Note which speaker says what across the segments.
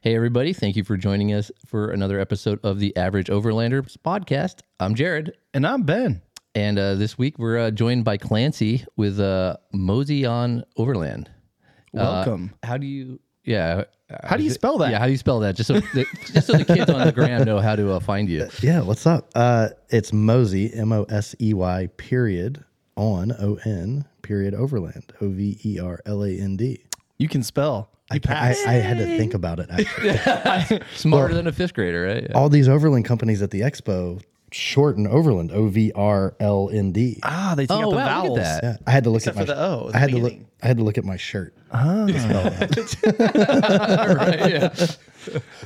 Speaker 1: Hey, everybody. Thank you for joining us for another episode of the Average Overlanders podcast. I'm Jared.
Speaker 2: And I'm Ben.
Speaker 1: And uh, this week we're uh, joined by Clancy with uh, Mosey on Overland. Uh,
Speaker 2: Welcome.
Speaker 1: how do you, yeah. uh,
Speaker 2: How do you spell that?
Speaker 1: Yeah, how do you spell that? Just so the, just so the kids on the gram know how to uh, find you.
Speaker 3: Yeah, what's up? Uh, it's Mosey, M O S E Y, period, on, O N, period, overland, O V E R L A N D.
Speaker 2: You can spell. You
Speaker 3: I,
Speaker 2: pass.
Speaker 3: I had to think about it. Actually.
Speaker 1: Smarter than a fifth grader, right? Yeah.
Speaker 3: All these overland companies at the expo shorten overland, O V E R L N D.
Speaker 2: ah, they take
Speaker 1: Oh,
Speaker 2: out the
Speaker 1: wow,
Speaker 2: vowels.
Speaker 1: look at that.
Speaker 3: Yeah, I had to look
Speaker 2: Except
Speaker 3: at my.
Speaker 2: for the O at the
Speaker 3: I had to look.
Speaker 2: beginning. Ah.
Speaker 3: I had to look at my shirt.
Speaker 1: Right, yeah.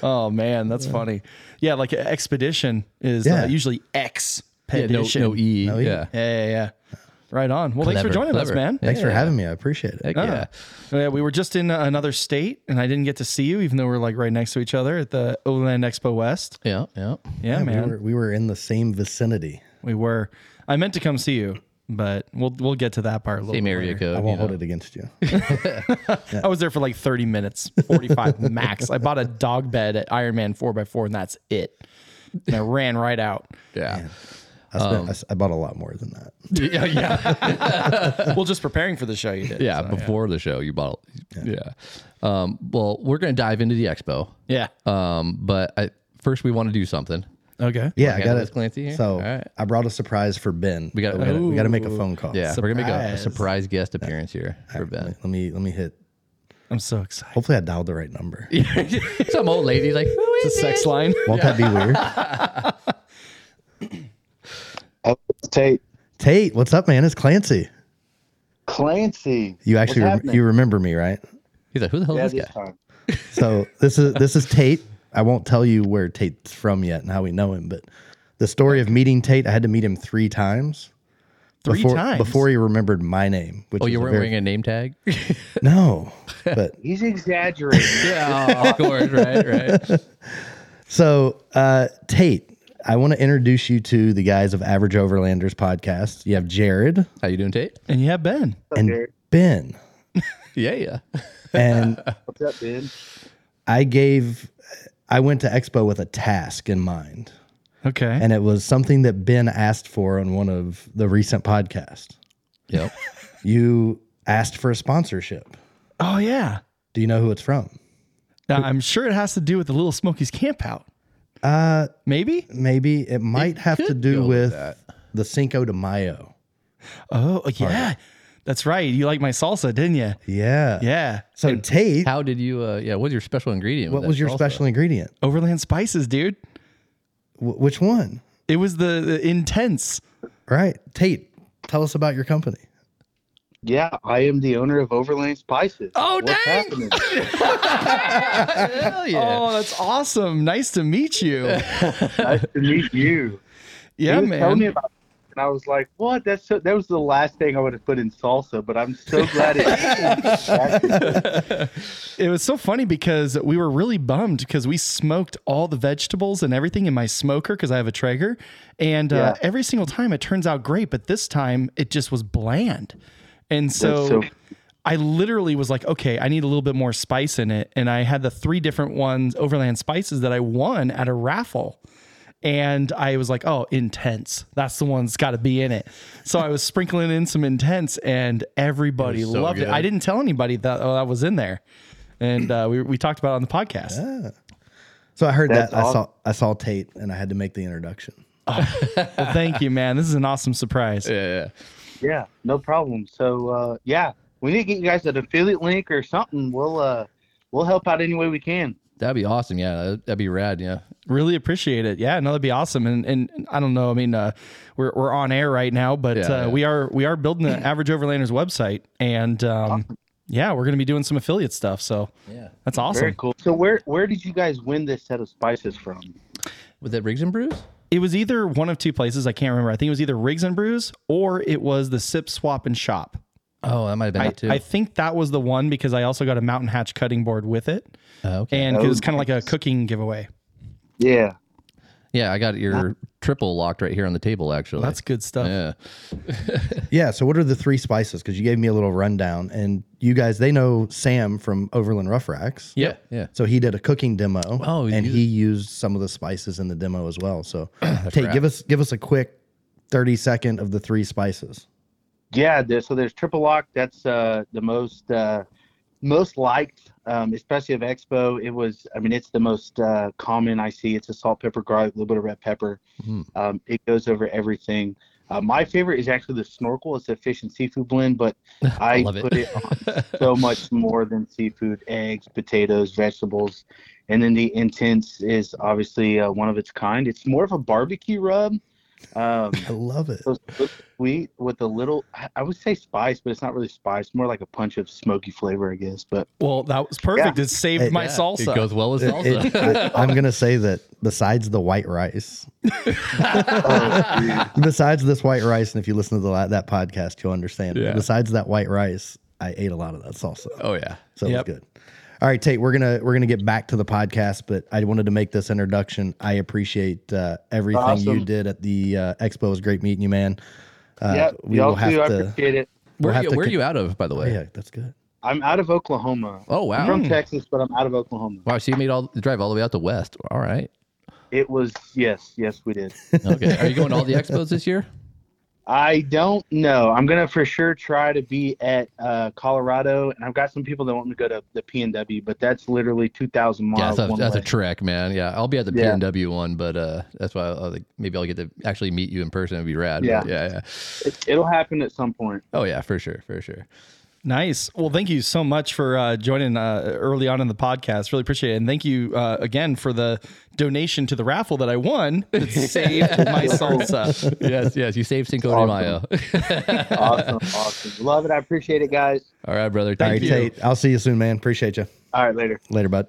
Speaker 2: Oh man, that's funny. Yeah, like a expedition is
Speaker 3: Yeah.
Speaker 2: uh, usually X
Speaker 1: Yeah, no, no E. yeah.
Speaker 2: Yeah, yeah, yeah. Right on. Well, thanks for
Speaker 1: Clever,
Speaker 2: joining us,
Speaker 1: clever.
Speaker 2: man.
Speaker 3: Thanks for having me. I appreciate it.
Speaker 1: Heck
Speaker 2: Ah.
Speaker 1: yeah.
Speaker 2: Yeah, we were just in uh, another state, and I didn't get to see you, even though we we're like right next to each other at the Overland Expo West.
Speaker 1: Yeah. Yeah.
Speaker 2: Yeah,
Speaker 3: we
Speaker 2: man,
Speaker 3: were, we were in the same vicinity.
Speaker 2: we were. I meant to come see you, but we'll we'll get to that part a little.
Speaker 1: Same
Speaker 2: bit
Speaker 1: area
Speaker 2: later.
Speaker 1: code.
Speaker 3: I
Speaker 1: you
Speaker 3: won't
Speaker 1: know.
Speaker 3: hold it against you.
Speaker 2: I was there for like 30 minutes, 45 max. I bought a dog bed at Iron Man 4x4, and that's it. And I ran right out.
Speaker 1: Yeah.
Speaker 3: I, spent,
Speaker 2: Um,
Speaker 3: I s- I bought a lot more than that.
Speaker 1: yeah. Yeah.
Speaker 2: Well, just preparing for the show, you did.
Speaker 1: Yeah, before the show, you bought. Yeah. Um, well, we're gonna dive into the expo,
Speaker 2: Yeah.
Speaker 1: um, but I, first we want to do something.
Speaker 2: Okay.
Speaker 3: Yeah, I
Speaker 1: handle
Speaker 3: got
Speaker 1: this,
Speaker 3: it.
Speaker 1: Clancy, here?
Speaker 3: So
Speaker 1: All right.
Speaker 3: I brought a surprise for Ben.
Speaker 1: We gotta-
Speaker 3: So gotta, we gotta make a phone call.
Speaker 1: Yeah, we're gonna make a, a
Speaker 2: Surprise.
Speaker 1: surprise guest appearance here for Ben.
Speaker 3: Let me let me hit.
Speaker 2: I'm so excited.
Speaker 3: Hopefully, I dialed the right number.
Speaker 1: Some old lady like who
Speaker 2: The
Speaker 1: is
Speaker 2: sex line.
Speaker 3: Won't that be weird?
Speaker 4: Oh, Tate
Speaker 3: Tate, what's up, man? It's Clancy.
Speaker 4: Clancy.
Speaker 3: You
Speaker 4: What's
Speaker 3: actually rem-
Speaker 4: happening?
Speaker 3: you remember me, right?
Speaker 1: He's like who the hell
Speaker 4: yeah,
Speaker 1: is this
Speaker 4: this
Speaker 1: guy?
Speaker 4: time.
Speaker 3: So this is this is Tate. I won't tell you where Tate's from yet and how we know him, but the story of meeting Tate, I had to meet him three times.
Speaker 2: Three
Speaker 3: before,
Speaker 2: times?
Speaker 3: before he remembered my name. Which
Speaker 1: Oh,
Speaker 3: is
Speaker 1: you
Speaker 3: a
Speaker 1: weren't
Speaker 3: very-
Speaker 1: wearing a name tag?
Speaker 3: no, but
Speaker 4: He's exaggerating.
Speaker 1: yeah, of course, right, right.
Speaker 3: So, uh, Tate, I want to introduce you to the guys of Average Overlanders podcast. You have Jared
Speaker 1: How you doing, Tate?
Speaker 2: And you have Ben.
Speaker 4: What's up,
Speaker 3: and
Speaker 4: Jared?
Speaker 3: Ben.
Speaker 1: Yeah, yeah.
Speaker 3: And
Speaker 4: What's up, Ben?
Speaker 3: I gave, I went to Expo with a task in mind.
Speaker 2: Okay.
Speaker 3: And it was something that Ben asked for on one of the recent podcasts.
Speaker 1: Yep.
Speaker 3: You asked for a sponsorship.
Speaker 2: oh, yeah.
Speaker 3: Do you know who it's from?
Speaker 2: Now, I'm sure it has to do with the Little Smokies camp out.
Speaker 3: Uh,
Speaker 2: Maybe?
Speaker 3: maybe it might have to
Speaker 1: could
Speaker 3: do
Speaker 1: go with
Speaker 3: with
Speaker 1: that.
Speaker 3: the Cinco de Mayo.
Speaker 2: Oh, yeah. That's right. You like my salsa, didn't you?
Speaker 3: Yeah.
Speaker 2: Yeah.
Speaker 3: So, Tate,
Speaker 1: How did you? Uh, yeah, what was your special ingredient? with
Speaker 3: what
Speaker 1: that
Speaker 3: was your
Speaker 1: salsa?
Speaker 3: special ingredient?
Speaker 2: Overland Spices, dude.
Speaker 3: Wh- which one?
Speaker 2: It was the, the intense.
Speaker 3: Right. Tate, tell us about your company.
Speaker 4: Yeah, I am the owner of Overland Spices.
Speaker 2: Oh,
Speaker 4: What's
Speaker 2: dang!
Speaker 4: happening?
Speaker 1: Hell yeah.
Speaker 2: Oh, that's awesome. Nice to meet you.
Speaker 4: nice to meet you.
Speaker 2: Yeah,
Speaker 4: he was
Speaker 2: man.
Speaker 4: telling me about it, and I was like, "What? That's so, that was the last thing I would have put in salsa." But I'm so glad it.
Speaker 2: It was so funny because we were really bummed because we smoked all the vegetables and everything in my smoker because I have a Traeger. And uh,
Speaker 4: Yeah.
Speaker 2: every single time it turns out great, but this time it just was bland. And so,
Speaker 4: so-
Speaker 2: I literally was like, okay, I need a little bit more spice in it. And I had the three different ones, Overland Spices, that I won at a raffle. And I was like, oh, intense. That's the one that's got to be in it. So I was sprinkling in some intense, and everybody
Speaker 1: was so
Speaker 2: loved it.
Speaker 1: good.
Speaker 2: I didn't tell anybody that oh, that was in there and uh, we, we talked about it on the podcast.
Speaker 3: Ah. So I heard
Speaker 4: That's
Speaker 3: that I saw I saw Tate and I had to make the introduction.
Speaker 2: Well, thank you, man. This is an awesome surprise.
Speaker 1: Yeah, yeah.
Speaker 4: yeah, no problem. So, uh, yeah, we need to get you guys an affiliate link or something. We'll uh, we'll help out any way we can.
Speaker 1: That'd be awesome. Yeah, that'd, that'd be rad. Yeah.
Speaker 2: Really appreciate it. Yeah, no, that'd be awesome. And and I don't know. I mean, uh, we're we're on air right now, but
Speaker 1: Yeah,
Speaker 2: uh,
Speaker 1: yeah.
Speaker 2: we are we are building the Average Overlanders website, and um, yeah, we're gonna be doing some affiliate stuff. So
Speaker 1: Yeah.
Speaker 2: that's awesome.
Speaker 4: Very cool. So, where where did you guys win this set of spices from?
Speaker 1: Was that Riggs and Brews?
Speaker 2: It was either one of two places. I can't remember. I think it was either Rigs and Brews or it was the Sip Swap and Shop.
Speaker 1: Oh, that might have been
Speaker 2: I,
Speaker 1: it too.
Speaker 2: I think that was the one because I also got a Mountain Hatch cutting board with it,
Speaker 1: Oh, okay.
Speaker 2: and it was
Speaker 4: Oh,
Speaker 2: kind of like a cooking giveaway.
Speaker 4: Yeah.
Speaker 1: Yeah, I got your triple locked right here on the table. Actually,
Speaker 2: That's good stuff.
Speaker 1: yeah.
Speaker 3: Yeah. So, what are the three spices? Because you gave me a little rundown, and you guys, they know Sam from Overland Rough Racks.
Speaker 2: Yep.
Speaker 1: Yeah.
Speaker 3: So he did a cooking demo.
Speaker 1: Oh,
Speaker 3: and
Speaker 1: you-
Speaker 3: he used some of the spices in the demo as well. So, Tate, give us give us a quick thirty second of the three spices.
Speaker 4: Yeah, there, so there's triple lock. That's uh, the most uh, most liked, um, especially of Expo. It was, I mean, it's the most uh, common I see. It's a salt, pepper, garlic, a little bit of red pepper.
Speaker 1: Hmm.
Speaker 4: Um, it goes over everything. Uh, my favorite is actually the snorkel. It's a fish and seafood blend, but I,
Speaker 1: love it.
Speaker 4: put it on so much more than seafood, eggs, potatoes, vegetables. And then the intense is obviously uh, one of its kind. It's more of a barbecue rub. Um,
Speaker 3: I love it.
Speaker 4: so it's a little sweet with a little, I- I would say spice, but it's not really spice. More like a punch of smoky flavor, I guess. But
Speaker 2: Well, that was perfect. It saved
Speaker 3: Hey,
Speaker 2: my
Speaker 1: Yeah,
Speaker 2: salsa.
Speaker 1: It goes well with
Speaker 3: It-
Speaker 1: salsa.
Speaker 3: it- I, am gonna say that besides the white rice,
Speaker 4: uh,
Speaker 3: besides this white rice, and if you listen to the, la- that podcast, you'll understand.
Speaker 2: Yeah.
Speaker 3: Besides that white rice, I ate a lot of that salsa.
Speaker 1: oh yeah.
Speaker 3: So
Speaker 2: Yep.
Speaker 3: it was good. All right, Tate, we're gonna we're gonna get back to the podcast, but I wanted to make this introduction. I appreciate uh, everything you
Speaker 4: Awesome.
Speaker 3: did at the uh, expo. It was great meeting you, man. Uh,
Speaker 4: yeah,
Speaker 3: we
Speaker 4: y'all
Speaker 3: will have
Speaker 4: too. I
Speaker 3: to.
Speaker 4: appreciate it.
Speaker 3: We'll
Speaker 1: Where, are
Speaker 3: have
Speaker 1: you,
Speaker 3: to
Speaker 1: where are
Speaker 3: con-
Speaker 1: you out of, by the
Speaker 3: Oh,
Speaker 1: way?
Speaker 3: yeah, that's good.
Speaker 4: I'm out of Oklahoma.
Speaker 1: Oh wow.
Speaker 4: I'm from Texas, but I'm out of Oklahoma.
Speaker 1: Wow. So you made all drive all the way out to West. All right.
Speaker 4: It was, yes, yes, we did.
Speaker 1: Okay. Are you going to all the expos this year?
Speaker 4: I don't know. I'm gonna for sure try to be at uh, Colorado, and I've got some people that want me to go to the PNW, but that's literally 2,000
Speaker 1: Yeah,
Speaker 4: miles
Speaker 1: that's, a,
Speaker 4: one
Speaker 1: that's a
Speaker 4: way.
Speaker 1: trek, man. Yeah, I'll be at the
Speaker 4: Yeah.
Speaker 1: PNW one, but uh, that's why I'll, like, maybe I'll get to actually meet you in person. It'd be rad. but
Speaker 4: Yeah.
Speaker 1: yeah, yeah.
Speaker 4: It, it'll happen at some point.
Speaker 1: Oh yeah, for sure, for sure.
Speaker 2: Nice. Well, thank you so much for uh, joining uh, early on in the podcast. Really appreciate it. And thank you uh, again for the donation to the raffle that I won that saved my salsa.
Speaker 1: yes, yes. You saved Cinco de Mayo.
Speaker 4: Awesome, awesome. Love it. I appreciate it, guys.
Speaker 1: all right, brother.
Speaker 3: All
Speaker 1: Thank
Speaker 3: right,
Speaker 1: you.
Speaker 3: Tate, I'll see you soon, man. Appreciate you.
Speaker 4: All right, later.
Speaker 3: Later, bud.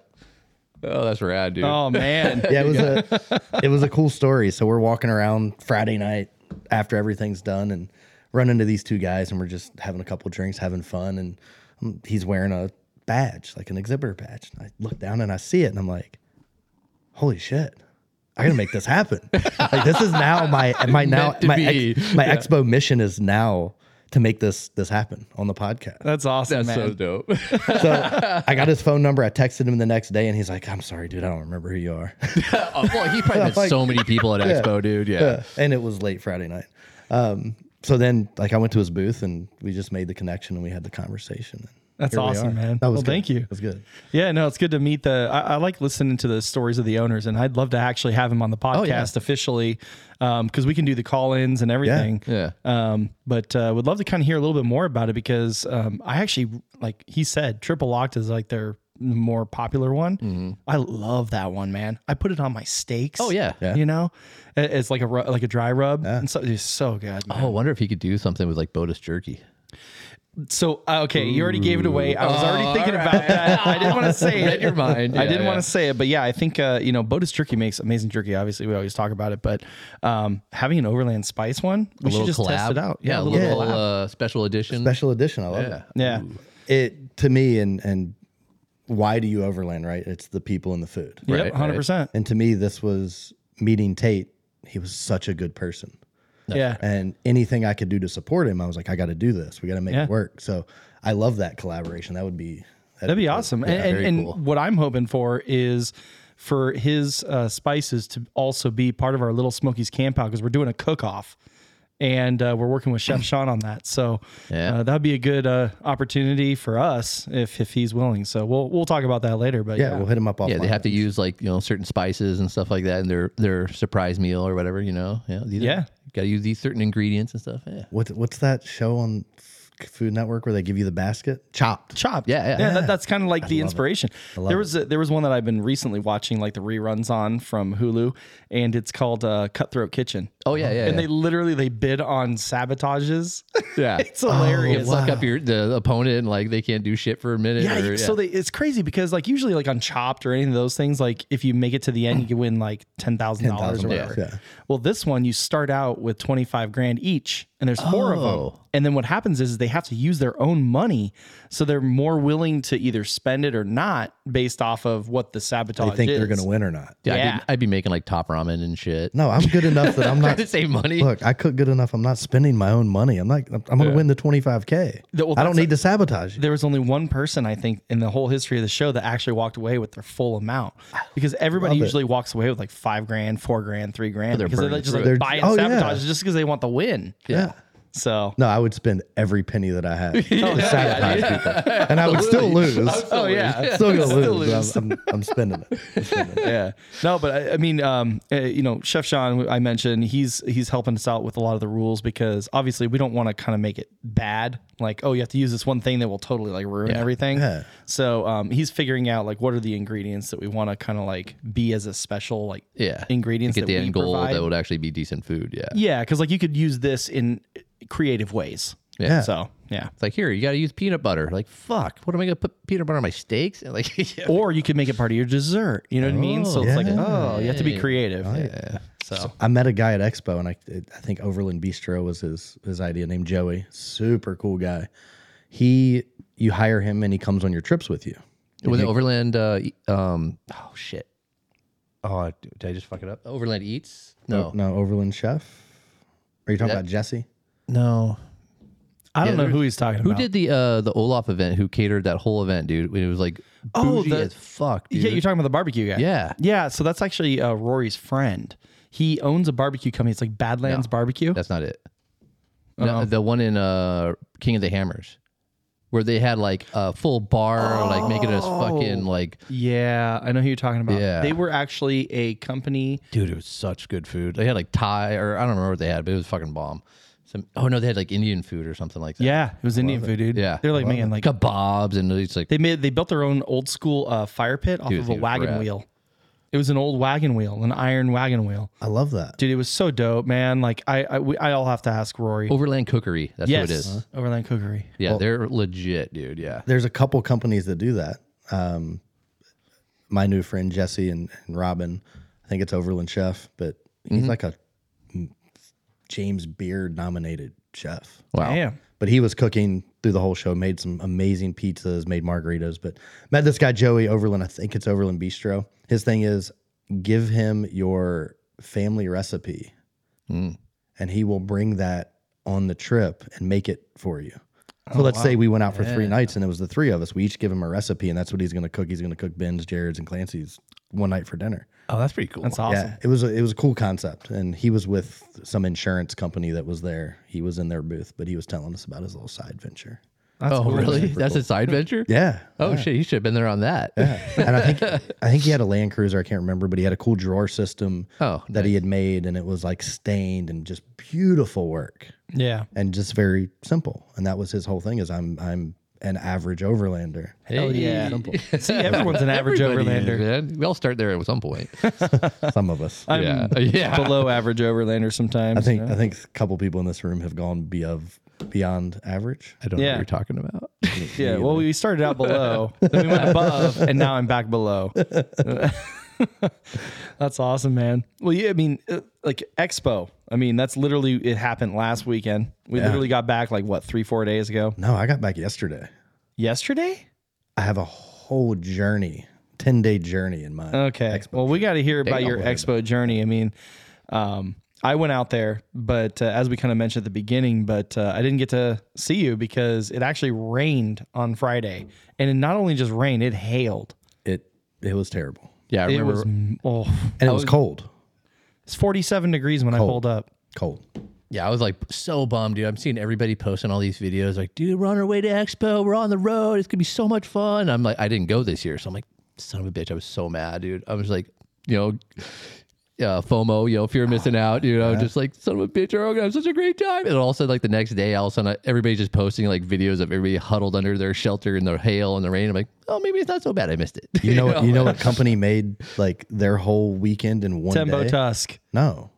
Speaker 1: Oh, that's rad, dude.
Speaker 2: Oh, man.
Speaker 3: Yeah, it was a it was a cool story. So we're walking around Friday night after everything's done and run into these two guys and we're just having a couple drinks, having fun, and um, he's wearing a badge, like an exhibitor badge. And I look down and I see it and I'm like, holy shit. I gotta make this happen. like this is now my my now
Speaker 1: Meant to
Speaker 3: my
Speaker 1: be.
Speaker 3: ex, my expo mission is now to make this this happen on the podcast
Speaker 2: That's awesome,
Speaker 1: that's
Speaker 2: man.
Speaker 1: so dope.
Speaker 3: so I got his phone number. I texted him the next day, and he's like, "I'm sorry, dude. I don't remember who you are."
Speaker 1: Oh, well, he probably met
Speaker 3: Like-
Speaker 1: so many people at Expo, dude. Yeah.
Speaker 3: and it was late Friday night. Um, so then, like, I went to his booth, and we just made the connection, and we had the conversation.
Speaker 2: That's
Speaker 3: Here we
Speaker 2: awesome,
Speaker 3: are.
Speaker 2: man.
Speaker 3: That was
Speaker 2: well,
Speaker 3: good.
Speaker 2: thank you.
Speaker 3: That was good.
Speaker 2: Yeah, no, it's good to meet the. I, I like listening to the stories of the owners, and I'd love to actually have him on the podcast
Speaker 1: yeah.
Speaker 2: officially because we can do the call ins and everything.
Speaker 1: Yeah.
Speaker 2: Um, but uh, would love to kind of hear a little bit more about it because um, I actually like he said, triple locked is like their more popular one. I love that one, man. I put it on my steaks.
Speaker 1: Oh, yeah.
Speaker 3: Yeah.
Speaker 2: you know, It- it's like a ru- like a dry rub. And so, it's so good. Man.
Speaker 1: Oh, I wonder if he could do something with like Botus jerky.
Speaker 2: So uh, okay, you already gave it away. I was already thinking about that. I didn't want to say it.
Speaker 1: Read your mind.
Speaker 2: I
Speaker 1: Yeah,
Speaker 2: didn't
Speaker 1: yeah.
Speaker 2: want to say it, but yeah, I think uh, you know, Botus Jerky makes amazing jerky. Obviously, we always talk about it, but um, having an Overland Spice one, we
Speaker 1: a
Speaker 2: should
Speaker 1: little
Speaker 2: just
Speaker 1: collab.
Speaker 2: test it out.
Speaker 1: Yeah, a
Speaker 2: little
Speaker 1: little
Speaker 2: collab.
Speaker 1: uh, special edition.
Speaker 3: Special edition. I love
Speaker 1: Yeah.
Speaker 2: yeah.
Speaker 3: it. It to me, and and why do you overland? Right, it's the people and the food.
Speaker 1: Right,
Speaker 2: yep,
Speaker 1: right.
Speaker 2: hundred percent.
Speaker 3: And to me, this was meeting Tate. He was such a good person.
Speaker 2: Yeah,
Speaker 3: and anything I could do to support him, I was like, I got to do this. We got to make
Speaker 2: Yeah.
Speaker 3: it work. So I love that collaboration. That would be
Speaker 2: that'd be awesome. and and,
Speaker 1: very
Speaker 2: and
Speaker 1: cool.
Speaker 2: what I'm hoping for is for his uh, spices to also be part of our Little Smokies camp out because we're doing a cook off. And uh, we're working with Chef Sean on that, so
Speaker 1: Yeah.
Speaker 2: uh, that'd be a good uh, opportunity for us if if he's willing. So we'll we'll talk about that later. But
Speaker 3: Yeah,
Speaker 2: yeah,
Speaker 3: we'll hit him up offline.
Speaker 1: Yeah, they have to use like you know certain spices and stuff like that in their their surprise meal or whatever. You know, yeah, these
Speaker 2: Yeah.
Speaker 1: got to use these certain ingredients and stuff. Yeah,
Speaker 3: What, what's that show on F- Food Network where they give you the basket? Chopped.
Speaker 2: chopped.
Speaker 1: Yeah, yeah.
Speaker 2: that, that's kind of like the inspiration. There was a, there was one that I've been recently watching like the reruns on from Hulu, and it's called uh, Cutthroat Kitchen.
Speaker 1: oh yeah, yeah.
Speaker 2: And
Speaker 1: yeah.
Speaker 2: they literally they bid on sabotages.
Speaker 1: Yeah.
Speaker 2: it's hilarious.
Speaker 1: They Oh, suck up your the opponent and like they can't do shit for a minute.
Speaker 2: yeah,
Speaker 1: or-
Speaker 2: you- so they, it's crazy because like usually like on Chopped or any of those things, like if you make it to the end, you can win like ten thousand dollars or
Speaker 3: $10,000,
Speaker 2: whatever.
Speaker 3: yeah.
Speaker 2: Well, this one you start out with twenty five grand each, and there's four of
Speaker 1: Oh.
Speaker 2: them, And then what happens is, is they have to use their own money, so they're more willing to either spend it or not based off of what the sabotage.
Speaker 3: They think
Speaker 2: is.
Speaker 3: they're gonna win or not.
Speaker 1: Yeah,
Speaker 2: Yeah.
Speaker 1: I'd, be, I'd be making like top ramen and shit.
Speaker 3: No, I'm good enough that I'm
Speaker 1: Trying
Speaker 3: not.
Speaker 1: to save money.
Speaker 3: Look, I cook good enough. I'm not spending my own money. I'm not. I'm, I'm gonna
Speaker 2: Yeah.
Speaker 3: win the 25k.
Speaker 2: Th- well,
Speaker 3: I don't
Speaker 2: that's-
Speaker 3: need to sabotage you.
Speaker 2: There was only one person I think in the whole history of the show that actually walked away with their full amount because everybody
Speaker 3: Love it.
Speaker 2: usually walks away with like five grand, four grand, three grand
Speaker 1: they're
Speaker 2: because they're
Speaker 1: burning
Speaker 2: just
Speaker 1: through
Speaker 2: like
Speaker 1: it.
Speaker 2: buying
Speaker 3: Oh, yeah.
Speaker 2: sabotage just because they want the win.
Speaker 3: Yeah.
Speaker 2: So
Speaker 3: No, I would spend every penny that I had to
Speaker 2: yeah,
Speaker 3: sabotage people, and I would still lose.
Speaker 2: Oh, yeah.
Speaker 3: I'm still gonna
Speaker 2: Still
Speaker 3: lose. but
Speaker 2: lose.
Speaker 3: I'm, I'm, I'm spending it. I'm spending it.
Speaker 2: yeah. No, but I, I mean, um, uh, you know, Chef Sean, I mentioned he's he's helping us out with a lot of the rules because obviously we don't want to kind of make it bad, like oh you have to use this one thing that will totally like ruin everything.
Speaker 3: Yeah.
Speaker 2: So um, he's figuring out like what are the ingredients that we want to kind of like be as a special like
Speaker 1: Yeah.
Speaker 2: ingredients
Speaker 1: Get
Speaker 2: that
Speaker 1: the
Speaker 2: we
Speaker 1: end goal
Speaker 2: provide.
Speaker 1: that would actually be decent food. Yeah.
Speaker 2: yeah, because like you could use this in creative ways.
Speaker 1: Yeah.
Speaker 2: So yeah.
Speaker 1: It's like here, you got to use peanut butter. Like fuck, what am I gonna put peanut butter on my steaks? And, Like yeah.
Speaker 2: Or you could make it part of your dessert. You know what I mean? So it's like,
Speaker 3: yeah.
Speaker 2: oh, you have to be creative. yeah. So
Speaker 3: I met a guy at Expo, and I, I think Overland Bistro was his his idea. Named Joey, super cool guy. He, you hire him, and he comes on your trips with you.
Speaker 1: with Overland. Uh, e- um, oh shit. Oh, d- did I just fuck it up? Overland Eats? No,
Speaker 3: no, Overland Chef. Are you talking about Jesse?
Speaker 1: no.
Speaker 2: I don't
Speaker 1: Yeah,
Speaker 2: know who he's talking
Speaker 1: Who
Speaker 2: about.
Speaker 1: did the uh the Olaf event? Who catered that whole event, dude? It was like
Speaker 2: Oh,
Speaker 1: bougie
Speaker 2: the-
Speaker 1: as fuck, dude.
Speaker 2: Yeah, you're talking about the barbecue guy.
Speaker 1: Yeah.
Speaker 2: Yeah, so that's actually uh, Rory's friend. He owns a barbecue company. It's like Badlands Barbecue.
Speaker 1: That's not it. No, the one in uh King of the Hammers, where they had like a full bar, like making us fucking like,
Speaker 2: Yeah, I know who you're talking about.
Speaker 1: Yeah.
Speaker 2: They were actually a company.
Speaker 1: dude, it was such good food. They had like Thai or I don't remember what they had, but it was fucking bomb. Some oh no, they had like Indian food or something like that.
Speaker 2: Yeah, it was Indian food, dude.
Speaker 1: Yeah.
Speaker 2: They're like, man, like
Speaker 1: kebabs and it's like
Speaker 2: they made they built their own old school uh, fire pit off
Speaker 1: Dude,
Speaker 2: of a
Speaker 1: he was
Speaker 2: wagon
Speaker 1: rad.
Speaker 2: wheel. It was an old wagon wheel, an iron wagon wheel.
Speaker 3: I love that.
Speaker 2: Dude, it was so dope, man. Like I I we, I'll have to ask Rory.
Speaker 1: Overland Cookery. That's
Speaker 2: yes.
Speaker 1: what Oh, it is.
Speaker 2: Overland Cookery.
Speaker 1: Yeah, they're legit, dude. Yeah.
Speaker 3: There's a couple companies that do that. Um, my new friend Jesse and, and Robin, I think it's Overland Chef, but he's like a mm, James Beard nominated chef.
Speaker 1: Wow.
Speaker 2: Damn.
Speaker 3: but he was cooking through the whole show, made some amazing pizzas, made margaritas. But met this guy, Joey Overland. I think it's Overland Bistro. His thing is give him your family recipe
Speaker 1: Mm.
Speaker 3: and he will bring that on the trip and make it for you.
Speaker 1: Oh,
Speaker 2: Oh,
Speaker 3: So let's say we went out for three nights and it was the three of us. We each give him a recipe and that's what he's going to cook. He's going to cook Ben's, Jared's, and Clancy's one night for dinner.
Speaker 1: Oh, that's pretty cool.
Speaker 2: That's awesome.
Speaker 3: Yeah, it was a, it was a cool concept, and he was with some insurance company that was there. He was in their booth, but he was telling us about his little side venture.
Speaker 1: oh, really? That's a side venture?
Speaker 3: Yeah.
Speaker 1: Oh shit, he should have been there on that.
Speaker 3: and I think I think he had a Land Cruiser. I can't remember, but he had a cool drawer system
Speaker 1: Oh,
Speaker 3: that he had made, and it was like stained and just beautiful work,
Speaker 2: Yeah.
Speaker 3: and just very simple. And that was his whole thing: is I'm I'm an average overlander.
Speaker 2: Hell yeah.
Speaker 3: Simple.
Speaker 2: See, everyone's an average
Speaker 1: Everybody is,
Speaker 2: overlander.
Speaker 1: man. We all start there at some point.
Speaker 3: Some of us. I
Speaker 1: yeah. Yeah.
Speaker 2: below average overlander sometimes.
Speaker 3: think I think a couple people in this room have gone be of beyond average.
Speaker 1: I don't
Speaker 2: Yeah.
Speaker 1: know what you're talking about.
Speaker 2: yeah. Well, we started out below, then we went above, and now I'm back below. that's awesome, man. Well, yeah, I mean, uh, like Expo. I mean, that's literally it happened last weekend. We literally got back like what three, four days ago.
Speaker 3: No, I got back yesterday.
Speaker 2: Yesterday.
Speaker 3: I have a whole journey, 10 day journey in mind.
Speaker 2: Okay. Well, we got to hear about
Speaker 1: Damn,
Speaker 2: your
Speaker 1: what is
Speaker 2: expo journey. I mean, um, I went out there, but uh, as we kind of mentioned at the beginning, but uh, I didn't get to see you because it actually rained on Friday, and it not only just rained, it hailed.
Speaker 3: It it was terrible.
Speaker 1: Yeah, I
Speaker 2: It
Speaker 1: remember.
Speaker 2: was oh,
Speaker 3: And it was, cold.
Speaker 2: it's forty-seven degrees when I pulled up.
Speaker 3: Cold.
Speaker 1: yeah, I was like so bummed, dude. I'm seeing everybody posting all these videos, like, dude, we're on our way to Expo. We're on the road. It's gonna be so much fun. I'm like, I didn't go this year, so I'm like, son of a bitch. I was so mad, dude. I was like, you know. Uh, FOMO, you know, fear of missing out, you know, just like son of a bitch, I'm gonna have such a great time. And all of a sudden, like the next day, all of a sudden, I- everybody's just posting like videos of everybody huddled under their shelter in the hail and the rain. I'm like, oh, maybe it's not so bad. I missed it.
Speaker 3: You know what you know what company made like their whole weekend in one
Speaker 2: Tembo
Speaker 3: day?
Speaker 2: Tusk.
Speaker 3: no.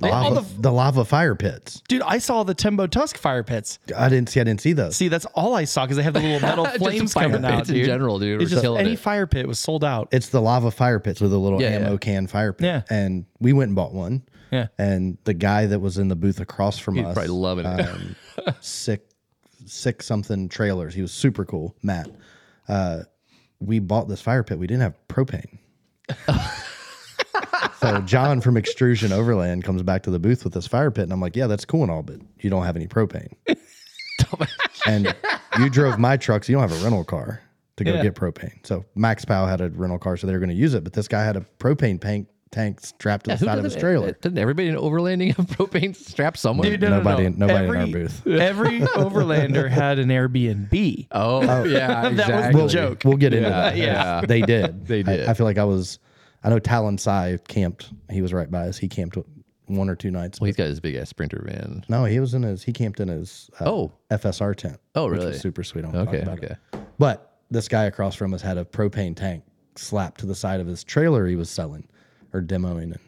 Speaker 2: They- all
Speaker 3: Lava-
Speaker 2: the-
Speaker 3: the lava fire pits.
Speaker 2: Dude, I saw the Tembo Tusk fire pits.
Speaker 3: I didn't see. I didn't see those.
Speaker 2: See, that's all I saw because they have the little metal
Speaker 1: Just
Speaker 2: flames
Speaker 1: fire
Speaker 2: coming out,
Speaker 1: pits in
Speaker 2: dude.
Speaker 1: general, dude.
Speaker 2: It's
Speaker 1: We're
Speaker 2: just
Speaker 1: killing
Speaker 2: any
Speaker 1: it.
Speaker 2: fire pit was sold out.
Speaker 3: it's the lava fire pits with a little
Speaker 1: Yeah,
Speaker 3: ammo
Speaker 1: yeah.
Speaker 3: can fire pit.
Speaker 2: Yeah.
Speaker 3: And we went and bought one.
Speaker 2: Yeah.
Speaker 3: And the guy that was in the booth across from
Speaker 1: He's
Speaker 3: us,
Speaker 1: probably loving it.
Speaker 2: Uh,
Speaker 3: um, sick, sick something trailers. He was super cool, Matt. Uh, we bought this fire pit. We didn't have propane. so John from Extrusion Overland comes back to the booth with this fire pit, and I'm like, "Yeah, that's cool and all, but you don't have any propane." and you drove my truck, so you don't have a rental car to go
Speaker 2: Yeah.
Speaker 3: get propane. So Max Powell had a rental car, so they were going to use it, but this guy had a propane tank tank strapped to the
Speaker 1: Who
Speaker 3: side of his
Speaker 1: doesn't-
Speaker 3: trailer.
Speaker 1: Doesn't everybody in overlanding have propane strapped somewhere?
Speaker 2: Dude, no, no, no.
Speaker 3: nobody- nobody in
Speaker 2: every,
Speaker 3: our booth.
Speaker 2: every overlander had an Airbnb.
Speaker 1: oh, yeah,
Speaker 2: That was the
Speaker 1: exactly.
Speaker 3: we'll,
Speaker 2: joke.
Speaker 3: We'll get into
Speaker 1: Yeah,
Speaker 3: that.
Speaker 1: yeah.
Speaker 3: they did.
Speaker 1: They
Speaker 3: I-
Speaker 1: did.
Speaker 3: I, feel like I was. I know Talon Sai camped. He was right by us. He camped one or two nights.
Speaker 1: Well, he's got his big ass sprinter van.
Speaker 3: no, he was in his. He camped in his. Uh,
Speaker 1: Oh.
Speaker 3: FSR tent.
Speaker 1: Oh,
Speaker 3: Which
Speaker 1: really?
Speaker 3: was super sweet. I won't talk
Speaker 1: Okay,
Speaker 3: about it.
Speaker 1: okay.
Speaker 3: But this guy across from us had a propane tank slapped to the side of his trailer he was selling or demoing. And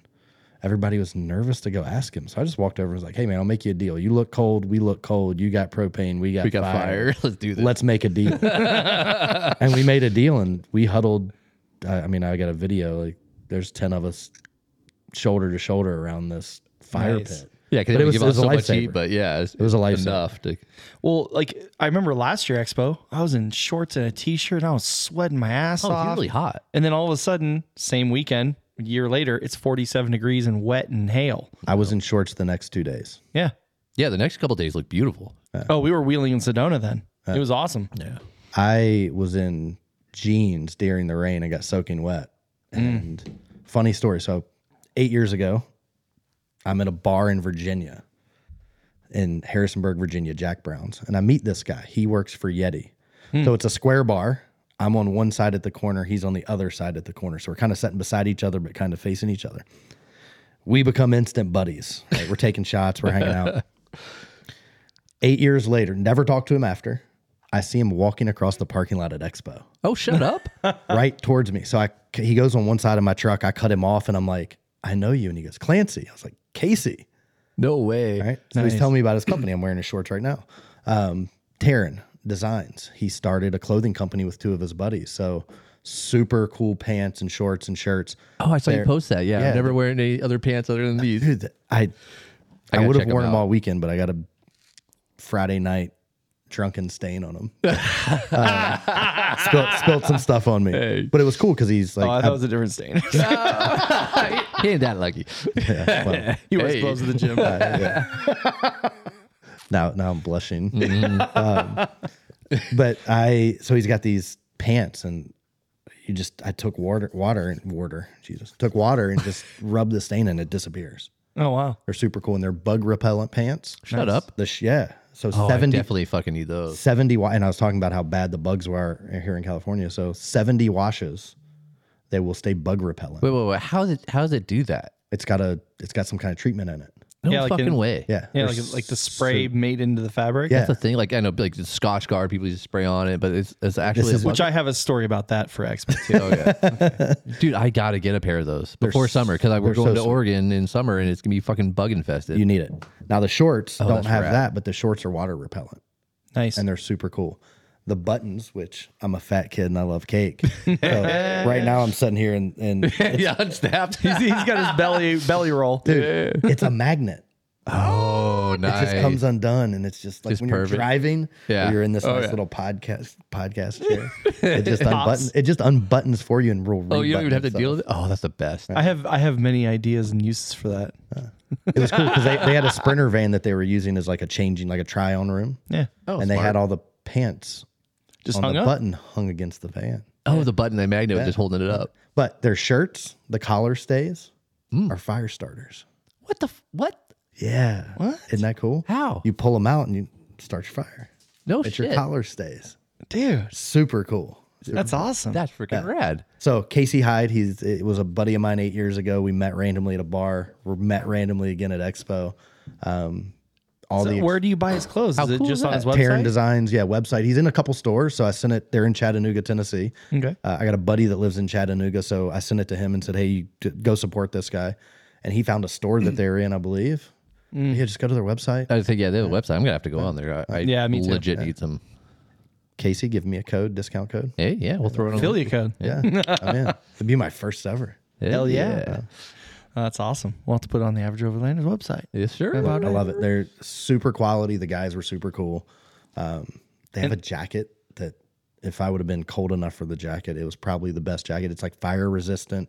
Speaker 3: everybody was nervous to go ask him. So I just walked over and was like, hey, man, I'll make you a deal. You look cold. We look cold. You got propane. We got,
Speaker 1: We got fire. Let's do this.
Speaker 3: Let's make a deal. and we made a deal and we huddled. I I mean, I got a video. Like, there's 10 of us shoulder to shoulder around this fire
Speaker 2: Nice.
Speaker 3: pit.
Speaker 1: yeah, because
Speaker 3: But
Speaker 1: it
Speaker 3: it was-
Speaker 1: give
Speaker 3: it
Speaker 1: off
Speaker 3: was a
Speaker 1: so much
Speaker 3: lifesaver.
Speaker 1: heat, but yeah, it
Speaker 3: was a lifesaver.
Speaker 1: Enough to
Speaker 2: Well, like I remember last year Expo, I was in shorts and a t-shirt. And I was sweating my ass
Speaker 1: Oh,
Speaker 2: off.
Speaker 1: it's really hot.
Speaker 2: And then all of a sudden, same weekend, a year later, it's 47 degrees and wet and hail.
Speaker 3: I was in shorts the next two days.
Speaker 2: Yeah.
Speaker 1: Yeah, the next couple days look beautiful.
Speaker 2: Oh, we were wheeling in Sedona then. it was awesome.
Speaker 1: Yeah.
Speaker 3: I was in jeans during the rain and got soaking wet. And funny story. So, eight years ago, I'm at a bar in Virginia, in Harrisonburg, Virginia, Jack Brown's. And I meet this guy. He works for Yeti. So, it's a square bar. I'm on one side at the corner, he's on the other side at the corner. So, we're kind of sitting beside each other, but kind of facing each other. We become instant buddies. Like, we're taking shots, we're hanging out. Eight years later, never talked to him after. I see him walking across the parking lot at Expo,
Speaker 1: Oh, shut up.
Speaker 3: right towards me. So I he goes on one side of my truck. I cut him off, and I'm like, "I know you." And he goes, "Clancy." I was like, "Casey."
Speaker 1: No way.
Speaker 3: All right. So he's telling me about his company. I'm wearing his shorts right now. Um, Taryn Designs. He started a clothing company with two of his buddies. So super cool pants and shorts and shirts.
Speaker 1: Oh, I saw you post that. Yeah,
Speaker 3: yeah.
Speaker 1: I'm never wearing any other pants other than these.
Speaker 3: Dude,
Speaker 1: I
Speaker 3: I I,
Speaker 1: gotta
Speaker 3: would
Speaker 1: check
Speaker 3: have
Speaker 1: 'em
Speaker 3: worn them
Speaker 1: out.
Speaker 3: all weekend, but I got a Friday night drunken stain on them. spilt, spilt some stuff on me, but it was cool because he's like,
Speaker 2: Oh, that
Speaker 3: I-
Speaker 2: was a different stain.
Speaker 1: he ain't that lucky.
Speaker 3: yeah, well,
Speaker 2: you were
Speaker 1: Hey.
Speaker 2: exposed to the gym.
Speaker 3: now now I'm blushing.
Speaker 1: Mm-hmm.
Speaker 3: Um, but I so he's got these pants and. You just, I took water, water and water, Jesus, took water and just rubbed the stain and it disappears.
Speaker 2: oh, wow.
Speaker 3: They're super cool and they're bug repellent pants.
Speaker 1: Shut up.
Speaker 3: The sh- yeah, so
Speaker 1: Oh, I
Speaker 3: 70
Speaker 1: definitely fucking need those.
Speaker 3: 70 wa- and I was talking about how bad the bugs were here in California. So 70 washes, they will stay bug repellent.
Speaker 1: Wait, wait, wait. How does it, how does it do that?
Speaker 3: It's got a it's got some kind of treatment in it.
Speaker 1: No
Speaker 2: Yeah, like
Speaker 1: fucking
Speaker 2: in-
Speaker 1: way.
Speaker 3: Yeah.
Speaker 2: Yeah,
Speaker 3: They're
Speaker 2: like, like the spray made into the fabric.
Speaker 3: Yeah.
Speaker 1: That's the thing. Like I know, like the Scotch Guard, people just spray on it, but it's, it's actually
Speaker 3: is
Speaker 1: a
Speaker 2: Which I have a story about that for Expo too.
Speaker 1: Dude, I gotta get a pair of those before summer because we're
Speaker 3: they're
Speaker 1: going
Speaker 3: so
Speaker 1: to
Speaker 3: sweet.
Speaker 1: Oregon in summer and it's gonna be fucking bug infested.
Speaker 3: you need it. Now the shorts don't
Speaker 1: Oh, that's
Speaker 3: have
Speaker 1: rad.
Speaker 3: that, but the shorts are water repellent
Speaker 2: nice.
Speaker 3: and they're super cool. The buttons, which I'm a fat kid and I love cake. So right now I'm sitting here and, and it's,
Speaker 1: yeah, unstabbed.
Speaker 2: he's, he's got his belly belly roll.
Speaker 3: dude, it's a magnet.
Speaker 1: oh, nice.
Speaker 3: It just comes undone and it's just like
Speaker 1: Just
Speaker 3: when
Speaker 1: perfect.
Speaker 3: you're driving
Speaker 1: Yeah.
Speaker 3: or you're in this
Speaker 1: Oh,
Speaker 3: nice
Speaker 1: yeah.
Speaker 3: little podcast podcast chair. It just
Speaker 2: Pops.
Speaker 3: unbuttons it just unbuttons for you and will
Speaker 1: oh, you don't
Speaker 3: rebutton
Speaker 1: even have to
Speaker 3: itself.
Speaker 1: deal with it. Oh, that's the best.
Speaker 2: I have I have many ideas and uses for that.
Speaker 3: It was cool because they, they had a sprinter van that they were using as like a changing, like a try on room.
Speaker 2: Yeah.
Speaker 1: Oh,
Speaker 3: and they had all the pants
Speaker 2: Just
Speaker 3: on
Speaker 2: hung
Speaker 3: the
Speaker 2: up.
Speaker 3: button hung against the van.
Speaker 1: oh the button, the magnet, was just holding it up.
Speaker 3: But their shirts, the collar stays,
Speaker 1: Hmm.
Speaker 3: are fire starters.
Speaker 1: What the f- what?
Speaker 3: Yeah. What? Isn't that cool?
Speaker 1: How?
Speaker 3: You pull them out and you start your fire.
Speaker 1: No
Speaker 3: It's
Speaker 1: shit.
Speaker 3: your collar stays.
Speaker 2: Dude,
Speaker 3: Super cool.
Speaker 2: that's awesome.
Speaker 1: That's freaking rad.
Speaker 3: So Casey Hyde, he's it was a buddy of mine eight years ago. We met randomly at a bar. We met randomly again at Expo. Um, all
Speaker 2: So
Speaker 3: the
Speaker 2: where do you buy his clothes?
Speaker 1: How
Speaker 2: is it
Speaker 1: cool
Speaker 2: just
Speaker 1: is
Speaker 2: on his
Speaker 1: that?
Speaker 2: website?
Speaker 3: Taryn Designs, yeah, website. He's in a couple stores, so I sent it. They're in Chattanooga, Tennessee.
Speaker 2: Okay.
Speaker 3: Uh, I got a buddy that lives in Chattanooga, so I sent it to him and said, "Hey, you, t- go support this guy." and he found a store that they were in, I believe.
Speaker 2: Mm.
Speaker 3: Yeah, just go to their website.
Speaker 1: I was thinking, yeah, they have a website. I'm gonna have to go on there. I, I
Speaker 2: Yeah, me too.
Speaker 1: legit need some.
Speaker 3: Casey, give me a code, discount code.
Speaker 1: Hey, yeah, we'll throw it on. the-
Speaker 2: Affiliate code.
Speaker 3: Yeah, I'm in. It'd be my first ever.
Speaker 1: Hell
Speaker 2: Oh, That's awesome. We'll have to put it on the Average Overlander's website.
Speaker 1: Yes, sure.
Speaker 3: I love it. They're super quality. The guys were super cool. Um, they have a jacket that, if I would have been cold enough for the jacket, it was probably the best jacket. It's like fire resistant.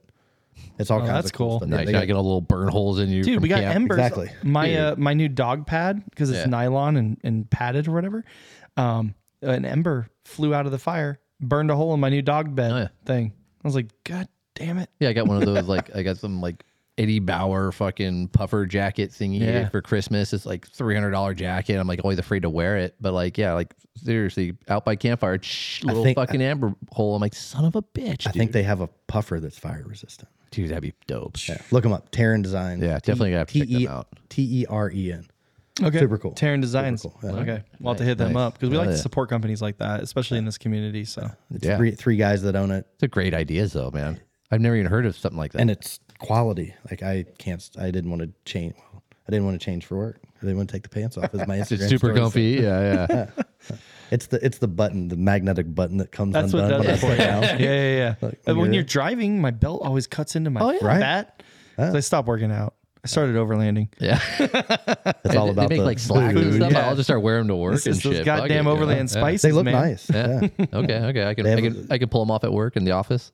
Speaker 3: It's
Speaker 1: Oh,
Speaker 3: all kinds
Speaker 2: that's
Speaker 3: of cool,
Speaker 2: cool.
Speaker 3: stuff.
Speaker 1: Nice.
Speaker 3: They
Speaker 1: I get a little burn holes in you.
Speaker 2: Dude,
Speaker 1: from
Speaker 2: we got
Speaker 1: camp.
Speaker 2: embers.
Speaker 3: Exactly.
Speaker 2: My uh, my new dog pad because it's
Speaker 1: Yeah.
Speaker 2: nylon and, and padded or whatever. Um, an ember flew out of the fire, burned a hole in my new dog bed
Speaker 1: Oh, yeah.
Speaker 2: thing. I was like, God damn it!
Speaker 1: Yeah, I got one of those like I got some like Eddie Bauer fucking puffer jacket thingy
Speaker 2: Yeah.
Speaker 1: for Christmas. It's like three hundred dollar jacket. I'm like always afraid to wear it, but like yeah, like seriously, out by campfire, shh, little
Speaker 3: think-
Speaker 1: fucking amber hole. I'm like son of a bitch.
Speaker 3: I think they have a puffer that's fire resistant.
Speaker 1: dude, that'd be dope. Yeah,
Speaker 3: Look them up. Terran Design.
Speaker 1: definitely gotta have to check
Speaker 3: T E
Speaker 1: them out.
Speaker 3: T E R E N.
Speaker 2: Okay,
Speaker 3: Super cool.
Speaker 2: Terran Designs.
Speaker 3: cool. Yeah.
Speaker 2: Okay, we'll have to hit them
Speaker 1: nice.
Speaker 2: up because we like
Speaker 1: Yeah.
Speaker 2: to support companies like that, especially in this community. So
Speaker 3: It's
Speaker 1: Yeah.
Speaker 3: three, three guys that own it,
Speaker 1: It's a great idea though, man. I've never even heard of something like that.
Speaker 3: and it's quality. Like I can't. I didn't want to change. I didn't want to change for work. I didn't want to take the pants off. Is my Instagram
Speaker 1: it's super
Speaker 3: story said.
Speaker 1: comfy. Yeah, yeah.
Speaker 3: It's the it's the button, the magnetic button that comes
Speaker 2: that's what
Speaker 3: undone
Speaker 2: does
Speaker 3: when I
Speaker 2: it for
Speaker 3: put
Speaker 2: you.
Speaker 3: it down.
Speaker 2: Yeah, yeah, yeah. And
Speaker 3: look
Speaker 2: when
Speaker 3: at
Speaker 2: you're driving, my belt always cuts into my
Speaker 1: Oh, yeah.
Speaker 3: Right.
Speaker 2: fat. 'cause I stopped working out. I started overlanding.
Speaker 1: yeah.
Speaker 3: It's all about
Speaker 1: they make
Speaker 3: the
Speaker 1: like slacks and
Speaker 3: food.
Speaker 1: stuff.
Speaker 2: yeah.
Speaker 1: I'll just start wearing them to work
Speaker 2: This
Speaker 1: and
Speaker 2: is
Speaker 1: shit.
Speaker 2: those
Speaker 1: Fuck it,
Speaker 2: goddamn
Speaker 1: you know?
Speaker 2: overland
Speaker 1: Yeah.
Speaker 2: spices.
Speaker 3: They look
Speaker 2: man.
Speaker 3: nice. Yeah.
Speaker 1: Yeah. Okay. Okay. I can.
Speaker 3: have
Speaker 1: I
Speaker 3: a-
Speaker 1: can. I can pull them off at work in the office.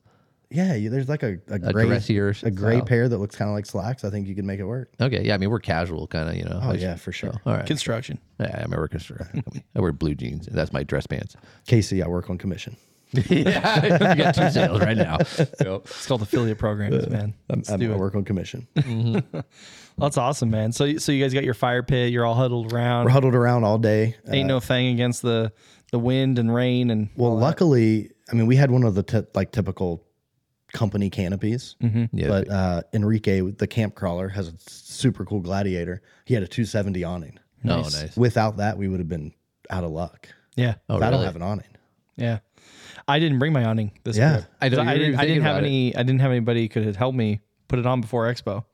Speaker 3: Yeah, you, there's like a, a
Speaker 1: A
Speaker 3: gray
Speaker 1: dressier
Speaker 3: a gray
Speaker 1: style.
Speaker 3: pair that looks kind of like slacks. I think you could make it work.
Speaker 1: Okay. Yeah. I mean, we're casual, kind of. You know.
Speaker 3: Oh
Speaker 1: Like,
Speaker 3: yeah, for sure.
Speaker 1: All right.
Speaker 2: Construction.
Speaker 1: Yeah, I'm a worker construction company. I wear blue jeans. and That's my dress pants.
Speaker 3: Casey, I work on commission.
Speaker 1: yeah, you got two sales right now. Yep.
Speaker 2: It's called affiliate programs, man. Let's
Speaker 3: I'm,
Speaker 2: do
Speaker 3: I
Speaker 2: it.
Speaker 3: work on commission.
Speaker 2: That's awesome, man. So, so you guys got your fire pit. You're all huddled around.
Speaker 3: We're huddled around all day. uh,
Speaker 2: Ain't no thing against the the wind and rain and
Speaker 3: Well, luckily, I mean, we had one of the t- like typical company canopies,
Speaker 2: mm-hmm.
Speaker 1: Yeah,
Speaker 3: but uh, Enrique, the camp crawler, has a super cool gladiator. He had a 270 awning.
Speaker 1: no, nice.
Speaker 3: Without that, we would have been out of luck.
Speaker 2: yeah,
Speaker 1: Oh,
Speaker 3: 'Cause I don't
Speaker 1: really?
Speaker 3: have an awning.
Speaker 2: yeah. I didn't bring my awning this
Speaker 3: Yeah.
Speaker 2: trip.
Speaker 1: I know, you
Speaker 2: I
Speaker 1: were
Speaker 2: didn't. I
Speaker 1: thinking
Speaker 2: didn't have
Speaker 1: about it.
Speaker 2: any. I didn't have anybody who could have helped me put it on before Expo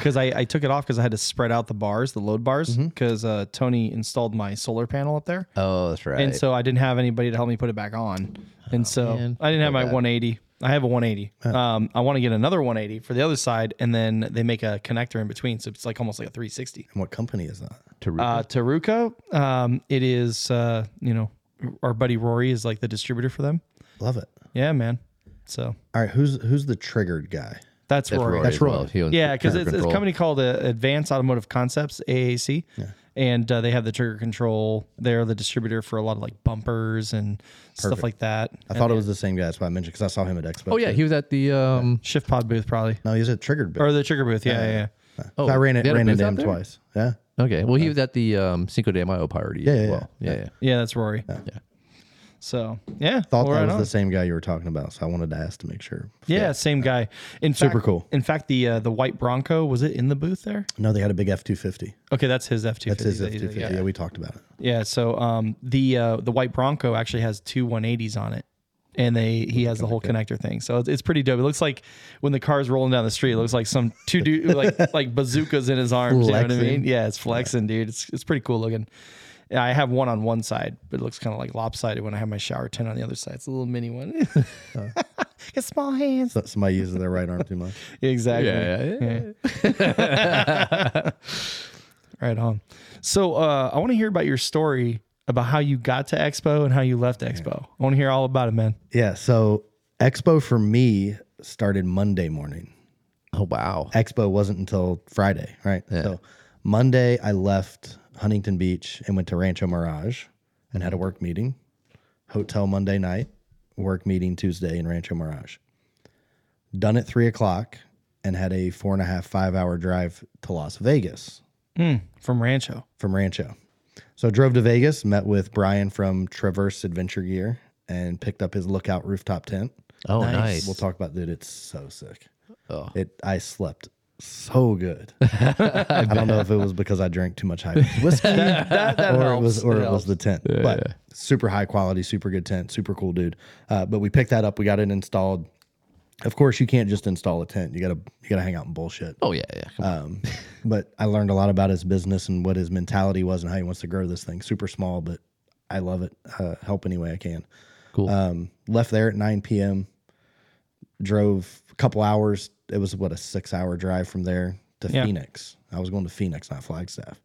Speaker 2: because I, I took it off because I had to spread out the bars, the load bars, because uh, Tony installed my solar panel up there,
Speaker 1: Oh, that's right. Oh,
Speaker 2: and so I didn't have anybody to help me put it back on, and so
Speaker 1: man.
Speaker 2: I didn't have my 180. I have a 180. Um, I want to get another 180 for the other side, and then they make a connector in between, so it's like almost like a 360.
Speaker 3: And what company is that?
Speaker 2: Uh, Taruco, um, it is uh, you know our buddy Rory is like the distributor for them.
Speaker 3: Love it.
Speaker 2: Yeah, man. So
Speaker 3: All right, who's who's the triggered guy?
Speaker 2: that's,
Speaker 1: that's
Speaker 2: Rory.
Speaker 1: Rory. as
Speaker 3: Rory.
Speaker 1: well. He owns
Speaker 2: Yeah, because
Speaker 1: Trigger
Speaker 2: it's, it's a
Speaker 1: Control.
Speaker 2: company called uh, Advanced Automotive Concepts AAC, and uh, they have the trigger control. They're the distributor for a lot of like bumpers and stuff like that.
Speaker 3: I thought it was the same guy. That's why I mentioned because I saw him at Expo.
Speaker 1: Oh yeah, he was at the. Um,
Speaker 2: Shift pod booth probably
Speaker 3: No, he was at Triggered. Booth.
Speaker 2: or the trigger booth. Yeah, yeah. yeah.
Speaker 1: oh,
Speaker 3: I ran it
Speaker 1: they had a
Speaker 3: ran
Speaker 1: booth
Speaker 3: into
Speaker 1: out
Speaker 3: him
Speaker 1: there?
Speaker 3: twice. Yeah.
Speaker 1: Okay, well, he was at the um, Cinco de Mayo party
Speaker 3: yeah,
Speaker 1: as
Speaker 3: yeah.
Speaker 1: well. Yeah, yeah.
Speaker 2: Yeah, that's Rory. Yeah. So yeah,
Speaker 3: Thought
Speaker 2: well,
Speaker 3: that
Speaker 2: right
Speaker 3: was
Speaker 2: on.
Speaker 3: the same guy you were talking about, so I wanted to ask to make sure.
Speaker 2: yeah, same guy. In
Speaker 3: Super
Speaker 2: fact-
Speaker 3: cool.
Speaker 2: In fact, the uh, the white Bronco was it in the booth there?
Speaker 3: No, they had a big F two fifty.
Speaker 2: Okay, that's his F two
Speaker 3: That's his
Speaker 2: fifty.
Speaker 3: F two fifty. Yeah, we talked about it.
Speaker 2: Yeah. So um, the uh, the white Bronco actually has two 180s on it, and they he has the whole connector thing. So it's, it's pretty dope. It looks like when the car's rolling down the street, it looks like some two dude like like bazookas in his arms. You know what I mean?
Speaker 3: Flexing.
Speaker 2: Yeah, it's flexing, dude. It's it's pretty cool looking. Yeah, I have one on one side, but it looks kind of like lopsided when I have my shower tent on the other side. It's a little mini one. Got small hands.
Speaker 3: So- Somebody uses their right arm too much.
Speaker 2: Exactly.
Speaker 1: Yeah, yeah,
Speaker 2: Yeah. right on. So uh, I want to hear about your story about how you got to Expo and how you left Expo. I want to hear all about it, man.
Speaker 3: Yeah. So Expo for me started Monday morning.
Speaker 1: Oh wow.
Speaker 3: Expo wasn't until Friday, right? So Monday I left Huntington Beach and went to Rancho Mirage and had a work meeting. Hotel Monday night, work meeting Tuesday in Rancho Mirage. Done at three o'clock and had a four and a half, five hour drive to Las Vegas
Speaker 2: From Rancho.
Speaker 3: from Rancho. So I drove to Vegas, met with Brian from Traverse Adventure Gear and picked up his lookout rooftop tent.
Speaker 1: Oh nice.
Speaker 3: We'll talk about that. It's so sick.
Speaker 1: Oh.
Speaker 3: It I slept so good. I don't know if it was because I drank too much high whiskey or it was or it, was the tent. but super high quality, super good tent, super cool dude. Uh, but we picked that up, we got it installed. Of course, you can't just install a tent. You gotta you gotta hang out and bullshit.
Speaker 1: Oh yeah, yeah. Come on.
Speaker 3: Um, but I learned a lot about his business and what his mentality was and how he wants to grow this thing. Super small, but I love it. Uh, help any way I can.
Speaker 1: Cool.
Speaker 3: Um, left there at 9 p.m. Drove a couple hours. It was what a six hour drive from there to
Speaker 2: Yeah.
Speaker 3: Phoenix. I was going to Phoenix, not Flagstaff.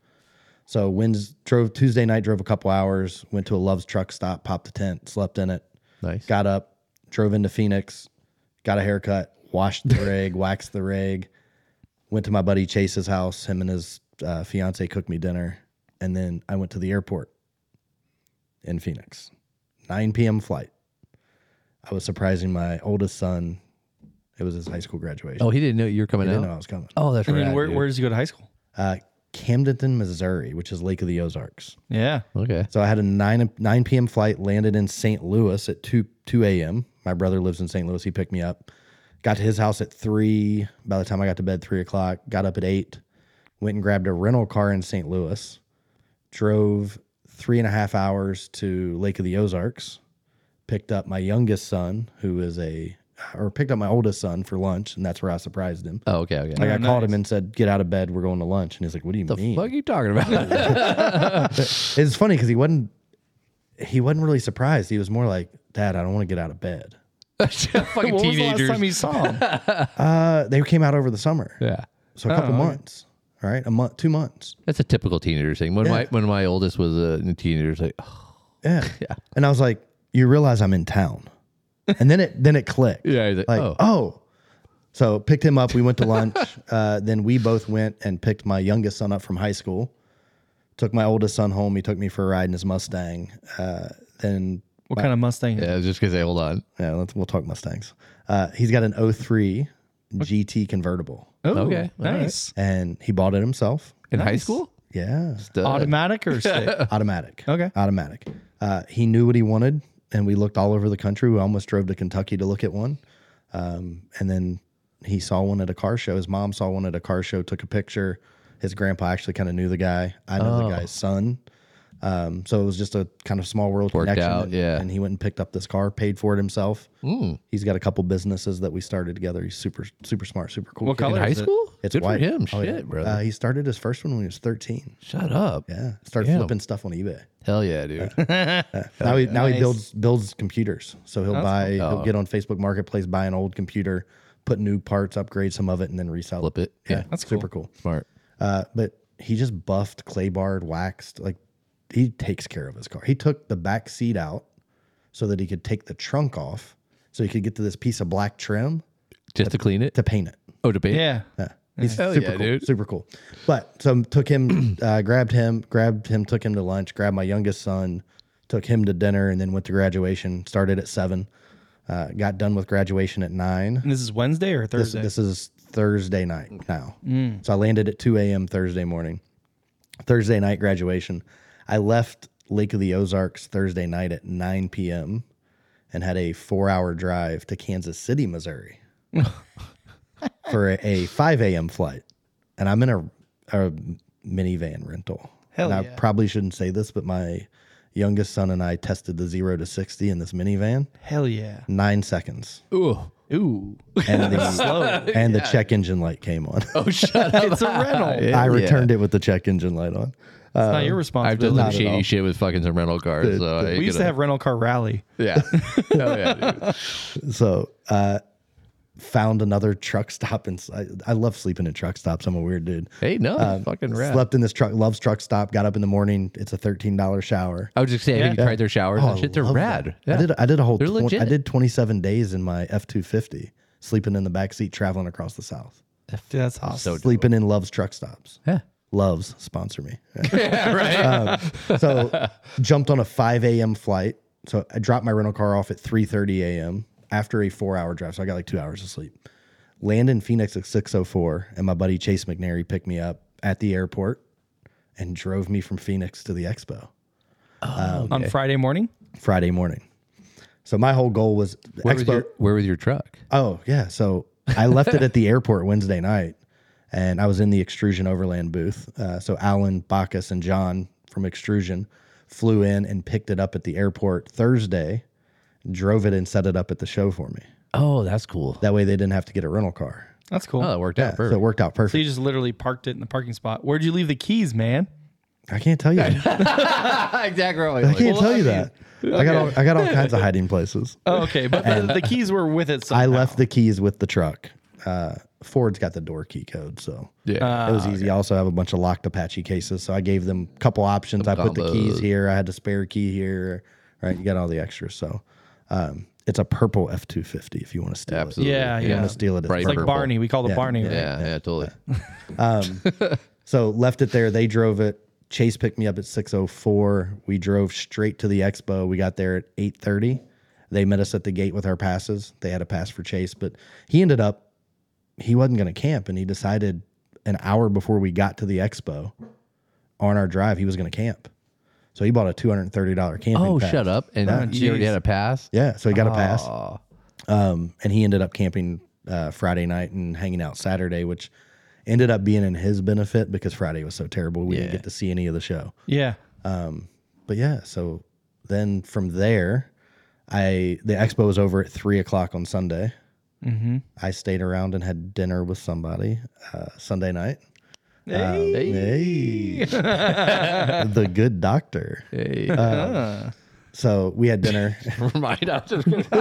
Speaker 3: So Wednesday, drove Tuesday night, drove a couple hours, went to a Love's truck stop, popped a tent, slept in it,
Speaker 1: nice.
Speaker 3: got up, drove into Phoenix, got a haircut, washed the rig, waxed the rig, went to my buddy Chase's house. Him and his uh, fiance cooked me dinner, and then I went to the airport in Phoenix. 9 p.m. flight. I was surprising my oldest son. It was his high school graduation.
Speaker 1: oh, he didn't know you were
Speaker 3: I
Speaker 1: coming
Speaker 3: didn't
Speaker 1: out.
Speaker 3: know I was coming.
Speaker 1: Oh, that's
Speaker 2: I
Speaker 1: right.
Speaker 2: mean, where, where does he go to high school?
Speaker 3: Uh, Camdenton, Missouri, which is Lake of the Ozarks.
Speaker 2: Yeah.
Speaker 1: Okay.
Speaker 3: So I had a nine nine p.m. flight, landed in St. Louis at two two a.m. My brother lives in St. Louis. He picked me up. Got to his house at three. By the time I got to bed, three o'clock. Got up at eight. Went and grabbed a rental car in St. Louis. Drove three and a half hours to Lake of the Ozarks. Picked up my youngest son, who is a, or picked up my oldest son for lunch, and that's where I surprised him.
Speaker 1: Oh, okay. Okay.
Speaker 3: Like I
Speaker 2: Oh,
Speaker 3: called
Speaker 2: nice.
Speaker 3: him and said, "Get out of bed. We're going to lunch." And he's like, "What do you
Speaker 1: the
Speaker 3: mean?"
Speaker 1: fuck are you talking about?
Speaker 3: It's funny because he wasn't he wasn't really surprised. He was more like, "Dad, I don't want to get out of bed."
Speaker 1: Fucking
Speaker 2: When was the last
Speaker 1: teenagers.
Speaker 2: time you saw him?
Speaker 3: Uh, they came out over the summer,
Speaker 1: yeah.
Speaker 3: so a couple
Speaker 1: Oh,
Speaker 3: months. All right, a month, two months.
Speaker 1: That's a typical teenager thing. When my
Speaker 3: Yeah.
Speaker 1: when my oldest was a teenager, it's like, oh,
Speaker 3: Yeah, yeah. And I was like, "You realize I'm in town," and then it then it clicked.
Speaker 1: yeah, he's like,
Speaker 3: like
Speaker 1: oh,
Speaker 3: oh. So picked him up. We went to lunch. uh, then we both went and picked my youngest son up from high school. Took my oldest son home. He took me for a ride in his Mustang. Uh, then
Speaker 2: What kind of Mustang?
Speaker 1: yeah. I was just gonna say, hold on.
Speaker 3: Yeah, let's, we'll talk Mustangs. Uh, he's got an 03 GT convertible,
Speaker 2: Oh,
Speaker 1: Okay. All right.
Speaker 2: Nice.
Speaker 3: and he bought it himself.
Speaker 1: In high
Speaker 2: Nice.
Speaker 1: school,
Speaker 3: Yeah,
Speaker 1: Duh.
Speaker 2: Automatic or stick?
Speaker 3: automatic.
Speaker 2: Okay.
Speaker 3: automatic. Uh, he knew what he wanted, and we looked all over the country. We almost drove to Kentucky to look at one, um, and then he saw one at a car show. His mom saw one at a car show, took a picture. His grandpa actually kind of knew the guy. I know
Speaker 1: Oh.
Speaker 3: the guy's son. Um, so it was just a kind of small world
Speaker 1: Worked
Speaker 3: connection.
Speaker 1: out,
Speaker 3: and,
Speaker 1: yeah.
Speaker 3: and he went and picked up this car, paid for it himself.
Speaker 1: Mm.
Speaker 3: He's got a couple businesses that we started together. He's super, super smart, super cool.
Speaker 2: What
Speaker 3: kid.
Speaker 1: in
Speaker 2: color?
Speaker 1: high
Speaker 2: is it?
Speaker 1: school.
Speaker 3: Oh, It's
Speaker 1: Good
Speaker 3: white.
Speaker 1: for him.
Speaker 3: Oh,
Speaker 1: Shit,
Speaker 3: yeah.
Speaker 1: brother.
Speaker 3: Uh, he started his first one when he was 13.
Speaker 1: Shut up.
Speaker 3: Yeah, started
Speaker 1: Damn.
Speaker 3: flipping stuff on eBay.
Speaker 1: Hell yeah, dude.
Speaker 3: now he now he
Speaker 2: Nice.
Speaker 3: builds builds computers. So he'll buy,
Speaker 1: Oh.
Speaker 3: he'll get on Facebook Marketplace, buy an old computer, put new parts, upgrade some of it, and then resell
Speaker 1: Flip it.
Speaker 3: Yeah,
Speaker 1: Yeah.
Speaker 2: That's
Speaker 3: super cool.
Speaker 1: Smart.
Speaker 3: Uh, but he just buffed, clay barred, waxed. Like he takes care of his car. He took the back seat out so that he could take the trunk off, so he could get to this piece of black trim
Speaker 1: Just to clean it.
Speaker 3: to paint it.
Speaker 1: Oh, to paint.
Speaker 2: Yeah.
Speaker 3: Yeah. He's
Speaker 1: Hell
Speaker 3: super
Speaker 1: Oh, yeah,
Speaker 3: cool.
Speaker 1: dude.
Speaker 3: Super cool. But so took him, uh, grabbed him, grabbed him, took him to lunch, grabbed my youngest son, took him to dinner, and then went to graduation. Started at seven, uh, got done with graduation at nine.
Speaker 2: And this is Wednesday or
Speaker 3: This,
Speaker 2: Thursday? Mm,
Speaker 3: this is Thursday night
Speaker 1: Mm.
Speaker 3: now. So I landed at 2 a.m. Thursday morning. Thursday night graduation. I left Lake of the Ozarks Thursday night at 9 p.m. and had a four hour drive to Kansas City, Missouri for a, a 5 a.m. flight. And I'm in a, a minivan rental.
Speaker 2: Hell
Speaker 3: and
Speaker 2: yeah.
Speaker 3: I probably shouldn't say this, but my youngest son and I tested the zero to 60 in this minivan.
Speaker 2: Hell yeah.
Speaker 3: Nine seconds.
Speaker 1: Ooh.
Speaker 2: Ooh.
Speaker 3: And the,
Speaker 2: Slow.
Speaker 3: and the check engine light came on.
Speaker 1: Oh, shut up.
Speaker 2: It's a rental.
Speaker 1: Yeah.
Speaker 3: I returned it with the check engine light on.
Speaker 2: It's not your
Speaker 1: I've done
Speaker 2: responsibility.
Speaker 1: some
Speaker 3: at all.
Speaker 1: shady shit with fucking some rental cars. so I ain't
Speaker 2: we used to
Speaker 1: gonna-
Speaker 2: have rental car rally.
Speaker 1: Yeah. Hell yeah, dude.
Speaker 3: So, uh, found another truck stop. And I, I love sleeping in truck stops. I'm a weird dude. Uh,
Speaker 1: Hey, no, fucking rad.
Speaker 3: Um, Slept in this truck, loves truck stop. Got up in the morning. It's a $13 shower.
Speaker 1: I was just saying, have you tried their showers
Speaker 3: Oh, I
Speaker 1: and shit? They're
Speaker 3: love
Speaker 1: rad.
Speaker 3: that.
Speaker 1: Yeah.
Speaker 3: I did. I did a whole.
Speaker 1: They're
Speaker 3: 20 I
Speaker 1: legit.
Speaker 3: did 27 days in my F250, sleeping in the back seat, traveling across the South,
Speaker 2: Dude, that's awesome.
Speaker 3: sleeping in Love's truck stops.
Speaker 1: Yeah.
Speaker 3: Love's sponsor me.
Speaker 1: right.
Speaker 3: Um, so jumped on a 5 a.m. flight. So I dropped my rental car off at 3:30 a.m. after a four-hour drive. So I got like two hours of sleep. Land in Phoenix at 6:04, and my buddy Chase McNary picked me up at the airport and drove me from Phoenix to the expo
Speaker 2: On Friday morning?
Speaker 3: Friday morning. So my whole goal was
Speaker 1: where, was
Speaker 3: expo.
Speaker 1: your, where was your truck?
Speaker 3: oh yeah, so I left it at the airport Wednesday night, and I was in the Extrusion Overland booth. Uh, so Alan Bacchus and John from Extrusion flew in and picked it up at the airport Thursday, drove it and set it up at the show for me.
Speaker 1: Oh, that's cool.
Speaker 3: That way they didn't have to get a rental car.
Speaker 2: That's cool.
Speaker 1: Oh, that worked
Speaker 3: Yeah,
Speaker 1: out
Speaker 3: so
Speaker 1: perfect.
Speaker 3: it worked out
Speaker 2: So you
Speaker 3: perfect.
Speaker 2: just literally parked it in the parking spot. Where'd you leave the keys, man?
Speaker 3: I can't tell you. I
Speaker 1: exactly.
Speaker 3: can't
Speaker 2: Well,
Speaker 3: tell
Speaker 2: I mean,
Speaker 3: you that. I got all, I got all kinds of hiding places.
Speaker 2: Oh, okay, but the, the keys were with it.
Speaker 3: I
Speaker 2: Somehow.
Speaker 3: left the keys with the truck. Uh, Ford's got the door key code, so
Speaker 1: Ah, Yeah.
Speaker 2: Uh,
Speaker 3: it was easy. I also have a bunch of locked Apache cases, so I gave them a couple options. I put the keys here. I had the spare key here. Right, you got all the extras. So um, it's a purple F two fifty. If you want to steal
Speaker 1: Absolutely.
Speaker 2: Yeah,
Speaker 3: it, you
Speaker 2: yeah.
Speaker 3: want to steal it. it's
Speaker 1: Bright
Speaker 3: purple.
Speaker 2: It's like
Speaker 1: Purple.
Speaker 2: Barney. We called it Barney. Right?
Speaker 1: Yeah, yeah, totally.
Speaker 3: So left it there. They drove it. Chase picked me up at 604. We drove straight to the expo. We got there at 830. They met us at the gate with our passes. They had a pass for Chase, but he ended up he wasn't going to camp and he decided an hour before we got to the expo on our drive he was going to camp. So he bought a $230 camping
Speaker 1: Oh,
Speaker 3: pass.
Speaker 1: shut up. And you already
Speaker 2: jeez.
Speaker 1: had a pass?
Speaker 3: Yeah, so he got a pass.
Speaker 1: Aw.
Speaker 3: Um, and he ended up camping uh, Friday night and hanging out Saturday, which ended up being in his benefit because Friday was so terrible. We didn't get to see any of the show. Um,
Speaker 2: Yeah.
Speaker 3: But yeah, so then from there, I the expo was over at three o'clock on Sunday.
Speaker 2: Mm-hmm.
Speaker 3: I stayed around and had dinner with somebody uh, Sunday night. Um,
Speaker 1: Hey.
Speaker 3: Hey, the good doctor.
Speaker 1: Hey.
Speaker 3: Uh,
Speaker 2: Uh,
Speaker 3: So we had dinner.
Speaker 1: Never mind. I was just gonna...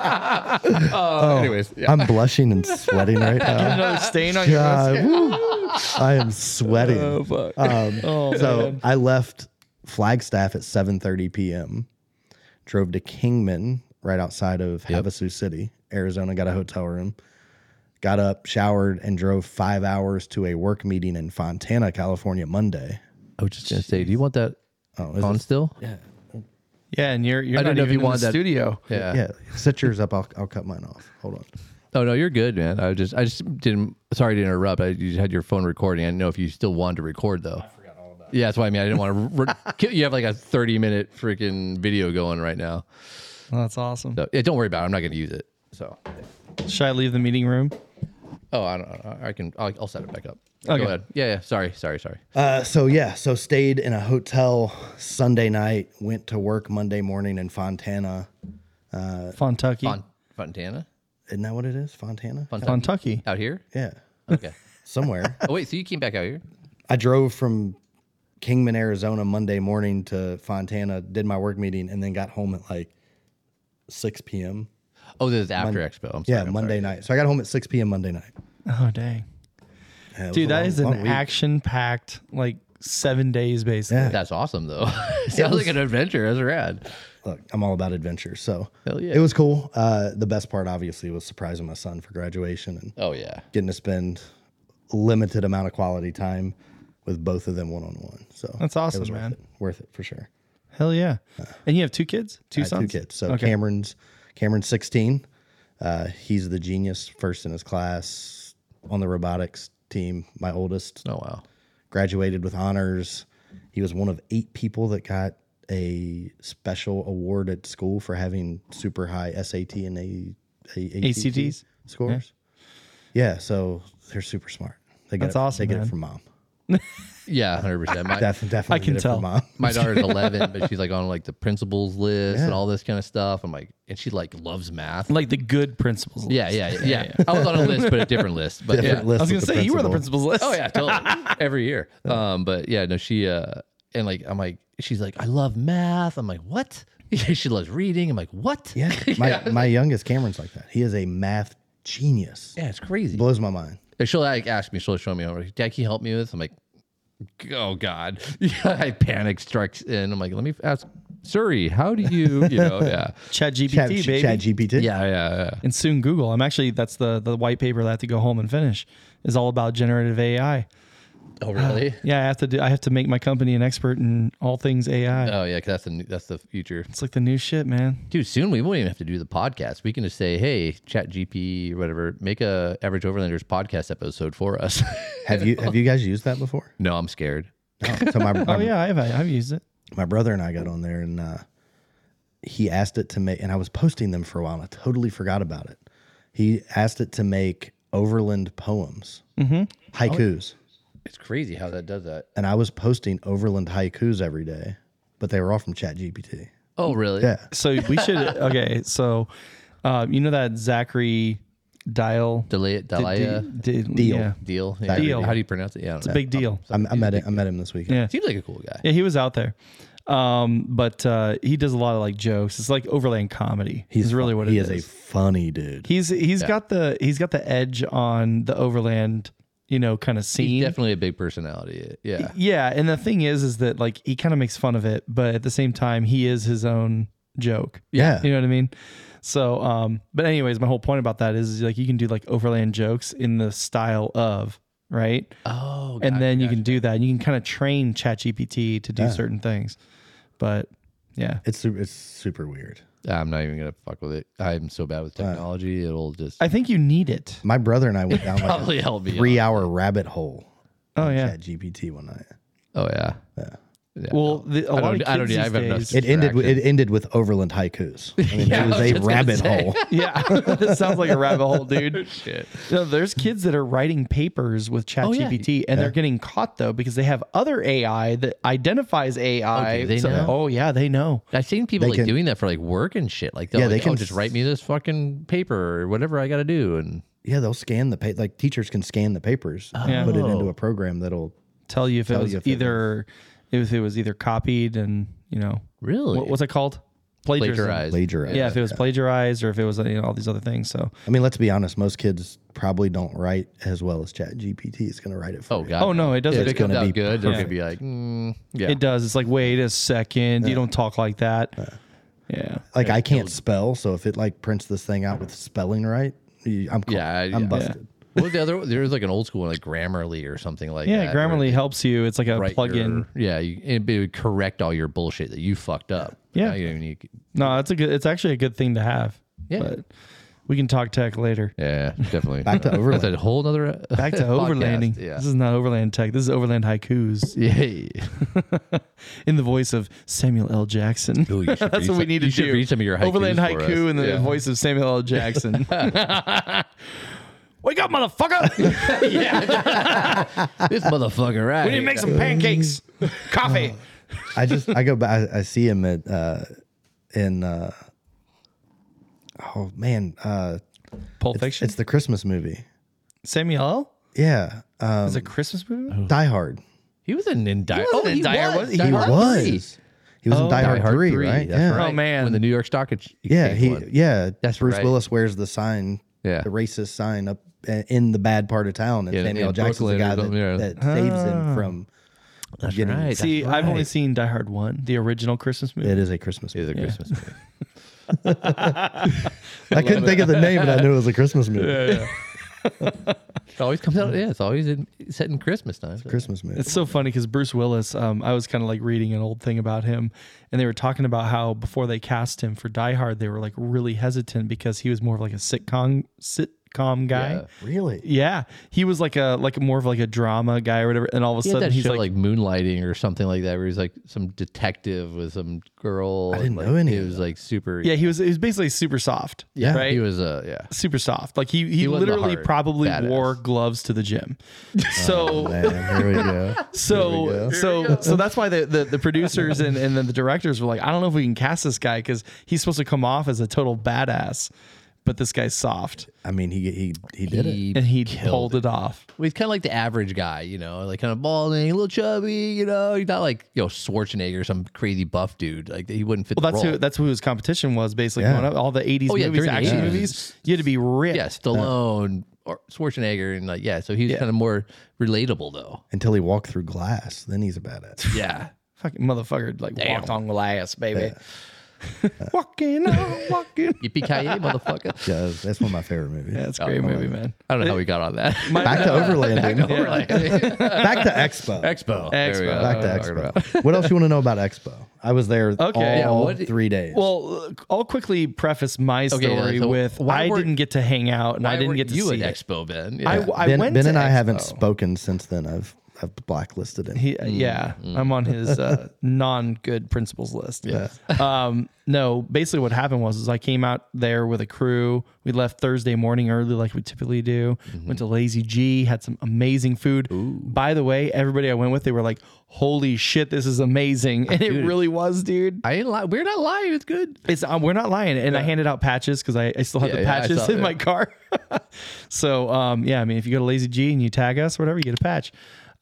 Speaker 1: Uh, Anyways, yeah.
Speaker 3: Oh, I'm blushing and sweating right now.
Speaker 2: Another stain on your wrist.
Speaker 3: God, woo. I am sweating.
Speaker 1: Oh,
Speaker 2: fuck.
Speaker 3: Um,
Speaker 2: Oh,
Speaker 3: so
Speaker 2: man.
Speaker 3: I left Flagstaff at 7:30 p.m. Drove to Kingman, right outside of Havasu City, Arizona. Got a hotel room. Got up, showered, and drove five hours to a work meeting in Fontana, California, Monday.
Speaker 1: I was just going to say, do you want that
Speaker 3: Oh, is
Speaker 1: on
Speaker 3: this-
Speaker 1: still?
Speaker 2: Yeah, and you're you're
Speaker 1: I
Speaker 2: not
Speaker 1: didn't know if you
Speaker 2: even in the
Speaker 1: wanted that-
Speaker 2: studio.
Speaker 1: Yeah.
Speaker 3: yeah. Set yours up. I'll, I'll cut mine off. Hold on.
Speaker 1: Oh no, you're good, man. I just, I just didn't. Sorry to interrupt. I you had your phone recording. I didn't know if you still wanted to record though. I forgot all about. Yeah, that's why I mean I didn't want to. Re- kill- you have like a 30 minute freaking video going right now.
Speaker 2: Oh, that's awesome.
Speaker 1: So yeah, don't worry about it. I'm not going to use it. So
Speaker 2: Should I leave the meeting room?
Speaker 1: oh, I don't. I I can. I'll, I'll set it back up.
Speaker 2: Okay.
Speaker 1: Go ahead. Yeah, yeah. Sorry, sorry, sorry.
Speaker 3: Uh, so yeah, so stayed in a hotel Sunday night. Went to work Monday morning in Fontana. Uh,
Speaker 2: Fontucky.
Speaker 1: Fon- Fontana
Speaker 3: Isn't that what it is? Fontana.
Speaker 2: Fontucky.
Speaker 1: out here.
Speaker 3: yeah.
Speaker 1: Okay.
Speaker 3: Somewhere.
Speaker 1: oh wait, so you came back out here?
Speaker 3: I drove from Kingman, Arizona Monday morning to Fontana, did my work meeting, and then got home at like 6 p.m.
Speaker 1: Oh, this is after Expo. I'm sorry.
Speaker 3: Yeah,
Speaker 1: I'm sorry.
Speaker 3: Monday night. So I got home at 6 p.m. Monday night.
Speaker 2: Oh dang,
Speaker 3: Yeah, it was a
Speaker 2: dude, that
Speaker 3: long-
Speaker 2: is
Speaker 3: long
Speaker 2: an
Speaker 3: week.
Speaker 2: action-packed like seven days basically.
Speaker 3: Yeah.
Speaker 1: That's awesome though. Sounds like an adventure. That's rad.
Speaker 3: Look, I'm all about adventure. So
Speaker 1: Hell yeah.
Speaker 3: it was cool. Uh, the best part, obviously, was surprising my son for graduation and
Speaker 1: Oh yeah.
Speaker 3: getting to spend limited amount of quality time with both of them one on one. So
Speaker 2: That's
Speaker 3: it
Speaker 2: awesome,
Speaker 3: was worth
Speaker 2: man.
Speaker 3: it. Worth it for sure.
Speaker 2: Hell yeah. And you have two kids, two
Speaker 3: I had
Speaker 2: sons,
Speaker 3: two kids. So Cameron's Cameron's 16. Uh, he's the genius, first in his class on the robotics team. My oldest
Speaker 1: Oh wow.
Speaker 3: graduated with honors. He was one of eight people that got a special award at school for having super high SAT and a, a
Speaker 2: ACTs?
Speaker 3: scores. Yeah. so they're super smart. They get
Speaker 2: That's
Speaker 3: it,
Speaker 2: awesome,
Speaker 3: They get
Speaker 2: man.
Speaker 3: it from mom.
Speaker 1: Yeah, hundred percent.
Speaker 3: Def- definitely
Speaker 2: can
Speaker 3: get it
Speaker 2: tell.
Speaker 3: from mom.
Speaker 1: my daughter's 11 but she's like on like the principals list and all this kind of stuff i'm like and she like loves math
Speaker 2: like the good principles.
Speaker 1: yeah yeah yeah, i was on a list but a different list but yeah
Speaker 3: Different list
Speaker 2: I was gonna
Speaker 3: with
Speaker 2: say you were on the
Speaker 3: principal.
Speaker 2: principals list.
Speaker 1: oh yeah totally every year um but yeah no she uh and like i'm like she's like i love math i'm like what she loves reading i'm like what
Speaker 3: Yeah. My, my youngest Cameron's like that. He is a math genius.
Speaker 1: yeah it's crazy
Speaker 3: Blows my mind.
Speaker 1: And she'll like ask me she'll show me I'm like, dad can you help me with this?" i'm like oh god yeah i panic strikes in i'm like let me ask suri how do you you know yeah
Speaker 2: Chat GPT,
Speaker 3: Chat,
Speaker 2: baby.
Speaker 3: Chat GPT.
Speaker 1: yeah yeah yeah
Speaker 2: and soon Google. I'm actually that's the the white paper that I have to go home and finish is all about generative AI.
Speaker 1: oh really
Speaker 2: Yeah, I have to do. I have to make my company an expert in all things AI.
Speaker 1: Oh yeah, 'cause that's the new- that's the future,
Speaker 2: It's like the new shit, man.
Speaker 1: dude. Soon we won't even have to do the podcast. We can just say, "Hey, Chat GP, or whatever, make a Average Overlanders podcast episode for us."
Speaker 3: Have you have you guys used that before?
Speaker 1: no, I'm scared.
Speaker 3: So my, my,
Speaker 2: Oh yeah, I've I've used it.
Speaker 3: my brother and I got on there and uh, he asked it to make and I was posting them for a while and I totally forgot about it. He asked it to make overland poems.
Speaker 2: Mm-hmm.
Speaker 3: Haikus.
Speaker 1: It's crazy how that does that.
Speaker 3: And I was posting overland haikus every day, but they were all from Chat GPT.
Speaker 1: Oh really?
Speaker 3: Yeah.
Speaker 2: So we should okay. So Uh, you know that Zachary Dial
Speaker 1: Delay, Delia,
Speaker 2: Di- Di-
Speaker 3: Deal.
Speaker 2: Yeah.
Speaker 1: deal. Yeah.
Speaker 2: Deal.
Speaker 1: How do you pronounce it? Yeah, I don't
Speaker 2: It's a
Speaker 1: know.
Speaker 2: big deal.
Speaker 3: I'm, I met him. I met him this weekend.
Speaker 2: Yeah.
Speaker 1: Seems like a cool guy.
Speaker 2: Yeah, he was out there. Um, but uh, he does a lot of like jokes. It's like overland comedy. He's is really
Speaker 3: fu-
Speaker 2: what
Speaker 3: he
Speaker 2: it is.
Speaker 3: is a funny dude.
Speaker 2: he's he's got the he's got the edge on the overland, you know, kind of
Speaker 1: He's
Speaker 2: scene.
Speaker 1: definitely a big personality. Yeah,
Speaker 2: yeah, and the thing is, is that like he kind of makes fun of it, but at the same time, he is his own joke.
Speaker 3: yeah.
Speaker 2: You know what I mean? So, um, but anyways, my whole point about that is like you can do like overland jokes in the style of right,
Speaker 1: Oh,
Speaker 2: and
Speaker 1: gotcha,
Speaker 2: then you
Speaker 1: gotcha.
Speaker 2: can do that. And you can kind of train ChatGPT to do certain things, but yeah,
Speaker 3: It's super, it's super weird.
Speaker 1: I'm not even gonna fuck with it. I'm so bad with technology. It'll just
Speaker 2: I think you need it.
Speaker 3: My brother and I went down like
Speaker 1: probably help
Speaker 3: a
Speaker 1: me.
Speaker 3: three hour rabbit hole.
Speaker 2: Oh yeah.
Speaker 3: At GPT one night.
Speaker 1: Oh yeah. Yeah.
Speaker 2: Well, the, a
Speaker 1: I
Speaker 2: lot of
Speaker 1: don't-
Speaker 2: kids
Speaker 1: I don't need- I
Speaker 2: these
Speaker 1: have enough
Speaker 2: days.
Speaker 3: It ended. with- It ended with Overland haikus. I mean,
Speaker 1: Yeah,
Speaker 3: it was,
Speaker 1: I was
Speaker 3: a
Speaker 1: just gonna
Speaker 3: rabbit
Speaker 1: say.
Speaker 3: hole.
Speaker 2: yeah, that sounds like a rabbit hole, dude.
Speaker 1: Shit.
Speaker 2: No, there's kids that are writing papers with
Speaker 1: yeah.
Speaker 2: ChatGPT, and they're getting caught though because they have other AI that identifies AI.
Speaker 1: Oh, do they know?
Speaker 2: oh yeah, they know.
Speaker 1: I've seen people
Speaker 3: They
Speaker 1: like
Speaker 3: can-
Speaker 1: doing that for like work and shit. Like,
Speaker 3: Yeah,
Speaker 1: yeah,
Speaker 3: they
Speaker 1: like, oh,
Speaker 3: can
Speaker 1: just
Speaker 3: s-
Speaker 1: write me this fucking paper or whatever I got to do. And
Speaker 3: Yeah, they'll scan the pa- like teachers can scan the papers
Speaker 2: Yeah.
Speaker 3: and put it into
Speaker 1: Oh.
Speaker 3: a program that'll.
Speaker 2: Tell you if it was
Speaker 3: you if it
Speaker 2: either if it was either copied and you know
Speaker 1: really,
Speaker 2: what, what's it called Plagiarism.
Speaker 1: plagiarized?
Speaker 3: Plagiarize.
Speaker 2: Yeah, if it was plagiarized or if it was you know, all these other things. So
Speaker 3: I mean, let's be honest. Most kids probably don't write as well as Chat GPT is going to write it for.
Speaker 1: Oh
Speaker 3: you.
Speaker 1: god.
Speaker 2: oh no, it
Speaker 1: If
Speaker 2: doesn't.
Speaker 1: it comes
Speaker 3: gonna
Speaker 1: out
Speaker 3: be
Speaker 1: good, they're gonna be like, mm, yeah.
Speaker 2: It does. It's like wait a second, you don't talk like that. yeah.
Speaker 3: Like I can't spell, so if it like prints this thing out with spelling right, you- I'm cool.
Speaker 1: Yeah,
Speaker 3: I'm
Speaker 1: yeah.
Speaker 3: busted.
Speaker 1: What was the other? There was like an old school one, like Grammarly or something like
Speaker 2: Yeah,
Speaker 1: that. where
Speaker 2: Grammarly
Speaker 1: you
Speaker 2: helps you. It's like a
Speaker 1: write
Speaker 2: plugin.
Speaker 1: your- yeah, you, it would correct all your bullshit that you fucked up.
Speaker 2: Yeah.
Speaker 1: Now you don't need-
Speaker 2: No, that's a good. It's actually a good thing to have.
Speaker 1: Yeah.
Speaker 2: But we can talk tech later.
Speaker 1: yeah, definitely.
Speaker 3: Back to
Speaker 1: That's
Speaker 3: Overland.
Speaker 1: a whole uh, other
Speaker 2: Back to overlanding.
Speaker 1: Yeah.
Speaker 2: This is not overland tech. This is overland haikus
Speaker 1: Yeah.
Speaker 2: in the voice of Samuel L. Jackson.
Speaker 1: Ooh, you should
Speaker 2: That's
Speaker 1: read
Speaker 2: what we
Speaker 1: some-
Speaker 2: need to
Speaker 1: you should
Speaker 2: do.
Speaker 1: read some of your haikus
Speaker 2: Overland
Speaker 1: for
Speaker 2: haiku
Speaker 1: us.
Speaker 2: in the
Speaker 1: Yeah.
Speaker 2: voice of Samuel L. Jackson. Wake up, motherfucker! yeah,
Speaker 1: this motherfucker, right?
Speaker 2: we need to make some pancakes, coffee.
Speaker 3: I just I go back. I, I see him at uh, in uh, oh man, uh,
Speaker 2: Pulp Fiction.
Speaker 3: it's the Christmas movie.
Speaker 2: Samuel L.
Speaker 3: Yeah, um,
Speaker 2: Is it Christmas movie?
Speaker 1: Oh,
Speaker 3: Die Hard.
Speaker 1: He was in, in Di- oh,
Speaker 2: he
Speaker 1: in Die Hard.
Speaker 2: was.
Speaker 1: Die
Speaker 2: He
Speaker 1: Hard three.
Speaker 3: was. He was
Speaker 2: Oh.
Speaker 3: in Die, Hard,
Speaker 1: Hard
Speaker 3: 3,
Speaker 1: three,
Speaker 3: right?
Speaker 1: that's
Speaker 3: Yeah.
Speaker 1: right.
Speaker 2: Oh, man.
Speaker 1: when the New York Stock Ex- Exchange
Speaker 3: Yeah, he
Speaker 1: won.
Speaker 3: yeah.
Speaker 1: That's
Speaker 3: Bruce
Speaker 1: right.
Speaker 3: Willis wears the sign,
Speaker 1: Yeah.
Speaker 3: the racist sign up uh, in the bad part of town, and
Speaker 1: Yeah,
Speaker 3: Samuel
Speaker 1: in
Speaker 3: Jackson's the
Speaker 1: Brooklyn or
Speaker 3: guy that,
Speaker 1: something, yeah. Ah.
Speaker 3: that saves him from getting.
Speaker 1: right. that's
Speaker 2: See, I've only
Speaker 1: right.
Speaker 2: seen Die Hard one, the original Christmas movie.
Speaker 3: It is a Christmas
Speaker 1: It was
Speaker 3: movie.
Speaker 1: a Christmas movie.
Speaker 3: I couldn't think of the name, but I knew it was a Christmas movie.
Speaker 1: It always comes out. Yeah, it's always in, set in Christmas time. so-
Speaker 3: Christmas movie.
Speaker 2: It's so funny because Bruce Willis, um, I was kind of like reading an old thing about him, and they were talking about how before they cast him for Die Hard, they were like really hesitant because he was more of like a sitcom sitcom guy. Yeah.
Speaker 1: Yeah.
Speaker 3: really?
Speaker 2: he was like a like more of like a drama guy or whatever, and all of
Speaker 1: He
Speaker 2: a
Speaker 1: had
Speaker 2: sudden
Speaker 1: that
Speaker 2: he's
Speaker 1: show
Speaker 2: like,
Speaker 1: like, moonlighting or something like that, where he's like some detective with some girl. I
Speaker 3: didn't know any
Speaker 1: It
Speaker 3: of
Speaker 1: was like super.
Speaker 2: yeah, he was he was basically super soft,
Speaker 1: yeah.
Speaker 2: right?
Speaker 1: He was uh, yeah.
Speaker 2: super soft. Like he he,
Speaker 1: He wasn't a
Speaker 2: literally
Speaker 1: hard
Speaker 2: probably
Speaker 1: badass. Oh,
Speaker 2: wore gloves to the gym. So
Speaker 3: Man, here we go. There
Speaker 2: So
Speaker 3: we go.
Speaker 2: so so that's why the the, the producers and, and then the directors were like, I don't know if we can cast this guy because he's supposed to come off as a total badass, but this guy's soft
Speaker 3: I mean, he he he did it.
Speaker 1: He,
Speaker 2: and he pulled it, off.
Speaker 1: well, he's kind of like the average guy, you know, like kind of balding, a little chubby, you know. He's not like you know Schwarzenegger, or some crazy buff dude. Like he wouldn't fit.
Speaker 2: Well,
Speaker 1: the
Speaker 2: that's
Speaker 1: role.
Speaker 2: who that's who his competition was basically.
Speaker 3: Yeah.
Speaker 2: Growing up, all the '80s
Speaker 1: Oh, yeah,
Speaker 2: movies,
Speaker 1: during the
Speaker 2: action
Speaker 1: 80s.
Speaker 2: movies, you had to be ripped.
Speaker 1: Yeah, Stallone or Schwarzenegger, and like yeah. So he's kind of more relatable though.
Speaker 3: Until he walked through glass, then he's a badass.
Speaker 1: Yeah.
Speaker 2: fucking motherfucker, like walked on glass, baby. walking on, walking.
Speaker 1: Yippee ki yay, motherfucker.
Speaker 3: Yeah, that's one of my favorite movies.
Speaker 2: That's a great movie, man.
Speaker 1: I don't know how we got on that.
Speaker 3: Back to overlanding.
Speaker 1: We're like, Expo.
Speaker 3: Back to Expo.
Speaker 1: There we go.
Speaker 3: Back to
Speaker 1: That's what we're Oh, talking about.
Speaker 3: Expo. what else you want to know about Expo? I was there
Speaker 2: Okay. Yeah,
Speaker 3: all
Speaker 1: what did-
Speaker 3: three days.
Speaker 2: Well, I'll quickly preface my story
Speaker 1: so
Speaker 2: with
Speaker 1: why
Speaker 2: I
Speaker 1: were-
Speaker 2: didn't get to hang out and I
Speaker 1: Why
Speaker 2: didn't
Speaker 1: weren't
Speaker 2: get to
Speaker 1: you
Speaker 2: see
Speaker 1: at
Speaker 2: it.
Speaker 1: Expo, Ben.
Speaker 2: I,
Speaker 1: Yeah.
Speaker 2: I
Speaker 3: ben
Speaker 2: went
Speaker 3: ben
Speaker 2: to
Speaker 3: and I
Speaker 2: Expo.
Speaker 3: haven't spoken since then. I've I've blacklisted him.
Speaker 2: He, yeah, I'm on his uh, non good principles list. Yeah. um, no, basically what happened was is I came out there with a crew. We left Thursday morning early, like we typically do. Went to Lazy G, had some amazing food. By the way, everybody I went with, they were like, "Holy shit, this is amazing!" And it really was, dude.
Speaker 1: I ain't li- We're not lying. It's good.
Speaker 2: It's um, we're not lying. And I handed out patches because I, I still had
Speaker 1: Yeah,
Speaker 2: the
Speaker 1: yeah, I
Speaker 2: patches
Speaker 1: saw-
Speaker 2: in my
Speaker 1: yeah.
Speaker 2: car. so um, yeah, I mean, if you go to Lazy G and you tag us, or whatever, you get a patch.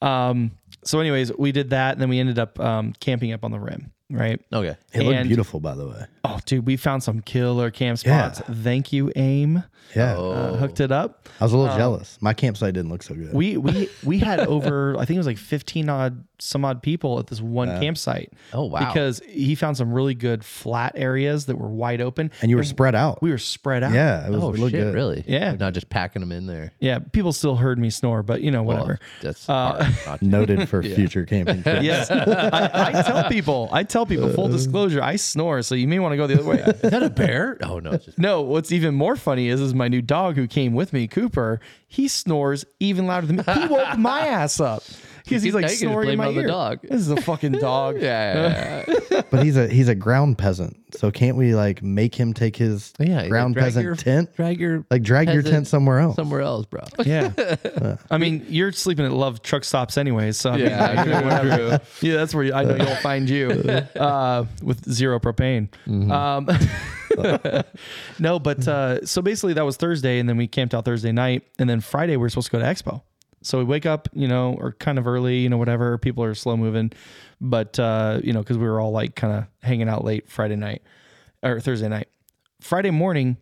Speaker 2: Um, so anyways, we did that, and then we ended up um, camping up on the rim, right?
Speaker 1: Okay.
Speaker 3: It looked
Speaker 2: and-
Speaker 3: beautiful, by the way.
Speaker 2: Oh, dude, we found some killer camp
Speaker 3: Yeah.
Speaker 2: spots. Thank you, AIM.
Speaker 3: Yeah,
Speaker 1: Oh,
Speaker 2: Uh, hooked it up.
Speaker 3: I was a little jealous. My campsite didn't look so good.
Speaker 2: We we we had over, I think it was like fifteen odd some odd people at this one campsite.
Speaker 1: Oh, wow.
Speaker 2: Because he found some really good flat areas that were wide open,
Speaker 3: and you were spread out.
Speaker 2: we were spread out.
Speaker 3: yeah, it was
Speaker 1: Oh
Speaker 3: it
Speaker 1: shit!
Speaker 3: looked good.
Speaker 1: Really?
Speaker 2: Yeah.
Speaker 1: Not just packing them in there.
Speaker 2: Yeah, people still heard me snore, but you know,
Speaker 1: Well,
Speaker 2: whatever.
Speaker 1: that's hard not to.
Speaker 3: Noted for future camping. trips.
Speaker 2: yes, I, I tell people. I tell people.
Speaker 1: Uh,
Speaker 2: Full disclosure, I snore, so you may want to go the other way.
Speaker 1: Is that a bear? Oh no, it's just
Speaker 2: No, what's even more funny is is my new dog who came with me, Cooper. He snores even louder than me. He woke my ass up because he's
Speaker 1: Now you
Speaker 2: like
Speaker 1: can just
Speaker 2: snoring
Speaker 1: blame it
Speaker 2: in my
Speaker 1: on the
Speaker 2: ear.
Speaker 1: dog.
Speaker 2: This is a fucking dog.
Speaker 1: yeah.
Speaker 3: But he's a he's a ground peasant. So can't we like make him take his
Speaker 1: Oh, yeah.
Speaker 3: ground
Speaker 1: drag
Speaker 3: peasant
Speaker 1: your,
Speaker 3: tent?
Speaker 1: Drag your
Speaker 3: Like drag your
Speaker 1: peasant
Speaker 3: tent somewhere else.
Speaker 1: somewhere else, bro.
Speaker 2: yeah. I mean, you're sleeping at Love truck stops anyways, so I mean,
Speaker 1: Yeah, true,
Speaker 2: whatever. yeah, that's where you, I know you'll find you uh, with zero propane.
Speaker 1: Mm-hmm.
Speaker 2: Um, no, but uh, so basically that was Thursday, and then we camped out Thursday night, and then Friday we were supposed to go to Expo. So we wake up, you know, or kind of early, you know, whatever. People are slow moving, but uh, you know, because we were all like kind of hanging out late Friday night or Thursday night. Friday morning,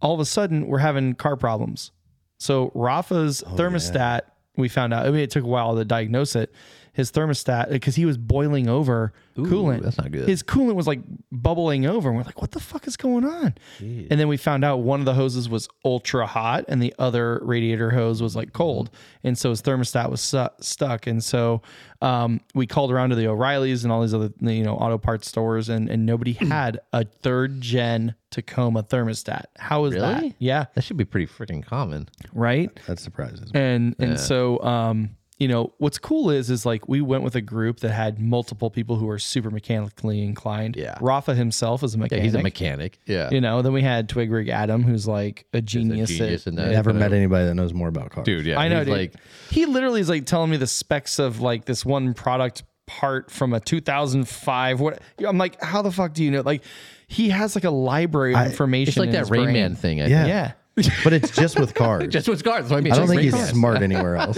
Speaker 2: all of a sudden we're having car problems. So Rafa's thermostat, we found out. I mean, it took a while to diagnose it. His thermostat, because he was boiling over coolant.
Speaker 1: that's not good.
Speaker 2: His coolant was like bubbling over, and we're like, "What the fuck is going on?" And then we found out one of the hoses was ultra hot, and the other radiator hose was like cold, and so his thermostat was su- stuck. And so um, we called around to the O'Reillys and all these other you know auto parts stores, and and nobody had a third gen Tacoma thermostat. How is that?
Speaker 1: Really?
Speaker 2: Yeah,
Speaker 1: That should be pretty freaking common.
Speaker 2: right
Speaker 3: That surprises me.
Speaker 2: and and so um you know what's cool is is like we went with a group that had multiple people who are super mechanically inclined
Speaker 1: Yeah.
Speaker 2: rafa himself is a mechanic,
Speaker 1: Yeah, he's a mechanic. Yeah.
Speaker 2: you know then we had twig rig adam who's like a
Speaker 1: He's
Speaker 2: genius,
Speaker 1: a
Speaker 2: at-
Speaker 1: genius in that.
Speaker 3: Never
Speaker 1: kind
Speaker 3: met
Speaker 1: of-
Speaker 3: anybody that knows more about cars.
Speaker 1: dude. Yeah.
Speaker 2: i know
Speaker 1: He's
Speaker 2: dude.
Speaker 1: like
Speaker 2: he literally is like telling me the specs of like this one product part from a 2005 what i'm like how the fuck do you know like he has like a library of information
Speaker 1: it's like
Speaker 2: in
Speaker 1: that
Speaker 2: his
Speaker 1: Rain
Speaker 2: brain.
Speaker 1: Man thing. I
Speaker 3: Yeah.
Speaker 1: think.
Speaker 2: yeah
Speaker 3: But it's just with cars.
Speaker 1: Just what's cars. That's what I mean.
Speaker 3: I don't
Speaker 1: Just
Speaker 3: think
Speaker 1: Rain
Speaker 3: he's
Speaker 1: Man.
Speaker 3: smart anywhere else.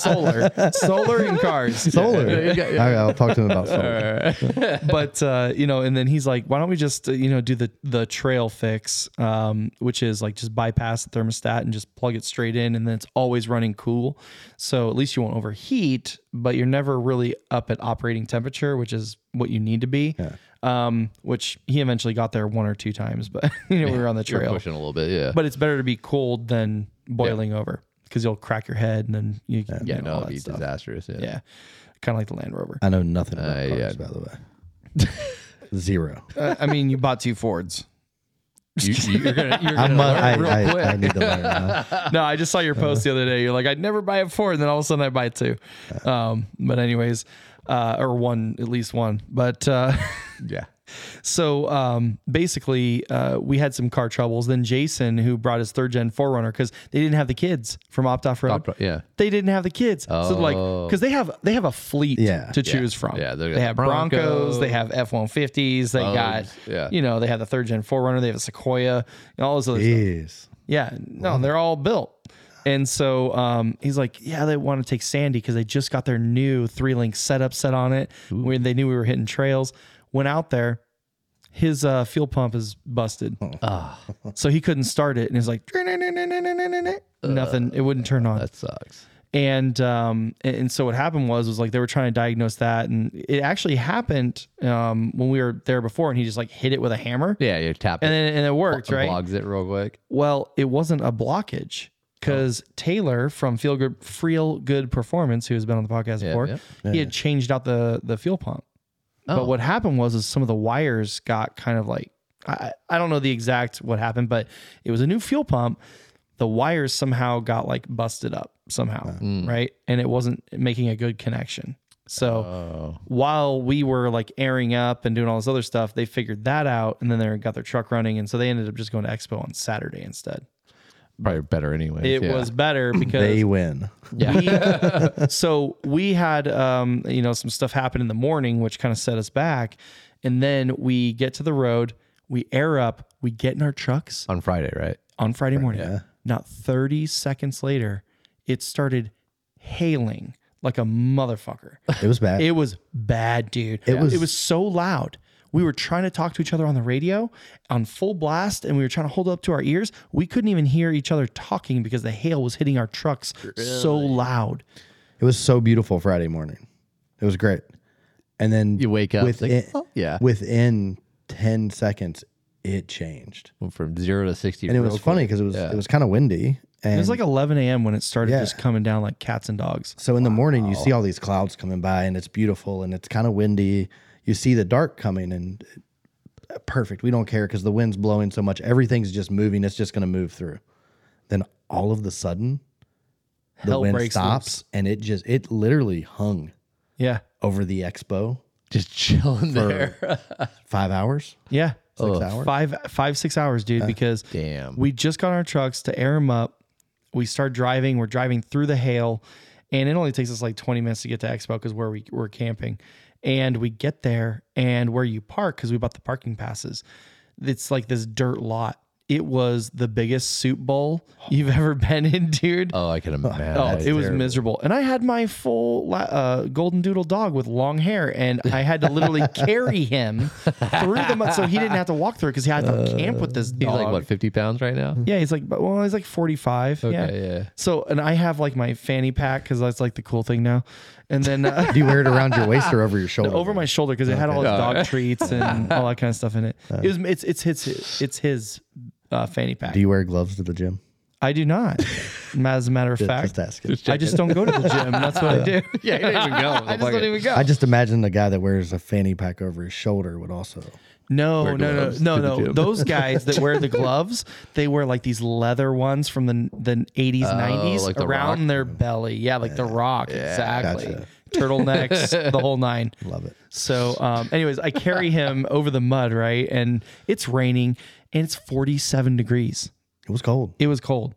Speaker 2: solar solar and cars
Speaker 3: Solar. I, I'll talk to him about solar.
Speaker 2: but uh, you know, and then he's like, "Why don't we just uh, you know do the the trail fix, um, which is like just bypass the thermostat and just plug it straight in, and then it's always running cool. So at least you won't overheat, but you're never really up at operating temperature, which is what you need to be. Um, which he eventually got there one or two times, but you know we were on the
Speaker 1: You're
Speaker 2: trail.
Speaker 1: pushing a little bit. Yeah.
Speaker 2: But it's better to be cold than boiling over because you'll crack your head and then you, you know,
Speaker 1: no,
Speaker 2: all
Speaker 1: it'd
Speaker 2: that
Speaker 1: be
Speaker 2: stuff.
Speaker 1: disastrous. Yeah.
Speaker 2: Yeah, kind of like the Land Rover.
Speaker 3: I know nothing about
Speaker 1: Uh,
Speaker 3: cars,
Speaker 1: yeah.
Speaker 3: by the way. Zero.
Speaker 5: I mean, you bought two Fords.
Speaker 1: You, you're gonna. You're
Speaker 3: I'm,
Speaker 1: gonna
Speaker 3: uh, I,
Speaker 1: learn real
Speaker 3: I,
Speaker 1: quick.
Speaker 3: I need to learn. huh?
Speaker 2: no, I just saw your post the
Speaker 1: Uh-huh.
Speaker 2: other day. You're like, I'd never buy a four, and then all of a sudden I buy two. Um, but anyways, uh, or one at least one. But uh,
Speaker 1: yeah.
Speaker 2: so um, basically, uh, we had some car troubles. Then Jason, who brought his third gen Forerunner, because they didn't have the kids from Opt Off Road.
Speaker 1: Opt- yeah. Oh.
Speaker 2: they didn't have the kids. So like, because they have they have a fleet
Speaker 3: Yeah.
Speaker 2: to choose from.
Speaker 1: Yeah, they
Speaker 2: they
Speaker 1: got
Speaker 2: have Broncos,
Speaker 1: Broncos,
Speaker 2: they have F one fifties, they got
Speaker 1: yeah.
Speaker 2: you know they have the third gen Forerunner, they have a Sequoia, and all those other stuff.
Speaker 3: Jeez.
Speaker 2: Yeah, no, they're all built. And so um, he's like, yeah, they want to take Sandy because they just got their new three link setup set on it when they knew we were hitting trails. Went out there, his uh, fuel pump is busted. Ah. So he couldn't start it. And he's like, nothing, it wouldn't turn on.
Speaker 1: That sucks.
Speaker 2: And um, and- and so what happened was was like they were trying to diagnose that, and it actually happened um, when we were there before, and he just like hit it with a hammer,
Speaker 1: Yeah. You tap it.
Speaker 2: and then and it worked, right?
Speaker 1: Blogs it real quick.
Speaker 2: Well, it wasn't a blockage
Speaker 1: Oh.
Speaker 2: because Taylor from Feel Good Feel Good Performance, who has been on the podcast before,
Speaker 1: yeah. Oh.
Speaker 2: he had changed out the the fuel pump. But what happened was is some of the wires got kind of like I, I don't know the exact what happened, but it was a new fuel pump. the wires somehow got like busted up somehow,
Speaker 1: Uh-huh. Mm.
Speaker 2: right? And it wasn't making a good connection. So
Speaker 1: Oh.
Speaker 2: while we were like airing up and doing all this other stuff, they figured that out and then they got their truck running. And so they ended up just going to Expo on Saturday instead.
Speaker 1: Probably better anyway.
Speaker 2: It was better because
Speaker 3: They win.
Speaker 2: we, so we had um, you know some stuff happen in the morning, which kind of set us back, and then we get to the road, we air up, we get in our trucks
Speaker 1: on Friday, right?
Speaker 2: on Friday morning. Not thirty seconds later, it started hailing like a motherfucker.
Speaker 3: It was bad.
Speaker 2: It was bad, dude. It
Speaker 3: was-
Speaker 2: it was so loud. We were trying to talk to each other on the radio on full blast and we were trying to hold up to our ears. We couldn't even hear each other talking because the hail was hitting our trucks so loud.
Speaker 3: It was so beautiful Friday morning. It was great. And then
Speaker 1: You wake up, it's like,
Speaker 3: within,
Speaker 1: oh, yeah.
Speaker 3: within 10 seconds, it changed.
Speaker 1: Went From zero to sixty,
Speaker 3: And it
Speaker 1: real
Speaker 3: was
Speaker 1: quick.
Speaker 3: funny because it was it was kind of windy. And
Speaker 2: It was like 11 a.m. when it started
Speaker 3: Yeah.
Speaker 2: just coming down like cats and dogs.
Speaker 3: so in the morning you see all these clouds coming by and it's beautiful and it's kind of windy. You see the dark coming and uh, perfect. We don't care because the wind's blowing so much. Everything's just moving. It's just going to move through. Then all of the sudden, the
Speaker 2: Hell
Speaker 3: wind
Speaker 2: breaks
Speaker 3: stops and it just it literally hung
Speaker 2: Yeah.
Speaker 3: over the expo
Speaker 1: Just chilling there.
Speaker 3: for five hours.
Speaker 2: Yeah.
Speaker 3: Six hours?
Speaker 2: Five, five, six hours,
Speaker 3: Uh.
Speaker 2: dude, because
Speaker 1: Damn.
Speaker 2: we just got our trucks to air them up. We start driving. We're driving through the hail, and it only takes us like 20 minutes to get to Expo because where we we're camping. And we get there, and where you park because we bought the parking passes. It's like this dirt lot. It was the biggest soup bowl you've ever been in, dude.
Speaker 1: Oh, I can imagine.
Speaker 2: Oh, it was miserable. And I had my full la- uh, golden doodle dog with long hair, and I had to literally carry him through the mud. So he didn't have to walk through because he had to camp with this
Speaker 1: Uh, He's
Speaker 2: dog.
Speaker 1: like what, fifty pounds right now?
Speaker 2: Yeah, he's like, but- well, he's like 45.
Speaker 1: Okay,
Speaker 2: yeah.
Speaker 1: yeah.
Speaker 2: So, and I have like my fanny pack because that's like the cool thing now. And then uh,
Speaker 3: Do you wear it around your waist or over your shoulder?
Speaker 2: over my shoulder because it had all his dog treats and all that kind of stuff in it. It was, it's, it's his, it's his uh, fanny pack.
Speaker 3: Uh. Do you wear gloves to the gym?
Speaker 2: I do not. As a matter of
Speaker 3: Just
Speaker 2: fact,
Speaker 3: asking.
Speaker 2: I just don't go to the gym. That's what I do.
Speaker 1: Yeah, he didn't even go.
Speaker 2: I just don't even go.
Speaker 3: I just imagine the guy that wears a fanny pack over his shoulder would also.
Speaker 2: No, no,
Speaker 1: gloves
Speaker 2: no,
Speaker 1: to the
Speaker 2: no, no.
Speaker 1: gym.
Speaker 2: Those guys that wear the gloves, they wear like these leather ones from the the eighties, nineties
Speaker 1: Oh, like The
Speaker 2: around
Speaker 1: Rock?
Speaker 2: their belly. Yeah, like the Rock, exactly.
Speaker 3: gotcha.
Speaker 2: Turtlenecks, the whole nine.
Speaker 3: Love it.
Speaker 2: So, um, anyways, I carry him over the mud, right? And it's raining, and it's forty-seven degrees.
Speaker 3: It was cold.
Speaker 2: It was cold.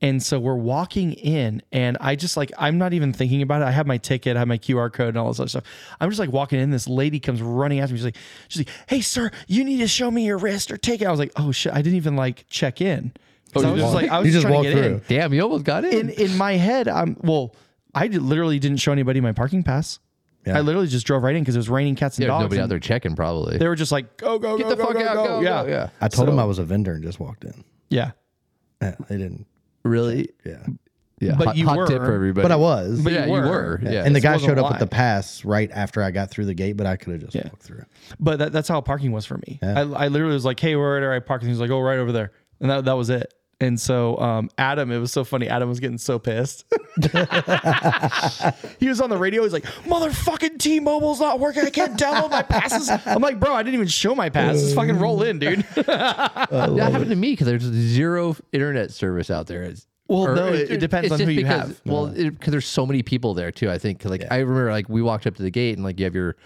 Speaker 2: And so we're walking in, and I just like, I'm not even thinking about it. I have my ticket, I have my QR code, and all this other stuff. I'm just like walking in. This lady comes running after me. She's like, she's like, hey, sir, you need to show me your wrist or take it. I was like, oh shit, I didn't even like check
Speaker 1: Oh,
Speaker 2: in. So I was just like, I was
Speaker 3: you
Speaker 2: just,
Speaker 3: just
Speaker 2: trying
Speaker 3: walked
Speaker 2: to get
Speaker 3: through.
Speaker 2: in.
Speaker 1: Damn, you almost got
Speaker 2: in.
Speaker 1: in.
Speaker 2: In my head, I'm, well, I did, literally didn't show anybody my parking pass. I literally just drove right in because it was raining cats and
Speaker 1: There's
Speaker 2: dogs.
Speaker 1: nobody
Speaker 2: and
Speaker 1: out there checking, probably.
Speaker 2: They were just like, go, go, go,
Speaker 1: Get the
Speaker 2: go,
Speaker 1: fuck
Speaker 2: go,
Speaker 1: out,
Speaker 2: go.
Speaker 1: go,
Speaker 2: yeah.
Speaker 1: go, yeah.
Speaker 3: I told him I was a vendor and just walked in.
Speaker 2: Yeah.
Speaker 3: Yeah, they didn't.
Speaker 1: Really?
Speaker 3: Yeah,
Speaker 1: Yeah.
Speaker 2: But
Speaker 1: hot,
Speaker 2: you
Speaker 1: hot
Speaker 2: were-
Speaker 1: tip for everybody.
Speaker 3: but I was.
Speaker 1: But yeah, you
Speaker 2: were.
Speaker 1: were. Yeah.
Speaker 3: and the
Speaker 2: This
Speaker 3: guy
Speaker 2: wasn't
Speaker 3: showed up
Speaker 2: live.
Speaker 3: with the pass right after I got through the gate, but I could have just walked through.
Speaker 2: But that, that's how parking was for me. I, I literally was like, hey, where do I park? And he was like, oh, right over there. And that, that was it. And so um, Adam, it was so funny. Adam was getting so pissed. he was on the radio. He's like, motherfucking T-Mobile's not working. I can't download my passes. I'm like, bro, I didn't even show my pass. Just fucking roll in, dude.
Speaker 1: that happened to me because there's zero internet service out there. It's,
Speaker 2: Well, no, it- it depends
Speaker 1: it's
Speaker 2: on
Speaker 1: just
Speaker 2: who you
Speaker 1: because,
Speaker 2: have.
Speaker 1: Well, because there's so many people there too. I think 'Cause, like I remember like we walked up to the gate and like you have your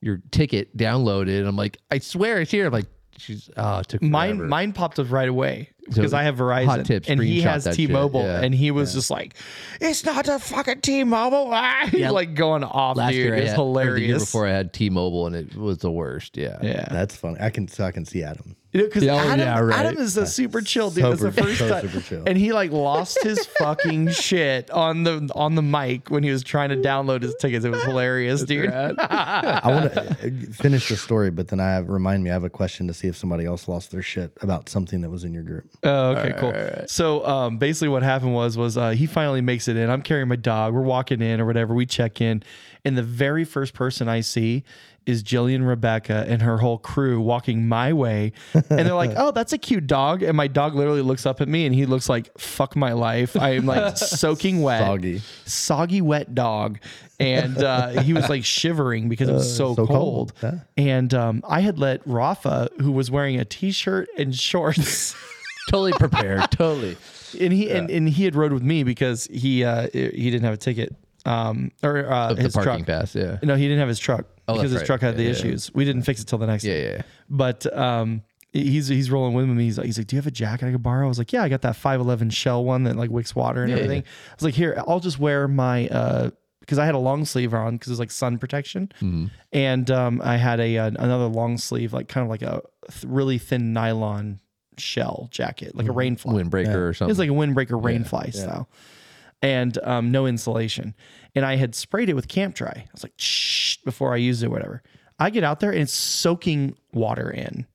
Speaker 1: your ticket downloaded. And I'm like, I swear it's here. I'm like, she's oh, it took
Speaker 2: mine
Speaker 1: forever.
Speaker 2: mine popped up right away because I have Verizon
Speaker 1: hot tip,
Speaker 2: and he
Speaker 1: screenshot
Speaker 2: has
Speaker 1: that shit,
Speaker 2: T-Mobile
Speaker 1: yeah.
Speaker 2: and he was just like, it's not a fucking T-Mobile. ah," He's like going off,
Speaker 1: last
Speaker 2: dude.
Speaker 1: year. I
Speaker 2: It's
Speaker 1: had- or The year
Speaker 2: hilarious.
Speaker 1: before I had T-Mobile and it was the worst. Yeah.
Speaker 2: yeah.
Speaker 3: That's funny. I can so I can see Adam.
Speaker 2: Because
Speaker 1: Yeah, oh,
Speaker 2: Adam,
Speaker 1: yeah, right.
Speaker 2: Adam is a super chill dude. That's the
Speaker 3: Super-
Speaker 2: first
Speaker 3: so
Speaker 2: time,
Speaker 3: super chill.
Speaker 2: and he like lost his fucking shit on the on the mic when he was trying to download his tickets. It was hilarious, dude.
Speaker 3: I want to finish the story, but then I have, remind me I have a question to see if somebody else lost their shit about something that was in your group.
Speaker 2: Oh, okay, cool. So um, basically, what happened was was uh, he finally makes it in. I'm carrying my dog. We're walking in or whatever. We check in, and the very first person I see is Jillian Rebecca and her whole crew walking my way, and they're like, "Oh, that's a cute dog." And my dog literally looks up at me, and he looks like, "Fuck my life." I am like soaking wet,
Speaker 3: Soggy.
Speaker 2: soggy wet dog, and uh, he was like shivering because it was Uh, so,
Speaker 3: so
Speaker 2: cold.
Speaker 3: cold.
Speaker 2: And um, I had let Rafa, who was wearing a t-shirt and shorts.
Speaker 1: totally prepared. totally.
Speaker 2: and he and, and he had rode with me because he uh he didn't have a ticket um or uh
Speaker 1: The
Speaker 2: his
Speaker 1: parking
Speaker 2: truck
Speaker 1: pass. Yeah.
Speaker 2: no he didn't have his truck
Speaker 1: Oh, that's
Speaker 2: because his
Speaker 1: right.
Speaker 2: truck had
Speaker 1: Yeah,
Speaker 2: the
Speaker 1: yeah.
Speaker 2: issues we didn't fix it till the next
Speaker 1: Yeah.
Speaker 2: day.
Speaker 1: Yeah. yeah.
Speaker 2: but um he's he's rolling with me he's like he's like do you have a jacket i could borrow i was like yeah i got that 511 shell one that like wicks water and
Speaker 1: Yeah, yeah.
Speaker 2: everything i was like here i'll just wear my uh because i had a long sleeve on because it was like sun protection
Speaker 1: Mhm.
Speaker 2: and um i had a uh, another long sleeve like kind of like a th- really thin nylon shell jacket like a
Speaker 1: Mm-hmm.
Speaker 2: rainfall
Speaker 1: Windbreaker or something.
Speaker 2: it's like a windbreaker rain fly style. And um, no insulation. And I had sprayed it with Camp Dry. I was like, shh, before I used it or whatever. I get out there and it's soaking water in.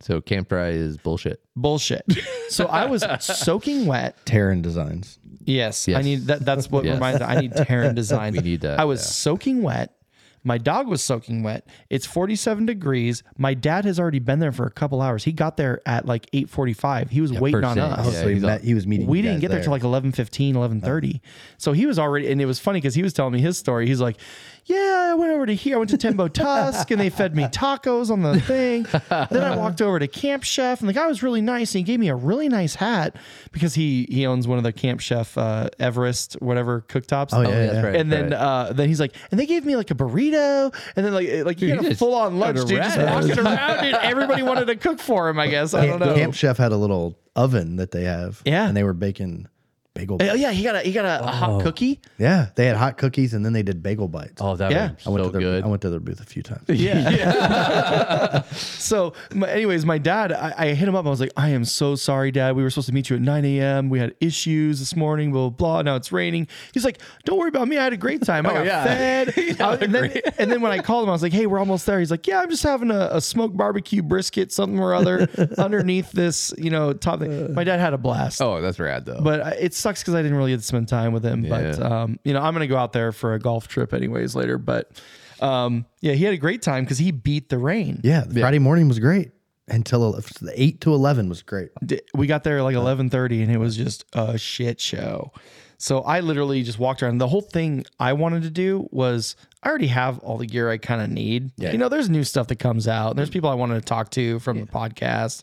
Speaker 1: so Camp Dry is bullshit.
Speaker 2: Bullshit. So I was soaking wet.
Speaker 3: Terran Designs.
Speaker 2: Yes, I
Speaker 1: Yes.
Speaker 2: need that. That's what
Speaker 1: Yes.
Speaker 2: reminds. I need Terran design.
Speaker 1: We need that,
Speaker 2: I was
Speaker 1: yeah.
Speaker 2: soaking wet. My dog was soaking wet. It's 47 degrees. My dad has already been there for a couple hours. He got there at like 8:45. He was waiting
Speaker 1: first
Speaker 2: on
Speaker 1: thing.
Speaker 2: us.
Speaker 1: Yeah,
Speaker 3: Oh, so he,
Speaker 1: he's
Speaker 3: met,
Speaker 1: all-
Speaker 3: he was meeting.
Speaker 2: we
Speaker 3: you
Speaker 2: didn't
Speaker 3: guys
Speaker 2: get there, till like 11 11.30 so he was already and it was funny because he was telling me his story he's like yeah i went over to here i went to tembo tusk and they fed me tacos on the thing then i walked over to camp chef and the guy was really nice and he gave me a really nice hat because he he owns one of the camp chef uh, everest whatever cooktops oh,
Speaker 3: yeah,
Speaker 1: that's
Speaker 3: yeah.
Speaker 1: right.
Speaker 2: and then
Speaker 1: right.
Speaker 2: uh, then he's like, and they gave me like a burrito, and then like it- like he
Speaker 1: Dude,
Speaker 2: had
Speaker 1: he
Speaker 2: a
Speaker 1: just
Speaker 2: full on
Speaker 1: had
Speaker 2: lunch,
Speaker 1: a
Speaker 2: dude. Just
Speaker 1: rat.
Speaker 2: walked around, dude. Everybody wanted to cook for him, I guess. I don't know.
Speaker 3: Camp, Camp Chef had a little oven that they have.
Speaker 2: Yeah.
Speaker 3: and they were baking bagel.
Speaker 2: Oh yeah, he got a he got a, a
Speaker 3: Oh.
Speaker 2: hot cookie.
Speaker 3: Yeah, they had hot cookies and then they did bagel bites.
Speaker 1: oh, that
Speaker 2: yeah.
Speaker 1: yeah.
Speaker 3: I
Speaker 1: so
Speaker 3: went to their,
Speaker 1: good.
Speaker 3: I went to their booth a few times.
Speaker 2: Yeah. so, my, anyways, my dad, I, I hit him up. I was like, I am so sorry, Dad. We were supposed to meet you at 9 a.m. We had issues this morning, blah, blah, blah. Now it's raining. He's like, Don't worry about me. I had a great time. I got
Speaker 1: Oh, yeah.
Speaker 2: fed. I- and, then, and then when I called him, I was like, Hey, we're almost there. He's like, Yeah, I'm just having a, a smoked barbecue brisket, something or other underneath this, you know, top thing. My dad had a blast
Speaker 1: oh, that's rad though.
Speaker 2: but I- it sucks because I didn't really get to spend time with him. But
Speaker 1: Yeah.
Speaker 2: um, you know, I'm gonna go out there for a golf trip anyways later. But um, yeah, he had a great time because he beat the rain.
Speaker 3: Yeah, the Friday morning was great until el- the eight to eleven was great.
Speaker 2: D- We got there like 11:30, and it was just a shit show. So I literally just walked around. The whole thing I wanted to do was I already have all the gear I kind of need. You know, there's new stuff that comes out. and There's people I wanted to talk to from the podcast.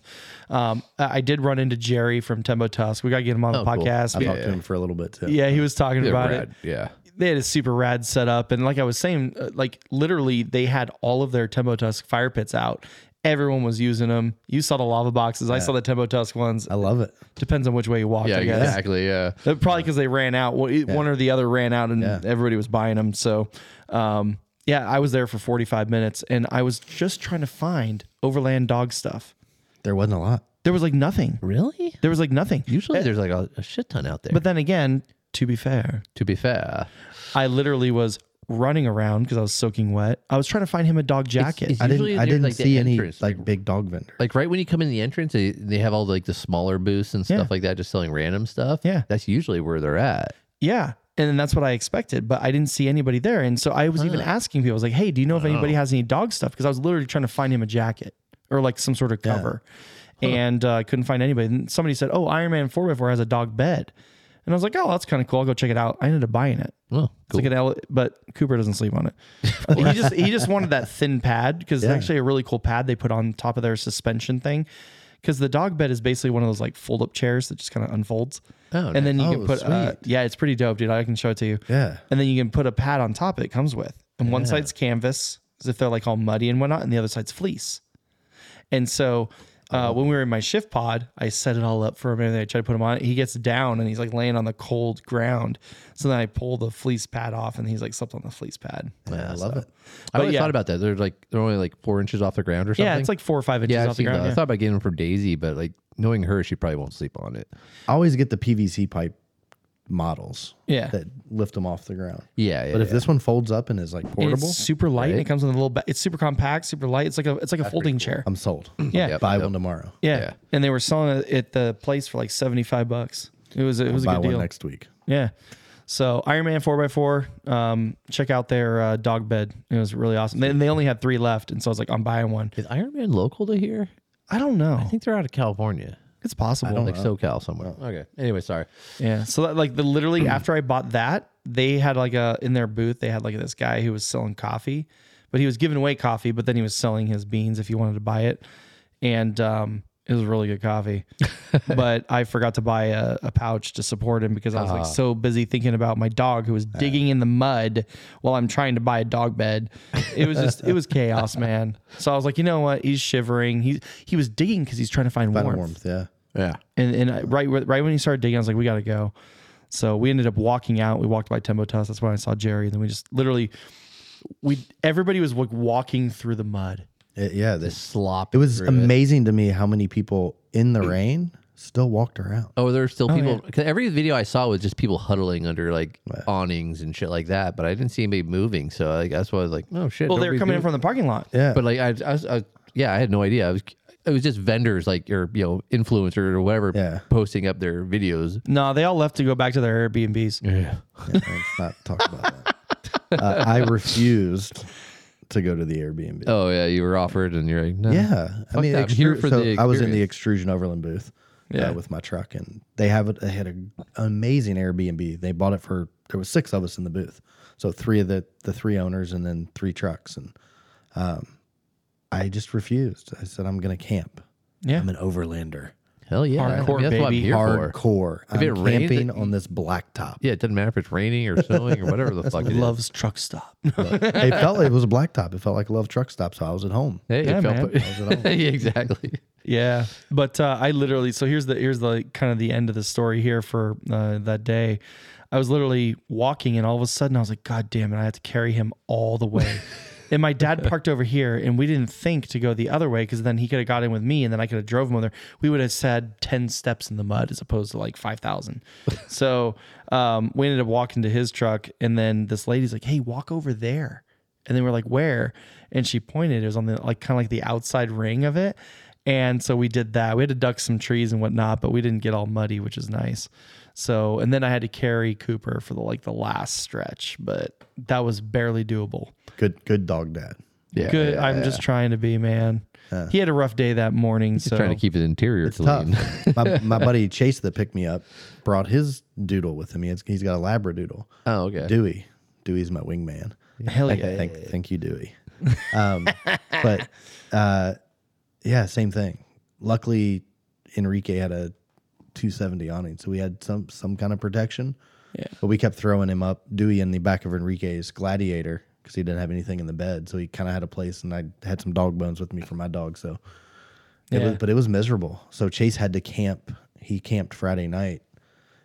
Speaker 2: Um, I I did run into Jerry from Tembo Tusk. We got to get him on the
Speaker 1: Oh, cool.
Speaker 2: podcast.
Speaker 3: I
Speaker 2: We-
Speaker 3: talked to him for a little bit too.
Speaker 2: yeah, he was talking
Speaker 1: Yeah,
Speaker 2: about it.
Speaker 1: rad. Yeah.
Speaker 2: they had a super rad setup and like i was saying uh, like literally they had all of their tembo tusk fire pits out everyone was using them you saw the lava boxes i saw the tembo tusk ones
Speaker 3: I love it.
Speaker 2: depends on which way you walked
Speaker 1: Yeah.
Speaker 2: i guess
Speaker 1: Exactly. Yeah.
Speaker 2: Uh, probably because they ran out Well, it- one or the other ran out and everybody was buying them so um, yeah i was there for 45 minutes and i was just trying to find overland dog stuff
Speaker 3: There wasn't a lot.
Speaker 2: there was like nothing
Speaker 1: Really?
Speaker 2: there was like nothing
Speaker 1: Usually there's like a, a shit ton out there.
Speaker 2: but then again to be fair
Speaker 1: to be fair,
Speaker 2: I literally was running around because I was soaking wet. I was trying to find him a dog jacket.
Speaker 1: it's-
Speaker 3: I
Speaker 1: Usually
Speaker 3: didn't. I
Speaker 1: they're,
Speaker 3: didn't
Speaker 1: like, the
Speaker 3: see any
Speaker 1: entrance.
Speaker 3: like big dog vendor.
Speaker 1: like right when you come in the entrance, they, they have all like the smaller booths and stuff
Speaker 2: Yeah.
Speaker 1: like that, just selling random stuff.
Speaker 2: Yeah.
Speaker 1: That's usually where they're at.
Speaker 2: yeah. And then that's what I expected, but I didn't see anybody there. And so I was even asking people, I was like, hey, do you know if anybody has any dog stuff? Because I was literally trying to find him a jacket or like some sort of cover. And uh, I couldn't find anybody. And somebody said, oh, Iron Man 4x4 has a dog bed. And I was like, oh, that's kind of cool. I'll go check it out. I ended up buying it.
Speaker 1: Oh,
Speaker 2: It's
Speaker 1: cool.
Speaker 2: like an ele- but Cooper doesn't sleep on it. he just he just wanted that thin pad because it's actually a really cool pad they put on top of their suspension thing. Because the dog bed is basically one of those like fold up chairs that just kind of unfolds,
Speaker 1: Oh,
Speaker 2: and then you
Speaker 3: nice.
Speaker 2: can
Speaker 3: Oh,
Speaker 2: put uh, yeah, it's pretty dope, dude. I can show it to you.
Speaker 3: Yeah.
Speaker 2: and then you can put a pad on top. It comes with, and one side's canvas as if they're like all muddy and whatnot, and the other side's fleece. And so
Speaker 3: Oh.
Speaker 2: uh, when we were in my shift pod, I set it all up for him and I tried to put him on it. He gets down and he's like laying on the cold ground. So then I pull the fleece pad off and he's like slept on the fleece pad.
Speaker 3: Yeah, I love it.
Speaker 1: I always
Speaker 2: yeah.
Speaker 1: thought about that. They're like they're only like four inches off the ground or something.
Speaker 2: Yeah, it's like four or five inches
Speaker 1: yeah. I've
Speaker 2: off the
Speaker 1: seen
Speaker 2: ground.
Speaker 1: those. I
Speaker 2: yeah.
Speaker 1: thought about getting them for Daisy, but like knowing her, she probably won't sleep on it.
Speaker 3: I always get the PVC pipe models.
Speaker 2: Yeah.
Speaker 3: That lift them off the ground.
Speaker 1: Yeah, yeah.
Speaker 3: But if
Speaker 1: yeah.
Speaker 3: this one folds up and is like
Speaker 2: And
Speaker 3: portable,
Speaker 2: It's super light and it comes in a little. Ba- it's super compact, super light. It's like a it's like a folding chair.
Speaker 3: I'm sold.
Speaker 2: Yeah.
Speaker 1: Yep,
Speaker 3: Buy
Speaker 1: yep.
Speaker 3: one tomorrow.
Speaker 2: yeah.
Speaker 1: yeah.
Speaker 2: and they were selling it at the place for like seventy five bucks. It was it was a
Speaker 3: Buy
Speaker 2: good
Speaker 3: one
Speaker 2: deal.
Speaker 3: next week.
Speaker 2: Yeah. So Iron Man 4x4, um, check out their uh, dog bed. It was really awesome. They, they only had three left. And so I was like, I'm buying one.
Speaker 1: is Iron Man local to here?
Speaker 2: I don't know.
Speaker 1: I think they're out of California,
Speaker 2: it's possible.
Speaker 1: like SoCal somewhere. Okay. Anyway, sorry.
Speaker 2: Yeah. So that, like the literally after I bought that, they had like a in their booth they had like this guy who was selling coffee, but he was giving away coffee, but then he was selling his beans if you wanted to buy it, and um It was really good coffee, but I forgot to buy a, a pouch to support him because I was like so busy thinking about my dog who was digging in the mud while I'm trying to buy a dog bed. It was just it was chaos, man. So I was like, you know what? He's shivering. He he was digging because he's trying to find,
Speaker 3: Find
Speaker 2: warmth.
Speaker 3: warmth. Yeah.
Speaker 5: Yeah.
Speaker 2: And and I, right where- right when he started digging, I was like, we gotta go. So we ended up walking out. We walked by Tembo Tuss. That's when I saw Jerry. And then we just literally we everybody was like walking through the mud.
Speaker 3: It- yeah. This.
Speaker 1: slop.
Speaker 3: It was amazing to me how many people in the rain still walked around.
Speaker 1: Oh, there were still people. 'cause Every video I saw was just people huddling under like awnings and shit like that, but I didn't see anybody moving. So I, that's why I was like, oh shit.
Speaker 2: Well,
Speaker 1: don't
Speaker 2: they were
Speaker 1: we
Speaker 2: coming
Speaker 1: do-
Speaker 2: in from the parking lot.
Speaker 3: Yeah.
Speaker 1: But like, I, I, was- I was- yeah, I had no idea. I was, it was just vendors like or you know influencers or whatever
Speaker 3: Yeah.
Speaker 1: posting up their videos.
Speaker 2: No, they all left to go back to their Airbnbs.
Speaker 1: Yeah.
Speaker 3: Yeah, let's not talk about that. Uh, I refused to go to the Airbnb.
Speaker 1: Oh yeah, you were offered, and you're like, no.
Speaker 3: Yeah, I
Speaker 1: Fuck
Speaker 3: mean,
Speaker 1: that. I'm here
Speaker 3: extru-
Speaker 1: for
Speaker 3: so
Speaker 1: the
Speaker 3: I was in the
Speaker 1: experience.
Speaker 3: extrusion Overland booth,
Speaker 2: Yeah.
Speaker 3: uh, with my truck, and they have it. They had an amazing Airbnb. They bought it for there was six of us in the booth, so three of the the three owners, and then three trucks, and um, I just refused. I said I'm going to camp.
Speaker 2: Yeah.
Speaker 3: I'm an overlander,
Speaker 1: Hell yeah, I mean,
Speaker 2: Hardcore,
Speaker 1: that's what I'm
Speaker 2: baby.
Speaker 1: here for.
Speaker 3: hardcore. I'm
Speaker 1: it rains,
Speaker 3: camping
Speaker 1: it-
Speaker 3: on this blacktop.
Speaker 1: Yeah, it doesn't matter if it's raining or snowing or whatever the fuck it is.
Speaker 2: Loves truck stop.
Speaker 3: it felt it was a blacktop. It felt like a love truck stop. So I was at home.
Speaker 1: Hey,
Speaker 2: Yeah,
Speaker 1: it felt
Speaker 2: man.
Speaker 1: put- yeah, exactly.
Speaker 2: yeah, but uh, I literally so here's the here's the kind of the end of the story here for uh, that day. I was literally walking, and all of a sudden I was like, God damn it! I have to carry him all the way. and my dad parked over here, and we didn't think to go the other way because then he could have got in with me, and then I could have drove him over. there. We would have said ten steps in the mud as opposed to like five thousand. so um, we ended up walking to his truck, and then this lady's like, Hey, walk over there. And then we're like, where? And she pointed. It was on the like kind of like the outside ring of it. And so we did that. We had to duck some trees and whatnot, but we didn't get all muddy, which is nice. So and then I had to carry Cooper for the like the last stretch, but that was barely doable.
Speaker 3: Good, good dog dad.
Speaker 1: Yeah,
Speaker 2: Good. I'm just trying to be man. He had a rough day that morning, so
Speaker 1: trying to keep his interior
Speaker 3: tough.
Speaker 1: clean.
Speaker 3: my, my buddy Chase that picked me up brought his doodle with him. He has, he's got a labradoodle.
Speaker 1: oh, okay.
Speaker 3: Dewey. Dewey's my wingman.
Speaker 2: hell
Speaker 3: Thank,
Speaker 2: Oh, yeah.
Speaker 3: thank, thank you, Dewey. Um, but uh, yeah, same thing. Luckily, Enrique had a 270 awning, so we had some some kind of protection.
Speaker 2: Yeah.
Speaker 3: But we kept throwing him up, Dewey, in the back of Enrique's Gladiator because he didn't have anything in the bed, so he kind of had a place, and I had some dog bones with me for my dog, so. It was,
Speaker 2: Yeah.
Speaker 3: but it was miserable. So Chase had to camp. He camped Friday night,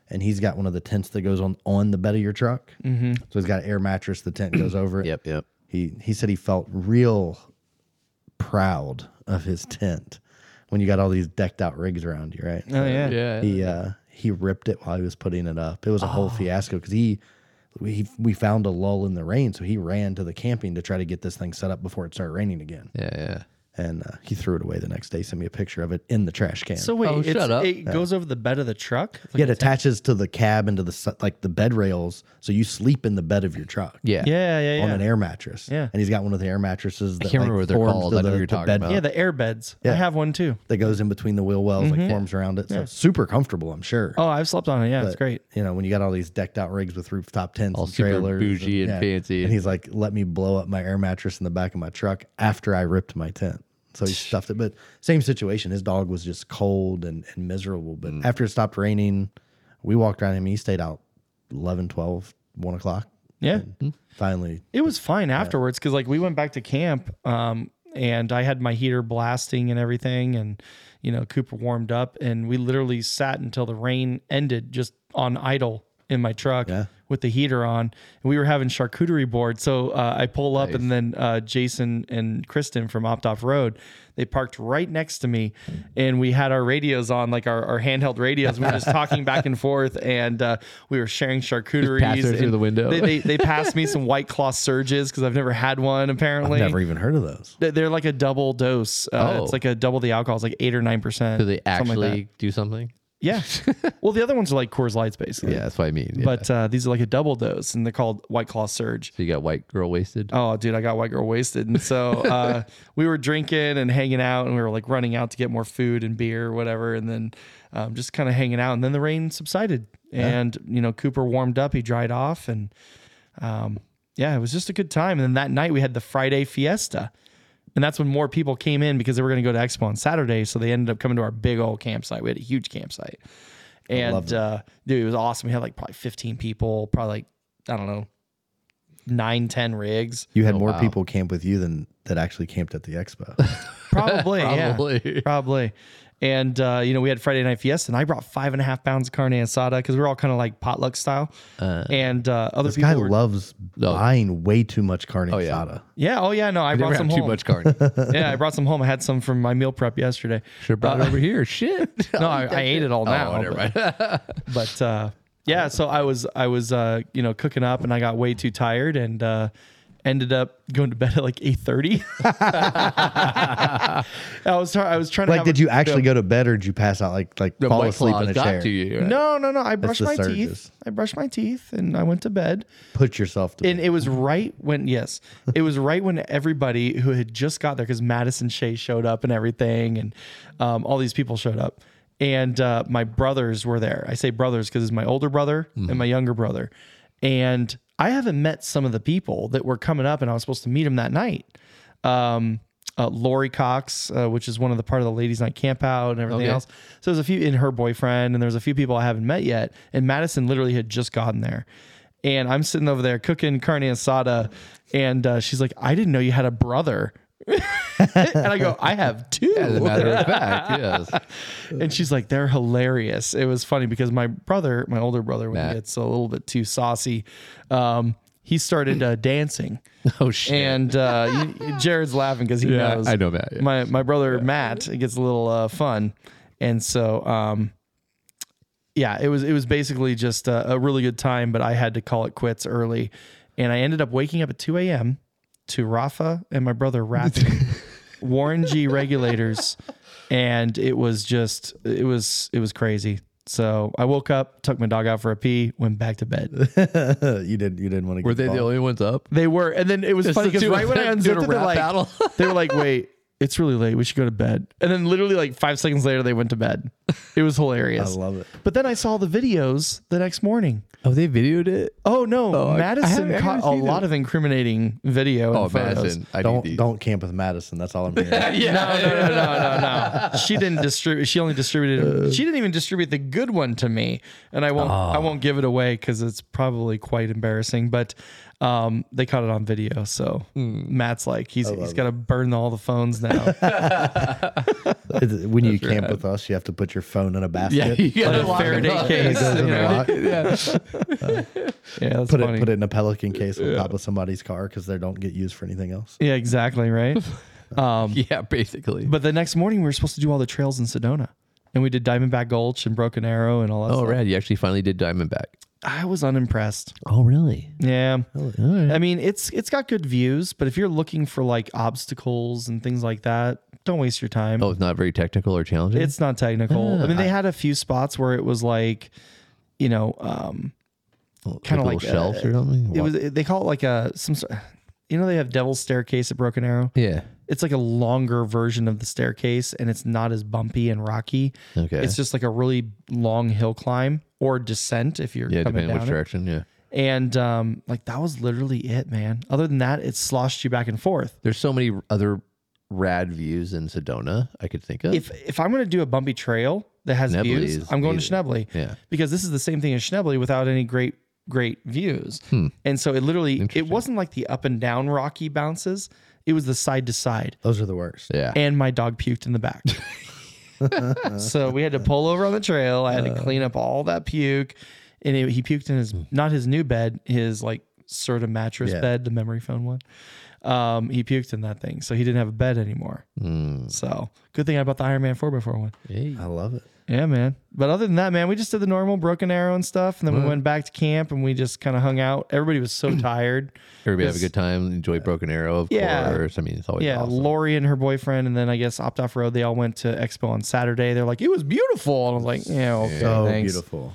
Speaker 3: and he's got one of the tents that goes on on the bed of your truck. Mm-hmm. So he's got an air mattress. The tent goes over it.
Speaker 1: Yep, yep.
Speaker 3: He he said he felt real proud of his tent when you got all these decked out rigs around you, right?
Speaker 2: Oh yeah.
Speaker 1: Yeah.
Speaker 3: He uh, he ripped it while he was putting it up. It was a
Speaker 2: Oh.
Speaker 3: whole fiasco because he. We, we found a lull in the rain, so he ran to the camping to try to get this thing set up before it started raining again.
Speaker 1: yeah, yeah.
Speaker 3: And uh, he threw it away the next day. Sent me a picture of it in the trash can.
Speaker 2: So wait,
Speaker 1: Oh,
Speaker 2: it's,
Speaker 1: shut up.
Speaker 2: it goes over the bed of the truck. Like-
Speaker 3: Yeah, it attaches to the cab and to the s- like the bed rails, so you sleep in the bed of your truck.
Speaker 1: Yeah.
Speaker 2: yeah, yeah,
Speaker 3: on
Speaker 2: yeah.
Speaker 3: an air mattress.
Speaker 2: Yeah.
Speaker 3: and he's got one of the air mattresses. That,
Speaker 1: can't
Speaker 3: like,
Speaker 1: remember what they're
Speaker 3: forms
Speaker 1: called.
Speaker 3: to
Speaker 1: I know
Speaker 3: the-
Speaker 1: what you're
Speaker 3: the
Speaker 1: talking
Speaker 3: bed
Speaker 1: about.
Speaker 2: yeah, the air beds. I
Speaker 3: Yeah.
Speaker 2: have one too.
Speaker 3: that goes in between the wheel wells,
Speaker 1: Mm-hmm.
Speaker 3: like forms around it. So it's super comfortable, I'm sure.
Speaker 2: Oh, I've slept on it. Yeah, it's great.
Speaker 3: You know, when you got all these decked out rigs with rooftop tents and
Speaker 1: super
Speaker 3: trailers,
Speaker 1: bougie and fancy.
Speaker 3: and he's like, "Let me blow up my air mattress in the back of my truck after I ripped my tent." So he stuffed it. But same situation. His dog was just cold and, and miserable. But
Speaker 1: Mm.
Speaker 3: after it stopped raining, we walked around him. He stayed out 11, 12, 1 o'clock.
Speaker 2: Yeah.
Speaker 1: Hmm.
Speaker 3: Finally,
Speaker 2: It was fine afterwards because like we went back to camp, um, and I had my heater blasting and everything, and you know Cooper warmed up, and we literally sat until the rain ended, just on idle in my truck with the heater on, and we were having charcuterie board. So uh, I pull up, and then uh, Jason and Kristen from Opt Off Road, they parked right next to me, and we had our radios on, like our, our handheld radios. We were just talking back and forth, and uh, we were sharing charcuterie.
Speaker 1: her through the window.
Speaker 2: They, they, they passed me some White Claw surges because I've never had one. Apparently,
Speaker 3: never even heard of those.
Speaker 2: They- They're like a double dose. Uh,
Speaker 1: Oh.
Speaker 2: It's like a double the alcohol. It's like eight or nine percent.
Speaker 1: Do they actually do something?
Speaker 2: yeah. well, the other ones are like Coors Lights, basically.
Speaker 1: Yeah, that's what I mean. yeah.
Speaker 2: But uh, these are like a double dose, and they're called White Claw Surge.
Speaker 1: so you got white girl wasted.
Speaker 2: Oh, dude, I got white girl wasted. And so uh, we were drinking and hanging out, and we were like running out to get more food and beer or whatever. And then um, just kind of hanging out. And then the rain subsided. And, you know, Cooper warmed up, he dried off. And um, yeah, it was just a good time. And then that night we had the Friday fiesta. And that's when more people came in because they were going to go to Expo on Saturday. So they ended up coming to our big old campsite. We had a huge campsite. And uh, dude, it was awesome. We had like probably 15 people, probably like, I don't know, nine, 10 rigs.
Speaker 3: You
Speaker 1: oh,
Speaker 3: had more people camp with you than that actually camped at the expo.
Speaker 2: Probably. probably.
Speaker 1: Probably.
Speaker 2: Probably. And, uh, you know, we had Friday Night Fiesta and I brought five and a half pounds of carne asada because we were all kind of like potluck style. and uh, other
Speaker 3: this guy
Speaker 2: people were,
Speaker 3: loves buying way too much carne
Speaker 1: yeah.
Speaker 3: asada.
Speaker 2: Yeah. Oh, yeah. No, I
Speaker 1: Never
Speaker 2: brought some
Speaker 1: have too
Speaker 2: home.
Speaker 1: much carne.
Speaker 2: yeah, I brought some home. I had some from my meal prep yesterday.
Speaker 1: Should have brought it over here. Shit.
Speaker 2: No, I, I ate it all now.
Speaker 1: oh, never
Speaker 2: but-
Speaker 1: mind.
Speaker 2: but uh, yeah, so I was I was uh, you know cooking up, and I got way too tired, and uh, ended up going to bed at like eight thirty. I was try- I was trying to
Speaker 3: Like,
Speaker 2: have
Speaker 3: did
Speaker 2: a-
Speaker 3: you actually go to bed or did you pass out like like fall
Speaker 1: White
Speaker 3: asleep
Speaker 1: Claw
Speaker 3: in a
Speaker 1: got
Speaker 3: chair?
Speaker 1: to you. right?
Speaker 2: No, no, no. I brushed
Speaker 3: the
Speaker 2: my teeth.
Speaker 3: surges.
Speaker 2: I brushed my teeth, and I went to bed.
Speaker 3: Put yourself to
Speaker 2: And
Speaker 3: bed.
Speaker 2: it was right when yes, it was right when everybody who had just got there because Madison Shea showed up and everything, and um, all these people showed up, and uh, my brothers were there. I say brothers because it's my older brother
Speaker 3: Mm-hmm.
Speaker 2: and my younger brother, and I haven't met some of the people that were coming up, and I was supposed to meet them that night. Um, uh, Lori Cox, uh, which is one of the part of the ladies' night camp out and everything
Speaker 1: Okay.
Speaker 2: else. So there's a few in her boyfriend, and there's a few people I haven't met yet. And Madison literally had just gotten there. And I'm sitting over there cooking carne asada, and uh, she's like, "I didn't know you had a brother." and I go, "I have two.
Speaker 1: As a matter of fact, yes.
Speaker 2: And she's like, "They're hilarious." It was funny because my brother, my older brother, when
Speaker 1: Matt.
Speaker 2: he gets a little bit too saucy, um, he started uh, dancing.
Speaker 1: Oh shit.
Speaker 2: And uh, you- Jared's laughing because he
Speaker 1: Yeah,
Speaker 2: knows.
Speaker 1: I know Matt, yeah.
Speaker 2: My my brother Matt it gets a little uh, fun, and so um, yeah, it was it was basically just a, a really good time, but I had to call it quits early, and I ended up waking up at two a.m. to Rafa and my brother rapping Warren G regulators, and it was just it was it was crazy. So I woke up, took my dog out for a pee, went back to bed.
Speaker 3: you did you didn't want to.
Speaker 1: Were they the only ones up?
Speaker 2: They were, and then it was funny
Speaker 1: the
Speaker 2: because
Speaker 1: two
Speaker 2: right
Speaker 1: of
Speaker 2: when I
Speaker 1: them doing
Speaker 2: unzipped
Speaker 1: a
Speaker 2: it, they're
Speaker 1: rap
Speaker 2: like,
Speaker 1: battle.
Speaker 2: they were like, "Wait, it's really late. We should go to bed." And then literally like five seconds later, they went to bed. It was
Speaker 3: I
Speaker 2: hilarious.
Speaker 3: love it.
Speaker 2: But then I saw the videos the next morning.
Speaker 1: Oh, they videoed it.
Speaker 2: Oh no,
Speaker 1: I- I
Speaker 2: Madison
Speaker 1: haven't- I haven't
Speaker 2: caught a
Speaker 1: seen
Speaker 2: lot of incriminating video.
Speaker 1: Oh,
Speaker 2: and photos.
Speaker 1: Madison, I need
Speaker 3: Don't
Speaker 1: these.
Speaker 3: don't camp with Madison. That's all I'm hearing.
Speaker 2: Yeah. No, no, no, no, no, no. She didn't distribute. She only distributed. she didn't even distribute the good one to me, and I won't. I won't give it away because it's probably quite embarrassing. But um, they caught it on video, so Matt's like he's he's got to burn all the phones now.
Speaker 3: It's- when you camp with us, you have to put your phone in a basket.
Speaker 1: you
Speaker 2: Like a
Speaker 1: lock it
Speaker 2: Faraday
Speaker 1: up.
Speaker 2: case.
Speaker 3: Goes in
Speaker 2: you
Speaker 3: the
Speaker 2: know?
Speaker 3: lock.
Speaker 2: Yeah, that's
Speaker 3: Put
Speaker 2: funny.
Speaker 3: it put it in a pelican case on top of somebody's car because they don't get used for anything else.
Speaker 2: Yeah, exactly right. um,
Speaker 1: Yeah, basically.
Speaker 2: but the next morning we were supposed to do all the trails in Sedona, and we did Diamondback Gulch and Broken Arrow and all that.
Speaker 1: oh,
Speaker 2: stuff.
Speaker 1: rad! You actually finally did Diamondback.
Speaker 2: I was unimpressed.
Speaker 1: Oh, really?
Speaker 2: Yeah.
Speaker 1: right.
Speaker 2: I mean, it's it's got good views, but if you're looking for like obstacles and things like that, don't waste your time.
Speaker 1: Oh, Ah. it's not very technical or challenging.
Speaker 2: It's not technical. I mean, they had a few spots where it was like, you know, um, kind of like
Speaker 1: little shelves
Speaker 2: uh,
Speaker 1: or something.
Speaker 2: It
Speaker 1: What?
Speaker 2: was they call it like a some sort. You know, they have Devil's Staircase at Broken Arrow.
Speaker 1: yeah.
Speaker 2: It's like a longer version of the staircase, and it's not as bumpy and rocky.
Speaker 1: Okay.
Speaker 2: It's just like a really long hill climb or descent if you're
Speaker 1: yeah,
Speaker 2: coming
Speaker 1: depending
Speaker 2: down
Speaker 1: which
Speaker 2: it.
Speaker 1: direction. Yeah.
Speaker 2: And um, like that was literally it, man. Other than that, it sloshed you back and forth.
Speaker 1: There's so many other rad views in Sedona I could think of.
Speaker 2: If if I'm gonna do a bumpy trail that has
Speaker 1: Schneble
Speaker 2: views,
Speaker 1: is
Speaker 2: I'm going to
Speaker 1: amazing.
Speaker 2: Schneble.
Speaker 1: yeah.
Speaker 2: Because this is the same thing as Schneble without any great great views.
Speaker 1: Hmm.
Speaker 2: And so it literally it wasn't like the up and down rocky bounces. It was the side to side.
Speaker 3: Those are the worst.
Speaker 1: Yeah.
Speaker 2: And my dog puked in the back. so we had to pull over on the trail. I had to clean up all that puke. And it, he puked in his not his new bed, his like sort of mattress
Speaker 3: Yeah.
Speaker 2: bed, the memory phone one. Um, he puked in that thing, so he didn't have a bed anymore.
Speaker 1: Hmm. Mm.
Speaker 2: So good thing I bought the Iron Man four by four one.
Speaker 1: Hey.
Speaker 3: I love it.
Speaker 2: Yeah, man. But other than that, man, we just did the normal broken arrow and stuff, and then we went back to camp and we just kind of hung out. Everybody was so tired.
Speaker 1: Everybody have a good time. Enjoy Broken Arrow, of
Speaker 2: Uh, Yeah.
Speaker 1: course. I mean, it's always
Speaker 2: Yeah,
Speaker 1: awesome.
Speaker 2: Lori and her boyfriend, and then I guess Opt Off Road. They all went to Expo on Saturday. They're like, it was beautiful, and I was like, yeah, okay,
Speaker 3: So
Speaker 2: thanks.
Speaker 3: beautiful.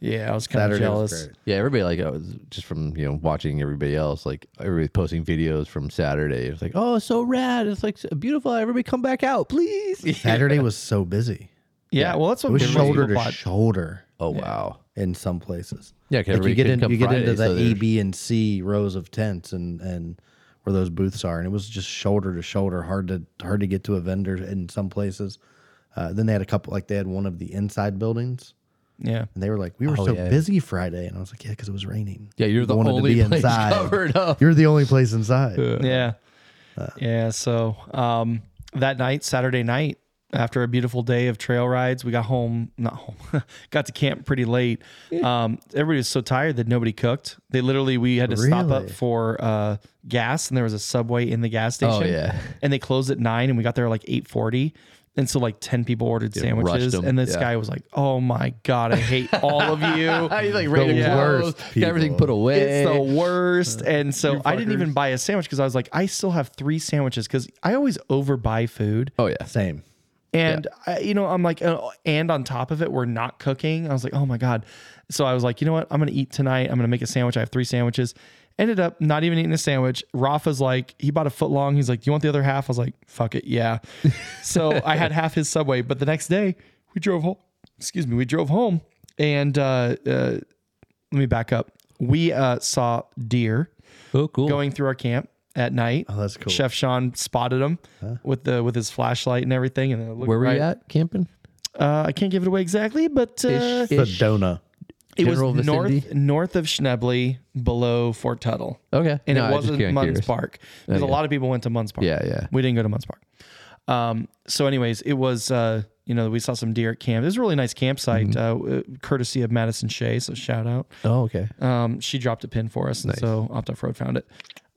Speaker 2: Yeah, I was kind of
Speaker 3: Saturday was
Speaker 2: jealous.
Speaker 3: great.
Speaker 1: Yeah, everybody like I was just from you know watching everybody else like everybody posting videos from Saturday. It's like oh, it's so rad! It's like so beautiful. Everybody come back out, please.
Speaker 3: Saturday was so busy.
Speaker 2: Yeah, well, that's
Speaker 3: It
Speaker 2: what
Speaker 3: was
Speaker 2: everybody
Speaker 3: shoulder to
Speaker 2: bought.
Speaker 3: shoulder
Speaker 1: Oh wow.
Speaker 3: in some places.
Speaker 1: Yeah, 'cause
Speaker 3: Like, you
Speaker 1: everybody
Speaker 3: get
Speaker 1: could
Speaker 3: in,
Speaker 1: come
Speaker 3: you get
Speaker 1: Friday,
Speaker 3: into the
Speaker 1: so
Speaker 3: E,
Speaker 1: there's-
Speaker 3: B, and C rows of tents, and and where those booths are, and it was just shoulder to shoulder, hard to hard to get to a vendor in some places. Uh, then they had a couple, like they had one of the inside buildings,
Speaker 2: Oh, Yeah.
Speaker 3: and they were like, "We were so
Speaker 1: yeah.
Speaker 3: busy Friday," and I was like, "Yeah, because it was raining."
Speaker 1: Yeah, you're
Speaker 3: We
Speaker 1: the
Speaker 3: wanted to
Speaker 1: only
Speaker 3: be
Speaker 1: place covered up.
Speaker 3: You're the only place inside.
Speaker 2: Yeah. yeah. So um, that night, Saturday night, after a beautiful day of trail rides, we got home, not home, got to camp pretty late. Um, everybody was so tired that nobody cooked. They literally, we had to stop up
Speaker 3: Really?
Speaker 2: for uh, gas and there was a subway in the gas station.
Speaker 1: yeah.
Speaker 2: And they closed at nine and we got there at like 840. And so like 10 people ordered sandwiches.
Speaker 1: them,
Speaker 2: And this
Speaker 1: yeah.
Speaker 2: guy was like, oh my God, I hate all of you.
Speaker 1: He's like ready
Speaker 3: The
Speaker 1: to close,
Speaker 3: worst
Speaker 1: got everything
Speaker 3: people.
Speaker 1: put away.
Speaker 2: It's the worst. And so I didn't even buy a sandwich because I was like, I still have three sandwiches because I always overbuy food.
Speaker 1: oh yeah,
Speaker 3: Same.
Speaker 2: And I, you know, I'm like, oh, and on top of it, we're not cooking. I was like, oh my god. So I was like, you know what? I'm gonna eat tonight. I'm gonna make a sandwich. I have three sandwiches. Ended up not even eating a sandwich. Rafa's like, he bought a foot long. He's like, do you want the other half? I was like, fuck it, yeah. so I had half his subway. But the next day, we drove home. Excuse me, we drove home, and uh, uh, let me back up. We uh, saw deer
Speaker 1: oh cool.
Speaker 2: going through our camp at night. Oh,
Speaker 3: that's cool.
Speaker 2: Chef Sean spotted him with the with his flashlight and everything. And then I looked
Speaker 1: Where were
Speaker 2: right-
Speaker 1: you at camping?
Speaker 2: Uh, I can't give it away exactly, but uh,
Speaker 1: Ish.
Speaker 3: Sedona.
Speaker 2: it was
Speaker 1: general
Speaker 2: north
Speaker 1: vicinity?
Speaker 2: north of Schnebly, below Fort Tuttle,
Speaker 1: Okay,
Speaker 2: and
Speaker 1: No, I
Speaker 2: it
Speaker 1: just
Speaker 2: wasn't
Speaker 1: kinda
Speaker 2: Munns
Speaker 1: curious.
Speaker 2: Park because a lot of people went to Munns Park.
Speaker 1: Yeah, yeah.
Speaker 2: We didn't go to Munns Park. Um, so, anyways, it was uh, you know we saw some deer at camp. It was a really nice campsite,
Speaker 1: Mm-hmm.
Speaker 2: uh, courtesy of Madison Shea. So shout out.
Speaker 1: Oh okay.
Speaker 2: Um, she dropped a pin for us, and so Opt Off Road found it.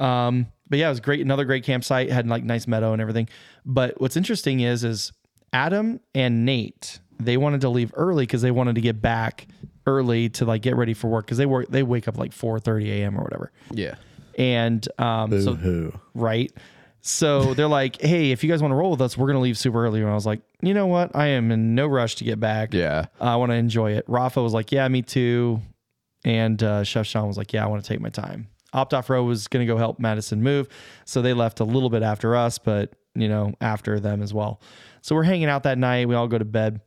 Speaker 2: Um, but yeah, it was great. Another great campsite had like nice meadow and everything. But what's interesting is, is Adam and Nate they wanted to leave early because they wanted to get back early to like get ready for work because they work they wake up like four thirty a.m. or whatever.
Speaker 1: Yeah.
Speaker 2: And um, so
Speaker 3: Who?
Speaker 2: right? So they're like, hey, if you guys want to roll with us, we're gonna leave super early. And I was like, you know what? I am in no rush to get back.
Speaker 1: Yeah.
Speaker 2: I want to enjoy it. Rafa was like, yeah, me too. And uh, Chef Sean was like, yeah, I want to take my time. Opt off row was going to go help Madison move. So they left a little bit after us, but, you know, after them as well. So we're hanging out that night. We all go to bed.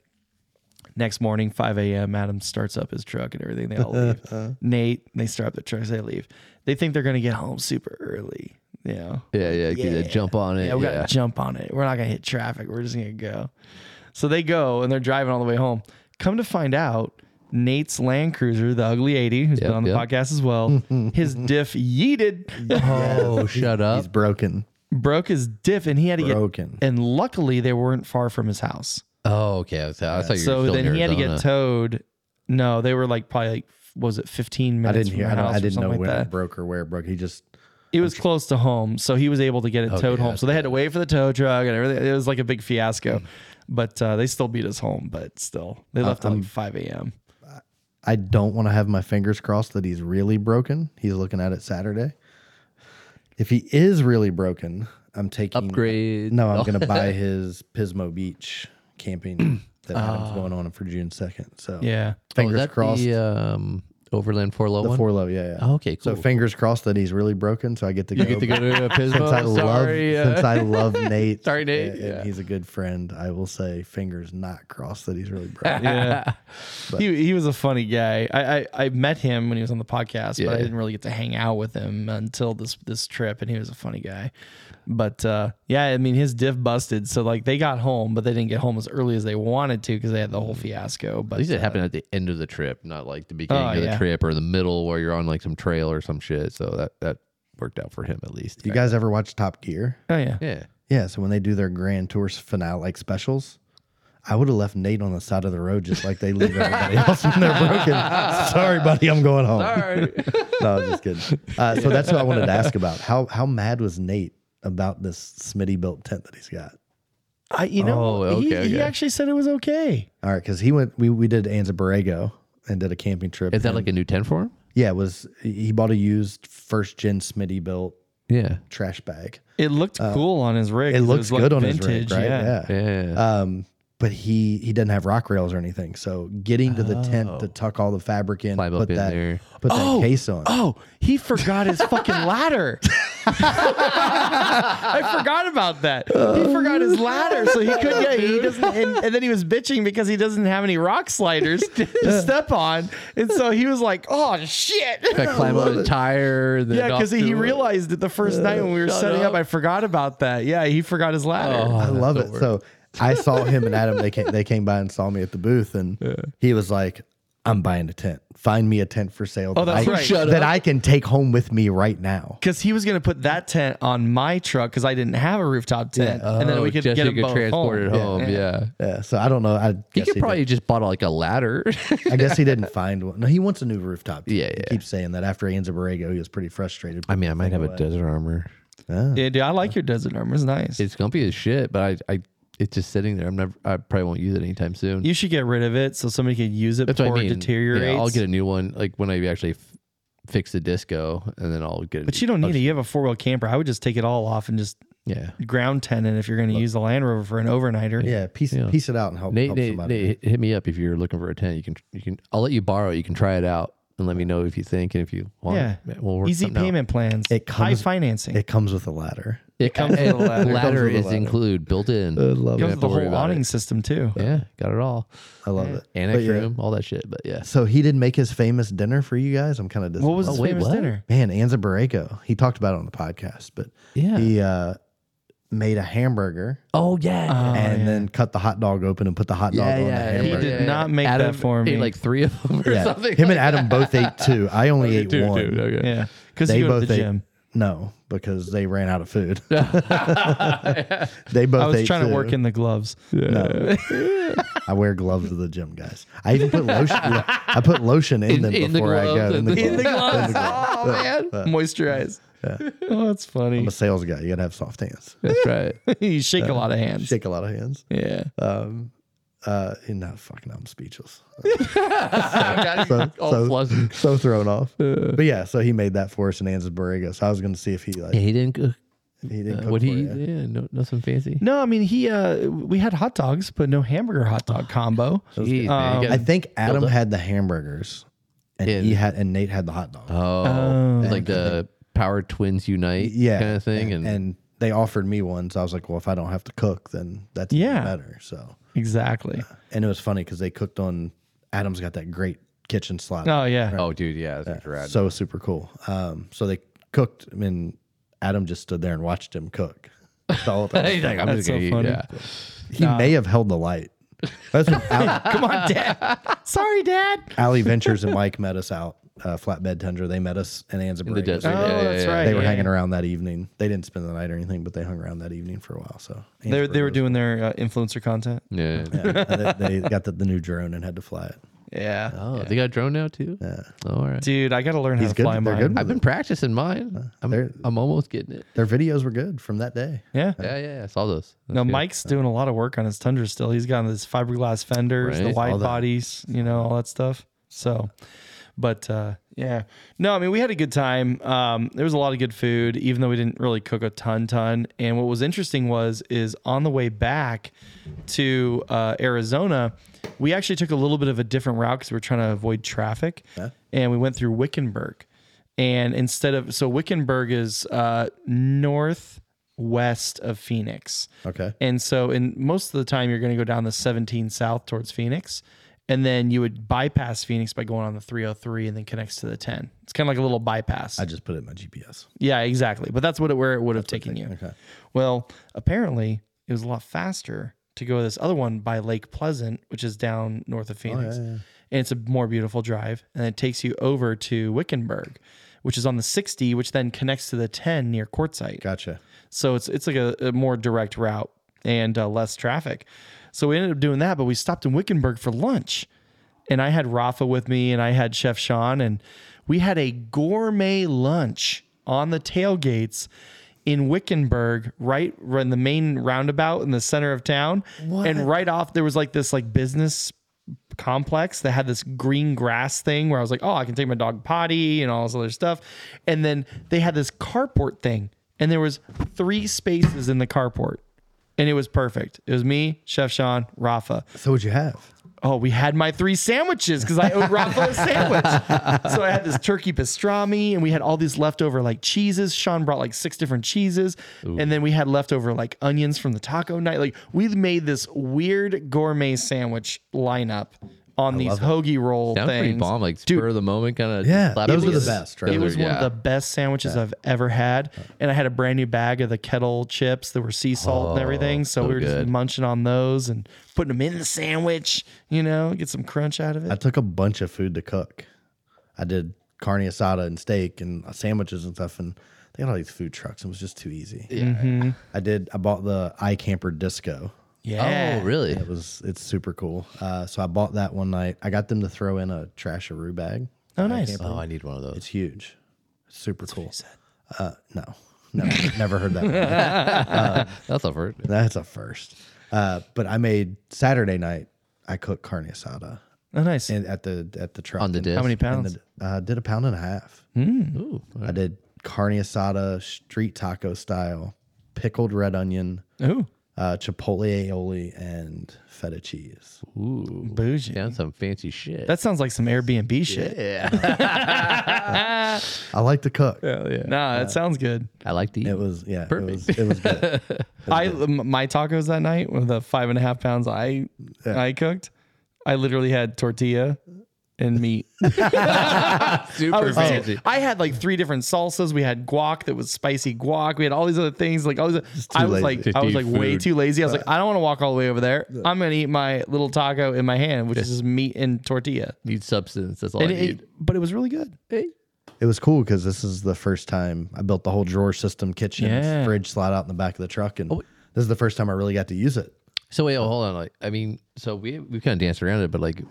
Speaker 2: Next morning, 5 a.m., Adam starts up his truck and everything. They all leave. Nate, they start up their trucks. They leave. They think they're going to get home super early. Yeah.
Speaker 1: Yeah, yeah, yeah. Jump on it.
Speaker 2: Yeah,
Speaker 1: Yeah,
Speaker 2: we gotta jump on it. We're not gonna hit traffic. We're just gonna go. So they go and they're driving all the way home. Come to find out, Nate's Land Cruiser, the ugly 80, who's been
Speaker 1: Yep,
Speaker 2: on the
Speaker 1: yep.
Speaker 2: podcast as well, his diff yeeted,
Speaker 1: Oh, shut up.
Speaker 3: He's broken.
Speaker 2: broke his diff, and he had to
Speaker 3: Broken.
Speaker 2: get. And luckily, they weren't far from his house.
Speaker 1: Oh, okay. I, was, I thought you were
Speaker 2: So
Speaker 1: still
Speaker 2: then
Speaker 1: in
Speaker 2: he had to get
Speaker 1: Arizona.
Speaker 2: towed. No, they were like probably like was it 15
Speaker 3: I
Speaker 2: minutes?
Speaker 3: didn't
Speaker 2: from
Speaker 3: hear.
Speaker 2: her
Speaker 3: I, don't,
Speaker 2: house
Speaker 3: I
Speaker 2: or
Speaker 3: didn't know
Speaker 2: something
Speaker 3: when
Speaker 2: like that.
Speaker 3: it broke or where it broke. He just
Speaker 2: It was close to home, so he was able to get it towed home. So they had to wait for the tow truck and everything. It was like a big fiasco,
Speaker 1: Hmm.
Speaker 2: but uh, they still beat us home. But still, they left at like five a.m.
Speaker 3: I don't want to have my fingers crossed that he's really broken. He's looking at it Saturday. If he is really broken, I'm taking
Speaker 1: upgrade. Oh,
Speaker 3: No, I'm gonna buy his Pismo Beach camping that Adam's going on for June second. So
Speaker 1: Ah.
Speaker 2: Yeah,
Speaker 1: Oh, is
Speaker 3: fingers
Speaker 1: that
Speaker 3: crossed.
Speaker 1: The um, Overland 4
Speaker 3: The
Speaker 1: one?
Speaker 3: four low, yeah, yeah.
Speaker 1: Oh, okay,
Speaker 3: So
Speaker 1: cool.
Speaker 3: fingers crossed that he's really broken, so I get to go.
Speaker 1: you get to go to a Pismo.
Speaker 3: since I
Speaker 1: Sorry,
Speaker 3: love
Speaker 1: uh,
Speaker 3: since I love Nate.
Speaker 1: Sorry, Nate.
Speaker 3: and-
Speaker 1: Yeah.
Speaker 3: and he's a good friend. I will say fingers not crossed that he's really broken.
Speaker 2: yeah. he he was a funny guy. I, I I met him when he was on the podcast, but I
Speaker 1: Yeah.
Speaker 2: didn't really get to hang out with him until this this trip, and he was a funny guy. But uh, yeah, I mean his diff busted, so like they got home, but they didn't get home as early as they wanted to because they had the whole fiasco.
Speaker 1: Hmm.
Speaker 2: But
Speaker 1: At least
Speaker 2: uh,
Speaker 1: it happened at the end of the trip, not like the beginning
Speaker 2: Oh,
Speaker 1: of the
Speaker 2: yeah.
Speaker 1: trip or the middle where you're on like some trail or some shit. So that that worked out for him at least.
Speaker 3: You guys ever watch Top Gear?
Speaker 2: Oh yeah.
Speaker 1: yeah.
Speaker 3: Yeah, so when they do their grand tours finale like specials, I would have left Nate on the side of the road just like they leave everybody else when they're broken. Sorry, buddy, I'm going
Speaker 2: Oh.
Speaker 3: home. no, I'm just kidding. Uh, so that's what I wanted to ask about. How how mad was Nate about this Smitty built tent that he's got?
Speaker 2: I, you know,
Speaker 1: Oh,
Speaker 2: he,
Speaker 1: okay,
Speaker 2: he
Speaker 1: okay.
Speaker 2: actually said it was okay.
Speaker 3: All right, because he went we, we did Anza Borrego and did a camping trip.
Speaker 1: Is that
Speaker 3: and-
Speaker 1: like a new tent for him?
Speaker 3: yeah, it was he bought a used first gen Smitty built
Speaker 1: Yeah.
Speaker 3: trash bag.
Speaker 2: Uh, It looked cool on his rig.
Speaker 3: It
Speaker 2: 'cause
Speaker 3: looks
Speaker 2: was, like,
Speaker 3: good on his rig,
Speaker 2: vintage,
Speaker 3: right?
Speaker 2: Yeah.
Speaker 3: Yeah.
Speaker 1: Yeah.
Speaker 3: Um, but he he doesn't have rock rails or anything. So getting to the tent to tuck all the fabric in,
Speaker 1: Oh. Climb up
Speaker 3: put
Speaker 1: in
Speaker 3: that
Speaker 1: there.
Speaker 3: put that case on.
Speaker 2: Oh, he forgot his fucking ladder. I forgot about that. He forgot his ladder, so he couldn't. Yeah, he doesn't. And, and then he was bitching because he doesn't have any rock sliders to step on, and so he was like, "Oh shit!"
Speaker 1: I climb on a tire. Then
Speaker 2: Yeah, because
Speaker 1: off
Speaker 2: he
Speaker 1: to-
Speaker 2: realized it the first night when we were setting up.
Speaker 1: up.
Speaker 2: I forgot about that. Yeah, he forgot his ladder.
Speaker 1: Oh,
Speaker 3: I
Speaker 1: that's
Speaker 3: love
Speaker 1: the
Speaker 3: it.
Speaker 1: worst.
Speaker 3: So I saw him and Adam. They came they came by and saw me at the booth, and he was like, "I'm buying a tent. Find me a tent for sale.
Speaker 2: Oh,
Speaker 3: that
Speaker 2: that's
Speaker 3: I-
Speaker 2: right.
Speaker 1: Shut
Speaker 3: that
Speaker 1: up.
Speaker 3: I can take home with me right now."
Speaker 2: Because he was going to put that tent on my truck because I didn't have a rooftop tent, and then
Speaker 1: Oh,
Speaker 2: we could
Speaker 1: just
Speaker 2: get
Speaker 1: you
Speaker 2: them
Speaker 1: could
Speaker 2: both
Speaker 1: transport
Speaker 2: home.
Speaker 1: it home. Yeah.
Speaker 3: Yeah, so I don't know. I
Speaker 1: He
Speaker 3: guess
Speaker 1: could
Speaker 3: he
Speaker 1: probably just bought like a ladder.
Speaker 3: did. I guess he didn't find one. No, he wants a new rooftop. tent.
Speaker 1: Yeah,
Speaker 3: He
Speaker 1: yeah.
Speaker 3: keeps saying that after Anza Borrego, he was pretty frustrated. uh,
Speaker 1: I mean, I might have a desert armor.
Speaker 2: Yeah, dude, I like your desert armor. It's nice.
Speaker 1: It's gumpy as shit, but I, I, it's just sitting there. I'm never. I probably won't use it anytime soon.
Speaker 2: You should get rid of it so somebody could use it
Speaker 1: That's what I
Speaker 2: before
Speaker 1: mean.
Speaker 2: it deteriorates.
Speaker 1: Yeah, I'll get a new one. Like when I actually f- fix the disco, and then I'll get. A
Speaker 2: but you don't need it. You have a four wheel camper. I would just take it all off and just
Speaker 1: Yeah.
Speaker 2: ground tent it if you're going to use the Land Rover for an overnighter.
Speaker 3: Yeah, piece
Speaker 1: Yeah.
Speaker 3: piece it out and help,
Speaker 1: Nate,
Speaker 3: help
Speaker 1: Nate,
Speaker 3: somebody.
Speaker 1: Nate, hit- hit me up if you're looking for a tent. You can, you can. I'll let you borrow. it. You can try it out and let me know if you think and if you want.
Speaker 2: Yeah.
Speaker 1: it. we'll work
Speaker 2: Easy
Speaker 1: something out.
Speaker 2: payment plans.
Speaker 3: It
Speaker 2: high
Speaker 3: comes-
Speaker 2: financing.
Speaker 3: It comes with a ladder.
Speaker 1: It comes with a ladder. ladder Uh, is include built in.
Speaker 3: love
Speaker 1: You don't
Speaker 2: comes
Speaker 1: have
Speaker 2: with the
Speaker 1: to worry
Speaker 2: whole
Speaker 1: about
Speaker 2: awning
Speaker 1: it.
Speaker 2: system too.
Speaker 1: Yeah, got it all.
Speaker 3: I love
Speaker 2: Mm-hmm.
Speaker 3: it.
Speaker 1: Annex
Speaker 3: But yeah.
Speaker 1: room, all that shit. But yes,
Speaker 3: So he didn't make his famous dinner for you guys. I'm kind of
Speaker 2: What
Speaker 3: disappointed.
Speaker 2: was
Speaker 1: Oh,
Speaker 2: his
Speaker 1: wait,
Speaker 2: famous
Speaker 1: what?
Speaker 2: dinner?
Speaker 3: Man, Anza Borrego. He talked about it on the podcast, but
Speaker 1: Yeah.
Speaker 3: he uh, made a hamburger
Speaker 1: Oh yeah.
Speaker 2: Oh,
Speaker 3: and
Speaker 2: yeah.
Speaker 3: then cut the hot dog open and put the hot dog on the
Speaker 2: He
Speaker 3: hamburger.
Speaker 2: did not make
Speaker 1: Adam
Speaker 2: that for
Speaker 1: ate
Speaker 2: me.
Speaker 1: like three of them or
Speaker 3: Yeah.
Speaker 1: something.
Speaker 3: Him and Adam both ate two. I only ate
Speaker 1: Dude,
Speaker 3: one.
Speaker 1: dude, okay.
Speaker 2: yeah, because
Speaker 3: They
Speaker 2: you go to
Speaker 3: both
Speaker 2: the
Speaker 3: ate
Speaker 2: gym.
Speaker 3: No, because they ran out of food. they both.
Speaker 2: I was
Speaker 3: ate
Speaker 2: trying to
Speaker 3: two.
Speaker 2: work in the gloves.
Speaker 3: No. I wear gloves to the gym, guys. I even put lotion. I put lotion in,
Speaker 1: In-
Speaker 3: them
Speaker 1: in the
Speaker 3: before I
Speaker 1: gloves,
Speaker 3: go.
Speaker 1: in the- in the
Speaker 3: gloves. In the gloves.
Speaker 2: Oh man, moisturize. Oh, that's
Speaker 3: I'm
Speaker 2: funny.
Speaker 3: a sales guy. You gotta have soft hands.
Speaker 1: That's right.
Speaker 2: you shake a lot of hands.
Speaker 3: Shake a lot of hands.
Speaker 2: Yeah.
Speaker 3: Um, uh, and not fucking. I'm speechless.
Speaker 1: so, all
Speaker 3: so-
Speaker 1: flustered.
Speaker 3: so thrown off. but yeah, so he made that for us in Anza Borrego. So I was gonna see if he like
Speaker 1: Yeah, he didn't. Cook,
Speaker 3: he didn't
Speaker 1: uh,
Speaker 3: cook
Speaker 1: what
Speaker 3: for
Speaker 1: he?
Speaker 3: you.
Speaker 1: Yeah, no, nothing fancy.
Speaker 2: No, I mean he. uh We had hot dogs, but no hamburger hot dog combo.
Speaker 1: Jeez, man,
Speaker 2: Um,
Speaker 1: you
Speaker 3: I
Speaker 1: gotta-
Speaker 3: think Adam had the hamburgers, and
Speaker 1: Yeah.
Speaker 3: he had and Nate had the hot dog.
Speaker 1: oh, it's like the Power Twins Unite
Speaker 3: yeah,
Speaker 1: kind of thing, and,
Speaker 3: and, they offered me one, so I was like, well, if I don't have to cook, then that's even
Speaker 2: Yeah.
Speaker 3: better. So
Speaker 2: Exactly.
Speaker 3: and it was funny because they cooked on Adam's got that great kitchen slot.
Speaker 2: Oh yeah.
Speaker 1: oh, dude, yeah, that's rad.
Speaker 3: so super cool. Um, so they cooked and Adam just stood there and watched him cook. The whole time.
Speaker 1: He's like, I'm
Speaker 2: That's
Speaker 1: just gonna
Speaker 2: so
Speaker 1: eat,
Speaker 2: funny.
Speaker 1: yeah.
Speaker 3: He may have held the light. That's when Al-
Speaker 2: Come on, Dad. Sorry, Dad.
Speaker 3: Allie Ventures and Mike met us out. Uh, Flatbed Tundra. They met us in Anza
Speaker 1: In the
Speaker 3: Borrego.
Speaker 1: desert.
Speaker 2: Oh,
Speaker 1: yeah, yeah,
Speaker 2: that's
Speaker 1: yeah.
Speaker 2: right.
Speaker 3: They were
Speaker 2: yeah.
Speaker 3: hanging around that evening. They didn't spend the night or anything, but they hung around that evening for a while. So
Speaker 2: They they were
Speaker 3: Anza
Speaker 2: doing their uh, influencer content.
Speaker 1: Yeah.
Speaker 3: Borrego. Yeah, they, they got the, the new drone and had to fly it.
Speaker 2: Yeah.
Speaker 1: Oh, they got a drone now too. Yeah. all right.
Speaker 2: Dude, I got to learn how
Speaker 3: He's
Speaker 2: to
Speaker 3: good.
Speaker 2: fly
Speaker 3: They're
Speaker 2: mine.
Speaker 3: good.
Speaker 1: I've been practicing mine.
Speaker 3: Uh, they're- Uh,
Speaker 1: I'm, I'm almost getting it.
Speaker 3: Their videos were good from that day.
Speaker 2: Yeah.
Speaker 1: Yeah, yeah, yeah, I saw those. That's
Speaker 2: No,
Speaker 1: good.
Speaker 2: Mike's doing a lot of work on his Tundra still. He's got his fiberglass fenders, the
Speaker 1: Right.
Speaker 2: wide
Speaker 3: All that.
Speaker 2: bodies, you know, all that stuff. So, but uh, yeah, no, I mean, we had a good time. Um, there was a lot of good food, even though we didn't really cook a ton, ton. And what was interesting was, is on the way back to uh, Arizona, we actually took a little bit of a different route because we were trying to avoid traffic, and we went through Wickenburg. And instead of so Wickenburg is uh, northwest of Phoenix.
Speaker 3: Okay.
Speaker 2: And so, in most of the time, you're going to go down the 17 south towards Phoenix, and then you would bypass Phoenix by going on the 303 and then connects to the 10. It's kind of like a little bypass.
Speaker 3: I just put it in my GPS.
Speaker 2: yeah, exactly. But that's what it, where it would have taken you.
Speaker 3: Okay.
Speaker 2: Well, apparently, it was a lot faster to go this other one by Lake Pleasant, which is down north
Speaker 3: Oh,
Speaker 2: of Phoenix, and it's a more beautiful drive, and it takes you over to Wickenburg. Which is on the 60, which then connects to the 10 near Quartzsite.
Speaker 3: Gotcha.
Speaker 2: So it's it's like a, a more direct route and uh, less traffic. So we ended up doing that, but we stopped in Wickenburg for lunch. And I had Rafa with me and I had Chef Sean and we had a gourmet lunch on the tailgates in Wickenburg, right in the main roundabout in the center of town. And right off there was like this like business complex that had this green grass thing where I was like, oh, I can take my dog potty and all this other stuff. And then they had this carport thing, and there was three spaces in the carport. and it was perfect. It was me, Chef Sean, Rafa.
Speaker 3: So what'd you have?
Speaker 2: Oh, we had my three sandwiches because I owed Rafa a sandwich. So I had this turkey pastrami and we had all these leftover like cheeses. Sean brought like six different cheeses. And then we had leftover like onions from the taco night. Like we made this weird gourmet sandwich lineup on these hoagie roll
Speaker 1: Sounds pretty
Speaker 2: things.
Speaker 1: bomb, like
Speaker 2: Dude,
Speaker 1: spur of the moment kind of.
Speaker 3: Yeah, those were the best, right?
Speaker 2: it was one of the best sandwiches I've ever had. And I had a brand new bag of the kettle chips that were sea salt and everything. So,
Speaker 1: Oh, so
Speaker 2: we were just
Speaker 1: good.
Speaker 2: munching on those and putting them in the sandwich, you know, get some crunch out of
Speaker 3: I
Speaker 2: it.
Speaker 3: took a bunch of food to cook. I did carne asada and steak and sandwiches and stuff, and they had all these food trucks. and It was just too easy. Yeah.
Speaker 2: Mm-hmm.
Speaker 3: I did. I bought the iCamper Disco.
Speaker 2: Yeah.
Speaker 1: Oh, really?
Speaker 3: It was it's super cool. Uh, so I bought that one night. I got them to throw in a trasharoo bag.
Speaker 2: Oh, nice.
Speaker 1: Oh, I need one of those.
Speaker 3: It's huge. It's super cool. Uh, no, no, never heard that. One.
Speaker 1: That's a first.
Speaker 3: That's a first. Uh, but I made Saturday night. I cooked carne asada
Speaker 2: Oh, nice.
Speaker 3: and at the at the truck
Speaker 1: On the
Speaker 3: And-
Speaker 1: disc.
Speaker 2: How many
Speaker 3: and
Speaker 2: pounds? Hmm.
Speaker 3: the- uh, did a pound and a half.
Speaker 1: Ooh,
Speaker 3: I did carne asada street taco style, pickled red onion,
Speaker 2: Ooh,
Speaker 3: uh, chipotle aioli, and feta cheese.
Speaker 1: ooh,
Speaker 2: bougie.
Speaker 1: down some fancy shit.
Speaker 2: That sounds like some Airbnb shit.
Speaker 3: I like to cook.
Speaker 2: Nah, that sounds good.
Speaker 1: I like to eat.
Speaker 3: It was yeah.
Speaker 1: Perfect.
Speaker 3: It was it was good.
Speaker 2: I m- my tacos that night with the five and a half pounds I I cooked. I literally had tortilla and meat.
Speaker 1: Super
Speaker 2: I was- I had like three different salsas. We had guac that was spicy guac. We had all these other things. Like all these, I was
Speaker 3: lazy.
Speaker 2: like,
Speaker 1: To
Speaker 2: I was
Speaker 1: eat
Speaker 2: like way
Speaker 1: food.
Speaker 2: too lazy. I was like, I don't want to walk all the way over there. I'm gonna eat my little taco in my hand, which is just meat and tortilla.
Speaker 1: need substance. That's all
Speaker 2: And
Speaker 1: I
Speaker 2: it-
Speaker 1: need.
Speaker 2: it- but it was really good.
Speaker 3: it was cool because this is the first time I built the whole drawer system, kitchen,
Speaker 2: Yeah. Oh,
Speaker 3: fridge slot out in the back of the truck, and this is the first time I really got to use it.
Speaker 1: So wait, oh, hold on. Like, I mean, so we we kind of danced around it, but like,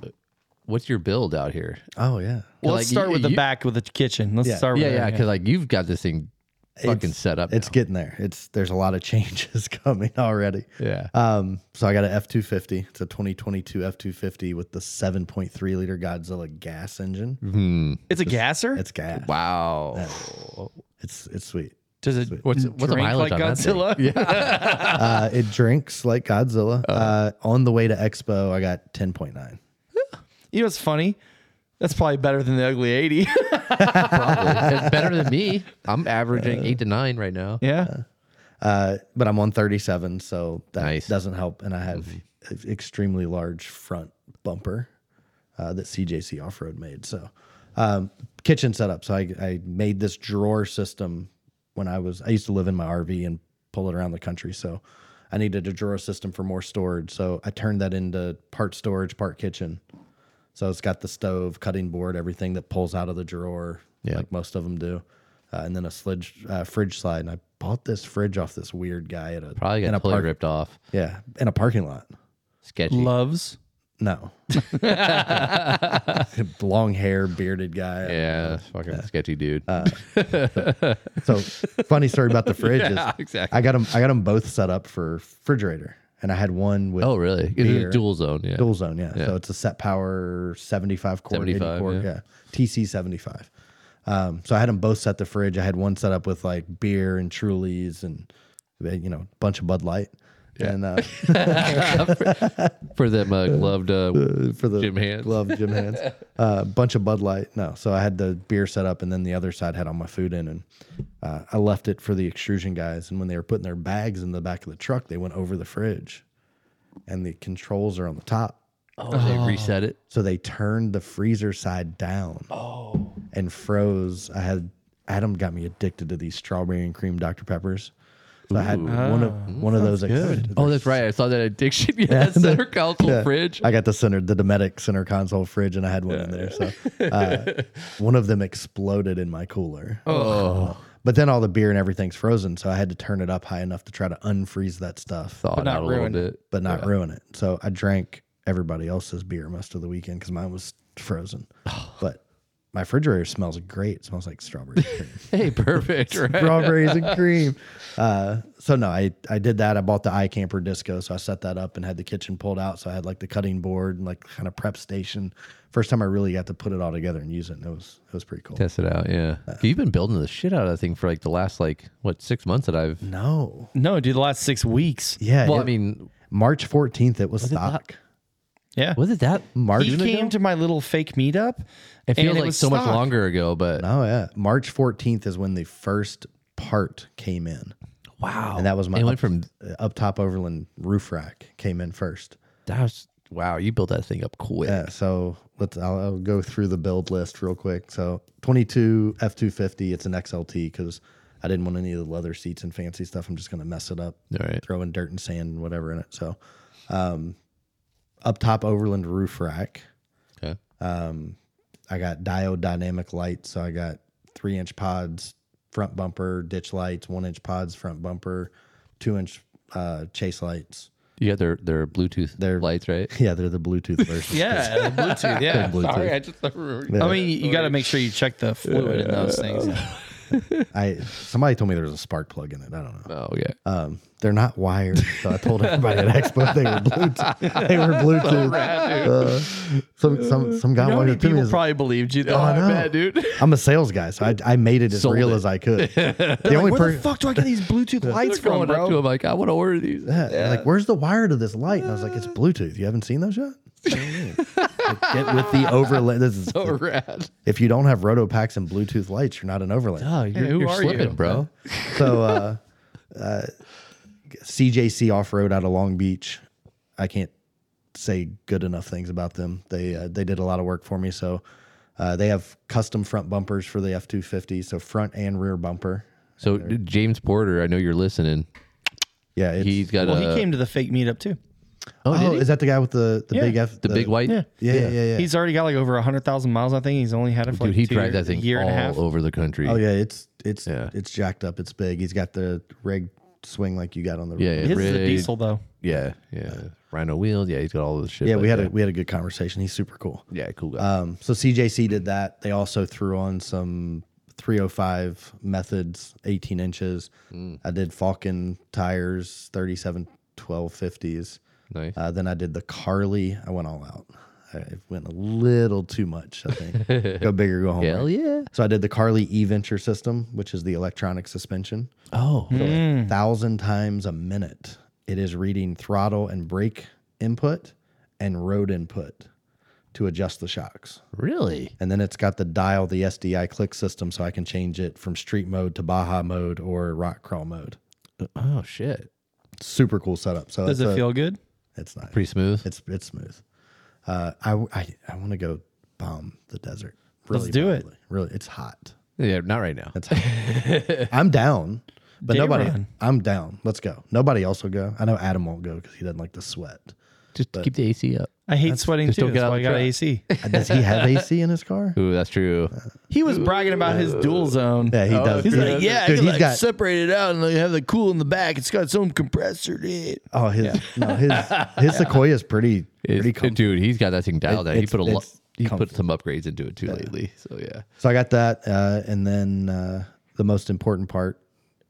Speaker 1: what's your build out here?
Speaker 3: Oh yeah.
Speaker 1: like,
Speaker 2: Well, let's start
Speaker 1: you-
Speaker 2: with the
Speaker 1: you-
Speaker 2: back with the kitchen. Let's start with
Speaker 1: Yeah,
Speaker 2: that,
Speaker 1: yeah, because like you've got this thing fucking
Speaker 3: It's-
Speaker 1: set up.
Speaker 3: It's getting there. It's there's a lot of changes coming already.
Speaker 1: yeah.
Speaker 3: Um, so I got an F two fifty. It's a twenty twenty two F two fifty with the seven point three liter Godzilla gas engine.
Speaker 2: It's a gasser.
Speaker 3: It's gas.
Speaker 1: Hmm. Wow.
Speaker 3: It's it's sweet.
Speaker 2: Does it
Speaker 1: What's-
Speaker 2: what's,
Speaker 1: what's the
Speaker 2: drink
Speaker 1: mileage
Speaker 2: like
Speaker 1: on that thing?
Speaker 2: Godzilla?
Speaker 3: Uh, it drinks like Godzilla. Uh, on the way to Expo, I got ten point nine.
Speaker 2: You know what's funny? That's probably better than the ugly eighty.
Speaker 1: it's better than me. I'm averaging eight to nine right now.
Speaker 2: yeah.
Speaker 3: Uh, but I'm on thirty seven, so that
Speaker 1: Nice. Mm-hmm.
Speaker 3: doesn't help. And I have an extremely large front bumper uh, that CJC Off Road made. So um, kitchen setup. So I, I made this drawer system when I was I used to live in my RV and pull it around the country. So I needed a drawer system for more storage. So I turned that into part storage, part kitchen. So it's got the stove, cutting board, everything that pulls out of the drawer, like most of them do, uh, and then a slidge, uh, fridge slide. And I bought this fridge off this weird guy at a
Speaker 1: Probably got
Speaker 3: in a
Speaker 1: totally
Speaker 3: park-
Speaker 1: ripped off.
Speaker 3: yeah in a parking lot.
Speaker 1: Sketchy.
Speaker 2: Loves.
Speaker 3: No, long hair, bearded guy.
Speaker 1: yeah, fucking sketchy dude.
Speaker 3: Uh, So funny story about the fridge is
Speaker 1: exactly.
Speaker 3: I got them. I got 'em both set up for refrigerator, and I had one with
Speaker 1: oh, really? It's
Speaker 3: beer.
Speaker 1: a dual zone. Yeah.
Speaker 3: dual zone. Yeah. so it's a set power seventy five core,
Speaker 1: 75,
Speaker 3: eighty core,
Speaker 1: yeah.
Speaker 3: yeah, TC seventy five. Um, so I had them both set the fridge. I had one set up with like beer and Trulies and eh, you know a bunch of Bud Light. And uh,
Speaker 1: For them uh, gloved. Uh,
Speaker 3: for the
Speaker 1: Jim Hands.
Speaker 3: glove Jim hands, a uh, bunch of Bud Light. No, so I had the beer set up, and then the other side had all my food in, and uh, I left it for the extrusion guys. And when they were putting their bags in the back of the truck, they went over the fridge, and the controls are on the top.
Speaker 1: oh, they reset it.
Speaker 3: So they turned the freezer side down. Oh. And froze. I had Adam got me addicted to these strawberry and cream Dr. Peppers. So I had one of one of those. Good.
Speaker 1: Oh, that's right. I saw that addiction. Yeah, yeah center console fridge.
Speaker 3: I got the center, the Dometic center console fridge, and I had one in there. So uh, one of them exploded in my cooler.
Speaker 1: oh,
Speaker 3: But then all the beer and everything's frozen, so I had to turn it up high enough to try to unfreeze that stuff,
Speaker 1: thawed
Speaker 2: not
Speaker 1: out a little
Speaker 2: ruined it.
Speaker 1: bit.
Speaker 3: but not ruin it. So I drank everybody else's beer most of the weekend because mine was frozen. But my refrigerator smells great. It smells like strawberries, and cream.
Speaker 1: Hey, perfect. Right?
Speaker 3: strawberries and cream. Uh, so no, I I did that. I bought the iCamper Disco, so I set that up and had the kitchen pulled out. So I had like the cutting board and like kind of prep station. First time I really got to put it all together and use it, and it was it was pretty cool.
Speaker 1: Test it out. Yeah. You've been building the shit out of that thing for like the last like what six months that I've.
Speaker 3: No,
Speaker 2: No, dude, the last six weeks.
Speaker 3: yeah,
Speaker 1: Well,
Speaker 3: it-
Speaker 1: I mean,
Speaker 3: March fourteenth it was, stock.
Speaker 2: Yeah.
Speaker 1: was it that March?
Speaker 2: He
Speaker 1: ago?
Speaker 2: came to my little fake meetup.
Speaker 1: It
Speaker 2: and
Speaker 1: feels like
Speaker 2: was
Speaker 1: so much
Speaker 2: stock.
Speaker 1: longer ago, but
Speaker 3: Oh yeah, March fourteenth is when the first part came in,
Speaker 1: wow.
Speaker 3: and that was my
Speaker 1: It
Speaker 3: up, uh,
Speaker 1: went from
Speaker 3: up top Overland roof rack came in first.
Speaker 1: that was wow. You built that thing up quick.
Speaker 3: Yeah, so let's. I'll, I'll go through the build list real quick. So 22 F 250. It's an XLT because I didn't want any of the leather seats and fancy stuff. I'm just gonna mess it up,
Speaker 1: All right.
Speaker 3: throwing dirt and sand and whatever in it. So, um, up top Overland roof rack.
Speaker 1: Okay.
Speaker 3: Um, I got diode dynamic lights. So I got three inch pods, front bumper, ditch lights, one inch pods, front bumper, two inch uh, chase lights.
Speaker 1: You got their their Bluetooth
Speaker 3: They're-
Speaker 1: lights, right?
Speaker 3: Yeah, they're the Bluetooth version.
Speaker 2: Yeah, the Bluetooth. Yeah. Sorry, I just.
Speaker 3: Yeah.
Speaker 5: I mean, you, got to make sure you check the fluid in those things.
Speaker 3: I somebody told me there was a spark plug in it. I don't know.
Speaker 1: Oh yeah.
Speaker 3: Um, they're not wired, so I told everybody at Expo they were Bluetooth. They were Bluetooth. Uh, some some some guy
Speaker 2: How many
Speaker 3: wanted to me.
Speaker 2: people probably believed you?
Speaker 3: I know.
Speaker 1: dude.
Speaker 3: I'm a sales guy, so I, I made it as
Speaker 1: Sold
Speaker 3: real
Speaker 1: it.
Speaker 3: as I could. The
Speaker 2: Where
Speaker 3: only
Speaker 2: the
Speaker 3: person
Speaker 2: fuck do I get these Bluetooth lights from,
Speaker 1: Going up to
Speaker 2: bro?
Speaker 1: him like, I want to order these.
Speaker 3: like, where's the wire to this light? And I was like, it's Bluetooth. You haven't seen those yet. Like, get with the overlay. This is
Speaker 1: So rad.
Speaker 3: if you don't have roto packs and Bluetooth lights, you're not an overlay.
Speaker 1: Oh, you're,
Speaker 2: who
Speaker 1: you're
Speaker 2: are
Speaker 1: slipping,
Speaker 2: you?
Speaker 1: bro.
Speaker 3: So uh, uh, CJC Off Road out of Long Beach. I can't say good enough things about them. They uh, they did a lot of work for me. So uh, they have custom front bumpers for the F two fifty. So front and rear bumper.
Speaker 1: So James Porter, I know you're listening.
Speaker 3: Yeah, it's,
Speaker 1: He's got
Speaker 2: Well,
Speaker 1: a
Speaker 2: he came to the fake meetup too.
Speaker 3: oh, is that the guy with the the
Speaker 2: Yeah,
Speaker 3: big F
Speaker 1: the big white.
Speaker 2: Yeah.
Speaker 3: Yeah, yeah, yeah. yeah.
Speaker 2: He's already got like over 100,000 miles, I think. He's only had it for
Speaker 1: Dude,
Speaker 2: like
Speaker 1: he
Speaker 2: two
Speaker 1: drives that
Speaker 2: years- a
Speaker 1: thing
Speaker 2: year
Speaker 1: all
Speaker 2: and a half.
Speaker 1: over the country.
Speaker 3: oh yeah, it's it's
Speaker 1: Yeah.
Speaker 3: it's jacked up. It's big. He's got the rig swing like you got on the
Speaker 1: Yeah, yeah.
Speaker 2: His is a
Speaker 1: Rig-
Speaker 2: diesel, though.
Speaker 1: Yeah, yeah. Rhino wheels. Yeah, he's got all this shit.
Speaker 3: Yeah,
Speaker 1: but
Speaker 3: we had a we had a good conversation. He's super cool.
Speaker 1: yeah, cool guy.
Speaker 3: Um, so CJC did that. They also threw on some 305 methods, 18 inches.
Speaker 1: Mm,
Speaker 3: I did Falcon tires, 37 1250s.
Speaker 1: nice.
Speaker 3: Uh, then I did the Carly. I went all out. I I went a little too much. I think go bigger, go home.
Speaker 1: Hell
Speaker 3: right?
Speaker 1: yeah.
Speaker 3: So I did the Carly E Venture system, which is the electronic suspension.
Speaker 1: Oh,
Speaker 3: So
Speaker 2: Mm.
Speaker 3: a thousand times a minute, it is reading throttle and brake input and road input to adjust the shocks.
Speaker 1: really?
Speaker 3: And then it's got the dial, the SDI click system, so I can change it from street mode to Baja mode or rock crawl mode.
Speaker 1: Oh shit.
Speaker 3: Super cool setup. So
Speaker 2: Does
Speaker 3: it's
Speaker 2: it
Speaker 3: a-
Speaker 2: feel good?
Speaker 3: It's nice.
Speaker 1: Pretty smooth.
Speaker 3: It's it's smooth. Uh, I I, I want to go bomb the desert. Really
Speaker 2: do it.
Speaker 3: badly. Really, it's hot.
Speaker 1: Yeah, not right now.
Speaker 3: It's hot. I'm down, but
Speaker 2: Day
Speaker 3: nobody.
Speaker 2: run.
Speaker 3: I'm down. Let's go. Nobody else will go. I know Adam won't go because he doesn't like to sweat.
Speaker 1: Just keep the AC up.
Speaker 2: I hate sweating
Speaker 1: just
Speaker 2: too.
Speaker 1: don't get
Speaker 2: That's
Speaker 1: out
Speaker 2: why I
Speaker 1: of
Speaker 2: got
Speaker 1: the truck.
Speaker 2: AC.
Speaker 3: Does he have AC in his car?
Speaker 1: Ooh, that's true.
Speaker 2: He was bragging about his dual zone.
Speaker 3: Yeah, he does.
Speaker 5: Oh, He's like, yeah, I can,
Speaker 3: Dude, he's
Speaker 5: like,
Speaker 3: got
Speaker 5: separate it out and like, have the cool in the back. It's got its own compressor to it.
Speaker 3: oh his no his his Sequoia is pretty
Speaker 1: It's-
Speaker 3: pretty comfortable.
Speaker 1: dude, he's got that thing dialed out. He
Speaker 3: it's-
Speaker 1: put a lot.
Speaker 3: it's
Speaker 1: He put
Speaker 3: comfy.
Speaker 1: some upgrades into it too lately. So yeah.
Speaker 3: So I got that, uh, and then uh, the most important part,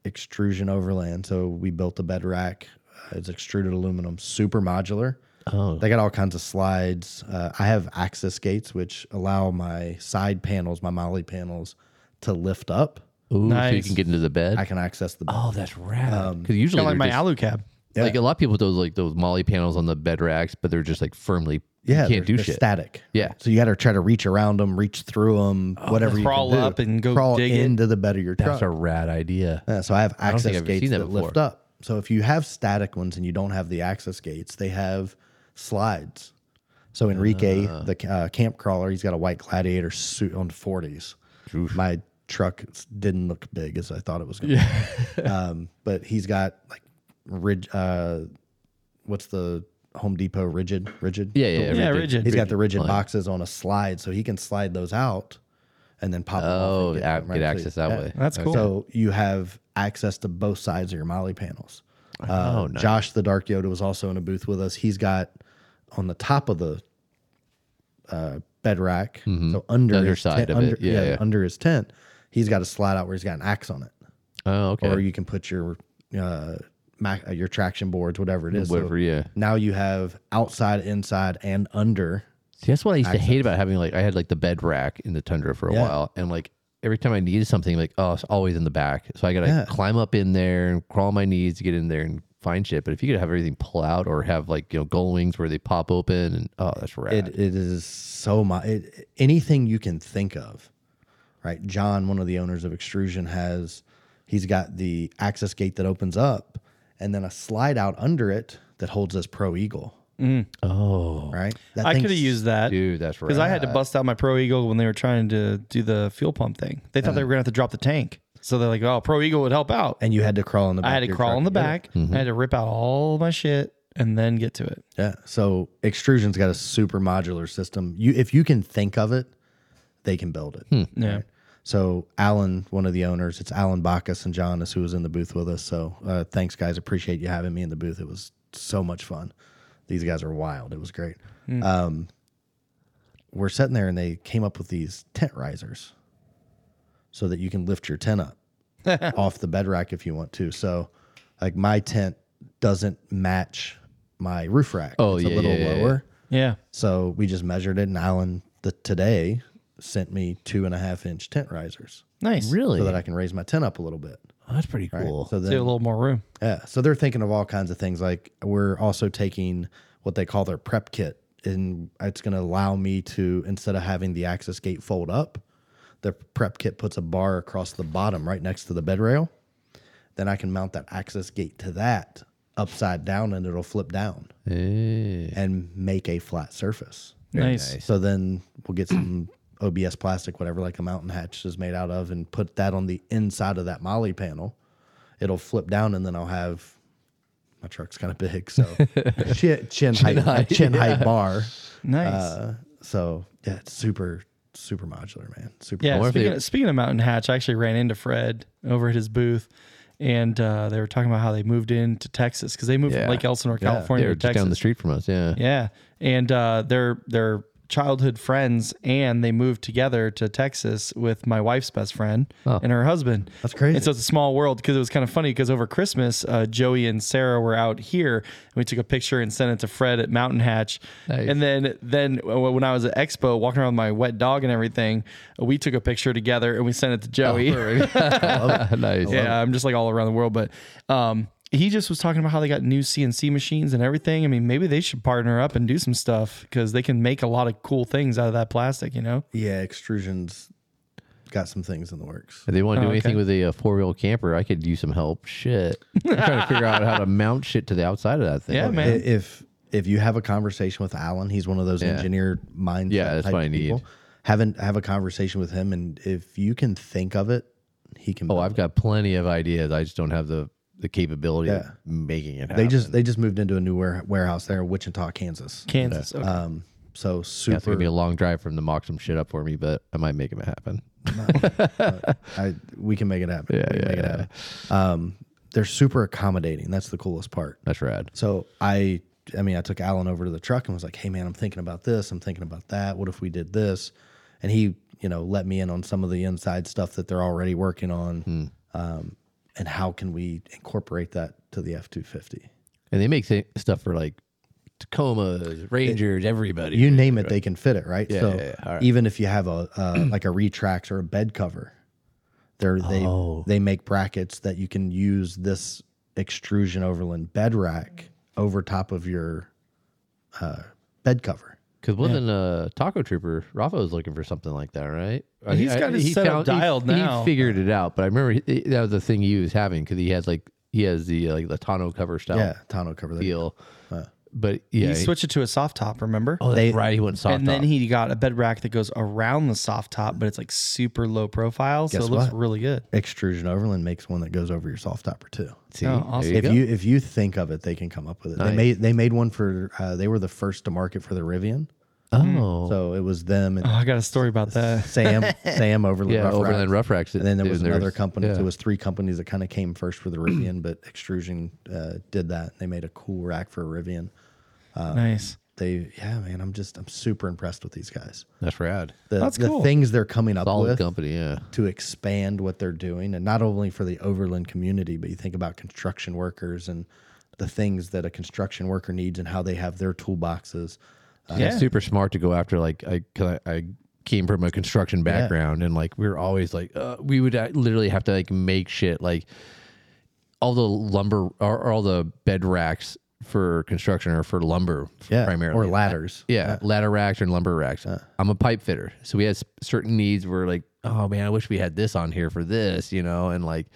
Speaker 3: extrusion overland. So we built a bed rack. Uh, it's extruded aluminum, super modular.
Speaker 1: Oh.
Speaker 3: They got all kinds of slides. Uh, I have access gates, which allow my side panels, my molly panels, to lift up.
Speaker 1: Ooh, so you
Speaker 2: Nice.
Speaker 1: can get into the bed.
Speaker 3: I can access the.
Speaker 1: oh, that's rad.
Speaker 3: Um,
Speaker 1: Because usually
Speaker 2: Kind of like
Speaker 1: they're
Speaker 2: my
Speaker 1: just-
Speaker 2: alu cab.
Speaker 3: Yeah.
Speaker 1: like a lot of people with those like those molly panels on the bed racks, but they're just like firmly.
Speaker 3: yeah,
Speaker 1: you can't
Speaker 3: they're-
Speaker 1: do
Speaker 3: they're
Speaker 1: shit.
Speaker 3: Static.
Speaker 1: Yeah.
Speaker 3: So you got to try to reach around them, reach through them, whatever you
Speaker 2: Oh, Crawl
Speaker 3: can do.
Speaker 2: up and go
Speaker 3: crawl
Speaker 2: dig it.
Speaker 3: into the bed of your truck.
Speaker 1: That's a rad idea.
Speaker 3: Uh, so I have
Speaker 1: don't think
Speaker 3: access
Speaker 1: I've
Speaker 3: gates
Speaker 1: seen
Speaker 3: that,
Speaker 1: that
Speaker 3: lift
Speaker 1: before.
Speaker 3: up. So if you have static ones and you don't have the access gates, they have slides. So Enrique,
Speaker 1: Ah.
Speaker 3: the uh, camp crawler, he's got a white gladiator suit on 40s. My truck didn't look big as I thought it was going to. um, but he's got like rid Uh, what's the Home Depot rigid? Rigid.
Speaker 1: Yeah, yeah,
Speaker 2: Yeah,
Speaker 1: everything.
Speaker 2: rigid.
Speaker 3: He's got the rigid
Speaker 1: Fine.
Speaker 3: boxes on a slide, so he can slide those out and then pop. them off and
Speaker 1: Oh,
Speaker 3: get
Speaker 1: a-
Speaker 3: them
Speaker 1: get,
Speaker 3: right to you.
Speaker 1: access that
Speaker 3: Yeah.
Speaker 1: way.
Speaker 2: That's cool.
Speaker 3: So you have access to both sides of your Molly panels. Uh,
Speaker 1: Oh, nice.
Speaker 3: Josh the Dark Yoda was also in a booth with us. He's got on the top of the uh, bed rack,
Speaker 1: Mhm.
Speaker 3: so
Speaker 1: The
Speaker 3: under his
Speaker 1: underside
Speaker 3: tent-
Speaker 1: of it.
Speaker 3: under,
Speaker 1: Yeah, yeah.
Speaker 3: under his tent, he's got a slat out where he's got an axe on it,
Speaker 1: Oh, okay.
Speaker 3: or you can put your uh, mac, uh, your traction boards, whatever it is. So
Speaker 1: Whatever, yeah.
Speaker 3: now you have outside, inside, and under.
Speaker 1: See, that's what I used to hate about having like I had like the bed rack in the Tundra for a
Speaker 3: Yeah.
Speaker 1: while, and like every time I needed something, like oh, it's always in the back, so I gotta
Speaker 3: Yeah.
Speaker 1: climb up in there and crawl on my knees to get in there and find shit. But if you could have everything pull out or have like you know gull wings where they pop open and oh, that's rad.
Speaker 3: It, it is so much. It, anything you can think of, right? John, one of the owners of Extrusion, has he's got the access gate that opens up, and then a slide out under it that holds this Pro Eagle.
Speaker 1: oh,
Speaker 3: Right? That
Speaker 2: I
Speaker 3: thing's-
Speaker 2: could have used that
Speaker 1: dude, that's rad.
Speaker 2: because I had to bust out my Pro Eagle when they were trying to do the fuel pump thing. They thought they were going to have to drop the tank, so they're like, "Oh, Pro Eagle would help out."
Speaker 3: and you had to crawl in the. back
Speaker 2: I had
Speaker 3: of
Speaker 2: to
Speaker 3: your
Speaker 2: crawl
Speaker 3: truck
Speaker 2: in the
Speaker 3: to get it.
Speaker 2: back.
Speaker 1: Mm-hmm.
Speaker 2: I had to rip out all my shit and then get to it.
Speaker 3: Yeah. So Extrusion's got a super modular system. You, if you can think of it, they can build it.
Speaker 2: Yeah.
Speaker 3: So Alan, one of the owners, it's Alan Bacchus and John is who was in the booth with us. So uh, thanks, guys. Appreciate you having me in the booth. It was so much fun. These guys are wild. It was great.
Speaker 1: Hmm.
Speaker 3: Um, we're sitting there and they came up with these tent risers so that you can lift your tent up off the bed rack if you want to. So like my tent doesn't match my roof rack.
Speaker 1: Oh,
Speaker 3: it's
Speaker 1: yeah,
Speaker 3: a little
Speaker 1: yeah, yeah, yeah.
Speaker 3: lower.
Speaker 2: Yeah.
Speaker 3: So we just measured it, and Alan the, today sent me two and a half inch tent risers
Speaker 2: Nice.
Speaker 1: really.
Speaker 3: so that I can raise my tent up a little bit.
Speaker 1: oh, that's pretty
Speaker 3: Right?
Speaker 1: cool.
Speaker 3: So
Speaker 2: Save a
Speaker 3: then,
Speaker 2: little more room.
Speaker 3: yeah. So they're thinking of all kinds of things. Like we're also taking what they call their prep kit, and it's going to allow me to instead of having the access gate fold up, the prep kit puts a bar across the bottom right next to the bed rail. Then I can mount that access gate to that upside down, and it'll flip down
Speaker 1: Eh.
Speaker 3: and make a flat surface.
Speaker 2: Nice.
Speaker 3: So then we'll get some OBS plastic, whatever like a mountain hatch is made out of, and put that on the inside of that molly panel. It'll flip down, and then I'll have my truck's kind of big, so chin, chin height,
Speaker 1: height,
Speaker 3: chin height bar.
Speaker 2: Nice.
Speaker 3: Uh, so yeah, it's super super modular, man. Super.
Speaker 2: yeah.
Speaker 1: wonder if
Speaker 2: Speaking,
Speaker 1: they-
Speaker 2: of, speaking of Mountain Hatch, I actually ran into Fred over at his booth. And uh, they were talking about how they moved into Texas because they moved
Speaker 1: Yeah.
Speaker 2: from Lake Elsinore, California,
Speaker 1: They're
Speaker 2: to
Speaker 1: just
Speaker 2: Texas.
Speaker 1: down the street from us. Yeah.
Speaker 2: Yeah, and uh, they're they're childhood friends, and they moved together to Texas with my wife's best friend and her husband.
Speaker 3: That's crazy.
Speaker 2: And so it's a small world because it was kind of funny because over Christmas, uh, Joey and Sarah were out here, and we took a picture and sent it to Fred at Mountain Hatch.
Speaker 1: Nice.
Speaker 2: And then then w- when I was at Expo, walking around with my wet dog and everything, we took a picture together and we sent it to Joey.
Speaker 1: nice.
Speaker 2: Yeah, I'm just like all around the world, but um, he just was talking about how they got new CNC machines and everything. I mean, maybe they should partner up and do some stuff because they can make a lot of cool things out of that plastic. You know?
Speaker 3: yeah, extrusions got some things in the works.
Speaker 1: If they want to do
Speaker 2: okay.
Speaker 1: anything with a, uh four wheel camper, I could use some help. Shit. I'm trying to figure out how to mount shit to the outside of that thing.
Speaker 2: Yeah,
Speaker 3: I-
Speaker 2: man.
Speaker 3: If if you have a conversation with Alan, he's one of those engineered minds.
Speaker 1: Yeah, that's what I need.
Speaker 3: Have an, have a conversation with him, and if you can think of it, he can.
Speaker 1: Oh,
Speaker 3: build
Speaker 1: I've got plenty of ideas. I just don't have the the capability of
Speaker 3: Yeah.
Speaker 1: making it
Speaker 3: it.
Speaker 1: happen.
Speaker 3: they just they just moved into a new ware- warehouse there in Wichita, Kansas.
Speaker 2: Kansas. Okay.
Speaker 3: Um, so
Speaker 1: Yeah, it's
Speaker 3: super.
Speaker 1: gonna be a long drive for them to mock some shit up for me, but I might make it happen.
Speaker 3: I, we can make it happen. Yeah, yeah, yeah. Um, they're super accommodating. That's the coolest part.
Speaker 1: That's rad.
Speaker 3: So I, I mean, I took Alan over to the truck and was like, "Hey, man, I'm thinking about this. I'm thinking about that. What if we did this?" And he, you know, let me in on some of the inside stuff that they're already working on,
Speaker 1: Hmm.
Speaker 3: um, and how can we incorporate that to the F two fifty?
Speaker 1: And they make thi- stuff for like Tacomas, Rangers, everybody.
Speaker 3: You name it, they can fit it, right? so
Speaker 1: yeah, yeah. All right.
Speaker 3: even if you have a uh, like a retrax or a bed cover, they're, Uh, they
Speaker 1: Oh.
Speaker 3: they make brackets that you can use this extrusion overland bed rack over top of your uh, bed cover.
Speaker 1: Because wasn't uh, Taco Trooper Rafa was looking for something like that, right? I-
Speaker 2: He's
Speaker 1: I-
Speaker 2: got his setup
Speaker 1: he-
Speaker 2: dialed now.
Speaker 1: He figured it out, but I remember he, that was the thing he was having because he has like he has the uh, like the tonneau cover style
Speaker 3: Yeah, tonneau cover. There.
Speaker 1: deal. But yeah,
Speaker 2: he switched it to a soft top. Remember?
Speaker 1: oh, that's
Speaker 3: they-
Speaker 1: right. He went soft
Speaker 2: and then
Speaker 1: top.
Speaker 2: he got a bed rack that goes around the soft top, but it's like super low profile, so
Speaker 3: Guess
Speaker 2: it looks
Speaker 3: what?
Speaker 2: really good.
Speaker 3: Extrusion overland makes one that goes over your soft topper too.
Speaker 1: See,
Speaker 2: Oh,
Speaker 1: There
Speaker 2: awesome.
Speaker 1: you
Speaker 3: if
Speaker 1: go.
Speaker 3: you if you think of it, they can come up with it. They made they made one for uh, they were the first to market for the Rivian,
Speaker 1: oh
Speaker 3: Mm. so it was them and
Speaker 2: Oh, I got a story about that.
Speaker 3: Sam Sam Overland
Speaker 1: yeah,
Speaker 3: Rough
Speaker 1: over
Speaker 3: Riders.
Speaker 1: then rough racks.
Speaker 3: and then there was
Speaker 1: there's-
Speaker 3: another company.
Speaker 1: yeah.
Speaker 3: So it was three companies that kind of came first for the Rivian, but Extrusion uh, did that. They made a cool rack for a Rivian.
Speaker 2: nice.
Speaker 3: they yeah, man, I'm just I'm super impressed with these guys.
Speaker 1: That's rad.
Speaker 3: The,
Speaker 2: That's
Speaker 3: the
Speaker 2: cool.
Speaker 3: things they're coming up
Speaker 1: Solid
Speaker 3: with
Speaker 1: company, yeah.
Speaker 3: to expand what they're doing, and not only for the Overland community, but you think about construction workers and the things that a construction worker needs and how they have their toolboxes. uh,
Speaker 1: It's super smart to go after like I 'cause I, I came from a construction background and like we were always like uh, we would uh, literally have to like make shit like all the lumber or, or all the bed racks for construction or for lumber primarily
Speaker 3: or ladders.
Speaker 1: yeah, ladder racks and lumber racks.
Speaker 3: uh.
Speaker 1: I'm a pipe fitter, so we had s- certain needs where like, oh man, I wish we had this on here for this, you know, and like,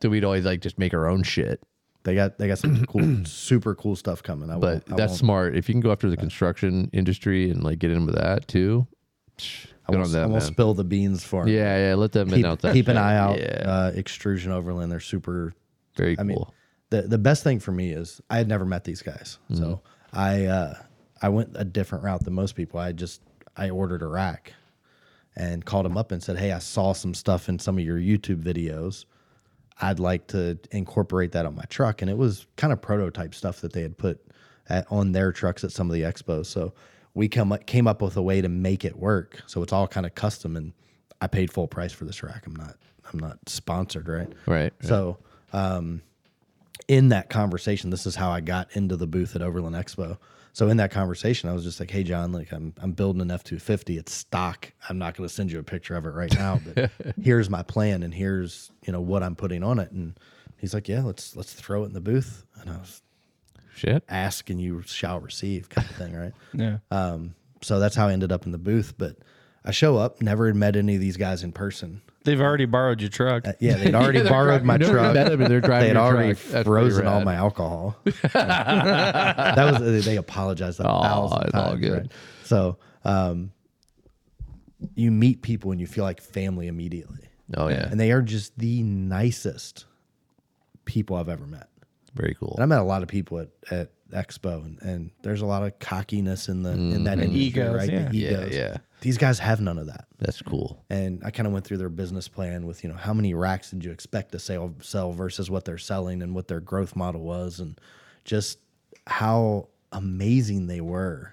Speaker 1: so we'd always like just make our own shit.
Speaker 3: They got they got some cool, super cool stuff coming. I
Speaker 1: But
Speaker 3: won't, I
Speaker 1: that's
Speaker 3: won't- Uh.
Speaker 1: smart. If you can go after the construction industry and like get in with that too, psh,
Speaker 3: I
Speaker 1: good
Speaker 3: won't,
Speaker 1: on that,
Speaker 3: I
Speaker 1: man.
Speaker 3: won't spill the beans for 'em.
Speaker 1: yeah, yeah. Let them
Speaker 3: Keep,
Speaker 1: announce that.
Speaker 3: keep an
Speaker 1: shit.
Speaker 3: eye out.
Speaker 1: Yeah,
Speaker 3: Uh, Extrusion Overland. They're super
Speaker 1: very cool.
Speaker 3: I mean, the the best thing for me is I had never met these guys, so I uh, I went a different route than most people. I just I ordered a rack and called them up and said, "Hey, I saw some stuff in some of your YouTube videos. I'd like to incorporate that on my truck." And it was kind of prototype stuff that they had put at, on their trucks at some of the expos. So we come up, came up with a way to make it work. So it's all kind of custom, and I paid full price for this rack. I'm not I'm not sponsored, right?
Speaker 1: right.
Speaker 3: So, um, in that conversation, this is how I got into the booth at Overland Expo. So in that conversation, I was just like, "Hey John, like I'm I'm building an F two fifty. It's stock. I'm not going to send you a picture of it right now, but here's my plan, and here's you know what I'm putting on it." And he's like, "Yeah, let's let's throw it in the booth." And I was
Speaker 1: Shit.
Speaker 3: ask and you shall receive kind of thing, right?
Speaker 2: Yeah.
Speaker 3: Um, so that's how I ended up in the booth. But I show up, never had met any of these guys in person.
Speaker 2: They've already borrowed your truck.
Speaker 3: Uh, yeah, they'd already
Speaker 1: they're
Speaker 3: borrowed
Speaker 1: driving-
Speaker 3: my
Speaker 1: you never
Speaker 3: truck.
Speaker 1: met them and they're driving
Speaker 3: they had
Speaker 1: your
Speaker 3: already
Speaker 1: truck. That's pretty
Speaker 3: frozen all
Speaker 1: rad.
Speaker 3: my alcohol. that was they apologized a thousand
Speaker 1: Oh, it's all
Speaker 3: times.
Speaker 1: good.
Speaker 3: right? So um, you meet people and you feel like family immediately,
Speaker 1: Oh yeah,
Speaker 3: and they are just the nicest people I've ever met.
Speaker 1: very cool.
Speaker 3: And I met a lot of people at, at Expo, and, and there's a lot of cockiness in the in that industry,
Speaker 2: egos,
Speaker 3: right?
Speaker 2: yeah.
Speaker 3: The
Speaker 1: Mm-hmm. Yeah,
Speaker 3: egos.
Speaker 1: yeah.
Speaker 3: These guys have none of that
Speaker 1: That's cool.
Speaker 3: and I kind of went through their business plan with you know how many racks did you expect to sell sell versus what they're selling and what their growth model was and just how amazing they were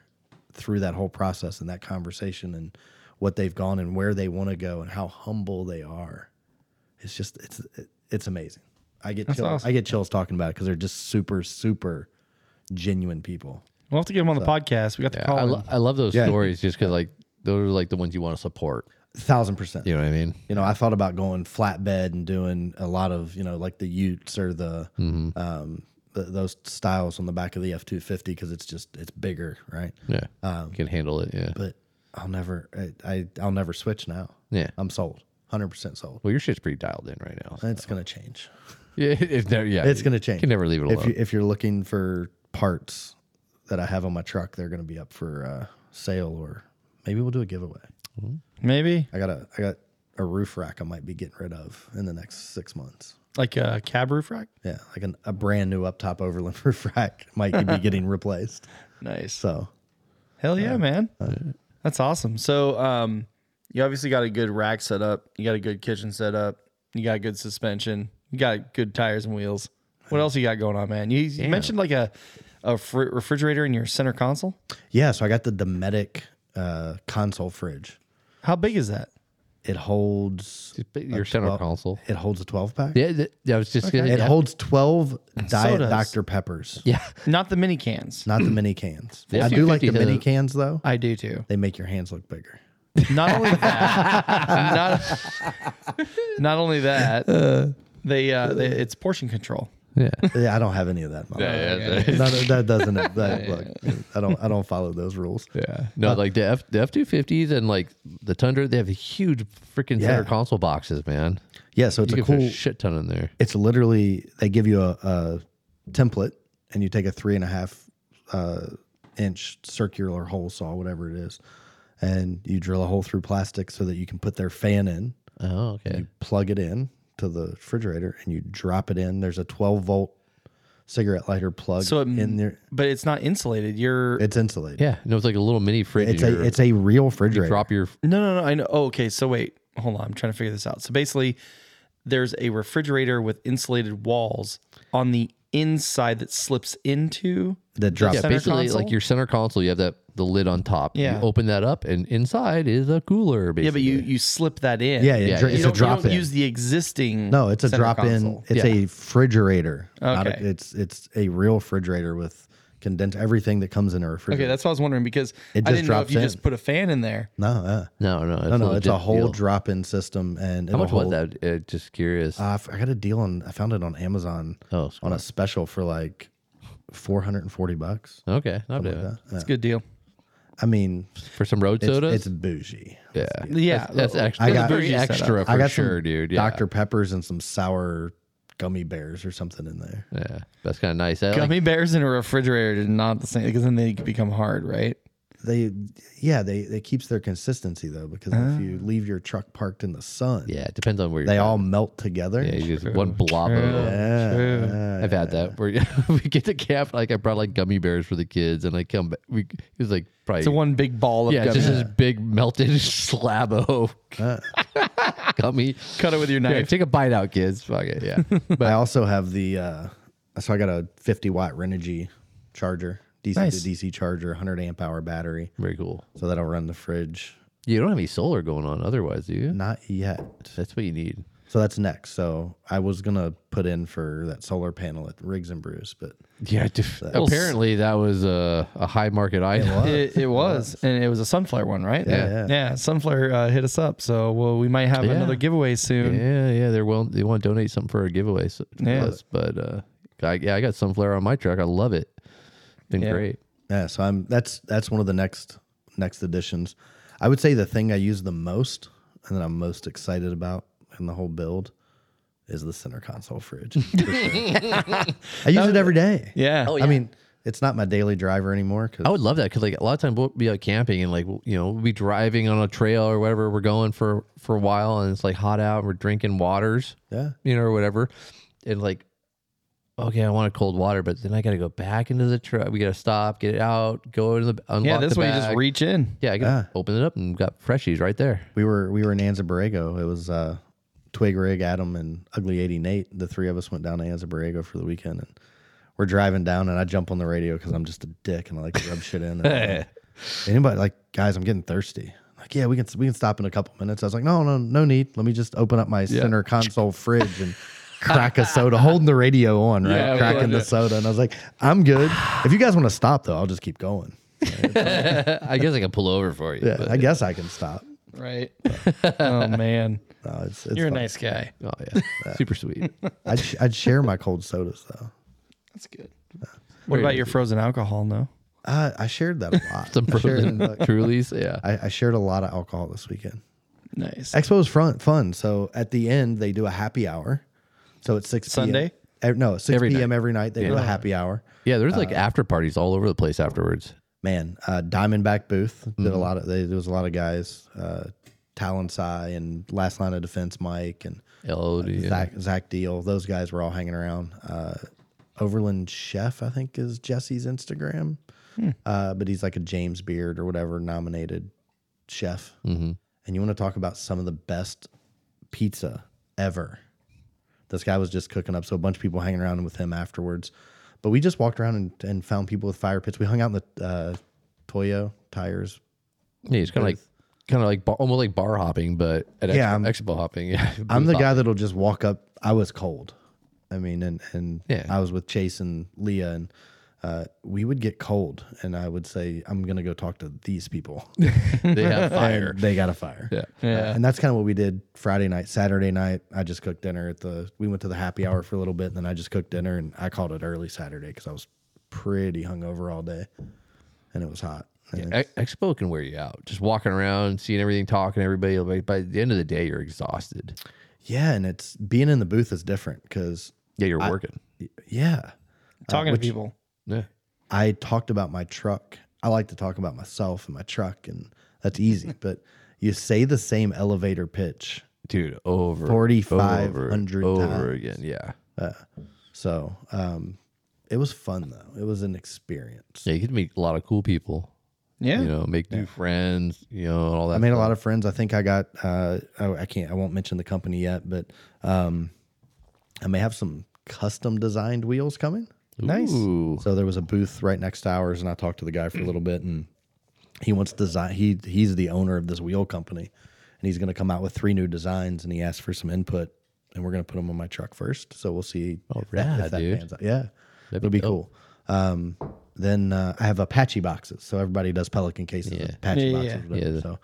Speaker 3: through that whole process and that conversation and what they've gone and where they want to go and how humble they are. It's just it's it, it's amazing. I get chills.
Speaker 2: awesome.
Speaker 3: I get chills talking about it because they're just super super genuine people.
Speaker 2: We'll have to get them on the podcast. We got to
Speaker 1: Yeah,
Speaker 2: call
Speaker 1: I,
Speaker 2: him.
Speaker 1: lo- I love those
Speaker 3: Yeah.
Speaker 1: stories just because like those are like the ones you want to support.
Speaker 3: thousand percent.
Speaker 1: You know what I mean?
Speaker 3: You know, I thought about going flatbed and doing a lot of, you know, like the Utes or the,
Speaker 1: Mm-hmm.
Speaker 3: um, th those styles on the back of the F two fifty because it's just it's bigger, right? Um,
Speaker 1: Yeah, can handle it. Yeah,
Speaker 3: But I'll never, I, I I'll never switch now.
Speaker 1: yeah.
Speaker 3: I'm sold, hundred percent sold.
Speaker 1: Well, your shit's pretty dialed in right now.
Speaker 3: It's gonna change.
Speaker 1: Yeah, if there, yeah,
Speaker 3: Uh, It's gonna change.
Speaker 1: You can never leave it alone.
Speaker 3: If you if you're looking for parts that I have on my truck, they're gonna be up for uh, sale or maybe we'll do a giveaway.
Speaker 2: Maybe
Speaker 3: I got a I got a roof rack I might be getting rid of in the next six months.
Speaker 2: like a cab roof rack.
Speaker 3: Yeah, like an, a brand new up top overland roof rack might be getting replaced.
Speaker 2: Nice.
Speaker 3: So
Speaker 2: Hell yeah, Uh, man. That's awesome.
Speaker 5: So, um, you obviously got a good rack set up. You got a good kitchen set up. You got good suspension.
Speaker 2: You got good tires and wheels. What else you got going on, man? You, you mentioned like a a fr- refrigerator in your center console.
Speaker 3: yeah, so I got the Dometic uh, console fridge.
Speaker 2: How big is that?
Speaker 3: It holds
Speaker 1: Just put your center console.
Speaker 3: it holds a twelve pack.
Speaker 1: Yeah, th- I was just gonna,
Speaker 3: It
Speaker 1: yeah,
Speaker 3: holds twelve diet
Speaker 2: Sodas.
Speaker 3: Dr Peppers,
Speaker 1: yeah. Mm.
Speaker 2: Not the mini cans.
Speaker 3: not the mini cans.
Speaker 1: Yeah,
Speaker 3: I do like the
Speaker 1: 250
Speaker 3: mini
Speaker 1: has-
Speaker 3: cans though.
Speaker 2: I do too.
Speaker 3: They make your hands look bigger.
Speaker 2: Not only that. not, not only that. They, uh, they it's portion control.
Speaker 1: yeah.
Speaker 3: Yeah, I don't have any of that. in my life. No, no, that doesn't. That, look, I don't. I don't follow those rules.
Speaker 1: Yeah. No,
Speaker 3: Uh,
Speaker 1: like the F the F two fifties and like the Tundra, they have huge freaking
Speaker 3: Yeah.
Speaker 1: center console boxes, man.
Speaker 3: Yeah, so it's
Speaker 1: You
Speaker 3: a
Speaker 1: can
Speaker 3: cool
Speaker 1: fit a shit ton in there.
Speaker 3: it's literally they give you a, a template and you take a three and a half uh, inch circular hole saw whatever it is and you drill a hole through plastic so that you can put their fan in
Speaker 1: Oh, okay.
Speaker 3: plug it in to the refrigerator and you drop it in there's a 12 volt cigarette lighter plug
Speaker 2: So it-
Speaker 3: in there
Speaker 2: But it's not insulated. You're
Speaker 3: it's insulated
Speaker 1: Yeah. No, it's like a little mini fridge.
Speaker 3: it's
Speaker 1: in
Speaker 3: a
Speaker 1: your-
Speaker 3: it's a real
Speaker 1: you
Speaker 3: refrigerator
Speaker 1: drop your
Speaker 2: No, no, no. I know. Oh, okay. So wait, hold on. I'm trying to figure this out. So basically, there's a refrigerator with insulated walls on the inside that slips into.
Speaker 3: that drops.
Speaker 1: yeah,
Speaker 2: center
Speaker 1: basically
Speaker 2: console?
Speaker 1: like your center console, you have that the lid on top.
Speaker 2: Yeah.
Speaker 1: You open that up, and inside is a cooler.
Speaker 2: Yeah,
Speaker 1: Basically.
Speaker 2: but you you slip that in.
Speaker 3: Yeah, yeah,
Speaker 1: Yeah,
Speaker 3: dr-
Speaker 1: you
Speaker 2: You
Speaker 3: it's
Speaker 2: don't,
Speaker 3: a drop
Speaker 2: you don't
Speaker 3: in.
Speaker 2: use the existing.
Speaker 3: no, it's a
Speaker 2: center
Speaker 3: drop in.
Speaker 2: console.
Speaker 3: It's
Speaker 1: Yeah.
Speaker 3: a refrigerator. Not a-
Speaker 2: Okay.
Speaker 3: it's it's a real refrigerator with condensed everything that comes in a refrigerator.
Speaker 2: Okay, that's what I was wondering because I
Speaker 3: It
Speaker 2: didn't
Speaker 3: just
Speaker 2: know if
Speaker 3: drops
Speaker 2: you
Speaker 3: in.
Speaker 2: just put a fan in there.
Speaker 3: no, uh,
Speaker 1: no, no, it's
Speaker 3: no, no.
Speaker 1: legit
Speaker 3: It's a whole
Speaker 1: deal.
Speaker 3: drop in system, and
Speaker 1: How
Speaker 3: it'll
Speaker 1: much was
Speaker 3: hold-
Speaker 1: that? Uh, just curious.
Speaker 3: Uh, I got a deal on. I found it on Amazon
Speaker 1: oh,
Speaker 3: on a special for like four hundred and forty bucks.
Speaker 1: okay, not bad.
Speaker 2: It's a good deal.
Speaker 3: I mean,
Speaker 1: For some road
Speaker 3: it's,
Speaker 1: sodas,
Speaker 3: it's bougie.
Speaker 1: yeah,
Speaker 2: Yeah,
Speaker 1: that's, that's extra.
Speaker 3: I
Speaker 1: That's
Speaker 3: got-
Speaker 1: very
Speaker 2: bougie
Speaker 1: extra for
Speaker 3: I got
Speaker 1: sure,
Speaker 3: some
Speaker 1: dude. Yeah.
Speaker 3: Dr Peppers and some sour gummy bears or something in there.
Speaker 1: Yeah, that's kind of nice. I like-
Speaker 2: Gummy bears in a refrigerator is not the same because then they become hard, right?
Speaker 3: They, yeah, they they keeps their consistency though because if you
Speaker 1: Ah.
Speaker 3: leave your truck parked in the sun,
Speaker 1: yeah, it depends on where you're.
Speaker 3: they
Speaker 1: from.
Speaker 3: all melt together.
Speaker 1: Yeah, you just one blob of
Speaker 2: True.
Speaker 1: them.
Speaker 3: Yeah.
Speaker 1: Oh, I've had that where we get to camp. Like I brought like gummy bears for the kids, and I come back. We it was like probably
Speaker 2: It's a one big ball of
Speaker 1: yeah,
Speaker 2: gummy.
Speaker 1: just this big melted slabo
Speaker 3: Uh.
Speaker 1: gummy.
Speaker 2: Cut it with your
Speaker 1: Yeah,
Speaker 2: knife.
Speaker 1: take a bite out, kids. Fuck it. Yeah,
Speaker 3: I also have the uh, so I got a 50 watt Renogy charger, DC
Speaker 2: Nice.
Speaker 3: to DC charger, 100 amp hour battery,
Speaker 1: very cool.
Speaker 3: so that'll run the fridge.
Speaker 1: You don't have any solar going on otherwise, do you?
Speaker 3: Not yet.
Speaker 1: That's what you need.
Speaker 3: So that's next. So I was gonna put in for that solar panel at Riggs and Brews, but
Speaker 1: Yeah, apparently that was a, a high market item.
Speaker 2: It, it was, and it was a sunflower one, right?
Speaker 1: Yeah.
Speaker 2: yeah. sunflower uh, hit us up, so well, we might have
Speaker 1: Yeah.
Speaker 2: another giveaway soon.
Speaker 1: Yeah, yeah, they're well. They want to donate something for a giveaway. So, to
Speaker 2: Yeah.
Speaker 1: us, but uh, I, yeah, I got sunflower on my truck. I love it. Been
Speaker 2: Yeah.
Speaker 1: great.
Speaker 3: yeah. So I'm that's that's one of the next next additions. I would say the thing I use the most and that I'm most excited about in the whole build is the center console fridge. for sure. I use it every day.
Speaker 2: Yeah,
Speaker 1: Oh,
Speaker 3: I mean, it's not my daily driver anymore. Cause
Speaker 1: I would love that because like a lot of times we'll be out camping and like we'll- you know we'll be driving on a trail or whatever we're going for for a while and it's like hot out and we're drinking waters
Speaker 3: yeah.
Speaker 1: you know or whatever and like okay I want a cold water but then I got to go back into the truck we got to stop get it out go to the unlock
Speaker 2: yeah. This
Speaker 1: the
Speaker 2: way, you just
Speaker 1: bag.
Speaker 2: reach in.
Speaker 1: yeah I can
Speaker 3: Ah.
Speaker 1: open it up and got freshies right there
Speaker 3: We were we were in Anza Borrego. It was uh, Twig Rig, Adam, and Ugly Eighty Nate. The three of us went down to Anza Borrego for the weekend, and we're driving down, and I jump on the radio because I'm just a dick and I like to rub shit in. And I'm like, Anybody like guys? I'm getting thirsty. Like yeah, we can we can stop in a couple minutes. I was like, no, no, no need. Let me just open up my center console fridge and crack a soda, holding the radio on, right,
Speaker 2: Yeah,
Speaker 3: cracking the
Speaker 2: yeah.
Speaker 3: soda. And I was like, I'm good. If you guys want to stop though, I'll just keep going.
Speaker 1: I guess I can pull over for you
Speaker 3: Yeah,
Speaker 1: but-
Speaker 3: I guess I can stop.
Speaker 2: Right. oh man,
Speaker 3: No, it's, it's
Speaker 2: you're
Speaker 3: fine.
Speaker 2: a nice guy.
Speaker 1: oh yeah super sweet
Speaker 3: I'd, sh- I'd share my cold sodas though.
Speaker 2: That's good. What about your frozen alcohol? No.
Speaker 3: Uh, I shared that a lot.
Speaker 1: some
Speaker 3: I, shared,
Speaker 1: frozen Trulies yeah
Speaker 3: I, I shared a lot of alcohol this weekend.
Speaker 2: Nice.
Speaker 3: Expo is fun. Fun. So at the end, they do a happy hour. So it's six p.m.
Speaker 2: Sunday?
Speaker 3: Eh, no, six
Speaker 1: Every
Speaker 3: p.m. every night they do a happy hour.
Speaker 1: yeah there's
Speaker 3: Uh,
Speaker 1: like after parties all over the place afterwards
Speaker 3: Man, uh, Diamondback Booth did a lot of. They, there was a lot of guys. Uh, Talon Psy and Last Line of Defense Mike and
Speaker 1: LOD yeah.
Speaker 3: Zach, Zach Deal. Those guys were all hanging around. Uh, Overland Chef, I think, is Jesse's Instagram. Uh, but he's like a James Beard or whatever nominated chef.
Speaker 1: Mm-hmm.
Speaker 3: And you want to talk about some of the best pizza ever. This guy was just cooking up. So a bunch of people hanging around with him afterwards. But we just walked around and, and found people with fire pits. We hung out in the uh, Toyo tires.
Speaker 1: Yeah, it's kind of like kind of like bar, almost like bar hopping, but at
Speaker 3: Yeah,
Speaker 1: yeah,
Speaker 3: I'm-
Speaker 1: expo hopping. Yeah,
Speaker 3: I'm the
Speaker 1: Booth hop-
Speaker 3: guy that'll just walk up. I was cold. I mean, and and
Speaker 1: Yeah.
Speaker 3: I was with Chase and Leah, and uh, we would get cold, and I would say, "I'm gonna go talk to these people."
Speaker 1: They have
Speaker 3: And
Speaker 1: fire.
Speaker 3: they got a fire. Yeah,
Speaker 1: Uh,
Speaker 2: Yeah.
Speaker 3: and that's kind of what we did Friday night, Saturday night. I just cooked dinner at the. We went to the happy hour for a little bit, and then I just cooked dinner, and I called it early Saturday because I was pretty hungover all day, and it was hot. And
Speaker 1: E- Expo can wear you out. Just walking around, seeing everything, talking to everybody. like, By the end of the day, you're exhausted.
Speaker 3: yeah, and it's being in the booth is different because
Speaker 1: Yeah, you're working.
Speaker 3: yeah, Uh,
Speaker 2: Talking to people.
Speaker 1: Yeah,
Speaker 3: I talked about my truck. I like to talk about myself and my truck, and that's easy. but you say the same elevator pitch.
Speaker 1: dude, over
Speaker 3: 4,500
Speaker 1: over, over
Speaker 3: times.
Speaker 1: again. Yeah,
Speaker 3: So um, it was fun, though. It was an experience.
Speaker 1: yeah, you get to meet a lot of cool people.
Speaker 2: Yeah.
Speaker 1: You know, make new friends. You know, and all that.
Speaker 3: I made a lot of friends. I think I got, oh, uh, I, I can't, I won't mention the company yet, but um, I may have some custom designed wheels coming.
Speaker 2: Nice.
Speaker 1: Ooh.
Speaker 3: So there was a booth right next to ours, and I talked to the guy for a little bit, and he wants to design. He he's the owner of this wheel company, and he's going to come out with three new designs, and he asked for some input, and we're going to put them on my truck first. So we'll see. Oh,
Speaker 1: rad, dude.
Speaker 3: out. Yeah, it'll be cool. Um, then uh, I have Apache boxes, so everybody does Pelican cases, and Apache
Speaker 2: Yeah,
Speaker 3: boxes.
Speaker 2: yeah,
Speaker 3: whatever. So,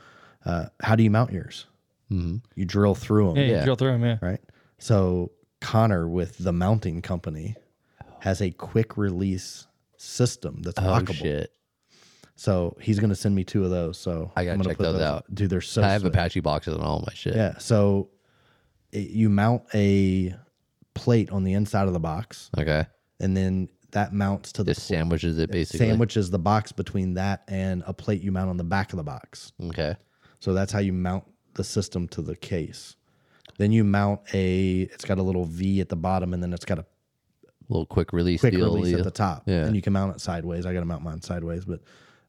Speaker 3: uh, how do you mount yours?
Speaker 1: mm-hmm.
Speaker 3: You drill through them
Speaker 2: Yeah, you drill through them. Yeah.
Speaker 3: right? So Connor with the mounting company has a quick release system that's
Speaker 1: Oh
Speaker 3: lockable.
Speaker 1: shit!
Speaker 3: So he's going to send me two of those. So
Speaker 1: I gotta
Speaker 3: I'm gonna
Speaker 1: check those out.
Speaker 3: Dude, they're so
Speaker 1: I have
Speaker 3: sweet.
Speaker 1: Apache boxes on all my shit.
Speaker 3: yeah. So it, you mount a plate on the inside of the box,
Speaker 1: Okay.
Speaker 3: and then that mounts to the
Speaker 1: Just sandwiches it basically.
Speaker 3: sandwiches the box between that and a plate you mount on the back of the box.
Speaker 1: Okay.
Speaker 3: So that's how you mount the system to the case. Then you mount a. It's got a little V at the bottom, and then it's got a
Speaker 1: Little quick release
Speaker 3: quick
Speaker 1: deal.
Speaker 3: release
Speaker 1: deal.
Speaker 3: at the top,
Speaker 1: Yeah.
Speaker 3: and you can mount it sideways. I got to mount mine sideways, but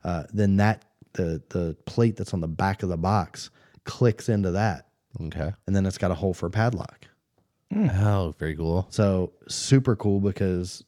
Speaker 3: uh, then that the the plate that's on the back of the box clicks into that,
Speaker 1: okay.
Speaker 3: and then it's got a hole for a padlock. Hmm.
Speaker 1: Oh, very cool.
Speaker 3: So super cool because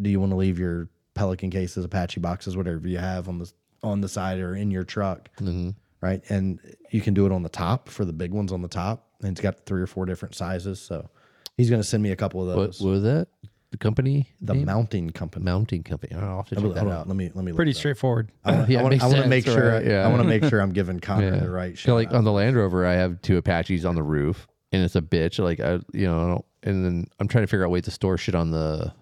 Speaker 3: do you want to leave your Pelican cases, Apache boxes, whatever you have on the on the side or in your truck,
Speaker 1: Mm-hmm.
Speaker 3: right? And you can do it on the top for the big ones on the top, and it's got three or four different sizes. So he's going to send me a couple of
Speaker 1: What,
Speaker 3: those.
Speaker 1: what was that? The company?
Speaker 3: the
Speaker 1: name?
Speaker 3: mounting company.
Speaker 1: mounting company. Oh, I'll have to check
Speaker 3: Hold
Speaker 1: that
Speaker 3: on,
Speaker 1: out.
Speaker 3: let me let me look
Speaker 2: Pretty
Speaker 3: it up.
Speaker 2: straightforward.
Speaker 1: Yeah,
Speaker 3: I
Speaker 1: it
Speaker 3: want,
Speaker 1: makes
Speaker 3: I want to
Speaker 1: sense,
Speaker 3: make sure.
Speaker 1: right? Yeah.
Speaker 3: I want to make sure I'm giving Connor
Speaker 1: Yeah.
Speaker 3: the right shit.
Speaker 1: Kinda like on the Land Rover, I have two Apaches on the roof, and it's a bitch. Like I, you know, I don't, and then I'm trying to figure out ways to store shit on the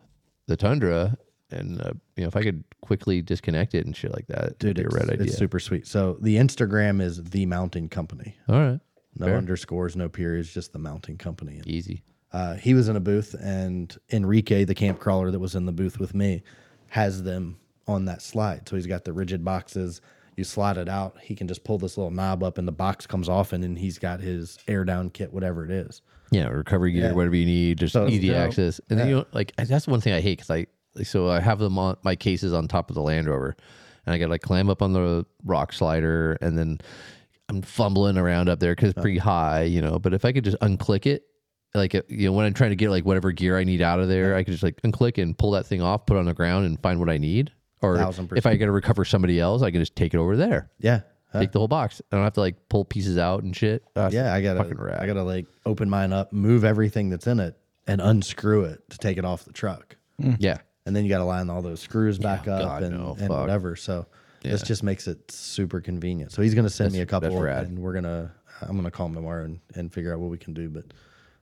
Speaker 1: the Tundra, and uh, you know, if I could quickly disconnect it and shit like that,
Speaker 3: Dude,
Speaker 1: it'd
Speaker 3: it's,
Speaker 1: be a red idea.
Speaker 3: it's super sweet. So the Instagram is the Mounting Company.
Speaker 1: All right,
Speaker 3: No underscores, no periods, just the Mounting Company. And,
Speaker 1: easy.
Speaker 3: uh, he was in a booth, and Enrique, the camp crawler that was in the booth with me, has them on that slide. So he's got the rigid boxes. You slide it out. He can just pull this little knob up, and the box comes off, and then he's got his air down kit, whatever it is.
Speaker 1: Yeah, recovery gear, whatever you need, just
Speaker 3: So it's
Speaker 1: easy
Speaker 3: dope.
Speaker 1: access. And then you know, like and that's one thing I hate because I like, so I have them on my cases on top of the Land Rover, and I got to like climb up on the rock slider, and then I'm fumbling around up there because it's pretty high, you know. But if I could just unclick it, like uh, you know, when I'm trying to get like whatever gear I need out of there, I could just like unclick and pull that thing off, put it on the ground, and find what I need. Or
Speaker 3: Thousand
Speaker 1: if I got to recover somebody else, I can just take it over there,
Speaker 3: Yeah. Uh, Huh?
Speaker 1: take the whole box. I don't have to like pull pieces out and shit. Uh,
Speaker 3: Yeah, I gotta,
Speaker 1: fucking rad.
Speaker 3: I gotta like open mine up, move everything that's in it, and unscrew it to take it off the truck.
Speaker 1: yeah.
Speaker 3: And then you gotta line all those screws back up
Speaker 1: God,
Speaker 3: and,
Speaker 1: no,
Speaker 3: and
Speaker 1: fuck.
Speaker 3: whatever. So this just makes it super convenient. So he's gonna send me a couple,
Speaker 1: that's rad.
Speaker 3: and we're gonna, I'm gonna call him tomorrow and, and figure out what we can do. But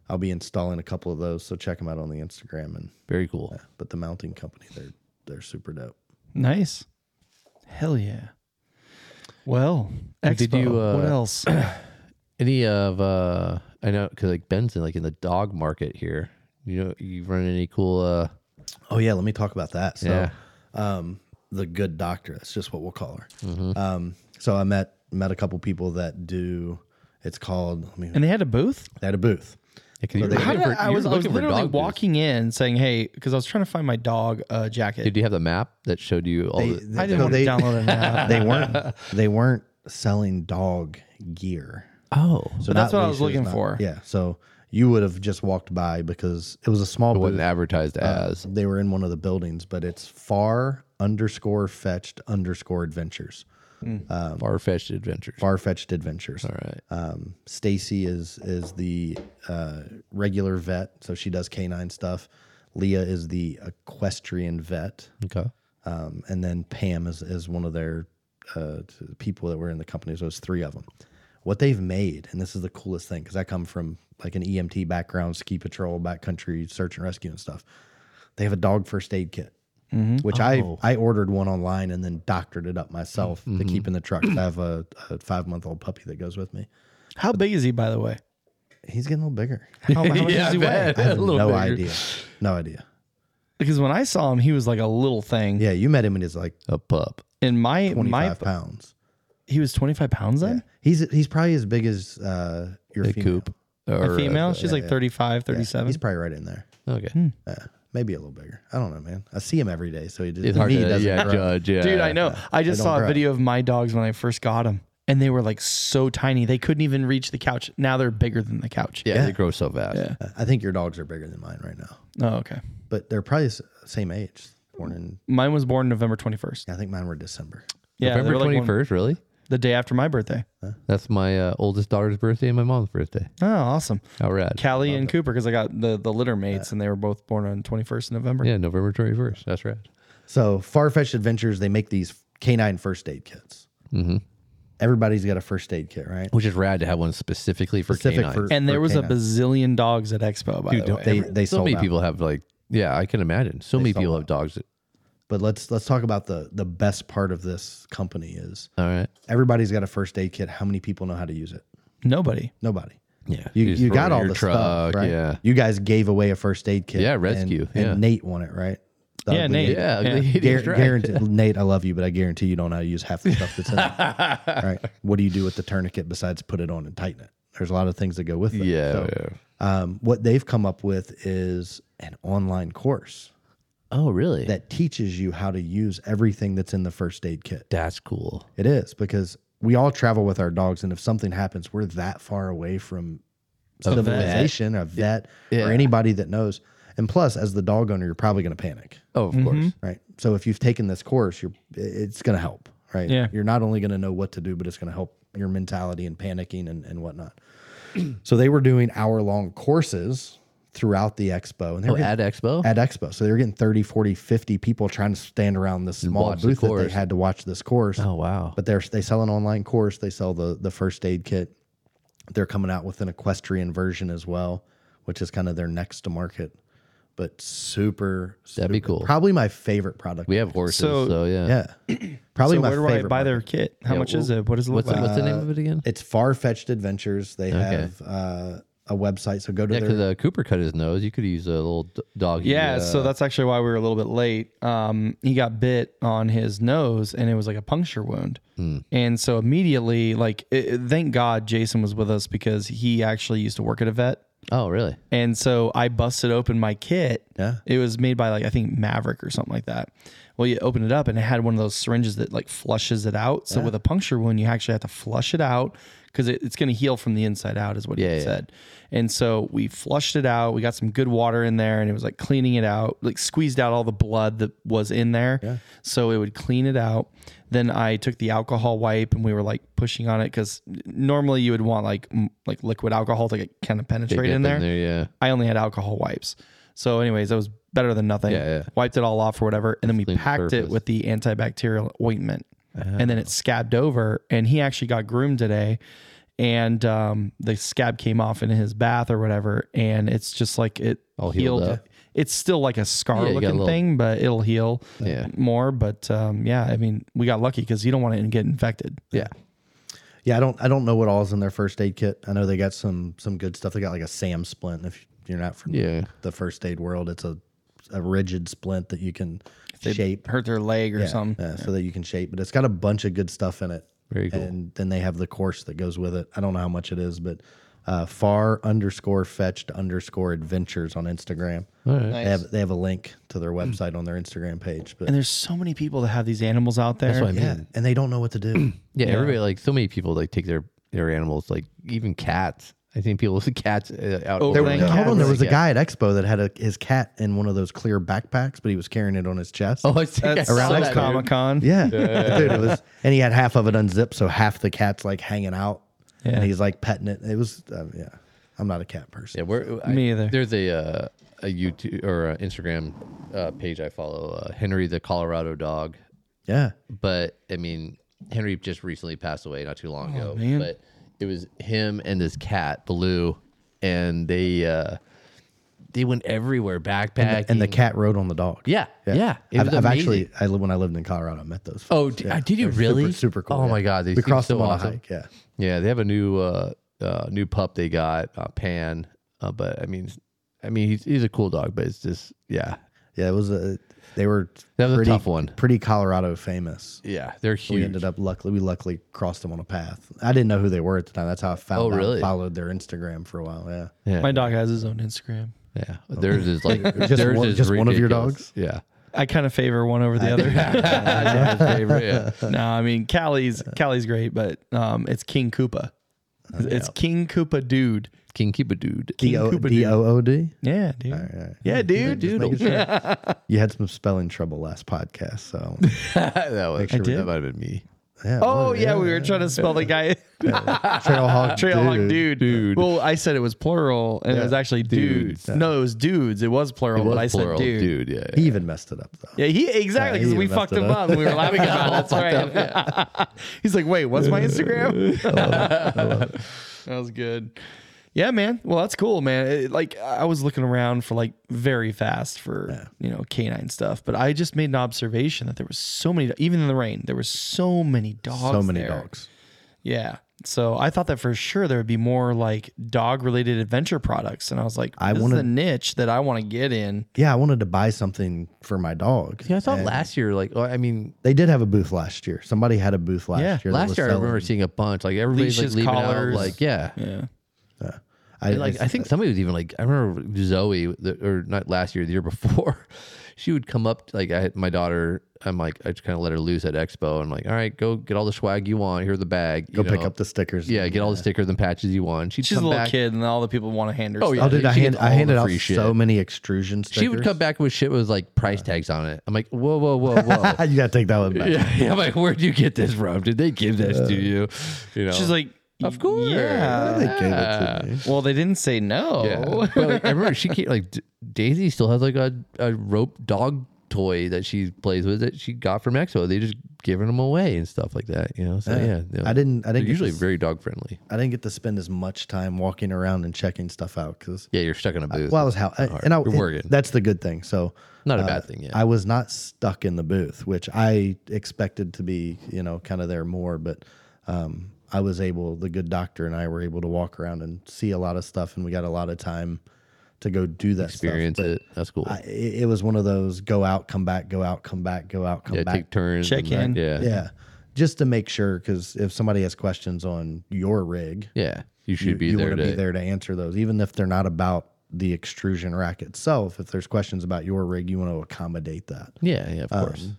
Speaker 3: I'll be installing a couple of those, so check them out on the Instagram. And
Speaker 1: Very cool.
Speaker 3: but the mounting company, they're they're super dope.
Speaker 2: Nice. Hell yeah. Well, Expo.
Speaker 1: Did you, uh,
Speaker 2: what else?
Speaker 1: Any of uh I know because like Ben's in, like in the dog market here. You know, you run any cool uh
Speaker 3: Oh yeah, let me talk about that. So,
Speaker 1: Yeah.
Speaker 3: um, the good doctor. That's just what we'll call her.
Speaker 1: Mm-hmm.
Speaker 3: Um, so I met met a couple people that do. It's called. Let me.
Speaker 2: and they had a booth.
Speaker 3: They had a booth.
Speaker 1: you
Speaker 3: they-
Speaker 2: How did I, I was, I was literally
Speaker 1: walking.
Speaker 2: walking in saying, "Hey," because I was trying to find my dog uh, jacket.
Speaker 1: Did you have the map that showed you all
Speaker 3: They,
Speaker 1: Oh, the
Speaker 2: I didn't
Speaker 3: so
Speaker 2: want
Speaker 3: they-
Speaker 2: to download it now.
Speaker 3: They weren't. they weren't selling dog gear.
Speaker 1: Oh.
Speaker 3: So
Speaker 2: that's
Speaker 3: not
Speaker 2: what I was
Speaker 3: leashes,
Speaker 2: looking
Speaker 3: not-
Speaker 2: for.
Speaker 3: Yeah. So you would have just walked by because it was a small
Speaker 1: It
Speaker 3: booth. Uh,
Speaker 1: wasn't advertised as.
Speaker 3: They were in one of the buildings, but it's far underscore fetched underscore adventures.
Speaker 1: Far fetched adventures.
Speaker 3: Far fetched adventures.
Speaker 1: all right.
Speaker 3: Um, Stacy is is the uh, regular vet, so she does canine stuff. Leah is the equestrian vet,
Speaker 1: Okay.
Speaker 3: um, and then Pam is is one of their uh, t- people that were in the company. So it's three of them. What they've made, and this is the coolest thing, because I come from like an EMT background, ski patrol, backcountry search and rescue and stuff. They have a dog first aid kit,
Speaker 2: Mm-hmm.
Speaker 3: which I I ordered one online and then doctored it up myself to keep in the truck. I have a, a five month old puppy that goes with me.
Speaker 2: How big is he, by the way?
Speaker 3: He's getting a little bigger.
Speaker 2: How, how much does he weigh?
Speaker 3: I have no
Speaker 2: bigger.
Speaker 3: idea. No idea.
Speaker 2: Because when I saw him, he was like a little thing.
Speaker 3: Yeah, you met him and he's like
Speaker 1: A pup.
Speaker 2: And my
Speaker 3: 25
Speaker 2: my
Speaker 3: pounds.
Speaker 2: he was twenty five pounds then.
Speaker 3: He's he's probably as big as uh, your
Speaker 1: A
Speaker 3: female.
Speaker 1: coop. Or
Speaker 2: A
Speaker 1: uh,
Speaker 2: female, she's like 35, 37.
Speaker 3: He's probably right in there.
Speaker 1: okay.
Speaker 3: Yeah, maybe a little bigger. I don't know, man. I see him every day, so he just
Speaker 1: It's hard
Speaker 3: he
Speaker 1: to
Speaker 3: doesn't
Speaker 1: yeah,
Speaker 3: grow.
Speaker 1: judge. Yeah.
Speaker 2: Dude, I know. I just
Speaker 3: don't
Speaker 2: saw a
Speaker 3: grow.
Speaker 2: video of my dogs when I first got them, and they were like so tiny they couldn't even reach the couch. Now they're bigger than the couch.
Speaker 1: Yeah, they grow so fast.
Speaker 2: Yeah.
Speaker 3: I think your dogs are bigger than mine right now,
Speaker 2: Oh, okay.
Speaker 3: but they're probably s- same age. Born in,
Speaker 2: Mine was born November twenty first.
Speaker 3: I think mine were December.
Speaker 2: Yeah, they
Speaker 1: November
Speaker 2: were, like,
Speaker 1: twenty
Speaker 2: one-
Speaker 1: first, really?
Speaker 2: the day after my birthday.
Speaker 1: That's my uh, oldest daughter's birthday and my mom's birthday.
Speaker 2: Oh, awesome.
Speaker 1: How rad!
Speaker 2: Callie and Cooper, because I got the the litter mates, and they were both born on twenty first of November.
Speaker 1: yeah, November twenty first. That's rad.
Speaker 3: So far-fetched adventures, they make these canine first aid kits.
Speaker 1: Mm-hmm.
Speaker 3: Everybody's got a first aid kit, right?
Speaker 1: Which is rad to have one specifically for
Speaker 3: Specific
Speaker 1: canines.
Speaker 3: for-
Speaker 2: And there
Speaker 3: for
Speaker 2: was a
Speaker 3: canines.
Speaker 2: bazillion dogs at Expo. By the way,
Speaker 3: They they
Speaker 1: so
Speaker 3: sold
Speaker 1: many
Speaker 3: out.
Speaker 1: people have like, yeah, I can imagine. So many
Speaker 3: sold
Speaker 1: people have dogs. That,
Speaker 3: But let's let's talk about the the best part of this company is
Speaker 1: all right.
Speaker 3: everybody's got a first aid kit. How many people know how to use it?
Speaker 2: nobody.
Speaker 3: Nobody.
Speaker 1: Yeah,
Speaker 3: You,
Speaker 1: just
Speaker 3: you
Speaker 1: throw it in
Speaker 3: got all
Speaker 1: your
Speaker 3: the stuff, right?
Speaker 1: Yeah,
Speaker 3: You guys gave away a first aid kit.
Speaker 1: Yeah,
Speaker 3: and-
Speaker 1: rescue,
Speaker 3: And,
Speaker 1: yeah.
Speaker 3: Nate won it, right? The
Speaker 2: Yeah,
Speaker 3: ugly
Speaker 2: Nate.
Speaker 3: idiot.
Speaker 1: yeah.
Speaker 2: Yeah.
Speaker 1: yeah.
Speaker 3: Guar- guarantee, Nate, I love you, but I guarantee you don't know how to use half the stuff that's in it. right? What do you do with the tourniquet besides put it on and tighten it? There's a lot of things that go with it.
Speaker 1: Yeah,
Speaker 3: So,
Speaker 1: yeah.
Speaker 3: Um, what they've come up with is an online course
Speaker 1: Oh, really?
Speaker 3: that teaches you how to use everything that's in the first aid kit.
Speaker 1: that's cool.
Speaker 3: It is because we all travel with our dogs, and if something happens, we're that far away from civilization, a vet,
Speaker 1: Yeah.
Speaker 3: or anybody that knows. And plus, as the dog owner, you're probably going to panic,
Speaker 1: Oh, of
Speaker 2: Mm-hmm.
Speaker 1: course.
Speaker 3: right? So if you've taken this course, you're it's going to help, right?
Speaker 2: Yeah.
Speaker 3: You're not only going to know what to do, but it's going to help your mentality and panicking and, and whatnot. so they were doing hour long courses throughout the expo, and they
Speaker 1: Oh,
Speaker 3: were getting-
Speaker 1: at Expo.
Speaker 3: at Expo. So they were getting 30, 40, 50 people trying to stand around this small
Speaker 1: watch the
Speaker 3: booth that they
Speaker 1: course.
Speaker 3: had to watch this course
Speaker 1: oh, wow.
Speaker 3: but they're they sell an online course. They sell the the first aid kit. They're coming out with an equestrian version as well, which is kind of their next to market. But super,
Speaker 1: That'd be
Speaker 3: super-
Speaker 1: cool.
Speaker 3: Probably my favorite product.
Speaker 1: we have horses, so,
Speaker 2: So-
Speaker 1: yeah.
Speaker 3: yeah, probably
Speaker 2: so
Speaker 3: my
Speaker 2: where do I
Speaker 3: favorite.
Speaker 2: buy their
Speaker 3: product.
Speaker 2: kit? How
Speaker 1: Yeah,
Speaker 2: much
Speaker 1: well,
Speaker 2: is it? What is it look
Speaker 1: What's the,
Speaker 2: like?
Speaker 1: what's the name
Speaker 3: Uh,
Speaker 1: of it again?
Speaker 3: It's far fetched adventures. They
Speaker 1: Okay.
Speaker 3: have uh, a website. So go to
Speaker 1: Yeah,
Speaker 3: their
Speaker 1: because uh, Cooper cut his nose. You could use a little d- uh, dog.
Speaker 2: Yeah, so that's actually why we were a little bit late. Um, he got bit on his nose, and it was like a puncture wound. And so immediately, like, it, it- thank God Jason was with us because he actually used to work at a vet.
Speaker 1: oh, really?
Speaker 2: And so I busted open my kit.
Speaker 3: Yeah.
Speaker 2: It was made by like I think Maverick or something like that. Well, you open it up and it had one of those syringes that like flushes it out. So with a puncture wound, you actually have to flush it out because it, it's going to heal from the inside out, is what he
Speaker 1: Yeah,
Speaker 2: had
Speaker 1: yeah.
Speaker 2: said. And so we flushed it out. We got some good water in there, and it was like cleaning it out, like squeezed out all the blood that was in there. So it would clean it out. Then I took the alcohol wipe and we were like pushing on it because normally you would want like m- like liquid alcohol to get kind of
Speaker 1: Get
Speaker 2: penetrate
Speaker 1: up
Speaker 2: in there.
Speaker 1: yeah.
Speaker 2: I only had alcohol wipes. So, anyways, that was better than nothing.
Speaker 1: Yeah, yeah.
Speaker 2: Wiped it all off or whatever. And then we
Speaker 1: Clean the
Speaker 2: packed it
Speaker 1: surface. Ah.
Speaker 2: with the antibacterial ointment. And then it scabbed over. And he actually got groomed today. And um, the scab came off in his bath or whatever. And it's just like it
Speaker 1: All healed up.
Speaker 2: It's still like a scar
Speaker 1: Yeah, you got a
Speaker 2: looking
Speaker 1: little-
Speaker 2: thing, but it'll heal
Speaker 1: Yeah.
Speaker 2: more. But um, yeah, I mean, we got lucky because you don't want it to get infected.
Speaker 1: Yeah.
Speaker 3: Yeah, I don't I don't know what all's in their first aid kit. I know they got some some good stuff. They got like a SAM splint. If you're not from
Speaker 1: Yeah.
Speaker 3: the first aid world, it's a a rigid splint that you can shape
Speaker 2: Hurt their leg or
Speaker 3: yeah,
Speaker 2: something.
Speaker 3: yeah, so that you can shape. But it's got a bunch of good stuff in it.
Speaker 1: Very cool.
Speaker 3: And then they have the course that goes with it. I don't know how much it is, but uh, far underscore fetched underscore adventures on Instagram.
Speaker 1: All right.
Speaker 3: They have they have a link to their website on their Instagram page. But
Speaker 2: And there's so many people that have these animals out there.
Speaker 1: That's what I mean.
Speaker 3: yeah, and they don't know what to do.
Speaker 1: Yeah, everybody like so many people like take their their animals like even cats. I think people with cats uh, out.
Speaker 2: There were-
Speaker 1: overnight.
Speaker 2: Yeah,
Speaker 3: Hold on, there was a
Speaker 1: Yeah.
Speaker 3: guy at Expo that had a, his cat in one of those clear backpacks, but he was carrying it on his chest.
Speaker 1: Oh, I see. I
Speaker 2: That's
Speaker 1: saw
Speaker 2: around
Speaker 1: that, dude.
Speaker 2: Comic Con.
Speaker 3: yeah, dude, it was, and he had half of it unzipped, so half the cat's like hanging out,
Speaker 2: Yeah.
Speaker 3: and he's like petting it. It was, uh, yeah, I'm not a cat person.
Speaker 1: Yeah, we're, I-
Speaker 2: Me either.
Speaker 1: There's a uh, a YouTube or a Instagram uh, page I follow, uh, Henry the Colorado Dog.
Speaker 3: Yeah,
Speaker 1: But I mean, Henry just recently passed away not too long ago.
Speaker 2: Oh, man.
Speaker 1: But it was him and this cat Blue, and they uh, they went everywhere backpacking
Speaker 3: and the cat rode on the dog.
Speaker 1: Yeah, yeah. It
Speaker 3: I've,
Speaker 1: was
Speaker 3: I've
Speaker 1: amazing.
Speaker 3: actually, I live when I lived in Colorado, I met those. Folks.
Speaker 1: Oh, d- uh, did you
Speaker 3: They're
Speaker 1: really?
Speaker 3: Super, super cool.
Speaker 1: Oh
Speaker 3: yeah.
Speaker 1: my God, they
Speaker 3: we
Speaker 1: seem
Speaker 3: crossed
Speaker 1: so
Speaker 3: them on
Speaker 1: awesome.
Speaker 3: a hike. Yeah,
Speaker 1: Yeah, they have a new uh, uh, new pup they got, uh, Pan. Uh, but I mean, I mean he's he's a cool dog, but it's just yeah,
Speaker 3: yeah, it was a. They were
Speaker 1: That was a
Speaker 3: pretty,
Speaker 1: tough one.
Speaker 3: Pretty Colorado famous.
Speaker 1: yeah, they're
Speaker 3: We
Speaker 1: huge.
Speaker 3: ended up luckily we luckily crossed them on a path. I didn't know who they were at the time. That's how I found
Speaker 1: Oh,
Speaker 3: out,
Speaker 1: really?
Speaker 3: followed their Instagram for a while. Yeah.
Speaker 1: Yeah,
Speaker 2: My dog has his own Instagram.
Speaker 1: yeah. Theirs is like
Speaker 3: Just
Speaker 1: theirs
Speaker 3: one-
Speaker 1: is
Speaker 3: just one of your
Speaker 1: ridiculous.
Speaker 3: dogs?
Speaker 1: Yeah,
Speaker 2: I kind of favor one over the other.
Speaker 1: That's his favorite. Yeah.
Speaker 2: no, I mean Callie's Callie's great, but um, it's King Koopa.
Speaker 1: Oh,
Speaker 2: It's King Koopa dude.
Speaker 1: King Keep a Dude.
Speaker 2: King
Speaker 3: D O
Speaker 2: Koopa
Speaker 3: D
Speaker 2: dude.
Speaker 3: O O D.
Speaker 2: Yeah, dude. Yeah, dude. dude.
Speaker 3: Making sure. you had some spelling trouble last podcast, so
Speaker 1: that, was, sure,
Speaker 2: did?
Speaker 1: that might have been me.
Speaker 3: yeah.
Speaker 2: Oh yeah, we were trying to spell the guy
Speaker 3: Trailhawk,
Speaker 2: Trailhawk dude.
Speaker 1: Dude.
Speaker 2: Well, I said it was plural, and it was actually dudes.
Speaker 1: Dudes.
Speaker 2: No, it was dudes. It was plural,
Speaker 1: It was
Speaker 2: but I
Speaker 1: plural,
Speaker 2: said dude.
Speaker 1: dude. yeah,
Speaker 3: He even messed it up though.
Speaker 2: Yeah, he exactly
Speaker 3: Yeah,
Speaker 2: because
Speaker 3: he
Speaker 2: we
Speaker 3: messed
Speaker 2: fucked
Speaker 3: it
Speaker 2: him
Speaker 3: up.
Speaker 2: up and we were laughing about it. That's right. He's like, wait, what's my Instagram? that was good. Yeah, man. Well, that's cool, man. It- like, I was looking around for like very fast for you know canine stuff, but I just made an observation that there was so many, even in the rain, there were so many dogs.
Speaker 3: so many
Speaker 2: there.
Speaker 3: dogs.
Speaker 2: Yeah. So I thought that for sure there would be more like dog related adventure products, and I was like,
Speaker 3: I
Speaker 2: this is
Speaker 3: wanted-
Speaker 2: the niche that I want to get in.
Speaker 3: Yeah, I wanted to buy something for my dog.
Speaker 1: Yeah, I thought last year, like, oh, I mean,
Speaker 3: They did have a booth last year. Somebody had a booth last
Speaker 2: Yeah,
Speaker 3: year. that
Speaker 1: last
Speaker 3: was
Speaker 1: year I remember
Speaker 3: selling-
Speaker 1: seeing a bunch. Like everybody's
Speaker 2: Leashes,
Speaker 1: like leaving
Speaker 2: collars.
Speaker 1: out. Like yeah.
Speaker 2: Yeah.
Speaker 3: I,
Speaker 1: And, like I think somebody was even like I remember Zoe the, or not last year the year before, she would come up like I my daughter. I'm like I just kind of let her loose at Expo. I'm like, all right, go get all the swag you want. Here's the bag.
Speaker 3: go pick up the stickers.
Speaker 1: yeah, get all the stickers and patches you want. She'd
Speaker 2: She's
Speaker 1: come
Speaker 2: a little
Speaker 1: back.
Speaker 2: kid, and all the people want to hand her.
Speaker 1: Oh,
Speaker 2: stuff.
Speaker 1: yeah.
Speaker 3: Oh, dude, I,
Speaker 1: She
Speaker 3: hand,
Speaker 1: gets
Speaker 3: I
Speaker 1: all
Speaker 3: handed
Speaker 1: the
Speaker 3: out
Speaker 1: free shit.
Speaker 3: so many extrusion stickers.
Speaker 1: She would come back with shit with like
Speaker 3: Uh.
Speaker 1: price tags on it. I'm like, whoa, whoa, whoa, whoa.
Speaker 3: you gotta take that one back.
Speaker 1: yeah, yeah, I'm like, where'd you get this from? Did they give
Speaker 3: Uh.
Speaker 1: this to you? You know,
Speaker 2: She's like,
Speaker 1: of course.
Speaker 2: Yeah.
Speaker 3: They gave it to me.
Speaker 2: Well, they didn't say no.
Speaker 1: Yeah. but like, I remember she came, like D- Daisy still has like a, a rope dog toy that she plays with that she got from Expo. They just giving them away and stuff like that. You know. So yeah, no.
Speaker 3: Uh, I didn't. I
Speaker 1: They're
Speaker 3: didn't.
Speaker 1: usually
Speaker 3: Get usually, to, s-
Speaker 1: very dog friendly.
Speaker 3: I didn't get to spend as much time walking around and checking stuff out because.
Speaker 1: Yeah, you're stuck in a booth.
Speaker 3: Well, I was how, and I
Speaker 1: You're
Speaker 3: it-
Speaker 1: working.
Speaker 3: That's the good thing. So
Speaker 1: Not a bad thing, yeah.
Speaker 3: Uh, I was not stuck in the booth, which I expected to be, you know, kind of there more, but um, I was able. The good doctor and I were able to walk around and see a lot of stuff, and we got a lot of time to go do that stuff.
Speaker 1: experience
Speaker 3: But
Speaker 1: it. That's cool.
Speaker 3: I, it it was one of those go out, come back, go out, come back, go out, come
Speaker 1: yeah,
Speaker 3: back.
Speaker 1: take turns.
Speaker 2: Check
Speaker 1: and that. Yeah.
Speaker 3: yeah, just to make sure, because if somebody has questions on your rig,
Speaker 1: Yeah. You should be,
Speaker 3: you
Speaker 1: there
Speaker 3: wanna
Speaker 1: to,
Speaker 3: be there to answer those, even if they're not about the extrusion rack itself. If there's questions about your rig, you want to accommodate that.
Speaker 1: Yeah, yeah, of
Speaker 3: Um,
Speaker 1: course.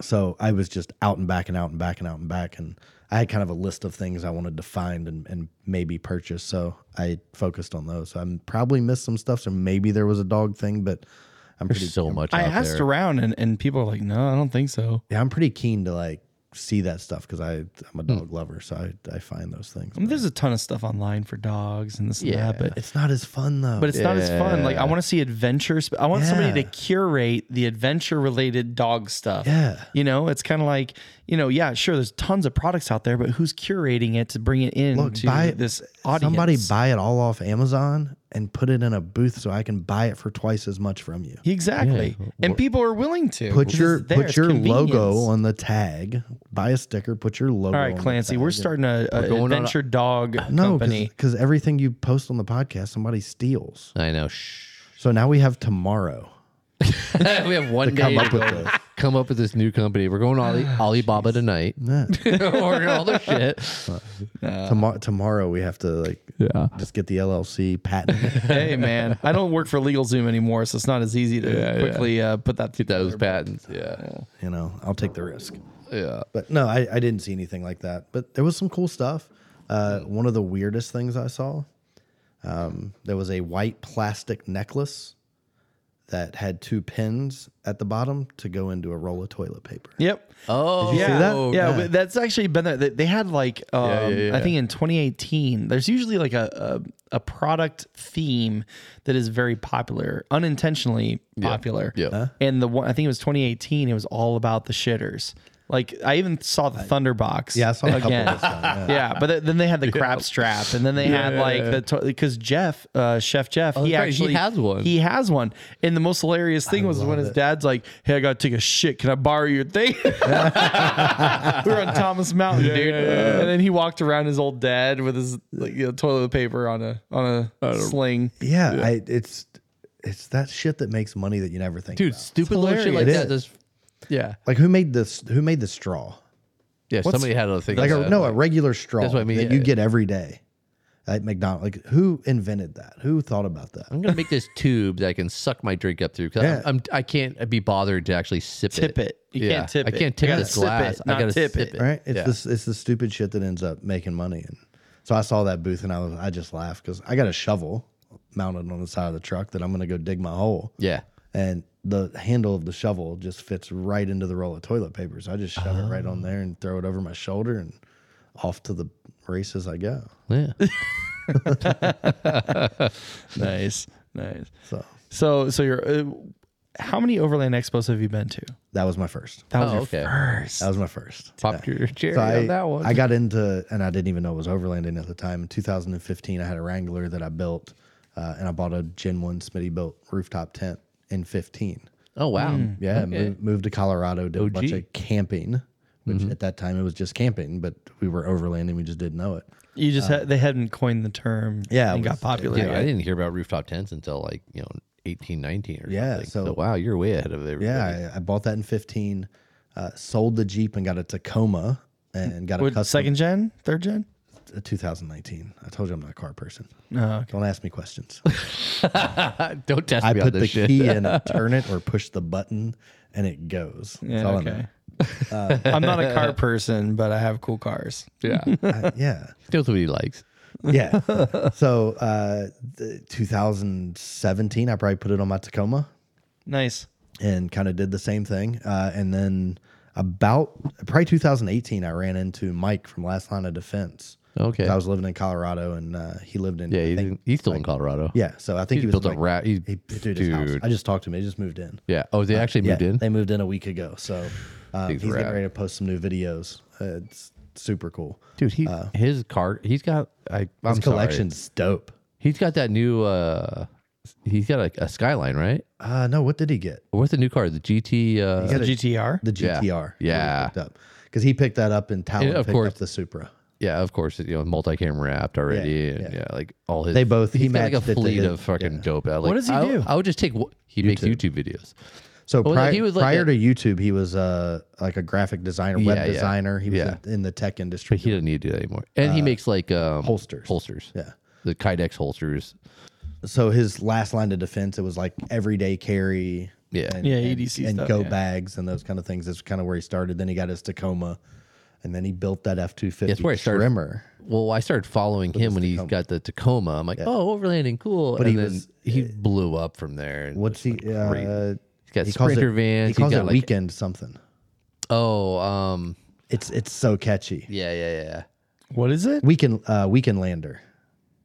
Speaker 3: So I was just out and back and out and back and out and back, and I had kind of a list of things I wanted to find and, and maybe purchase. So I focused on those. So I'm probably missed some stuff. So maybe there was a dog thing, but I'm pretty
Speaker 1: There's so much.
Speaker 2: I
Speaker 1: out
Speaker 2: asked
Speaker 1: there.
Speaker 2: around, and, and people are like, no, I don't think so.
Speaker 3: yeah, I'm pretty keen to like see that stuff because I I'm a dog lover, so I I find those things.
Speaker 2: I mean, Hmm. there's a ton of stuff online for dogs and this
Speaker 1: Yeah.
Speaker 2: and that, but
Speaker 3: It's not as fun though.
Speaker 2: but it's not as fun. Like, I want to see adventure. Sp- I want somebody to
Speaker 3: Yeah.
Speaker 2: curate the adventure related dog stuff.
Speaker 3: Yeah.
Speaker 2: You know, it's kind of like, you know, yeah, sure, there's tons of products out there, but who's curating it to bring it in
Speaker 3: Look,
Speaker 2: to
Speaker 3: buy-
Speaker 2: this audience?
Speaker 3: Somebody buy it all off Amazon and put it in a booth so I can buy it for twice as much from you.
Speaker 2: Exactly. And people are willing to
Speaker 3: Put
Speaker 2: because
Speaker 3: your
Speaker 2: it's there,
Speaker 3: put
Speaker 2: it's
Speaker 3: your
Speaker 2: convenience.
Speaker 3: logo on the tag. Buy a sticker. Put your logo.
Speaker 2: All
Speaker 3: on
Speaker 2: right,
Speaker 3: the
Speaker 2: Clancy,
Speaker 3: tag.
Speaker 2: we're starting a, a
Speaker 1: going on a-
Speaker 2: adventure dog
Speaker 3: no
Speaker 2: company.
Speaker 3: because everything you post on the podcast somebody steals.
Speaker 1: I know. Shh.
Speaker 3: So now we have tomorrow.
Speaker 1: we have one day
Speaker 3: come
Speaker 1: to
Speaker 3: up with
Speaker 1: go-
Speaker 3: this.
Speaker 1: come up with this new company. We're going Ali, Alibaba tonight.
Speaker 3: Yeah.
Speaker 1: Ordering all their shit.
Speaker 3: Tomo- tomorrow we have to like just get the LLC patent.
Speaker 2: hey, man, I don't work for LegalZoom anymore, so it's not as easy to quickly Uh, put that
Speaker 1: Get
Speaker 2: together.
Speaker 1: those patents. Yeah.
Speaker 3: you know, I'll take the risk.
Speaker 1: Yeah.
Speaker 3: But no, I, I didn't see anything like that. But there was some cool stuff. Uh, one of the weirdest things I saw, um, there was a white plastic necklace that had two pins at the bottom to go into a roll of toilet paper.
Speaker 2: Yep.
Speaker 1: Oh,
Speaker 3: you see that?
Speaker 1: oh,
Speaker 2: yeah,
Speaker 3: yeah.
Speaker 2: but that's actually been there. They- They had like, um,
Speaker 1: Yeah, yeah,
Speaker 2: I
Speaker 1: yeah.
Speaker 2: think in 2018, there's usually like a, a a product theme that is very popular, unintentionally popular.
Speaker 1: yeah. Huh?
Speaker 2: And the one I think it was 2018. It was all about the shitters. Like I even saw the Thunderbox.
Speaker 3: Yeah, I saw a couple
Speaker 2: again.
Speaker 3: this time,
Speaker 2: yeah. but th- then they had the crap strap, and then they had like the because Jeff, uh, Chef Jeff, he
Speaker 1: Oh, that's right, he
Speaker 2: actually
Speaker 1: has one.
Speaker 2: He has one. And the most hilarious thing was when his dad's like, "Hey, I gotta take a shit. Can I borrow your thing?" we were on Thomas Mountain, dude. And then he walked around his old dad with his like, you know, toilet paper on a on a sling.
Speaker 3: Yeah, I, it's it's that shit that makes money that you never think.
Speaker 1: Dude,
Speaker 3: about.
Speaker 1: stupid little shit like
Speaker 3: It
Speaker 1: that.
Speaker 3: is.
Speaker 1: Just, yeah.
Speaker 3: like who made this? Who made the straw?
Speaker 1: Yeah. somebody had a thing.
Speaker 3: Like a,
Speaker 1: that.
Speaker 3: no, a regular straw
Speaker 1: That's what I mean,
Speaker 3: that
Speaker 1: yeah,
Speaker 3: you
Speaker 1: yeah.
Speaker 3: get every day. at McDonald's. Like, who invented that? Who thought about that?
Speaker 1: I'm gonna make this tube that I can suck my drink up through because
Speaker 3: Yeah.
Speaker 1: I'm, I'm I can't be bothered to actually sip it.
Speaker 5: Tip it. You
Speaker 1: Yeah,
Speaker 5: can't tip
Speaker 1: I
Speaker 5: it.
Speaker 1: can't tip
Speaker 5: You gotta
Speaker 1: this
Speaker 5: sip it,
Speaker 1: glass. I
Speaker 5: not
Speaker 1: gotta
Speaker 5: tip
Speaker 1: sip
Speaker 5: it.
Speaker 1: it.
Speaker 3: Right? It's
Speaker 1: Yeah.
Speaker 3: this. It's the stupid shit that ends up making money. And so I saw that booth and I was I just laughed because I got a shovel mounted on the side of the truck that I'm gonna go dig my hole.
Speaker 1: Yeah.
Speaker 3: and the handle of the shovel just fits right into the roll of toilet paper. So I just shove it right
Speaker 1: Oh.
Speaker 3: on there and throw it over my shoulder and off to the races I go.
Speaker 1: Yeah.
Speaker 2: nice, nice.
Speaker 3: So
Speaker 2: So, so you're. Uh, how many Overland Expos have you been to?
Speaker 3: that was my first.
Speaker 2: That was
Speaker 1: Oh,
Speaker 2: your
Speaker 1: okay.
Speaker 2: first.
Speaker 3: That was my first.
Speaker 1: Pop your cherry
Speaker 3: So
Speaker 1: on that one.
Speaker 3: I got into, and I didn't even know it was overlanding at the time. In 2015, I had a Wrangler that I built, uh, and I bought a Gen 1 Smitty built rooftop tent in 15.
Speaker 1: oh wow.
Speaker 3: Yeah, moved, moved to Colorado, did a bunch
Speaker 1: OG.
Speaker 3: of camping, which at that time it was just camping, but we were overlanding, we just didn't know it.
Speaker 2: you just had, they hadn't coined the term.
Speaker 3: Um, yeah, it
Speaker 2: and got
Speaker 3: was-
Speaker 2: popular.
Speaker 1: Dude,
Speaker 2: yet.
Speaker 1: I didn't hear about rooftop tents until like you know 18, 19 or
Speaker 3: Yeah,
Speaker 1: something.
Speaker 3: so-
Speaker 1: wow, you're way ahead of everybody.
Speaker 3: Yeah, I, I bought that in 15, uh, sold the Jeep and got a Tacoma and got a
Speaker 2: What,
Speaker 3: custom
Speaker 2: second gen, third gen.
Speaker 3: uh, 2019. I told you I'm not a car person.
Speaker 2: No,
Speaker 3: Don't ask me questions.
Speaker 1: Don't test
Speaker 3: I
Speaker 1: me on
Speaker 3: put the
Speaker 1: this shit.
Speaker 3: key in, I turn it, or push the button, and it goes. That's
Speaker 2: Yeah,
Speaker 3: all I
Speaker 2: okay. I'm not a car person, but I have cool cars.
Speaker 1: Yeah,
Speaker 3: know. I- yeah.
Speaker 1: knows what he likes.
Speaker 3: Yeah. so uh, the 2017, I probably put it on my Tacoma.
Speaker 2: Nice.
Speaker 3: and kind of did the same thing. Uh, and then about probably 2018, I ran into Mike from Last Line of Defense.
Speaker 1: Okay.
Speaker 3: I was living in Colorado, and uh, he lived in
Speaker 1: Yeah,
Speaker 3: I
Speaker 1: he's,
Speaker 3: think-
Speaker 1: in, he's still in Colorado.
Speaker 3: yeah. So I think
Speaker 1: he
Speaker 3: he was
Speaker 1: built
Speaker 3: in,
Speaker 1: a
Speaker 3: like-
Speaker 1: rat. He,
Speaker 3: He, dude,
Speaker 1: dude,
Speaker 3: his house. I just talked to him. He just moved in.
Speaker 1: yeah. Oh, they actually moved
Speaker 3: yeah,
Speaker 1: in.
Speaker 3: They moved in a week ago. So um, he's
Speaker 1: He's a
Speaker 3: getting
Speaker 1: rat.
Speaker 3: ready to post some new videos. Uh, it's super cool.
Speaker 1: dude, he his car. He's got. I, I'm
Speaker 3: uh, His
Speaker 1: collection.
Speaker 3: collection's dope.
Speaker 1: He's got that new. uh He's got a, a Skyline, right?
Speaker 3: Uh, no, what did he get?
Speaker 1: What's the new car? The GT. Uh,
Speaker 3: got a-
Speaker 2: GTR.
Speaker 3: The
Speaker 1: Yeah.
Speaker 3: GTR. that we
Speaker 1: Yeah.
Speaker 3: picked up because he picked that up in Talon.
Speaker 1: And of
Speaker 3: picked
Speaker 1: course-
Speaker 3: up the Supra.
Speaker 1: yeah, of course. You know, multi-camera wrapped already.
Speaker 3: Yeah,
Speaker 1: and
Speaker 3: yeah.
Speaker 1: yeah. like all his.
Speaker 3: They both- he
Speaker 1: he's got like
Speaker 3: matched it
Speaker 1: a
Speaker 3: to
Speaker 1: fleet
Speaker 3: his-
Speaker 1: of fucking
Speaker 3: yeah.
Speaker 1: dope. Like, what
Speaker 2: does he
Speaker 1: I,
Speaker 2: do?
Speaker 1: I would just take. wh- He makes YouTube videos.
Speaker 3: So
Speaker 1: Well,
Speaker 3: prior,
Speaker 1: he was like
Speaker 3: prior
Speaker 1: a-
Speaker 3: to YouTube, he was uh, like a graphic designer,
Speaker 1: Yeah,
Speaker 3: web
Speaker 1: yeah.
Speaker 3: designer. He was
Speaker 1: Yeah.
Speaker 3: in, in the tech industry.
Speaker 1: But he doesn't need to do that anymore. And he makes like um,
Speaker 3: Uh, holsters.
Speaker 1: Holsters.
Speaker 3: Yeah.
Speaker 1: The Kydex holsters.
Speaker 3: so his last line of defense, it was like everyday carry.
Speaker 1: Yeah.
Speaker 3: and,
Speaker 2: Yeah,
Speaker 3: and-
Speaker 2: EDC
Speaker 3: and,
Speaker 2: stuff,
Speaker 3: go
Speaker 2: yeah.
Speaker 3: bags and those kind of things. That's kind of where he started. Then he got his Tacoma, and then he built that F two fifty
Speaker 1: That's where I started.
Speaker 3: Trimmer.
Speaker 1: Well, I started following him when he got the Tacoma. I'm like, oh, overlanding, cool.
Speaker 3: But
Speaker 1: and
Speaker 3: he
Speaker 1: then
Speaker 3: was- uh,
Speaker 1: he blew up from there. and
Speaker 3: What's
Speaker 1: just
Speaker 3: he?
Speaker 1: went crazy.
Speaker 3: Uh,
Speaker 1: he's got
Speaker 3: he calls
Speaker 1: sprinter
Speaker 3: it,
Speaker 1: vans.
Speaker 3: He calls
Speaker 1: has
Speaker 3: it
Speaker 1: got like
Speaker 3: weekend something.
Speaker 1: oh, um,
Speaker 3: It's it's so catchy.
Speaker 1: yeah, yeah, yeah.
Speaker 2: What is it?
Speaker 3: Weekend uh, weekend lander,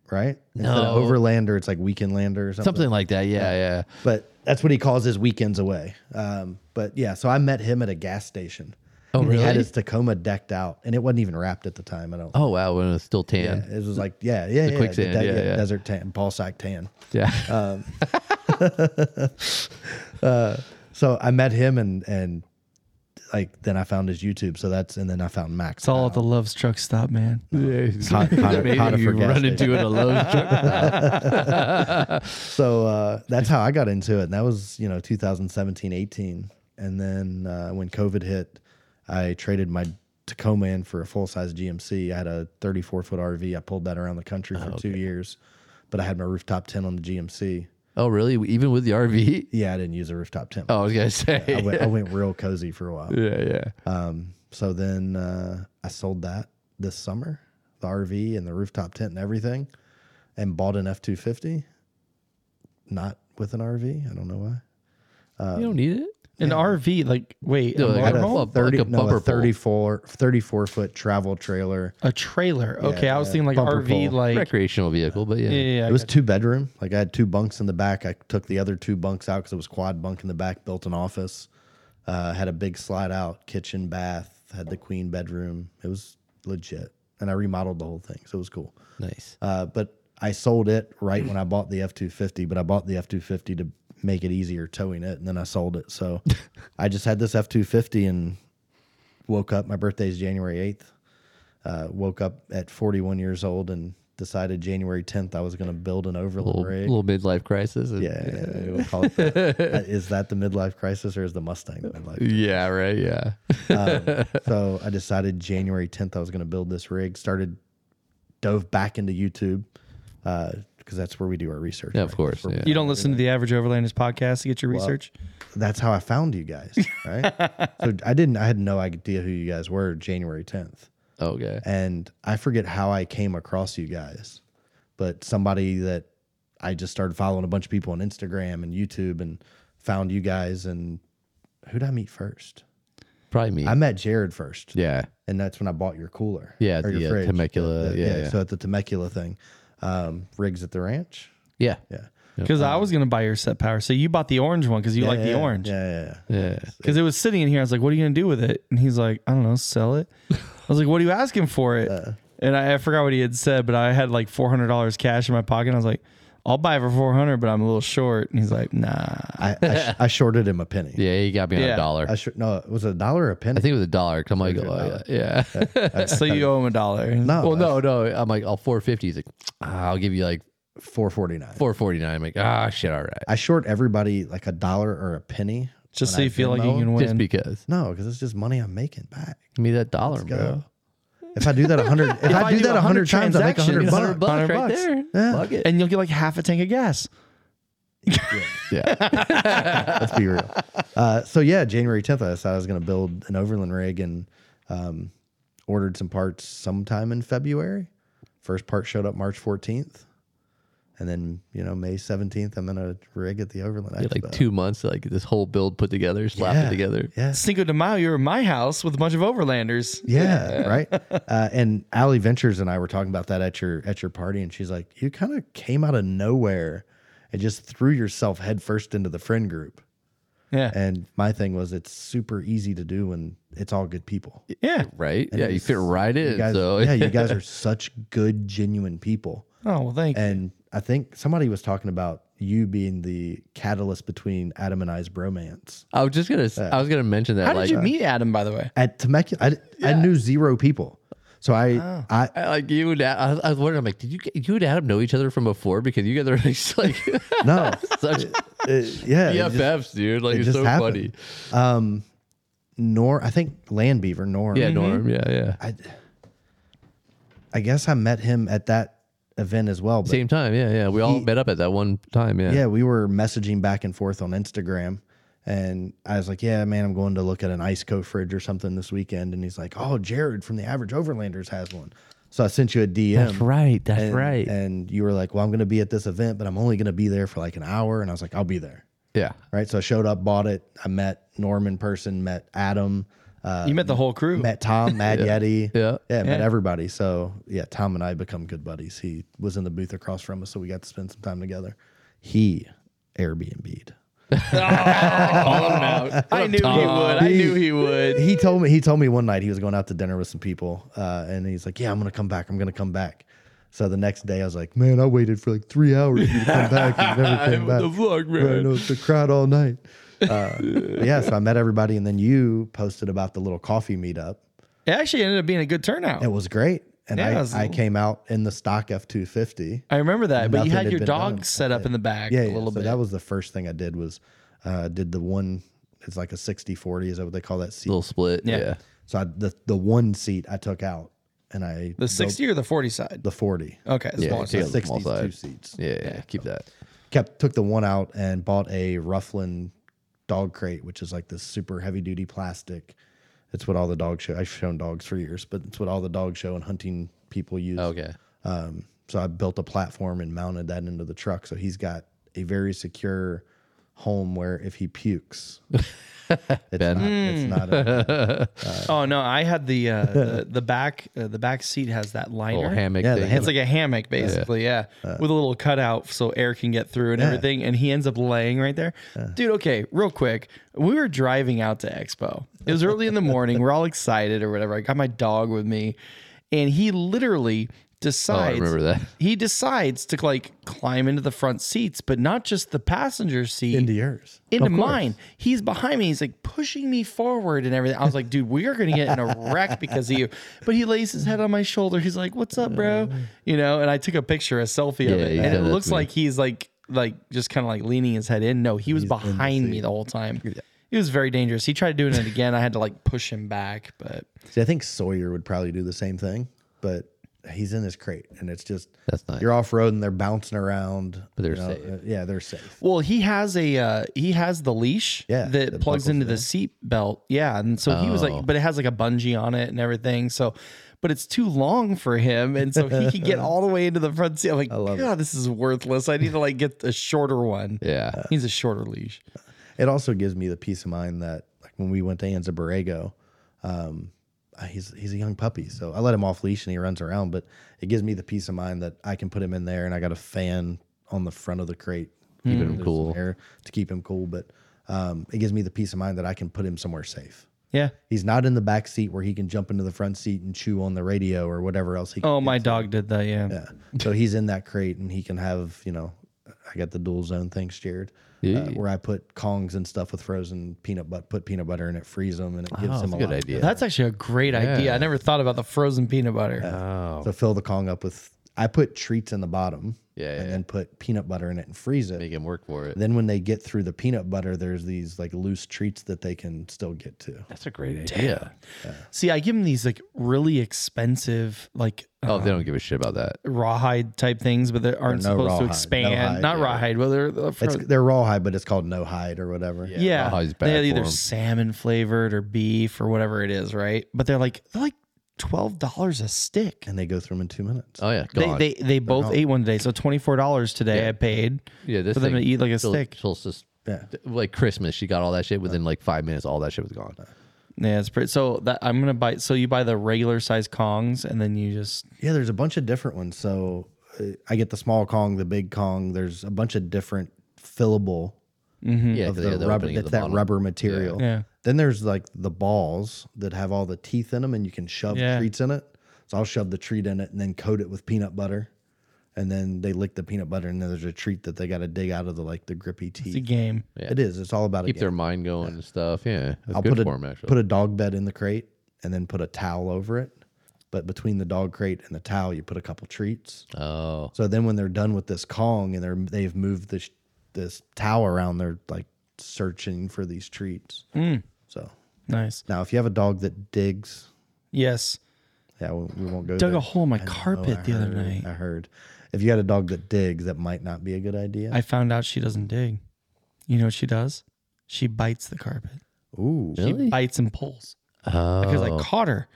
Speaker 3: right? Instead
Speaker 1: No.
Speaker 3: of overlander, it's like weekend lander or something.
Speaker 1: Something like that. Yeah, yeah.
Speaker 3: but that's what he calls his weekends away. Um, but yeah, so I met him at a gas station.
Speaker 1: Oh,
Speaker 3: And He had
Speaker 1: really?
Speaker 3: his Tacoma decked out, and it wasn't even wrapped at the time. I don't.
Speaker 1: Oh wow, when it was still
Speaker 3: yeah,
Speaker 1: tan.
Speaker 3: it was like yeah, yeah, yeah, the
Speaker 1: quicksand,
Speaker 3: de-
Speaker 1: yeah, yeah.
Speaker 3: desert tan, Paul Sack tan.
Speaker 1: Yeah.
Speaker 3: So I met him, and and like then I found his YouTube. So that's and then I found Max.
Speaker 2: It's all at the Love's Truck Stop, man.
Speaker 3: Con- Con- Conifer
Speaker 1: you
Speaker 3: gas
Speaker 1: run
Speaker 3: station.
Speaker 1: into it alone.
Speaker 3: So uh, that's how I got into it. And that was, you know, 2017, 18. And then uh, when COVID hit, I traded my Tacoma in for a full size GMC. I had a 34 foot RV. I pulled that around the country
Speaker 1: Oh,
Speaker 3: for two years, but I had my rooftop tent on the GMC.
Speaker 1: oh really? Even with the RV?
Speaker 3: Yeah, I didn't use a rooftop tent.
Speaker 1: Oh, I was gonna say.
Speaker 3: I, went, I went real cozy for a while.
Speaker 1: yeah, yeah.
Speaker 3: Um, So then uh, I sold that this summer, the RV and the rooftop tent and everything, and bought an F 250. Not with an RV. I don't know why.
Speaker 1: you don't need it.
Speaker 2: An RV, like wait,
Speaker 1: No,
Speaker 2: a,
Speaker 1: like
Speaker 3: had
Speaker 2: motorhome?
Speaker 1: Well,
Speaker 3: a
Speaker 1: like
Speaker 3: 30,
Speaker 1: a
Speaker 3: no,
Speaker 1: bumper
Speaker 3: a
Speaker 1: pole.
Speaker 3: 34, 34 foot travel trailer.
Speaker 2: a trailer. okay, I was
Speaker 3: yeah.
Speaker 2: thinking like
Speaker 3: Bumper
Speaker 2: RV,
Speaker 3: pole.
Speaker 2: like
Speaker 1: Recreational vehicle, but yeah.
Speaker 2: yeah, yeah, yeah,
Speaker 3: It was two bedroom. Like I had two bunks in the back. I took the other two bunks out because it was quad bunk in the back. Built an office. Uh, had a big slide out kitchen, bath. Had the queen bedroom. It was legit, and I remodeled the whole thing, so it was cool.
Speaker 1: Nice.
Speaker 3: Uh, but I sold it right when I bought the F two fifty. But I bought the F two fifty to make it easier towing it, and then I sold it. So I just had this F two fifty and woke up. My birthday's January eighth. Uh, woke up at forty one years old and decided January tenth I was going to build an overland
Speaker 1: Little,
Speaker 3: rig.
Speaker 1: little midlife crisis. and-
Speaker 3: yeah, yeah, yeah, we'll call it that. Uh, is that the midlife crisis or is the Mustang the midlife?
Speaker 1: Yeah, right. Yeah.
Speaker 3: Um, so I decided January 10th I was going to build this rig. Started dove back into YouTube because that's where we do our research.
Speaker 1: Yeah, of
Speaker 3: right?
Speaker 1: course.
Speaker 3: We're-
Speaker 1: Yeah.
Speaker 2: You don't listen to the average Overlanders podcast to get your research.
Speaker 3: That's how I found you guys, right? so I didn't. I had no idea who you guys were January tenth.
Speaker 1: Okay.
Speaker 3: and I forget how I came across you guys, but somebody that I just started following a bunch of people on Instagram and YouTube and found you guys and who'd I meet first?
Speaker 1: Probably me.
Speaker 3: I met Jared first,
Speaker 1: yeah.
Speaker 3: and that's when I bought your cooler,
Speaker 1: Yeah,
Speaker 3: or your
Speaker 1: the, uh,
Speaker 3: fridge,
Speaker 1: Temecula,
Speaker 3: The-
Speaker 1: yeah, yeah.
Speaker 3: So at the Temecula thing, um, rigs at the ranch,
Speaker 1: Yeah.
Speaker 3: yeah,
Speaker 2: Because I was gonna buy your set power, so you bought the orange one because you like the
Speaker 3: Yeah,
Speaker 2: orange.
Speaker 3: yeah, yeah, yeah.
Speaker 1: Yeah.
Speaker 2: Because it was sitting in here, I was like, "What are you gonna do with it?" And he's like, "I don't know, sell it." I was like, "What are you asking for it?"
Speaker 3: Uh.
Speaker 2: and I, I forgot what he had said, but I had like four hundred dollars cash in my pocket. And I was like, "I'll buy it for four hundred, but I'm a little short." And he's like, "Nah."
Speaker 3: I, I, sh- I shorted him a penny.
Speaker 1: Yeah. You got me on
Speaker 2: Yeah.
Speaker 1: a dollar.
Speaker 3: I short, no, was it a dollar or a penny?
Speaker 1: I think it was a dollar. 'cause I'm like, oh, yeah. yeah.
Speaker 2: so you owe him a dollar.
Speaker 3: no,
Speaker 1: well, no, no. I'm like, I'll 450. He's like, ah, I'll give you like
Speaker 3: four forty nine.
Speaker 1: 449. I'm like, ah, shit. All right.
Speaker 3: I short everybody like a dollar or a penny.
Speaker 2: just
Speaker 3: when
Speaker 2: so
Speaker 3: I
Speaker 2: you feel like
Speaker 3: Venmo
Speaker 2: you
Speaker 3: 'em.
Speaker 2: can
Speaker 1: Just
Speaker 2: win.
Speaker 1: because.
Speaker 3: No, because it's just money I'm making back.
Speaker 1: Give me that dollar, bro.
Speaker 3: go. If I do that a hundred, if, I, do, that a hundred times, I make a hundred
Speaker 1: 100
Speaker 2: transactions,
Speaker 3: bucks.
Speaker 1: bucks
Speaker 2: Hundred
Speaker 1: right
Speaker 2: bucks.
Speaker 1: there.
Speaker 3: Yeah.
Speaker 1: Fuck it.
Speaker 2: and you'll get like half a tank of gas.
Speaker 1: Yeah.
Speaker 3: Let's be real. Uh, so yeah, January 10th, I decided I was going to build an Overland rig and um, ordered some parts sometime in February. First part showed up March 14th, and then you know May 17th, I'm in a rig at the Overland.
Speaker 1: Yeah,
Speaker 3: Expo.
Speaker 1: like two months, like this whole build put together, slapped
Speaker 3: Yeah.
Speaker 1: it together.
Speaker 3: Yeah.
Speaker 2: Cinco de Mayo, you were at my house with a bunch of overlanders.
Speaker 3: Yeah, right. Uh, and Allie Ventures and I were talking about that at your at your party, and she's like, "You kind of came out of nowhere and just threw yourself headfirst into the friend group."
Speaker 2: Yeah.
Speaker 3: And my thing was, it's super easy to do when it's all good people.
Speaker 2: Yeah.
Speaker 1: Right?
Speaker 3: And
Speaker 1: yeah. You
Speaker 3: it's-
Speaker 1: fit right in.
Speaker 3: You guys,
Speaker 1: so
Speaker 3: yeah, you guys are such good, genuine people.
Speaker 2: Oh well, thank you.
Speaker 3: And I think somebody was talking about you being the catalyst between Adam and I's bromance.
Speaker 1: I was just gonna. s I was gonna mention that.
Speaker 2: How
Speaker 1: like,
Speaker 2: did you meet Adam, by the way?
Speaker 3: At Temecula, I, I knew zero people, so I, I,
Speaker 1: I, like you and Adam, I, was, I was wondering, I'm like, did you get- you and Adam know each other from before? Because you guys are just like
Speaker 3: no,
Speaker 1: such
Speaker 3: uh, yeah, it just-
Speaker 1: BFFs, dude. Like
Speaker 3: it
Speaker 1: it's
Speaker 3: just
Speaker 1: so funny.
Speaker 3: happened. Nor I think Land Beaver Norm.
Speaker 1: Yeah, Norm. Yeah, yeah.
Speaker 3: I, I guess I met him at that event as well. But
Speaker 1: Same time. Yeah, yeah. We all met up at that one time. Yeah.
Speaker 3: yeah, we were messaging back and forth on Instagram, and I was like, "Yeah, man, I'm going to look at an ice coat fridge or something this weekend," and he's like, "Oh, Jared from the Average Overlanders has one." So I sent you a DM.
Speaker 1: right. That's
Speaker 3: And, and you were like, "Well, I'm going to be at this event, but I'm only going to be there for like an hour." And I was like, "I'll be there."
Speaker 1: yeah.
Speaker 3: Right. So I showed up, bought it. I met Norm in person, met Adam. Uh,
Speaker 2: You met the whole crew.
Speaker 3: met Tom, Mad Yeti.
Speaker 1: Yeah.
Speaker 3: Yeah, met everybody. So yeah, Tom and I become good buddies. He was in the booth across from us, so we got to spend some time together. He Airbnb'd.
Speaker 2: I knew he would. I knew he would.
Speaker 3: He told me he told me one night he was going out to dinner with some people, uh, and he's like, "Yeah, I'm gonna come back. I'm gonna come back." So the next day, I was like, "Man, I waited for like three hours for you to come back. and You never came back.
Speaker 1: The vlog,
Speaker 3: I
Speaker 1: man.
Speaker 3: know it's a crowd all night." Uh, but yeah, so I met everybody, and then you posted about the little coffee meetup.
Speaker 2: It actually ended up being a good turnout.
Speaker 3: It was great, and
Speaker 2: Yeah, it was-
Speaker 3: I, I came out in the stock F250.
Speaker 2: I remember that, but you
Speaker 3: Nothing
Speaker 2: had
Speaker 3: had
Speaker 2: your
Speaker 3: been
Speaker 2: dog
Speaker 3: done.
Speaker 2: set up in the back
Speaker 3: yeah,
Speaker 2: a
Speaker 3: yeah.
Speaker 2: little
Speaker 3: so
Speaker 2: bit.
Speaker 3: that was the first thing I did was uh did the one it's like a 60 40 is that what they call that seat
Speaker 1: Little split.
Speaker 2: Yeah.
Speaker 1: Yeah.
Speaker 3: so I, the the one seat I took out and I
Speaker 2: the
Speaker 3: built
Speaker 2: 60 or the 40 side?
Speaker 3: the 40
Speaker 2: Okay,
Speaker 1: Yeah,
Speaker 2: smaller
Speaker 1: take
Speaker 2: side.
Speaker 1: a
Speaker 3: the
Speaker 1: small
Speaker 3: 60 's two
Speaker 1: side.
Speaker 3: seats
Speaker 1: Yeah. Yeah. Keep that.
Speaker 3: kept took the one out and bought a Rufflin dog crate which is like this super heavy duty plastic it's what all the dog show I've shown dogs for years but it's what all the dog show and hunting people use
Speaker 1: Okay.
Speaker 3: Um, so I built a platform and mounted that into the truck. So he's got a very secure home where if he pukes, it's
Speaker 1: Ben.
Speaker 3: not, it's not a,
Speaker 1: Uh,
Speaker 2: Oh no, I had the uh, the, the back uh, the back seat has that liner.
Speaker 1: Little hammock.
Speaker 3: Yeah, the
Speaker 1: thing. Uh,
Speaker 3: hammock.
Speaker 2: It's like a hammock, basically, yeah, with a little cutout so air can get through and everything. And he ends up laying right there,
Speaker 1: Uh.
Speaker 2: dude. Okay, real quick, we were driving out to Expo. It was early in the morning. We're all excited or whatever. I got my dog with me, and he literally
Speaker 1: Oh, I
Speaker 2: decides.
Speaker 1: remember that.
Speaker 2: He decides to like climb into the front seats, but not just the passenger seat
Speaker 3: into yours.
Speaker 2: into mine. He's behind me. He's like pushing me forward and everything. I was like, dude, we are gonna get in a wreck because of you. But he lays his head on my shoulder. He's like, What's up, bro? You know, and I took a picture, a selfie of
Speaker 1: Uh. Yeah,
Speaker 2: it.
Speaker 1: you
Speaker 2: And
Speaker 1: said
Speaker 2: it
Speaker 1: that
Speaker 2: looks
Speaker 1: to me.
Speaker 2: like he's like like just kind of like leaning his head in. No, he was behind me the whole time. It was very dangerous. He tried doing it again. I had to like push him back, but
Speaker 3: See, I think Sawyer would probably do the same thing, but he's in his crate, and it's just
Speaker 1: That's nice.
Speaker 3: you're off road and they're bouncing around.
Speaker 1: But they're
Speaker 3: you
Speaker 1: safe.
Speaker 3: uh, Yeah, they're safe.
Speaker 2: Well, he has a uh, he has the leash
Speaker 3: Yeah,
Speaker 2: that
Speaker 3: that
Speaker 2: plugs
Speaker 3: buckles
Speaker 2: into
Speaker 3: it
Speaker 2: the
Speaker 3: in.
Speaker 2: seat belt. Yeah, and so he was
Speaker 1: Oh.
Speaker 2: like, but it has like a bungee on it and everything. So, but it's too long for him, and so he can get all the way into the front seat. I'm like,
Speaker 3: love it.
Speaker 2: God, this is worthless. I need to like get a shorter one.
Speaker 1: Yeah.
Speaker 2: He needs a shorter leash.
Speaker 3: It also gives me the peace of mind that like when we went to Anza Borrego, um, uh, he's he's a young puppy, so I let him off leash and he runs around. But it gives me the peace of mind that I can put him in there and I got a fan on the front of the crate,
Speaker 1: Keeping
Speaker 2: Hmm.
Speaker 3: There's
Speaker 1: him
Speaker 3: some
Speaker 1: cool.
Speaker 3: air to keep him cool. But um, it gives me the peace of mind that I can put him somewhere safe.
Speaker 2: Yeah.
Speaker 3: He's not in the back seat where he can jump into the front seat and chew on the radio or whatever else he. Can
Speaker 2: Oh,
Speaker 3: get
Speaker 2: my
Speaker 3: to.
Speaker 2: dog did that. Yeah.
Speaker 3: Yeah. So he's in that crate and he can have, you know, I got the dual zone thing steered
Speaker 1: Yeah.
Speaker 3: uh, where I put Kongs and stuff with frozen peanut butter, put peanut butter in it, freeze them, and it gives
Speaker 1: Oh,
Speaker 3: him
Speaker 1: that's
Speaker 3: a
Speaker 1: a good
Speaker 3: lot.
Speaker 1: idea.
Speaker 2: That's actually a great idea. I never thought about the frozen peanut butter.
Speaker 1: oh.
Speaker 3: So fill the Kong up with, I put treats in the bottom
Speaker 1: Yeah, yeah,
Speaker 3: and
Speaker 1: yeah.
Speaker 3: then put peanut butter in it and freeze it.
Speaker 1: Make him work for it.
Speaker 3: Then when they get through the peanut butter, there's these like loose treats that they can still get to.
Speaker 1: That's a great idea.
Speaker 2: See, I give him these like really expensive, like
Speaker 1: Oh, they don't give a shit about that.
Speaker 2: rawhide type things, but they aren't
Speaker 3: no
Speaker 2: supposed to
Speaker 3: rawhide. No
Speaker 2: expand.
Speaker 3: hide,
Speaker 2: Not
Speaker 3: yeah.
Speaker 2: rawhide, well, they're the
Speaker 3: It's,
Speaker 2: fro-
Speaker 3: they're rawhide, but it's called no hide or whatever.
Speaker 1: Yeah.
Speaker 2: yeah,
Speaker 1: Rahide's Oh,
Speaker 2: they
Speaker 1: bad
Speaker 2: had
Speaker 1: for
Speaker 2: either
Speaker 1: 'em.
Speaker 2: salmon flavored or beef or whatever it is, right? But they're like they're like twelve dollars a stick.
Speaker 3: And they go through them in two minutes.
Speaker 1: Oh yeah,
Speaker 2: They
Speaker 1: gone.
Speaker 2: they they both
Speaker 3: gone.
Speaker 2: ate one today, so twenty four dollars today I paid
Speaker 1: yeah, this
Speaker 2: for them to
Speaker 1: thing
Speaker 2: eat like a
Speaker 1: till-
Speaker 2: stick.
Speaker 1: till it's just-
Speaker 3: Yeah.
Speaker 1: like Christmas, she got all that shit within like five minutes. All that shit was gone.
Speaker 2: Yeah, it's pretty. So that I'm gonna buy. So you buy the regular size kongs, and then you just
Speaker 3: Yeah, there's a bunch of different ones. So uh, I get the small Kong, the big Kong. There's a bunch of different fillable
Speaker 1: Yeah, 'cause
Speaker 3: of
Speaker 1: they
Speaker 3: the
Speaker 1: had the
Speaker 3: rubber.
Speaker 1: opening at
Speaker 3: That's
Speaker 1: the
Speaker 3: that
Speaker 1: bottom.
Speaker 3: rubber material.
Speaker 2: mm-hmm. Yeah.
Speaker 3: Then there's like the balls that have all the teeth in them, and you can shove
Speaker 2: Yeah.
Speaker 3: treats in it. So I'll shove the treat in it and then coat it with peanut butter, and then they lick the peanut butter, and then there's a treat that they got to dig out of the like the grippy
Speaker 2: it's a
Speaker 3: teeth.
Speaker 2: game.
Speaker 3: It is. It's all about a
Speaker 1: Keep
Speaker 3: game.
Speaker 1: their mind going and stuff. Yeah, that's
Speaker 3: I'll
Speaker 1: good
Speaker 3: put a
Speaker 1: for 'em, actually.
Speaker 3: put a dog bed in the crate, and then put a towel over it. But between the dog crate and the towel, you put a couple treats.
Speaker 1: oh,
Speaker 3: So then when they're done with this Kong and they're they've moved this this towel around, they're like searching for these treats.
Speaker 2: Hmm.
Speaker 3: So
Speaker 2: Nice.
Speaker 3: now if you have a dog that digs,
Speaker 2: Yes.
Speaker 3: yeah, we, we won't go.
Speaker 2: Dug
Speaker 3: there.
Speaker 2: a hole in my
Speaker 3: I know,
Speaker 2: carpet
Speaker 3: I
Speaker 2: the other
Speaker 3: heard,
Speaker 2: night.
Speaker 3: I heard. If you had a dog that digs, that might not be a good idea.
Speaker 2: I found out she doesn't dig. You know what she does? She bites the carpet.
Speaker 3: Ooh,
Speaker 1: really?
Speaker 2: Bites and pulls.
Speaker 1: oh,
Speaker 2: Because I caught her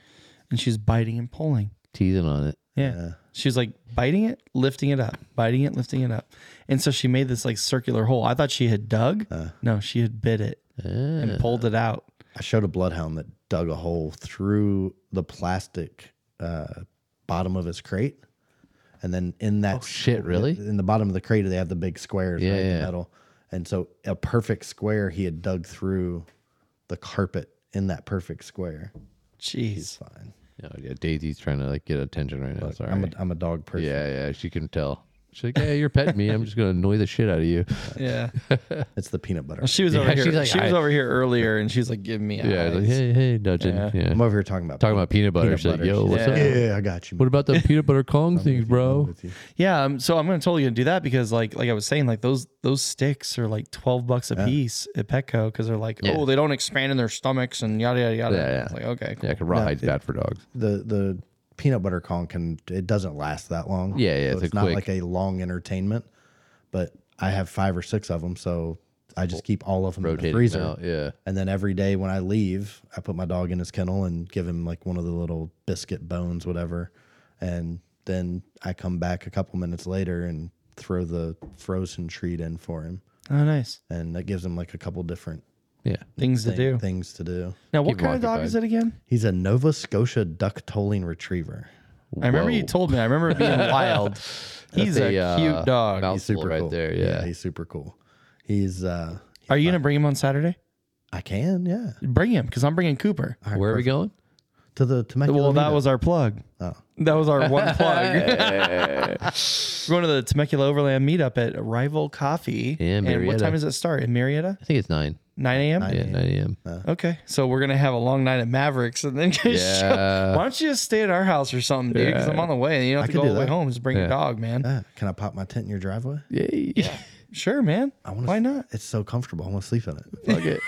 Speaker 2: and she was biting and pulling.
Speaker 1: teasing on it.
Speaker 2: Yeah. She was like biting it, lifting it up, biting it, lifting it up. And so she made this like circular hole. I thought she had dug.
Speaker 1: Uh.
Speaker 2: no, she had bit it and pulled it out.
Speaker 3: I showed a bloodhound that dug a hole through the plastic uh, bottom of his crate, and then in that
Speaker 1: Oh, shit, really?
Speaker 3: in the bottom of the crate they have the big squares,
Speaker 1: Yeah,
Speaker 3: right,
Speaker 1: yeah.
Speaker 3: the metal, and so a perfect square he had dug through the carpet in that perfect square.
Speaker 2: Jeez.
Speaker 3: Fine,
Speaker 1: Oh, yeah, Daisy's trying to like get attention right now. Sorry.
Speaker 3: I'm a I'm a dog person.
Speaker 1: yeah, yeah, she can tell. She's like, "Yeah, you're petting me. I'm just gonna annoy the shit out of you."
Speaker 2: Yeah.
Speaker 3: It's the peanut butter.
Speaker 2: She was over
Speaker 1: Yeah,
Speaker 2: here.
Speaker 1: she's like,
Speaker 2: she was
Speaker 1: I-
Speaker 2: over here earlier and she's like, give me
Speaker 1: Yeah,
Speaker 2: eyes.
Speaker 1: like, hey, hey, Dudgeon.
Speaker 2: Yeah.
Speaker 1: Yeah.
Speaker 3: I'm over here talking about
Speaker 1: talking about peanut butter.
Speaker 3: peanut
Speaker 1: She's like,
Speaker 3: butter.
Speaker 1: "Yo,
Speaker 3: She's
Speaker 1: what's
Speaker 3: like,
Speaker 1: up?
Speaker 3: Yeah, I got you.
Speaker 1: What about the peanut butter Kong things, bro?"
Speaker 3: with you.
Speaker 2: Yeah, um, so I'm gonna totally gonna do that because like like I was saying, like those those sticks are like twelve bucks a piece at Petco because they're like,
Speaker 1: Yeah.
Speaker 2: oh, they don't expand in their stomachs and yada yada yada.
Speaker 1: Yeah, yeah.
Speaker 2: I was like okay, cool.
Speaker 1: Yeah, 'cause rawhide's bad for dogs.
Speaker 3: the the peanut butter con can it doesn't last that long.
Speaker 1: Yeah, yeah,
Speaker 3: So
Speaker 1: it's
Speaker 3: it's,
Speaker 1: a
Speaker 3: not
Speaker 1: quick-
Speaker 3: like a long entertainment. But I have five or six of them, so I just keep all of them in the
Speaker 1: Rotating
Speaker 3: freezer.
Speaker 1: out, yeah.
Speaker 3: And then every day when I leave, I put my dog in his kennel and give him like one of the little biscuit bones, whatever. And then I come back a couple minutes later and throw the frozen treat in for him,
Speaker 2: Oh, nice
Speaker 3: and that gives him like a couple different
Speaker 1: Yeah.
Speaker 2: things
Speaker 3: thing-
Speaker 2: to do.
Speaker 3: things to do.
Speaker 2: Now, what
Speaker 1: Keep 'em
Speaker 2: kind of dog
Speaker 1: occupied.
Speaker 2: is it again?
Speaker 3: He's a Nova Scotia duck tolling retriever.
Speaker 2: I remember you
Speaker 1: Whoa.
Speaker 2: told me. I remember it being wild. He's
Speaker 1: That's
Speaker 2: a,
Speaker 1: uh,
Speaker 2: cute dog.
Speaker 1: mouthful
Speaker 3: He's super
Speaker 1: right
Speaker 3: cool.
Speaker 1: there. Yeah.
Speaker 3: he's super cool. He's uh
Speaker 2: Are you gonna bring him on Saturday?
Speaker 3: I can, yeah.
Speaker 2: Bring him because I'm bringing Cooper.
Speaker 3: All right,
Speaker 1: Where are we
Speaker 3: perfect.
Speaker 1: going?
Speaker 3: To the Temecula.
Speaker 2: Well, that
Speaker 3: meetup.
Speaker 2: was our plug.
Speaker 3: Oh.
Speaker 2: That was our one plug. We're going to the Temecula Overland meetup at Rival Coffee.
Speaker 1: In
Speaker 2: and what
Speaker 1: Marietta.
Speaker 2: time does it start? In Marietta?
Speaker 1: I think it's nine.
Speaker 2: 9 a.m.?
Speaker 1: Yeah, nine a.m.
Speaker 2: Okay, so we're gonna have a long night at Mavericks, and then just show-
Speaker 1: Yeah.
Speaker 2: why don't you just stay at our house or something, dude? Because I'm on the way, and you don't have to
Speaker 3: I could
Speaker 2: go all
Speaker 3: do
Speaker 2: the way
Speaker 3: that.
Speaker 2: home. Just bring your
Speaker 1: Yeah.
Speaker 2: dog, man.
Speaker 3: Yeah. Can I pop my tent in your driveway?
Speaker 1: Yay.
Speaker 2: Sure, man.
Speaker 3: I wanna
Speaker 2: Why not,
Speaker 3: It's so comfortable. I want to sleep in it.
Speaker 1: Fuck it.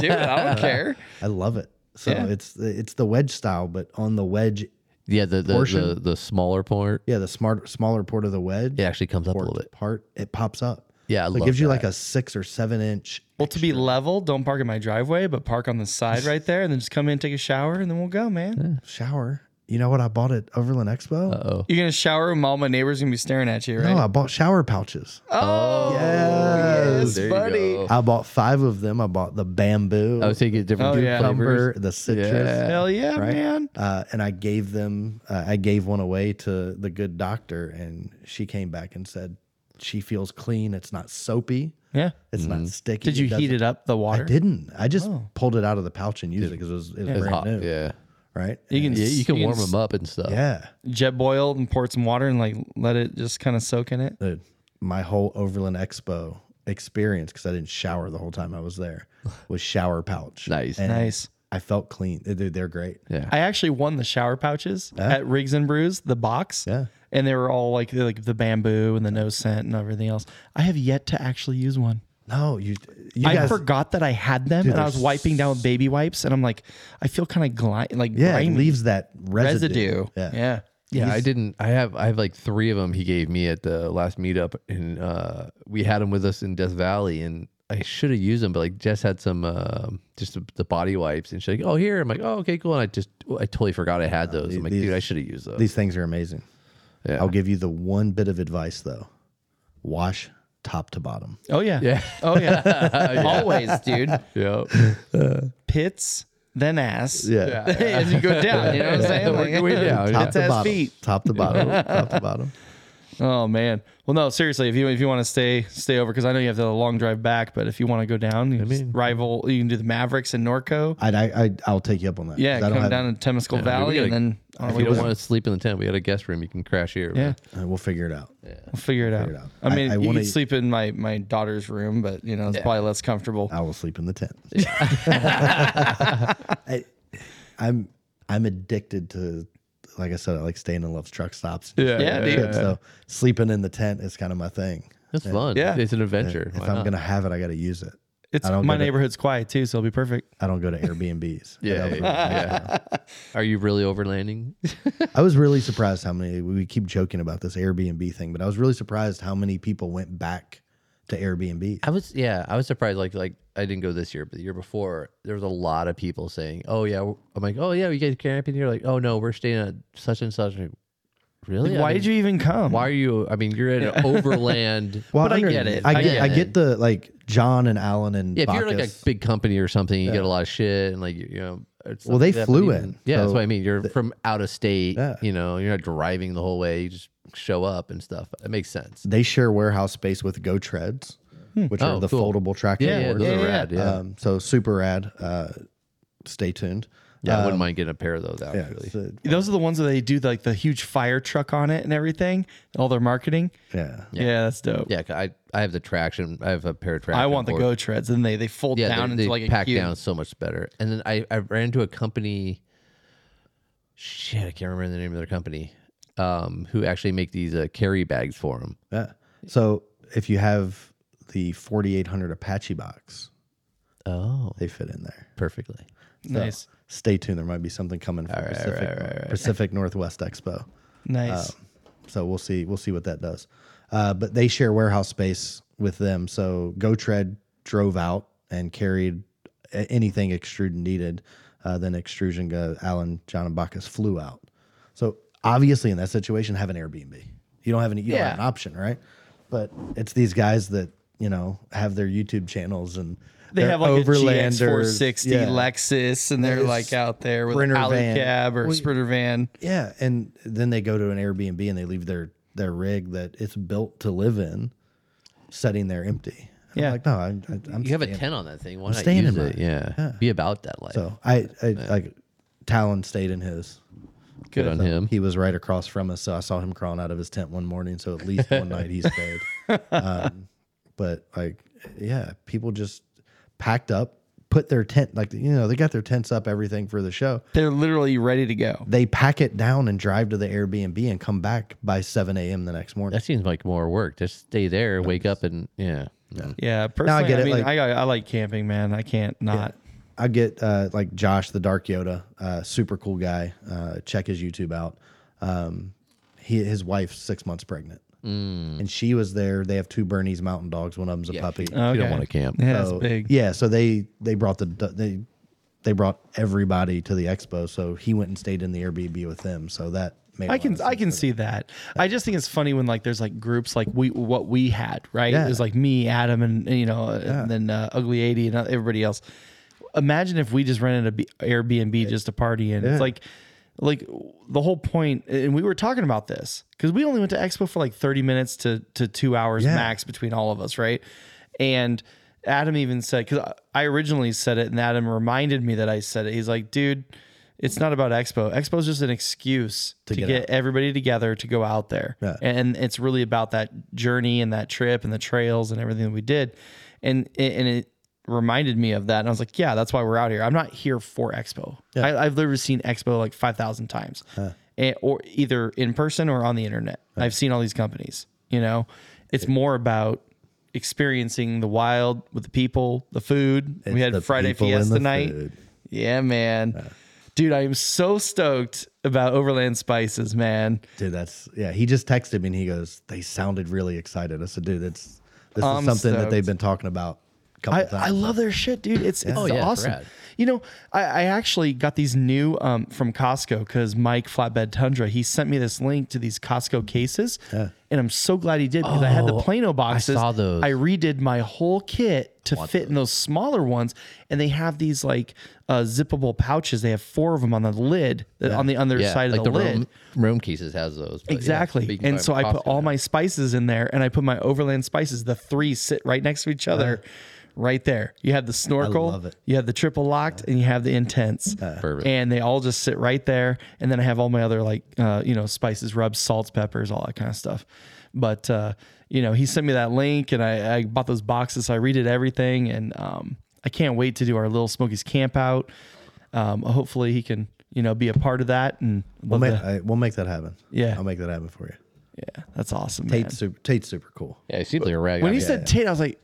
Speaker 2: dude? I don't care.
Speaker 3: I love it. So
Speaker 2: Yeah.
Speaker 3: it's it's the wedge style, but on the wedge
Speaker 1: Yeah, the the,
Speaker 3: Portion?
Speaker 1: the, the smaller part.
Speaker 3: Yeah, the smart smaller part of the wedge.
Speaker 1: It actually comes up a
Speaker 3: part,
Speaker 1: little bit.
Speaker 3: part it pops up.
Speaker 1: Yeah, I
Speaker 3: So it
Speaker 1: love
Speaker 3: gives you
Speaker 1: that.
Speaker 3: like a six or seven inch.
Speaker 2: Well, to be level, don't park in my driveway, but park on the side right there, and then just come in, take a shower, and then we'll go, man.
Speaker 3: shower. You know what I bought at Overland Expo?
Speaker 1: Uh-oh.
Speaker 2: You're gonna shower and all my neighbors gonna be staring at you, right?
Speaker 3: no, I bought shower pouches.
Speaker 2: oh,
Speaker 3: Yes.
Speaker 1: There you go.
Speaker 3: I bought five of them. I bought the bamboo,
Speaker 1: I was thinking different
Speaker 2: Oh,
Speaker 1: dude
Speaker 2: yeah.
Speaker 1: flavors.
Speaker 3: umber, the citrus.
Speaker 1: Yeah.
Speaker 2: Hell yeah,
Speaker 3: Right?
Speaker 2: man.
Speaker 3: Uh, and I gave them, uh, I gave one away to the good doctor, and she came back and said she feels clean. It's not soapy.
Speaker 2: Yeah.
Speaker 3: It's not sticky.
Speaker 2: Did you heat
Speaker 3: doesn't-
Speaker 2: it up the water?
Speaker 3: I didn't. I just
Speaker 2: Oh.
Speaker 3: pulled it out of the pouch and used it because it was, it was brand
Speaker 1: Hot,
Speaker 3: new.
Speaker 1: yeah.
Speaker 3: Right?
Speaker 2: You can
Speaker 1: Yeah, you can warm
Speaker 2: s-
Speaker 1: them up and stuff.
Speaker 3: yeah.
Speaker 2: Jet boiled and poured some water and like let it just kind of soak in it.
Speaker 3: Dude, my whole Overland Expo experience because I didn't shower the whole time I was there was shower pouch.
Speaker 1: Nice.
Speaker 3: And
Speaker 2: Nice.
Speaker 3: I felt clean. Dude, they're great.
Speaker 1: Yeah.
Speaker 2: I actually won the shower pouches at Rigs and Brews, the box.
Speaker 3: Yeah.
Speaker 2: And they were all like like the bamboo and the no scent and everything else. I have yet to actually use one.
Speaker 3: No, you, you
Speaker 2: I
Speaker 3: guys,
Speaker 2: forgot that I had them, and I was wiping down with baby wipes, and I'm like, I feel kind of gli- like
Speaker 3: yeah, it
Speaker 2: grimy.
Speaker 3: leaves that residue.
Speaker 2: residue.
Speaker 3: Yeah.
Speaker 2: yeah.
Speaker 1: Yeah, I didn't. I have I have like three of them he gave me at the last meetup, and uh, we had them with us in Death Valley, and I should have used them, but like Jess had some um just the, the body wipes, and she's like, "Oh, here." I'm like, "Oh, okay, cool." And I just I totally forgot I
Speaker 2: Uh,
Speaker 1: had those. I'm like,
Speaker 3: these-
Speaker 1: "Dude, I should have used those."
Speaker 3: These things are amazing.
Speaker 1: Yeah.
Speaker 3: I'll give you the one bit of advice though wash top to bottom.
Speaker 2: Oh yeah.
Speaker 1: Yeah.
Speaker 2: Oh yeah. Always, dude.
Speaker 1: yeah,
Speaker 2: Pits, then ass.
Speaker 3: Yeah.
Speaker 2: As you go down, you know what I'm saying?
Speaker 1: Work your way down, yeah.
Speaker 3: Top
Speaker 2: Pits,
Speaker 3: to
Speaker 2: ass,
Speaker 3: bottom.
Speaker 2: feet.
Speaker 3: Top to bottom. top to bottom.
Speaker 2: Oh man. Well, no, seriously. If you if you want to stay stay over, because I know you have the long drive back, but if you want to go down, you just rival, you can do the Mavericks and Norco.
Speaker 3: I'd, I, I, I'll take you up on that. 'cause
Speaker 2: Yeah,
Speaker 3: I don't
Speaker 2: come
Speaker 3: have-
Speaker 2: down to Temescal
Speaker 1: we
Speaker 2: Valley,
Speaker 1: gotta-
Speaker 2: and then on our
Speaker 1: If
Speaker 2: way
Speaker 1: you don't
Speaker 2: down.
Speaker 1: want to sleep in the tent, we got a guest room. You can crash here.
Speaker 2: yeah,
Speaker 3: uh, we'll figure it out.
Speaker 2: we'll figure it out.
Speaker 3: it out.
Speaker 2: I
Speaker 3: I-
Speaker 2: mean,
Speaker 3: I
Speaker 2: you
Speaker 3: wanna-
Speaker 2: could sleep in my my daughter's room, but you know it's probably less comfortable.
Speaker 3: I will sleep in the tent. I, I'm I'm addicted to, like I said, I like staying in love's truck stops. and
Speaker 2: Yeah, dude.
Speaker 3: shit. So sleeping in the tent is kind of my thing.
Speaker 1: that's fun.
Speaker 2: Yeah.
Speaker 1: it's an adventure.
Speaker 3: If
Speaker 1: Why
Speaker 3: I'm
Speaker 1: not?
Speaker 3: gonna have it, I gotta use it.
Speaker 2: It's
Speaker 3: I don't
Speaker 2: my
Speaker 3: get it.
Speaker 2: neighborhood's quiet too, so it'll be perfect.
Speaker 3: I don't go to Airbnbs.
Speaker 1: yeah,
Speaker 3: I,
Speaker 1: yeah,
Speaker 3: don't-
Speaker 1: yeah. Are you really overlanding?
Speaker 3: I was really surprised how many we keep joking about this Airbnb thing, but I was really surprised how many people went back to Airbnb.
Speaker 1: I was yeah, I was surprised. Like like I didn't go this year, but the year before there was a lot of people saying, "Oh yeah," we're-" I'm like, "Oh yeah, you guys camping here?" Like, "Oh no, we're staying at such and such." I'm like, really?
Speaker 2: Why did you even come?
Speaker 1: Oh, Why are you? I mean, you're at an overland.
Speaker 3: Well,
Speaker 2: But I
Speaker 3: under-
Speaker 2: get it.
Speaker 3: I
Speaker 2: I
Speaker 3: get,
Speaker 1: get
Speaker 3: I
Speaker 1: it.
Speaker 3: get the like John and Alan and
Speaker 1: yeah, if you're like a
Speaker 3: Bacchus.
Speaker 1: big company or something, you get a lot of shit and like you, you know. It's not
Speaker 3: Well, they
Speaker 1: that
Speaker 3: flew
Speaker 1: even-
Speaker 3: in,
Speaker 1: Yeah, that's
Speaker 3: so
Speaker 1: what I mean. You're from out of state.
Speaker 3: Yeah.
Speaker 1: You know, you're not driving the whole way. You just show up and stuff. It makes sense.
Speaker 3: they share warehouse space with Go Treads, which
Speaker 1: Oh,
Speaker 3: are the
Speaker 1: cool.
Speaker 3: foldable tracking
Speaker 1: Yeah, yeah,
Speaker 3: boards.
Speaker 1: those are rad. Yeah,
Speaker 3: Um, so super rad. Uh, stay tuned.
Speaker 1: yeah. I wouldn't mind getting a pair of those. Actually,
Speaker 3: So,
Speaker 2: Those are the ones that they do like the huge fire truck on it and everything, all their marketing.
Speaker 3: yeah.
Speaker 2: Yeah, that's dope.
Speaker 1: yeah. 'cause I I have the traction. I have a pair of traction.
Speaker 2: I want the
Speaker 1: boards.
Speaker 2: go treads, and they they fold
Speaker 1: yeah,
Speaker 2: down
Speaker 1: they,
Speaker 2: into
Speaker 1: they
Speaker 2: like a
Speaker 1: pack
Speaker 2: cube.
Speaker 1: down so much better. And then I, I ran into a company. Shit, I can't remember the name of their company. Um, who actually make these uh, carry bags for them?
Speaker 3: yeah. So if you have the 4800 Apache box,
Speaker 1: Oh,
Speaker 3: they fit in there.
Speaker 1: perfectly.
Speaker 2: Nice,
Speaker 3: Stay tuned. There might be something coming from Pacific, Pacific Northwest Expo.
Speaker 2: nice.
Speaker 3: So we'll see. We'll see what that does. Uh, but they share warehouse space with them. So GoTread drove out and carried a- anything Extrude needed. Uh, then Extrusion, go, Alan, John, and Bacchus flew out. So obviously, in that situation, have an Airbnb. You don't have any. You don't have an option, right? But it's these guys that you know have their YouTube channels and
Speaker 2: they
Speaker 3: they're
Speaker 2: have like a GX
Speaker 3: overlanders.
Speaker 2: 460
Speaker 3: Yeah.
Speaker 2: Lexus, and they're
Speaker 3: It's
Speaker 2: like out there with
Speaker 3: Sprinter
Speaker 2: an alley
Speaker 3: van.
Speaker 2: cab or sprinter van.
Speaker 3: Yeah, and then they go to an Airbnb and they leave their their rig that it's built to live in, sitting there empty. And
Speaker 2: Yeah.
Speaker 3: I'm like no, I, I, I'm
Speaker 1: You have a
Speaker 3: staying.
Speaker 1: tent on that thing. Why not
Speaker 3: staying
Speaker 1: use
Speaker 3: in
Speaker 1: it?
Speaker 3: mine.
Speaker 1: Yeah. be about that life.
Speaker 3: So I, I like Talon stayed in his.
Speaker 1: Good on him.
Speaker 3: He was right across from us, so I saw him crawling out of his tent one morning. So at least one night he stayed. Um, but like, yeah, people just packed up, put their tent like you know they got their tents up, everything for the show.
Speaker 2: They're literally ready to go.
Speaker 3: They pack it down and drive to the Airbnb and come back by seven a.m. the next morning.
Speaker 1: That seems like more work. Just stay there, wake up, and yeah.
Speaker 2: Yeah, personally, I,
Speaker 3: get it,
Speaker 2: mean,
Speaker 3: like-
Speaker 2: I I like camping, man. I can't not.
Speaker 3: I get uh, like Josh, the Dark Yoda, uh, super cool guy. Uh, check his YouTube out. Um, he, his wife's six months pregnant,
Speaker 2: Mm.
Speaker 3: and she was there. They have two Bernese mountain dogs. One of them's a puppy.
Speaker 1: You
Speaker 2: Okay.
Speaker 1: don't want to camp.
Speaker 2: Oh, Yeah,
Speaker 3: So,
Speaker 2: it's big.
Speaker 3: Yeah, so they they brought the they they brought everybody to the expo. So he went and stayed in the Airbnb with them. So that made a
Speaker 2: I
Speaker 3: lot of
Speaker 2: can
Speaker 3: sense.
Speaker 2: I can see that. I just think it's funny when like there's like groups like we what we had right. It was like me, Adam, and you know, and then uh, Ugly Eighty and everybody else. Imagine if we just rented a B- Airbnb just to party in. It's like like the whole point, and we were talking about this because we only went to Expo for like thirty minutes to to two hours max between all of us, right? And Adam even said because I originally said it, and Adam reminded me that I said it. He's like, dude. It's not about Expo. Expo is just an excuse to,
Speaker 3: get
Speaker 2: get, everybody together to go out there.
Speaker 3: Yeah.
Speaker 2: And it's really about that journey and that trip and the trails and everything that we did. And and it reminded me of that. And I was like, yeah, that's why we're out here. I'm not here for Expo. I, I've literally seen Expo like 5,000 times, Eh, or either in person or on the internet. I've seen all these companies, you know, it's more about experiencing the wild with the people, the food. we
Speaker 3: It's
Speaker 2: had
Speaker 3: the
Speaker 2: Friday
Speaker 3: people and
Speaker 2: Fiesta
Speaker 3: the
Speaker 2: night.
Speaker 3: food.
Speaker 2: Yeah, man. Dude, I am so stoked about Overland Spices, man.
Speaker 3: Dude, that's yeah. He just texted me and he goes, "They sounded really excited." I said, "Dude, it's this
Speaker 2: I'm
Speaker 3: is something that they've
Speaker 2: stoked.
Speaker 3: been talking about." a Couple
Speaker 2: I,
Speaker 3: times.
Speaker 2: I love their shit, dude. It's, it's
Speaker 1: Oh, yeah,
Speaker 2: awesome.
Speaker 1: rad.
Speaker 2: You know, I, I actually got these new um, from Costco because Mike Flatbed Tundra, he sent me this link to these Costco cases. And I'm so glad he did because I had the
Speaker 1: Oh,
Speaker 2: Plano boxes.
Speaker 1: saw those.
Speaker 2: I redid my whole kit to fit in those smaller ones. And they have these like uh, zippable pouches. They have four of them on the lid, uh, on the other
Speaker 1: Yeah,
Speaker 2: side of
Speaker 1: like
Speaker 2: the,
Speaker 1: the,
Speaker 2: lid.
Speaker 1: Rome, Rome Kisses has those. but yeah,
Speaker 2: Exactly.
Speaker 1: but you can buy
Speaker 2: and so I put
Speaker 1: Costco
Speaker 2: all
Speaker 1: now.
Speaker 2: my spices in there and I put my overland spices. The three sit right next to each other right there. You have the snorkel,
Speaker 3: love it.
Speaker 2: you have the triple locked, and you have the intense.
Speaker 1: Perfect.
Speaker 2: And they all just sit right there. And then I have all my other like uh, you know, spices, rubs, salts, peppers, all that kind of stuff. But uh, you know, he sent me that link and I, I bought those boxes. So I redid everything and um I can't wait to do our little Smokies camp out. Um, hopefully he can, you know, be a part of that and
Speaker 3: We'll
Speaker 2: love
Speaker 3: make,
Speaker 2: to-
Speaker 3: I, we'll make that happen.
Speaker 2: Yeah.
Speaker 3: I'll make that happen for you.
Speaker 2: yeah, that's awesome. man.
Speaker 3: Tate's super, Tate's super cool.
Speaker 1: Oh, Yeah, he seems like a rad
Speaker 2: When
Speaker 1: guy.
Speaker 2: he said Tate, I was like,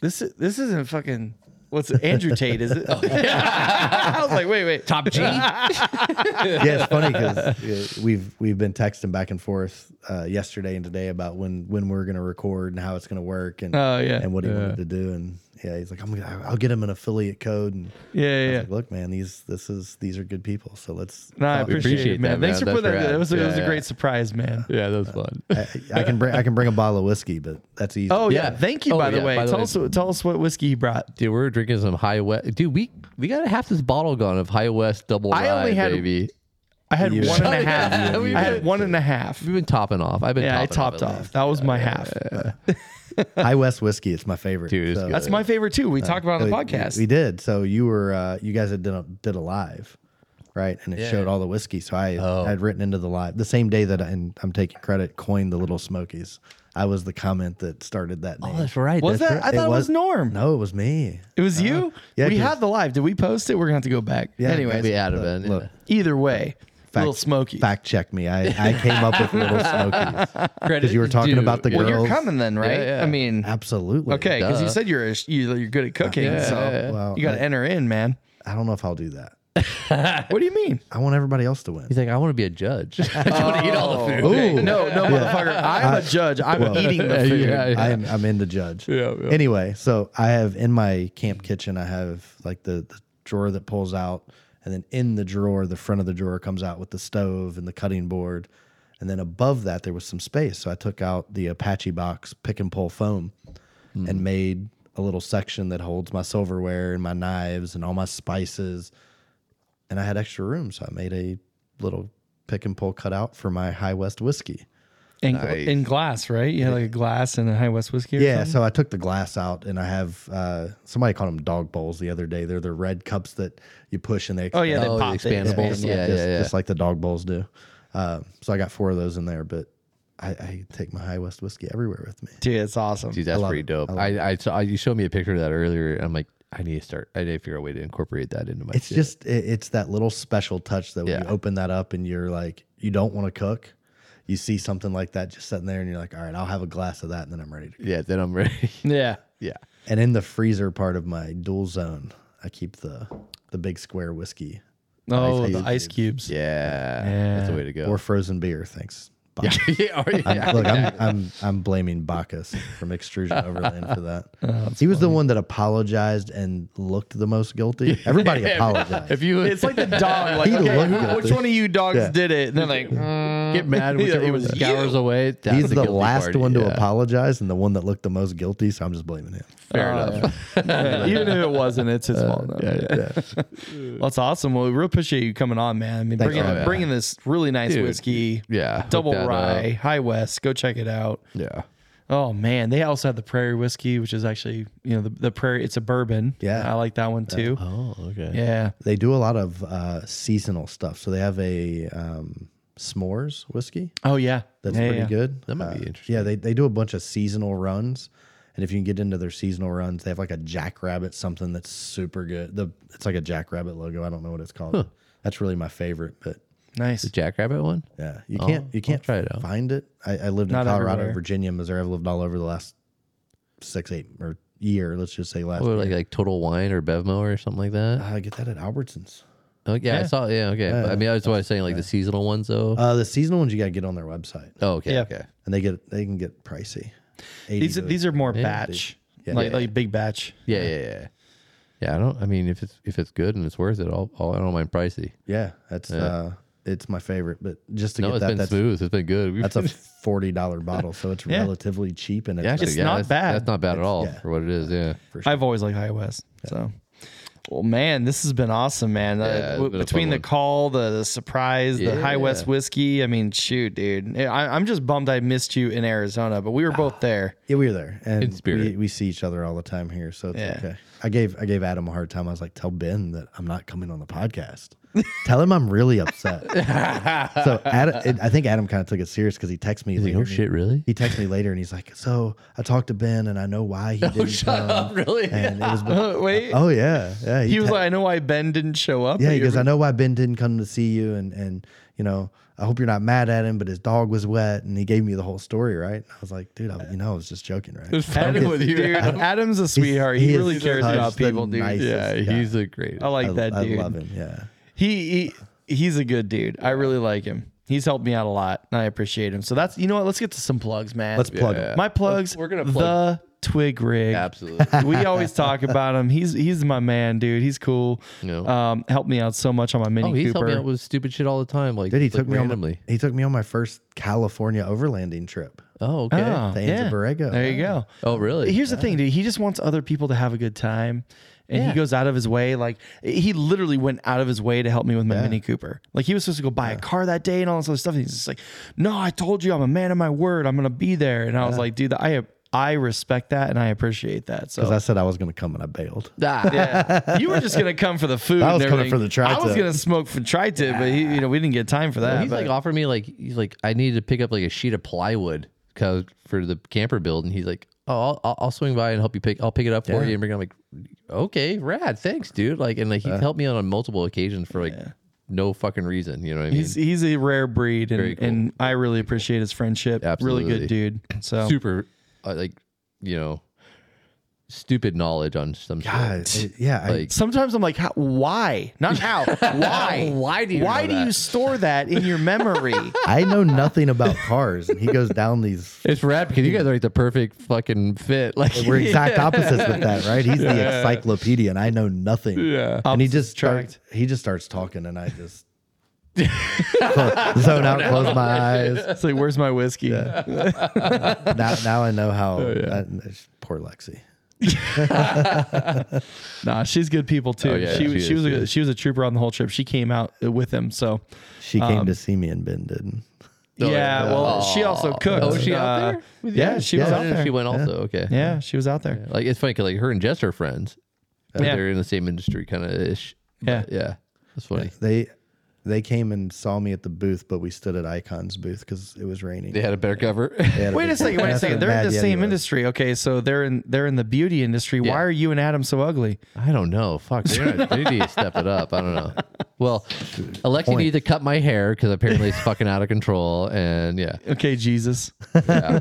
Speaker 2: this is, this isn't fucking what's it, Andrew Tate, is
Speaker 1: Oh,
Speaker 2: it? I was like, wait, wait, top G.
Speaker 3: yeah, it's funny because we've we've been texting back and forth uh, yesterday and today about when when we're gonna record and how it's gonna work and
Speaker 2: Oh, yeah.
Speaker 3: and what he wanted to do and yeah he's like I'm gonna I'll get him an affiliate code and
Speaker 2: Yeah, yeah. yeah.
Speaker 3: like, look man these this is these are good people so let's
Speaker 2: No, I
Speaker 3: talk."
Speaker 2: appreciate, it,
Speaker 1: appreciate
Speaker 2: man.
Speaker 1: that,
Speaker 2: Thanks
Speaker 1: man.
Speaker 2: for putting
Speaker 1: That's
Speaker 2: that.
Speaker 1: rad.
Speaker 2: It was, it was a
Speaker 1: Yeah, yeah.
Speaker 2: great surprise, man.
Speaker 1: yeah, that was fun.
Speaker 3: I, I can bring I can bring a bottle of whiskey but that's easy
Speaker 2: Oh yeah.
Speaker 1: Yeah.
Speaker 2: Thank you,
Speaker 1: Oh,
Speaker 2: by the
Speaker 1: yeah,
Speaker 2: way.
Speaker 1: by the
Speaker 2: tell
Speaker 1: way.
Speaker 2: us tell us what whiskey you brought.
Speaker 1: Dude, we we're drinking some high west. Dude, we we got half this bottle gone of high west double
Speaker 2: I
Speaker 1: rye,
Speaker 2: only had-
Speaker 1: baby.
Speaker 2: I had one and a
Speaker 1: Shut
Speaker 2: half.
Speaker 1: up.
Speaker 2: I had one and a half.
Speaker 1: We've been topping off. I've been
Speaker 2: Yeah, I
Speaker 1: topping
Speaker 2: topped
Speaker 1: at
Speaker 2: off.
Speaker 1: least.
Speaker 2: That was my half.
Speaker 3: High West whiskey it's my favorite
Speaker 1: Dude, it's good.
Speaker 2: That's my favorite too. We talked about it on the podcast.
Speaker 3: We, we did. So you were uh, you guys had done a, did a live, right? And it showed all the whiskey. So I
Speaker 2: Oh.
Speaker 3: I had written into the live the same day that I, and I'm taking credit coined the Little Smokies. I was the comment that started that name.
Speaker 1: Oh, that's right.
Speaker 2: was
Speaker 1: that's
Speaker 2: that?
Speaker 1: right.
Speaker 2: I thought it was,
Speaker 3: was-
Speaker 2: Norm.
Speaker 3: no, it was me.
Speaker 2: It was you.
Speaker 1: Uh-huh.
Speaker 3: yeah,
Speaker 2: we
Speaker 3: 'cause-
Speaker 2: had the live. Did we post it? We're gonna have to go back.
Speaker 3: Yeah,
Speaker 2: Anyways,
Speaker 1: Maybe out of it.
Speaker 3: Look,
Speaker 2: either way, little
Speaker 3: Fact-
Speaker 2: smoky.
Speaker 3: fact check me. I, I came up with Little Smokies because you were talking about the
Speaker 2: Well,
Speaker 3: girls.
Speaker 2: you're coming then, right?
Speaker 1: Yeah, yeah.
Speaker 2: I mean,
Speaker 3: Absolutely.
Speaker 2: okay, because you
Speaker 1: Duh.
Speaker 2: said you're a, you, you're good at cooking, so
Speaker 3: Well,
Speaker 2: you got to
Speaker 3: I,
Speaker 2: enter in, man.
Speaker 3: I don't know if I'll do that.
Speaker 2: What do you mean?
Speaker 3: I want everybody else to win.
Speaker 1: He's like, I want to be a judge. Oh, I just want to eat all the food.
Speaker 3: Oh. Ooh.
Speaker 2: No, no, motherfucker. I'm a judge. I'm
Speaker 3: Well,
Speaker 2: eating the food.
Speaker 1: yeah, yeah.
Speaker 3: I'm I'm in the judge. Anyway, so I have in my camp kitchen, I have like the, the drawer that pulls out, and then in the drawer, the front of the drawer comes out with the stove and the cutting board, and then above that there was some space, so I took out the Apache box pick and pull foam, and made a little section that holds my silverware and my knives and all my spices, and I had extra room, so I made a little pick and pull cutout for my High West whiskey.
Speaker 2: In, in glass, right? You had like a glass and a High West whiskey. Or
Speaker 3: Yeah,
Speaker 2: something?
Speaker 3: so I took the glass out, and I have uh, somebody called them dog bowls the other day. They're the red cups that you push and they
Speaker 2: Oh yeah, they
Speaker 1: Oh,
Speaker 2: pop
Speaker 1: the
Speaker 2: it.
Speaker 1: expandables.
Speaker 3: just,
Speaker 1: Yeah, yeah, yeah.
Speaker 3: just like the dog bowls do. Um, so I got four of those in there, but I, I take my High West whiskey everywhere with me.
Speaker 2: Dude, it's awesome.
Speaker 1: Dude, that's
Speaker 3: love
Speaker 1: pretty
Speaker 3: it.
Speaker 1: dope. I, I, saw you showed me a picture of that earlier. and I'm like, I need to start. I need to figure out a way to incorporate that into my.
Speaker 3: It's
Speaker 1: shit.
Speaker 3: just it, it's that little special touch that when you
Speaker 1: Yeah.
Speaker 3: open that up and you're like you don't want to cook, you see something like that just sitting there, and you're like, all right, I'll have a glass of that, and then I'm ready to. Go.
Speaker 1: yeah. Then I'm ready.
Speaker 2: Yeah.
Speaker 1: yeah.
Speaker 3: And in the freezer part of my dual zone, I keep the the big square whiskey
Speaker 6: Oh, the
Speaker 3: cubes.
Speaker 6: ice cubes.
Speaker 1: Yeah, that's the way to go.
Speaker 3: or frozen beer. Thanks. Bach.
Speaker 1: yeah, or-
Speaker 3: I'm,
Speaker 1: yeah.
Speaker 3: Look, I'm, I'm I'm blaming Bacchus from Extrusion Overland for that.
Speaker 2: Uh,
Speaker 3: he was the one that apologized and looked the most guilty. Everybody apologized.
Speaker 1: If you
Speaker 2: It's like the dog. Like,
Speaker 3: He
Speaker 2: okay,
Speaker 3: looked
Speaker 2: who,
Speaker 3: at
Speaker 2: which
Speaker 3: this.
Speaker 2: one of you dogs
Speaker 3: Yeah.
Speaker 2: did it? And they're like,
Speaker 1: get mad, whichever
Speaker 2: it
Speaker 1: one
Speaker 2: was
Speaker 1: scours
Speaker 2: you.
Speaker 1: away. That's
Speaker 3: He's
Speaker 1: the
Speaker 3: the
Speaker 1: guilty
Speaker 3: last
Speaker 1: party,
Speaker 3: one to
Speaker 1: yeah.
Speaker 3: apologize and the one that looked the most guilty, so I'm just blaming him.
Speaker 1: Fair enough.
Speaker 2: "Mm." even if it wasn't, it's
Speaker 3: Uh,
Speaker 2: his fault. though. Well, That's awesome. Well, we real appreciate you coming on, man. I mean, bringing,
Speaker 1: Oh, yeah.
Speaker 2: bringing this really nice
Speaker 1: Dude.
Speaker 2: whiskey,
Speaker 1: Yeah, hook
Speaker 2: double
Speaker 1: that uh, up.
Speaker 2: rye, high west. Go check it out.
Speaker 1: Yeah.
Speaker 2: Oh man, they also have the prairie whiskey, which is actually you know the, the prairie. It's a bourbon.
Speaker 3: Yeah.
Speaker 2: I like that one too.
Speaker 1: Oh, okay.
Speaker 2: Yeah,
Speaker 3: They do a lot of uh, seasonal stuff. So they have a um, s'mores whiskey
Speaker 2: Oh yeah,
Speaker 3: that's
Speaker 2: Yeah,
Speaker 3: pretty
Speaker 2: yeah.
Speaker 3: good.
Speaker 1: That might be
Speaker 3: Uh,
Speaker 1: interesting.
Speaker 3: Yeah, they, they do a bunch of seasonal runs. And if you can get into their seasonal runs, they have like a jackrabbit something that's super good. The It's like a jackrabbit logo. I don't know what it's called. That's really my favorite, but
Speaker 2: Nice.
Speaker 1: The Jackrabbit one.
Speaker 3: yeah, you
Speaker 1: Oh,
Speaker 3: can't you can't
Speaker 1: try it out.
Speaker 3: find it. I, I lived in
Speaker 2: Not
Speaker 3: Colorado,
Speaker 2: everywhere.
Speaker 3: Virginia, Missouri. I've lived all over the last six, eight or year. Let's just say last.
Speaker 1: Or
Speaker 3: year.
Speaker 1: like like Total Wine or Bevmo or something like that.
Speaker 3: Uh, I get that at Albertsons.
Speaker 1: Oh, yeah, I saw. Yeah, okay. But, I mean, that's why I was saying like the seasonal ones though.
Speaker 3: Uh, the seasonal ones you got to get on their website,
Speaker 1: oh, okay.
Speaker 2: yeah.
Speaker 1: Okay.
Speaker 3: and they get they can get pricey. 80
Speaker 2: These
Speaker 3: to-
Speaker 2: are, these are more batch, like like big batch.
Speaker 1: Yeah, yeah, yeah. Yeah, I don't. I mean, if it's if it's good and it's worth it, I'll, I'll I don't mind pricey.
Speaker 3: yeah, that's uh, it's my favorite. But just to
Speaker 1: No,
Speaker 3: get
Speaker 1: it's
Speaker 3: that,
Speaker 1: been
Speaker 3: that's
Speaker 1: smooth. It's been good. We've-
Speaker 3: that's a forty dollar bottle, so it's relatively cheap and it's
Speaker 1: actually,
Speaker 2: It's
Speaker 1: yeah,
Speaker 2: not
Speaker 1: that's-
Speaker 2: bad.
Speaker 1: That's not bad at all
Speaker 3: yeah.
Speaker 1: for what it is. Yeah.
Speaker 2: I've always liked High West. So, well, man, this has been awesome, man. Uh,
Speaker 1: Yeah, it's
Speaker 2: w-
Speaker 1: been a
Speaker 2: between
Speaker 1: fun
Speaker 2: the
Speaker 1: one.
Speaker 2: call, the, the surprise, the High West whiskey. I mean, shoot, dude. I, I'm just bummed I missed you in Arizona, but we were
Speaker 3: Ah.
Speaker 2: both there.
Speaker 3: Yeah, we were there, and
Speaker 1: spirit.
Speaker 3: We, we see each other all the time here, so it's
Speaker 2: Yeah.
Speaker 3: okay. I gave I gave Adam a hard time. I was like, "Tell Ben that I'm not coming on the podcast. Tell him I'm really upset." so Adam, it, I think Adam kind of took it serious because he texted me.
Speaker 1: Like,
Speaker 3: later
Speaker 1: oh
Speaker 3: and he-
Speaker 1: shit, really?
Speaker 3: He texted me later, and he's like, "So I talked to Ben, and I know why he didn't come."
Speaker 1: Oh, really?
Speaker 3: Um, And it was,
Speaker 2: Wait,
Speaker 3: oh yeah, yeah.
Speaker 2: he was
Speaker 3: te-
Speaker 2: like, I know why Ben didn't show up.
Speaker 3: "Yeah,"
Speaker 2: but
Speaker 3: he
Speaker 2: you're-
Speaker 3: goes, "I know why Ben didn't come to see you, and and you know." I hope you're not mad at him, but his dog was wet, and he gave me the whole story, right? And I was like, dude, I, you know, I was just joking, right?
Speaker 2: Adam with you. Dude, Adam's a sweetheart. He,
Speaker 3: he is
Speaker 2: really cares
Speaker 3: such
Speaker 2: about
Speaker 3: the
Speaker 2: people, dude.
Speaker 3: nicest
Speaker 2: yeah,
Speaker 3: guy.
Speaker 1: He's a great.
Speaker 2: I like that
Speaker 3: I
Speaker 2: dude.
Speaker 3: love him. Yeah.
Speaker 2: He, he he's a good dude. I really like him. He's helped me out a lot, and I appreciate him. So that's you know what. Let's get to some plugs, man.
Speaker 3: Let's plug him.
Speaker 2: my plugs.
Speaker 1: We're gonna
Speaker 2: the
Speaker 1: plug-
Speaker 2: Twig Rig.
Speaker 1: Absolutely.
Speaker 2: we always talk about him. He's he's my man, dude. He's cool.
Speaker 1: No.
Speaker 2: Um, helped me out so much on my Mini
Speaker 1: Oh, Uh, he's
Speaker 2: Cooper.
Speaker 1: helping out with stupid shit all the time. Like,
Speaker 3: Did he
Speaker 1: like
Speaker 3: took me
Speaker 1: randomly?
Speaker 3: on? My, he took me on my first California overlanding trip.
Speaker 1: Oh, okay.
Speaker 2: Oh,
Speaker 3: to Anza
Speaker 2: yeah.
Speaker 3: Borrego.
Speaker 2: There you go.
Speaker 1: Oh, really?
Speaker 2: Here's the thing, dude. He just wants other people to have a good time. And he goes out of his way. Like, he literally went out of his way to help me with my Mini Cooper. Like, he was supposed to go buy a car that day and all this other stuff. And he's just like, no, I told you I'm a man of my word. I'm going to be there. And I was like, dude, I, I respect that and I appreciate that. So
Speaker 3: Because I said I was going to come and I bailed.
Speaker 1: Ah,
Speaker 2: Yeah. you were just gonna come for the food.
Speaker 3: I was
Speaker 2: and
Speaker 3: coming
Speaker 2: everything.
Speaker 3: for the tri-tip.
Speaker 2: I was gonna smoke for tri tip, but he, you know we didn't get time for that.
Speaker 1: he's
Speaker 2: but-
Speaker 1: like offered me like he's like I needed to pick up like a sheet of plywood 'cause- for the camper build, and he's like, oh, I'll- I'll, I'll swing by and help you pick. I'll pick it up for you and bring. It. I'm like, okay, rad, thanks, dude. Like, and like
Speaker 2: Uh.
Speaker 1: he helped me out on multiple occasions for like no fucking reason. You know what I mean?
Speaker 2: he's he's a rare breed, and,
Speaker 1: cool.
Speaker 2: and I really appreciate his friendship. Really good
Speaker 1: Absolutely.
Speaker 2: dude. So
Speaker 1: super uh, like you know stupid knowledge on some shit.
Speaker 3: I- I- yeah. I-
Speaker 1: Like-
Speaker 2: sometimes I'm like, how, why? Not how. Why?
Speaker 1: Why do you
Speaker 2: Why
Speaker 1: know
Speaker 2: do
Speaker 1: that?
Speaker 2: you store that in your memory?
Speaker 3: I, know nothing about cars, and he goes down these.
Speaker 1: It's rad because you guys are like the perfect fucking fit. Like
Speaker 3: We're exact opposites with that, right? He's the encyclopedia, and I know nothing. Yeah. And he just starts. He just starts talking, and I just zone out, close my eyes.
Speaker 2: it's like, where's my whiskey?
Speaker 3: Now, now I know how.
Speaker 2: Oh,
Speaker 3: I- poor Lexi.
Speaker 2: Nah, she's good people too.
Speaker 1: Oh, yeah,
Speaker 2: she,
Speaker 1: she
Speaker 2: she,
Speaker 1: is,
Speaker 2: was
Speaker 1: she
Speaker 2: a,
Speaker 1: is.
Speaker 2: she was a trooper on the whole trip. She came out with him. So
Speaker 3: She came
Speaker 2: Um,
Speaker 3: to see me, and Ben didn't.
Speaker 1: Oh,
Speaker 2: yeah,
Speaker 1: yeah.
Speaker 2: well, she also cooked.
Speaker 1: Oh, was she out
Speaker 2: Uh,
Speaker 1: there? With you?
Speaker 2: Yeah, she was
Speaker 1: Oh,
Speaker 2: out
Speaker 1: yeah,
Speaker 2: there.
Speaker 1: She went also. Okay.
Speaker 2: yeah, she was out there.
Speaker 1: Like it's funny because like her and Jess are friends. Like,
Speaker 2: Yeah.
Speaker 1: They're in the same industry, kind of ish.
Speaker 2: Yeah.
Speaker 1: But, yeah. That's funny.
Speaker 3: They they came and saw me at the booth, but we stood at Icon's booth because it was raining.
Speaker 1: They had a better cover.
Speaker 3: They had
Speaker 2: Wait a
Speaker 3: big-
Speaker 2: second, wait a
Speaker 3: That's
Speaker 2: second.
Speaker 3: what
Speaker 2: They're in
Speaker 3: Mad
Speaker 2: the
Speaker 3: Yeti
Speaker 2: same
Speaker 3: was.
Speaker 2: industry. Okay, so they're in they're in the beauty industry.
Speaker 1: Yeah.
Speaker 2: Why are you and Adam so ugly?
Speaker 1: I don't know. Fuck. They're not, they need to step it up. I don't know. Well, Alexa
Speaker 3: point.
Speaker 1: needed to cut my hair because apparently it's fucking out of control. And yeah,
Speaker 2: Okay, Jesus.
Speaker 1: I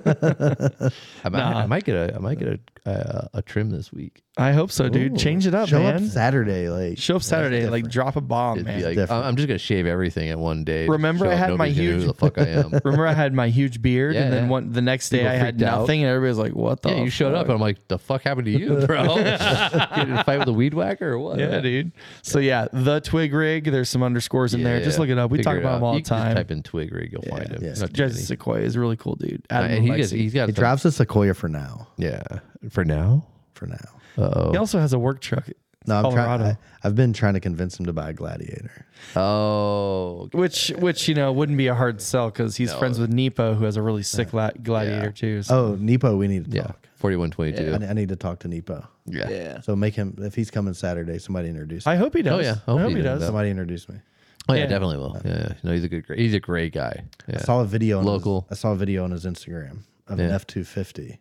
Speaker 1: might, I might get a I might get a uh, a trim this week.
Speaker 2: I hope so, dude. Change it up,
Speaker 3: Show
Speaker 2: man.
Speaker 3: up Saturday, like
Speaker 2: Show up Saturday, like drop a bomb,
Speaker 1: It'd
Speaker 2: man.
Speaker 1: be like,
Speaker 3: different.
Speaker 1: I'm I'm just gonna shave everything at one day.
Speaker 2: Remember
Speaker 1: Show
Speaker 2: I
Speaker 1: up,
Speaker 2: had my
Speaker 1: nobody's gonna know
Speaker 2: huge-
Speaker 1: who the fuck I am.
Speaker 2: Remember, I had my huge beard,
Speaker 1: Yeah,
Speaker 2: and then
Speaker 1: yeah.
Speaker 2: one the next day
Speaker 1: People
Speaker 2: I had
Speaker 1: freaked out.
Speaker 2: nothing, and everybody's like, "What the?
Speaker 1: Yeah, you showed up,
Speaker 2: Oh, fuck?"
Speaker 1: and I'm like, the fuck happened to you, bro? Get in a fight with a weed whacker or what?
Speaker 2: Yeah, dude. So yeah, the twig rig. There's some underscores in there.
Speaker 1: Yeah,
Speaker 2: Just
Speaker 1: yeah.
Speaker 2: look it up. We
Speaker 1: Figure
Speaker 2: talk
Speaker 1: it
Speaker 2: about
Speaker 1: out.
Speaker 2: them all
Speaker 1: You
Speaker 2: the
Speaker 1: can just
Speaker 2: time.
Speaker 1: Type in twig rig, you'll find him. It's not too
Speaker 2: Jesse
Speaker 1: many.
Speaker 2: Sequoia is a really cool dude. Adam
Speaker 1: And he
Speaker 2: Alexi.
Speaker 1: gets,
Speaker 2: he,
Speaker 1: he's got.
Speaker 3: he
Speaker 1: some-
Speaker 3: drives a Sequoia for now.
Speaker 1: Yeah, for now.
Speaker 3: For now,
Speaker 2: also has a work truck,
Speaker 3: no, I'm trying.
Speaker 2: Colorado.
Speaker 3: I, I've been trying to convince him to buy a Gladiator.
Speaker 1: Oh,
Speaker 2: which which you know wouldn't be a hard sell because he's friends with Nepo, who has a really sick la- gladiator too. So.
Speaker 3: Oh, Nepo, we need to
Speaker 1: yeah,
Speaker 3: talk.
Speaker 1: forty-one twenty-two.
Speaker 3: I, I need to talk to Nepo.
Speaker 1: Yeah.
Speaker 3: So make him if he's coming Saturday. Somebody introduce.
Speaker 2: I hope he does.
Speaker 1: Oh, yeah.
Speaker 2: I hope, he, does.
Speaker 3: Somebody introduce me.
Speaker 1: Oh yeah,
Speaker 2: Yeah.
Speaker 1: definitely will. Yeah, yeah. no, he's a good. He's a great guy. Yeah.
Speaker 3: I saw a video. On
Speaker 1: Local.
Speaker 3: His, I saw a video on his Instagram of an F two fifty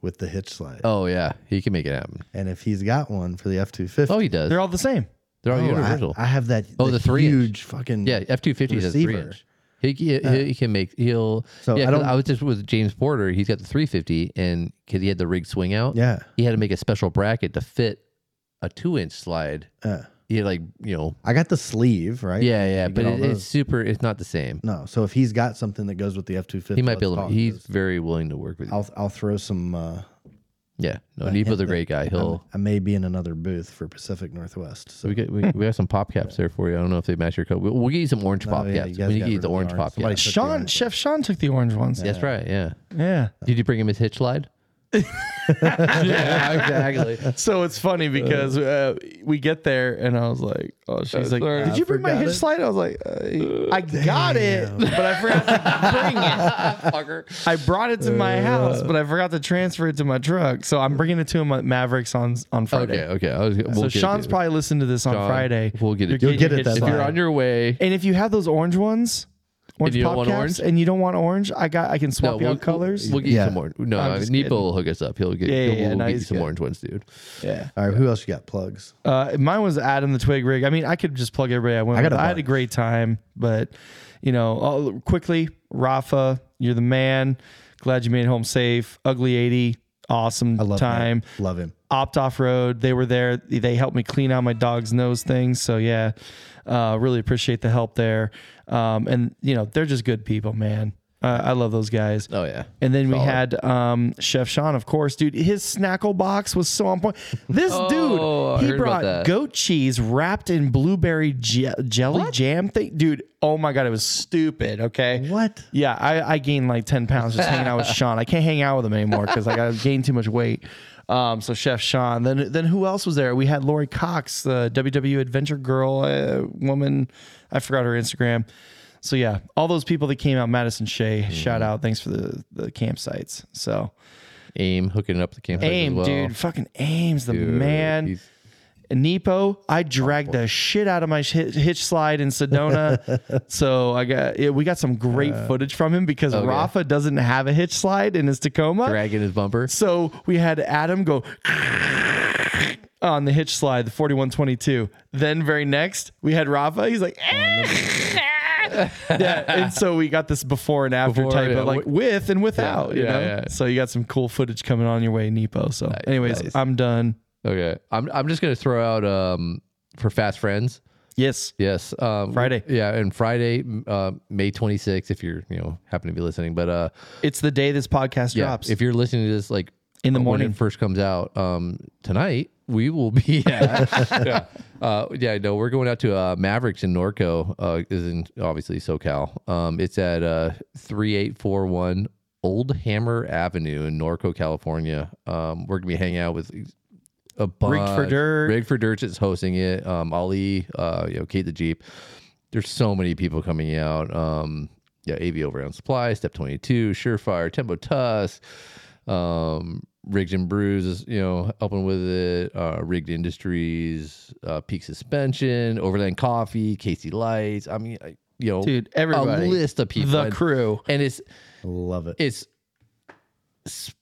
Speaker 3: with the hitch slide.
Speaker 1: Oh yeah, he can make it happen.
Speaker 3: And if he's got one for the F two fifty,
Speaker 1: Oh, he does.
Speaker 2: They're all the same.
Speaker 1: They're all
Speaker 3: oh, I,
Speaker 1: universal.
Speaker 3: I have that.
Speaker 1: Oh,
Speaker 3: that
Speaker 1: the three
Speaker 3: huge fucking
Speaker 1: yeah, F two fifty has a three
Speaker 3: receiver.
Speaker 1: inch. He, he, he can make he'll.
Speaker 3: So
Speaker 1: yeah,
Speaker 3: I
Speaker 1: 'cause
Speaker 3: don't-
Speaker 1: I was just with James Porter. He's got the three fifty, and because he had the rig swing out,
Speaker 3: Yeah.
Speaker 1: he had to make a special bracket to fit a two inch slide.
Speaker 3: Uh,
Speaker 1: He had like you know,
Speaker 3: I got the sleeve right.
Speaker 1: yeah, yeah,
Speaker 3: You
Speaker 1: but
Speaker 3: get all
Speaker 1: it,
Speaker 3: those.
Speaker 1: it's super. It's not the same.
Speaker 3: No. So if he's got something that goes with the F two fifty,
Speaker 1: He might be able. to He's very willing to work with. you.
Speaker 3: I'll I'll throw some. Uh,
Speaker 1: Yeah, no, Nepo's a great guy. He'll.
Speaker 3: I may be in another booth for Pacific Northwest. So
Speaker 1: We got we, we got some pop caps there for you. I don't know if they match your coat. We'll, we'll get you some orange pop
Speaker 3: yeah, you
Speaker 1: caps.
Speaker 3: guys
Speaker 1: We need
Speaker 3: got
Speaker 1: to get
Speaker 3: rid
Speaker 1: you
Speaker 3: of
Speaker 1: the
Speaker 3: the
Speaker 1: orange
Speaker 3: orange.
Speaker 1: pop
Speaker 3: Somebody
Speaker 1: caps.
Speaker 3: took-
Speaker 2: Sean, Chef Sean took the orange ones.
Speaker 1: That's right. Yeah.
Speaker 2: yeah.
Speaker 1: Did you bring him his hitch slide? yeah, exactly.
Speaker 2: So it's funny because uh, we get there and I was like, oh, she's like,
Speaker 1: sorry,
Speaker 2: did
Speaker 1: I
Speaker 2: you bring my
Speaker 3: forgot
Speaker 2: hitch
Speaker 3: it."
Speaker 2: slide? I was like, uh, I got it, but I forgot to bring it.
Speaker 1: Fucker.
Speaker 2: I brought it to my
Speaker 3: Uh,
Speaker 2: house, but I forgot to transfer it to my truck. So I'm bringing it to him at Mavericks on on Friday.
Speaker 1: Okay, okay. I was, we'll
Speaker 2: So
Speaker 1: get it,
Speaker 2: Sean's
Speaker 1: dude.
Speaker 2: probably listened to this on
Speaker 1: Sean,
Speaker 2: Friday.
Speaker 1: We'll get it.
Speaker 2: You're
Speaker 1: dude.
Speaker 3: get it that
Speaker 2: your
Speaker 1: if
Speaker 2: hitch
Speaker 1: you're
Speaker 2: slide.
Speaker 1: on your way,
Speaker 2: And if you have those orange ones, orange
Speaker 1: you don't
Speaker 2: pop
Speaker 1: want
Speaker 2: caps,
Speaker 1: orange?
Speaker 2: and you don't want orange, I got I can
Speaker 1: no,
Speaker 2: swap you
Speaker 1: we'll,
Speaker 2: out colors.
Speaker 1: We'll get you
Speaker 3: Yeah.
Speaker 1: some more. No,
Speaker 2: I'm
Speaker 1: I mean,
Speaker 2: just
Speaker 1: Nepo
Speaker 2: kidding.
Speaker 1: will hook us up. He'll get.
Speaker 2: Yeah, yeah,
Speaker 1: he'll,
Speaker 2: yeah,
Speaker 1: we'll
Speaker 2: no,
Speaker 1: get you
Speaker 2: he's
Speaker 1: some
Speaker 2: good.
Speaker 1: orange ones, dude.
Speaker 2: yeah.
Speaker 3: all right. Who else you got plugs?
Speaker 2: Uh, mine was Adam the Twig Rig. I mean, I could just plug everybody I went.
Speaker 3: I
Speaker 2: I,
Speaker 3: got
Speaker 2: with.
Speaker 3: a
Speaker 2: I had a
Speaker 3: bunch.
Speaker 2: great time, but you know, I'll- quickly, Rafa, you're the man. Glad you made it home safe. Ugly eighty, awesome
Speaker 3: I love
Speaker 2: time.
Speaker 3: Him. Love him.
Speaker 2: Opt off road. They were there. They helped me clean out my dog's nose things. So yeah, uh, really appreciate the help there. Um, and you know, they're just good people, man. Uh, I love those guys.
Speaker 1: Oh yeah.
Speaker 2: And then we
Speaker 1: Solid.
Speaker 2: had um, Chef Sean, of course, dude. His snackle box was so on point. This
Speaker 1: Oh, I
Speaker 2: dude, he
Speaker 1: heard about
Speaker 2: brought
Speaker 1: that.
Speaker 2: goat cheese wrapped in blueberry je- jelly jam thing, dude. Oh my god, it was stupid. Okay,
Speaker 3: What?
Speaker 2: yeah, I, I gained like ten pounds just hanging out with Sean. I can't hang out with him anymore because like I gained too much weight. Um, so Chef Sean. Then then who else was there? We had Lori Cox, the WW Adventure Girl uh, woman. I forgot her Instagram. So yeah, all those people that came out. Madison Shea,
Speaker 1: Mm-hmm.
Speaker 2: shout out. Thanks for the the campsites. So
Speaker 1: Aim hooking up the campsite. as
Speaker 2: Aim,
Speaker 1: well.
Speaker 2: dude, fucking Aim's the
Speaker 1: Dude,
Speaker 2: man.
Speaker 1: he's-
Speaker 2: Nepo,
Speaker 1: Oh,
Speaker 2: I dragged the shit out of my hi- hitch slide in Sedona. so I got yeah, we got some great
Speaker 1: Uh,
Speaker 2: footage from him
Speaker 1: oh,
Speaker 2: because Rafa doesn't have a hitch slide in his Tacoma.
Speaker 1: dragging his bumper.
Speaker 2: So we had Adam go on the hitch slide, the 4122. Then very next, we had Rafa. He's like, yeah, and so we got this before and after
Speaker 1: Before,
Speaker 2: type
Speaker 1: yeah,
Speaker 2: of like
Speaker 1: wh-
Speaker 2: with and without, you
Speaker 1: yeah,
Speaker 2: know.
Speaker 1: yeah.
Speaker 2: So you got some cool footage coming on your way, Nepo. So, anyways, I'm done.
Speaker 1: Okay, I'm I'm just gonna throw out um for fast friends.
Speaker 2: Yes,
Speaker 1: Yes. Um,
Speaker 2: Friday.
Speaker 1: Yeah, and Friday, m- uh, May 26th, if you're, you know, happen to be listening. But uh,
Speaker 2: it's the day this podcast
Speaker 1: yeah,
Speaker 2: drops.
Speaker 1: if you're listening to this, like,
Speaker 2: In the
Speaker 1: when
Speaker 2: morning.
Speaker 1: it first comes out, um, tonight, we will be at, yeah, uh, yeah, no, we're going out to uh, Mavericks in Norco, uh, is in obviously SoCal. Um, it's at uh, 3841 Old Hammer Avenue in Norco, California. Um, we're going to be hanging out with a bunch.
Speaker 2: for Dirt.
Speaker 1: Rigged for Dirt is hosting it. Um, Ali, uh, you know, Kate the Jeep. There's so many people coming out. Um, yeah, AV Overground Supply, Step 22, Surefire, Tempo Tusk, um, Rigged and Brews is, you know, helping with it. Uh, Rigged Industries, uh, Peak Suspension, Overland Coffee, Casey Lights. I mean, I- you know,
Speaker 2: Dude, everybody.
Speaker 1: a list of people.
Speaker 2: the
Speaker 1: and,
Speaker 2: crew.
Speaker 1: and it's
Speaker 3: Love it.
Speaker 1: it's s-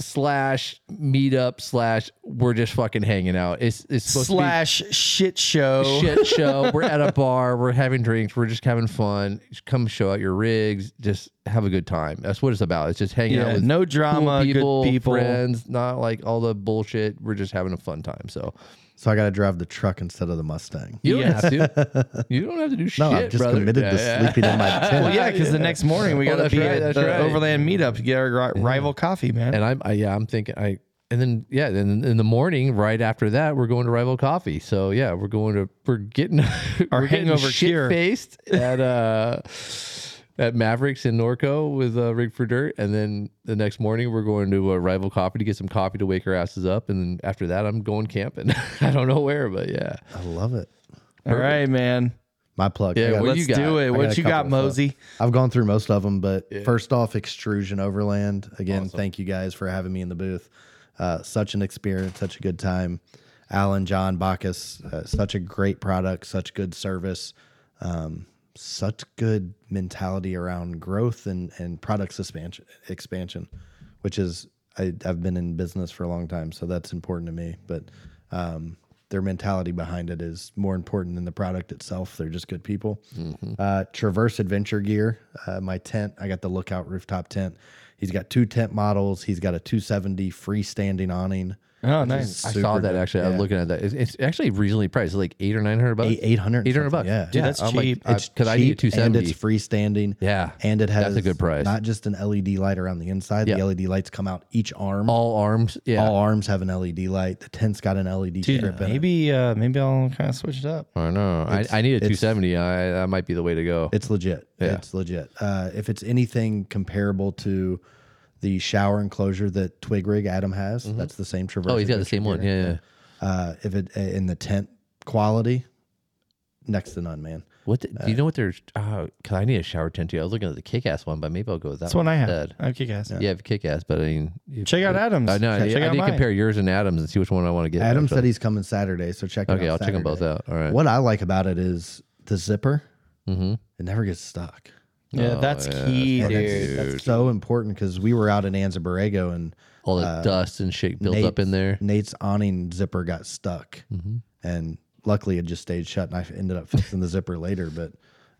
Speaker 1: slash meetup slash we're just fucking hanging out. It's it's supposed
Speaker 5: slash shit show.
Speaker 1: to be shit show. we're at a bar. We're having drinks. We're just having fun. Just come show out your rigs. Just have a good time. That's what it's about. It's just hanging out
Speaker 5: Yeah,
Speaker 1: with
Speaker 5: no
Speaker 1: cool
Speaker 5: drama,
Speaker 1: people,
Speaker 5: good people.
Speaker 1: friends. Not like all the bullshit. We're just having a fun time. So
Speaker 3: So I got to drive the truck instead of the Mustang.
Speaker 1: you don't have to. You don't have to do shit,
Speaker 3: No, I've just
Speaker 1: brother.
Speaker 3: committed
Speaker 1: Yeah,
Speaker 3: to
Speaker 1: yeah.
Speaker 3: sleeping in my tent.
Speaker 5: Well, yeah, because the next morning we got
Speaker 1: Oh,
Speaker 5: to
Speaker 1: that's
Speaker 5: be
Speaker 1: right,
Speaker 5: at
Speaker 1: that's
Speaker 5: the
Speaker 1: right.
Speaker 5: Overland meetup to get our ri- rival coffee, man.
Speaker 1: And I'm I, yeah, I'm thinking I and then yeah, then in the morning right after that we're going to Rival Coffee. So yeah, we're going to we're getting
Speaker 5: Our
Speaker 1: we're
Speaker 5: hangover cure.
Speaker 1: shit faced at uh at Mavericks in Norco with uh, Rig for Dirt, and then the next morning we're going to uh, Rival Coffee to get some coffee to wake our asses up, and then after that I'm going camping. I don't know where, but yeah,
Speaker 3: I love it.
Speaker 5: All right, man.
Speaker 3: My plug.
Speaker 1: Yeah,
Speaker 3: I got-
Speaker 1: what
Speaker 5: Let's
Speaker 1: you got?
Speaker 5: do it.
Speaker 1: I
Speaker 5: What
Speaker 3: got a
Speaker 5: you got,
Speaker 3: couple of
Speaker 5: Mosey?
Speaker 3: I've gone through most of them, but first off, Extrusion Overland. Again, thank you guys for having me in the booth. Uh, such an experience, such a good time. Alan, John, Bacchus, uh, such a great product, such good service, um, such good mentality around growth and, and products expansion, expansion which is, I, I've been in business for a long time, so that's important to me. But um, their mentality behind it is more important than the product itself. They're just good people.
Speaker 1: Mm-hmm.
Speaker 3: Uh, Traverse Adventure Gear, uh, my tent. I got the Lookout rooftop tent. He's got two tent models. He's got a 270 freestanding awning.
Speaker 5: Oh,
Speaker 3: which
Speaker 5: nice.
Speaker 3: is
Speaker 1: I
Speaker 3: super
Speaker 1: saw that
Speaker 3: dope.
Speaker 1: actually. I
Speaker 3: Yeah.
Speaker 1: was looking at that. It's, it's actually reasonably priced, like eight or nine hundred bucks.
Speaker 3: Eight- 800 and
Speaker 1: 800
Speaker 3: something,
Speaker 1: bucks.
Speaker 3: Yeah,
Speaker 5: Dude, that's
Speaker 1: I'm
Speaker 5: cheap.
Speaker 1: Like,
Speaker 3: It's
Speaker 1: because I need two
Speaker 3: cheap and
Speaker 1: seventy.
Speaker 3: it's freestanding.
Speaker 1: Yeah,
Speaker 3: and it has
Speaker 1: that's a good price.
Speaker 3: Not just an LED light around the inside.
Speaker 1: Yeah.
Speaker 3: The LED lights come out each arm.
Speaker 1: all arms. Yeah,
Speaker 3: All arms have an LED light. The tent's got an LED strip in it.
Speaker 5: Maybe, uh, maybe I'll kind of switch it up.
Speaker 1: I know. I, I need a 270. I that might be the way to go.
Speaker 3: It's legit. It's legit. Uh, if it's anything comparable to the shower enclosure that Twig Rig Adam has, that's the same Traverse.
Speaker 1: oh, he's got the
Speaker 3: Adventure
Speaker 1: same one.
Speaker 3: gear.
Speaker 1: Yeah, yeah.
Speaker 3: Uh, if it uh, in the tent quality, next to none, man.
Speaker 1: What the, do you know? What there's? Uh, Cause I need a shower tent too. I was looking at the kick-ass one, but maybe I'll go with that.
Speaker 5: That's one I have.
Speaker 1: instead.
Speaker 5: Okay, guys.
Speaker 1: Yeah, I have kick-ass, but I mean, if-
Speaker 5: Check out Adams.
Speaker 1: I know. I,
Speaker 5: Check
Speaker 1: need- I
Speaker 5: out
Speaker 1: need to
Speaker 5: mine.
Speaker 1: compare yours and Adams and see which one I want to get.
Speaker 3: Adam
Speaker 1: actually.
Speaker 3: said he's coming Saturday, so check. It
Speaker 1: Okay,
Speaker 3: out
Speaker 1: I'll check them both
Speaker 3: Saturday.
Speaker 1: out. All right.
Speaker 3: What I like about it is the zipper.
Speaker 1: Mm-hmm.
Speaker 3: It never gets stuck.
Speaker 5: Yeah,
Speaker 1: Oh,
Speaker 5: that's
Speaker 1: yeah,
Speaker 5: key,
Speaker 1: that's
Speaker 3: And
Speaker 5: dude.
Speaker 3: that's, that's so important because we were out in Anza Borrego and
Speaker 1: All the
Speaker 5: uh,
Speaker 1: dust and shit built up
Speaker 3: Nate's-
Speaker 1: in there. Mm-hmm.
Speaker 3: Nate's awning zipper got stuck, and luckily it just stayed shut. And I ended up fixing the zipper later, but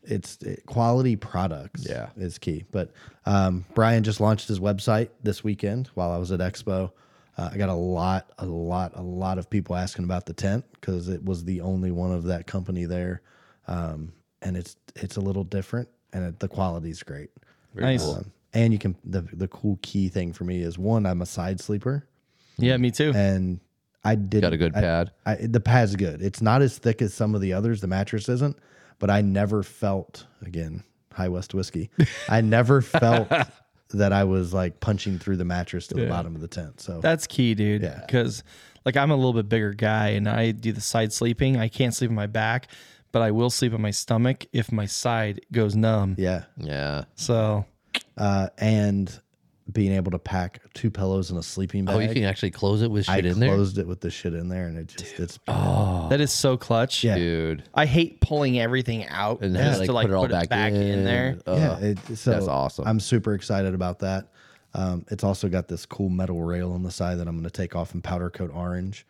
Speaker 3: it's it, quality products.
Speaker 1: Yeah.
Speaker 3: is key. But um, Brian just launched his website this weekend while I was at Expo. Uh, I got a lot, a lot, a lot of people asking about the tent because it was the only one of that company there, um, and it's it's a little different, and it, the quality's great.
Speaker 5: Nice.
Speaker 3: Um, and you can the the cool key thing for me is one I'm a side sleeper
Speaker 5: Yeah, me too.
Speaker 3: and I did
Speaker 1: Got a good pad.
Speaker 3: I, the pad's good. It's not as thick as some of the others. The mattress isn't, but I never felt again high west whiskey. I never felt that I was like punching through the mattress to the bottom of the tent. So
Speaker 5: That's key, dude. Because like I'm a little bit bigger guy and I do the side sleeping. I can't sleep on my back, but I will sleep on my stomach if my side goes numb.
Speaker 3: yeah,
Speaker 1: yeah.
Speaker 5: So
Speaker 3: uh, and being able to pack two pillows and a sleeping bag.
Speaker 1: Oh, you can actually close it with shit
Speaker 3: I
Speaker 1: in there,
Speaker 3: closed it with the shit in there, and it just it's
Speaker 5: that is so clutch.
Speaker 3: Yeah.
Speaker 1: dude.
Speaker 5: I hate pulling everything out
Speaker 1: And then
Speaker 5: just
Speaker 1: like,
Speaker 5: to like
Speaker 1: put it all back,
Speaker 5: in. there.
Speaker 1: Ugh.
Speaker 3: yeah. It, so
Speaker 1: Oh, that's awesome.
Speaker 3: I'm super excited about that. Um, it's also got this cool metal rail on the side that I'm going to take off and powder coat orange.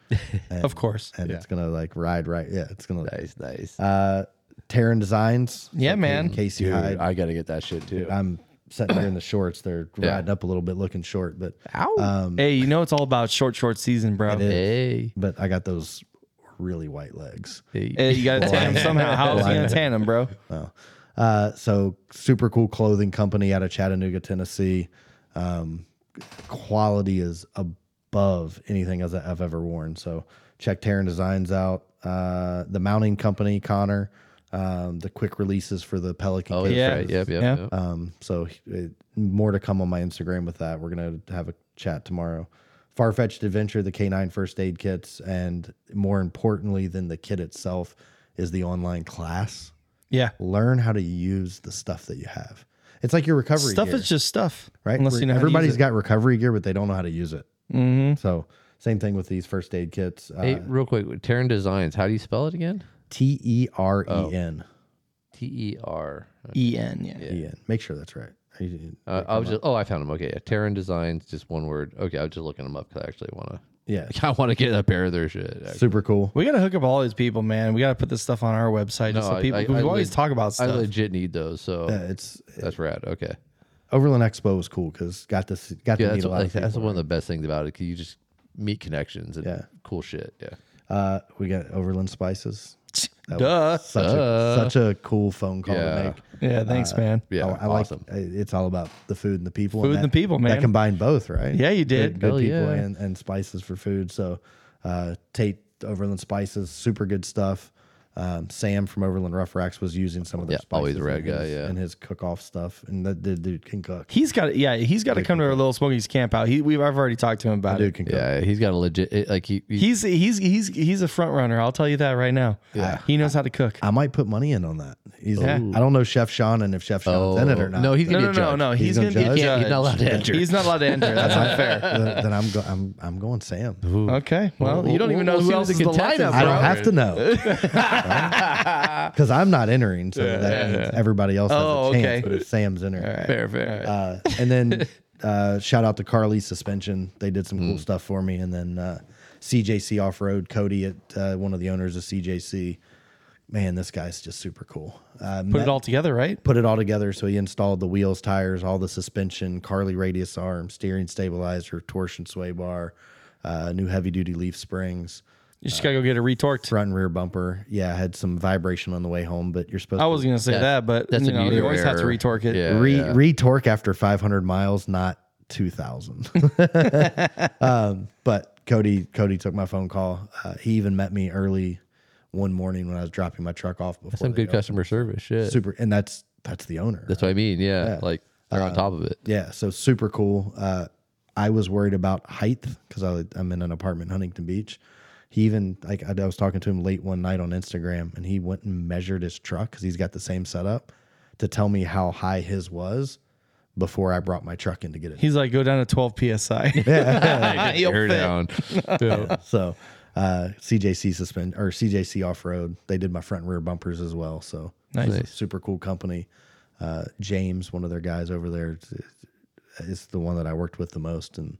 Speaker 3: And-
Speaker 5: Of course.
Speaker 3: and it's gonna like ride right. Yeah, it's gonna.
Speaker 1: nice, nice.
Speaker 3: Uh, Terran Designs.
Speaker 5: Yeah,
Speaker 3: Like,
Speaker 5: man.
Speaker 3: Casey
Speaker 1: dude,
Speaker 3: Hyde.
Speaker 1: I gotta get that shit too.
Speaker 3: I'm sitting here in the shorts. They're riding up a little bit, looking short, but
Speaker 1: Um,
Speaker 5: hey, you know it's all about short, short season, bro.
Speaker 3: is.
Speaker 1: hey,
Speaker 3: but I got those really white legs.
Speaker 1: hey.
Speaker 5: Hey, you gotta tan him somehow. How else you gonna tan him, bro?
Speaker 3: Uh, so super cool clothing company out of Chattanooga, Tennessee. Um, quality is above anything else that I've ever worn. So check Terran Designs out. Uh, the mounting company, Connor. Um, the quick releases for the Pelican.
Speaker 1: Oh,
Speaker 3: Kit
Speaker 1: that's
Speaker 5: Yeah.
Speaker 1: right. Yep, yep,
Speaker 5: Yeah.
Speaker 1: yep.
Speaker 3: Um, so it, more to come on my Instagram with that. We're gonna have a chat tomorrow. Farfetched Adventure, the K9 first aid kits, and more importantly than the kit itself is the online class.
Speaker 5: Yeah.
Speaker 3: Learn how to use the stuff that you have. It's like your recovery
Speaker 5: Stuff
Speaker 3: gear,
Speaker 5: is just stuff.
Speaker 3: right.
Speaker 5: Unless you know
Speaker 3: everybody's
Speaker 5: everybody's
Speaker 3: got recovery gear, but they don't know how to use it.
Speaker 5: hmm
Speaker 3: So same thing with these first aid kits. Uh,
Speaker 1: Hey, real quick, Terran Designs. How do you spell it again?
Speaker 3: T E R E N.
Speaker 1: T E R.
Speaker 5: E N. Yeah.
Speaker 3: E N. Make sure that's right. You-
Speaker 1: Uh, I was just, oh, I found them. Okay, yeah. Terran Designs, just one word. Okay, I was just looking them up because I actually want to.
Speaker 3: Yeah.
Speaker 1: I want to get a pair of their shit. actually.
Speaker 3: Super cool.
Speaker 2: We gotta hook up all these people, man. We gotta put this stuff on our website just
Speaker 1: No,
Speaker 2: so
Speaker 1: I-
Speaker 2: people.
Speaker 1: I-
Speaker 2: we
Speaker 1: I
Speaker 2: always
Speaker 1: leg-
Speaker 2: talk about
Speaker 1: I
Speaker 2: stuff.
Speaker 1: legit need those, so
Speaker 3: Yeah, it's
Speaker 1: that's rad. Okay,
Speaker 3: Overland Expo was cool because got this got
Speaker 1: yeah,
Speaker 3: to
Speaker 1: that's
Speaker 3: meet a lot
Speaker 1: like
Speaker 3: of people.
Speaker 1: that's one of the best things about it. 'cause you just meet connections and
Speaker 3: Yeah.
Speaker 1: cool shit. Yeah,
Speaker 3: Uh, we got Overland Spices. That was
Speaker 2: Duh.
Speaker 3: Such a such a cool phone call
Speaker 1: Yeah.
Speaker 3: to make.
Speaker 2: yeah, thanks, man.
Speaker 1: yeah,
Speaker 3: I, I
Speaker 1: awesome.
Speaker 3: like I- it's all about the food and the people.
Speaker 2: Food and the people, man.
Speaker 3: That combine both, right?
Speaker 2: Yeah, you did.
Speaker 3: Good,
Speaker 1: Hell
Speaker 3: good people
Speaker 1: yeah.
Speaker 3: and, and spices for food. So uh, Tate Overland Spices, super good stuff. Um, Sam from Overland Rough Racks was using some of their
Speaker 1: Yeah, always
Speaker 3: spices
Speaker 1: a rad
Speaker 3: in
Speaker 1: guy,
Speaker 3: his,
Speaker 1: yeah.
Speaker 3: in his cook off stuff, and that the dude can cook.
Speaker 2: He's got. Yeah, he's got to come to our little Smokies camp out. He, we've I've already talked to him about it.
Speaker 3: Dude can cook.
Speaker 1: yeah, he's got a legit it, like he, he-
Speaker 2: He's he's he's he's a front runner. I'll tell you that right now. Yeah, he knows how to cook.
Speaker 3: I might put money in on that. He's I don't know Chef Sean and if Chef Sean's in it or not.
Speaker 1: Oh. No, he's
Speaker 2: No,
Speaker 1: gonna
Speaker 2: no,
Speaker 1: get
Speaker 2: no,
Speaker 1: judged.
Speaker 2: no. He's,
Speaker 3: He's
Speaker 2: gonna,
Speaker 3: gonna
Speaker 2: be
Speaker 3: judge?
Speaker 1: Yeah,
Speaker 2: judged.
Speaker 1: he's not allowed to enter.
Speaker 2: He's not allowed to enter. That's unfair.
Speaker 3: then, then I'm go, I'm I'm going Sam.
Speaker 2: Okay. Well, you don't even know
Speaker 1: Well,
Speaker 2: who
Speaker 1: who's
Speaker 2: else
Speaker 1: the
Speaker 2: is the
Speaker 1: contestant?
Speaker 2: lineup,
Speaker 3: I
Speaker 2: bro.
Speaker 3: don't have to know because I'm not entering, so that means everybody else has
Speaker 2: Oh,
Speaker 3: a chance.
Speaker 2: okay.
Speaker 3: But if Sam's entering,
Speaker 2: Fair, fair.
Speaker 3: uh, and then uh, shout out to Carly Suspension. They did some cool
Speaker 2: Mm.
Speaker 3: stuff for me. And then uh, CJC Off Road, Cody, at uh, one of the owners of CJC. Man, this guy's just super cool. Uh,
Speaker 2: Put
Speaker 3: met-
Speaker 2: it all together, right?
Speaker 3: put it all together. So he installed the wheels, tires, all the suspension, Carly radius arm, steering stabilizer, torsion sway bar, uh, new heavy duty leaf springs,
Speaker 2: You just gotta go get it retorqued.
Speaker 3: front and rear bumper. Yeah, I had some vibration on the way home, but you're supposed
Speaker 2: I was gonna say that, but
Speaker 1: that's
Speaker 2: you
Speaker 1: a
Speaker 2: know, you
Speaker 1: meter
Speaker 2: always have to
Speaker 1: error.
Speaker 2: retorque it.
Speaker 1: Yeah.
Speaker 3: to re retorque after 500 miles, not 2,000. um, but Cody, Cody took my phone call. Uh, he even met me early one morning when I was dropping my truck off before
Speaker 1: some
Speaker 3: they
Speaker 1: good customer service shit.
Speaker 3: super, and that's that's the owner.
Speaker 1: That's what I mean. Yeah, like they're on top of it.
Speaker 3: Yeah, so super cool. Uh, I was worried about height because I'm in an apartment in Huntington Beach. He even like I, I was talking to him late one night on Instagram, and he went and measured his truck because he's got the same setup to tell me how high his was before I brought my truck in to get it.
Speaker 2: He's like, go down to 12 psi. You'll
Speaker 1: Air
Speaker 2: fit.
Speaker 1: down.
Speaker 3: so uh, CJC suspend or CJC off road. They did my front and rear bumpers as well. So
Speaker 2: Nice.
Speaker 3: Su- super cool company. Uh, James, one of their guys over there, is the one that I worked with the most, and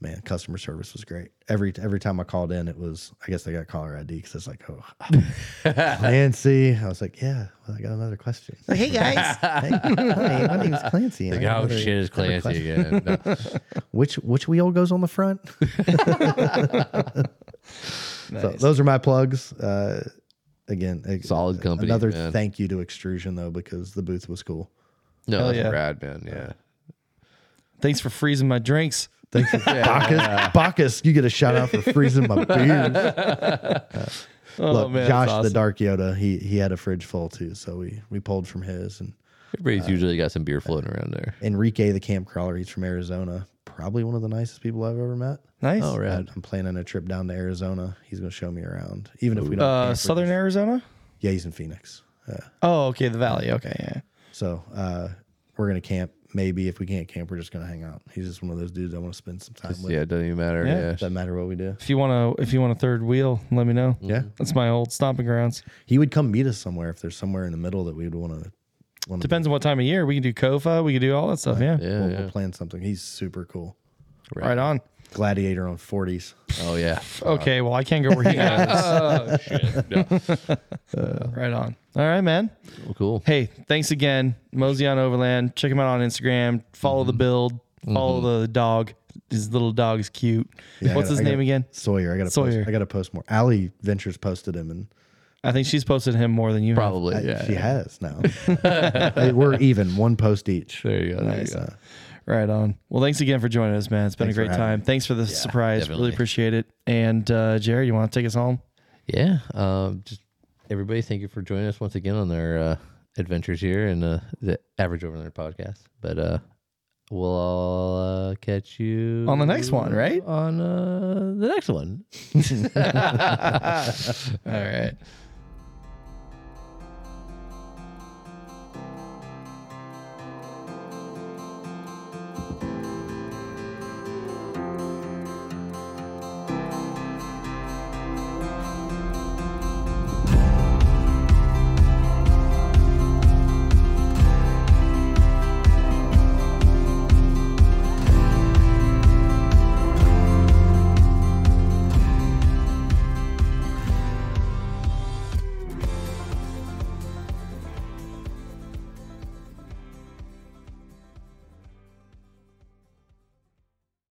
Speaker 3: man, customer service was great. Every every time I called in, it was I guess I got caller ID because it's like oh, Clancy. I was like, yeah, well, I got another question. hey guys, hi, my name's Clancy. and I got
Speaker 1: oh
Speaker 3: another-
Speaker 1: shit, is Clancy again? No.
Speaker 3: which which wheel goes on the front? So those are my plugs. Uh, again, a-
Speaker 1: Solid company,
Speaker 3: Another
Speaker 1: man.
Speaker 3: thank you to Extrusion though because the booth was cool.
Speaker 1: No, that's
Speaker 2: yeah.
Speaker 1: rad, man. Yeah.
Speaker 2: Thanks for freezing my drinks.
Speaker 3: Thanks, for Bacchus. Bacchus, you get a shout out for freezing my beer.
Speaker 2: Oh
Speaker 3: Look,
Speaker 2: man,
Speaker 3: Josh
Speaker 2: that's awesome.
Speaker 3: the Dark Yoda, he he had a fridge full too, so we we pulled from his and
Speaker 1: Everybody's usually got some beer floating around there.
Speaker 3: Enrique the camp crawler. He's from Arizona. Probably one of the nicest people I've ever met.
Speaker 2: nice. Uh,
Speaker 1: Oh, rad.
Speaker 3: I'm, I'm planning a trip down to Arizona. He's gonna show me around, even if we don't. camp,
Speaker 2: uh,
Speaker 3: we're
Speaker 2: Southern
Speaker 3: just-
Speaker 2: Arizona.
Speaker 3: Yeah, he's in Phoenix. Uh, Yeah.
Speaker 2: Oh, okay, the valley. Okay, yeah.
Speaker 3: So uh, we're gonna camp. Maybe if we can't camp, we're just gonna hang out. He's just one of those dudes I want to spend some time with.
Speaker 1: Yeah, Mm-hmm. it doesn't even matter.
Speaker 2: Yeah.
Speaker 1: Yeah.
Speaker 3: Doesn't matter what we do.
Speaker 2: If you want to, if you want a third wheel, let me know.
Speaker 3: Yeah.
Speaker 2: That's my old stomping grounds.
Speaker 3: He would come meet us somewhere if there's somewhere in the middle that we would want to. Want to.
Speaker 2: Depends on what time of year. We can do Kofa. We can do all that stuff. Yeah.
Speaker 1: Yeah,
Speaker 3: We'll,
Speaker 1: yeah.
Speaker 3: we'll plan something. He's super cool.
Speaker 2: Right on.
Speaker 3: Gladiator on 40s.
Speaker 1: Oh yeah.
Speaker 2: Okay. Well, I can't go where he goes. oh, shit. right on. All right, man.
Speaker 1: Well, cool.
Speaker 2: Hey, thanks again, Mosey on Overland. Check him out on Instagram. Follow
Speaker 3: Mm-hmm.
Speaker 2: the build. Follow the dog. His little dog is cute.
Speaker 3: Yeah, I
Speaker 2: What's his
Speaker 3: gotta- I
Speaker 2: name
Speaker 3: gotta-
Speaker 2: again?
Speaker 3: Sawyer. I gotta
Speaker 2: Sawyer.
Speaker 3: Post, I gotta post more. Allie Ventures posted him, and
Speaker 2: I think she's posted him more than you have.
Speaker 1: Probably.
Speaker 3: I-
Speaker 1: yeah.
Speaker 3: she has now. Hey, we're even. One post each.
Speaker 1: There you go. There you go.
Speaker 2: Right on. Well, thanks again for joining us, man. It's been
Speaker 3: Thanks
Speaker 2: a
Speaker 3: for
Speaker 2: great
Speaker 3: having
Speaker 2: time. Thanks for the surprise.
Speaker 1: definitely.
Speaker 2: Really appreciate it. And uh, Jerry, you want to take us home?
Speaker 1: Yeah. Um, just everybody, thank you for joining us once again on our uh, adventures here in uh, the Average Overlander podcast. But uh, we'll all uh, catch you
Speaker 2: On the next one, right?
Speaker 1: On uh, the next one.
Speaker 2: All right.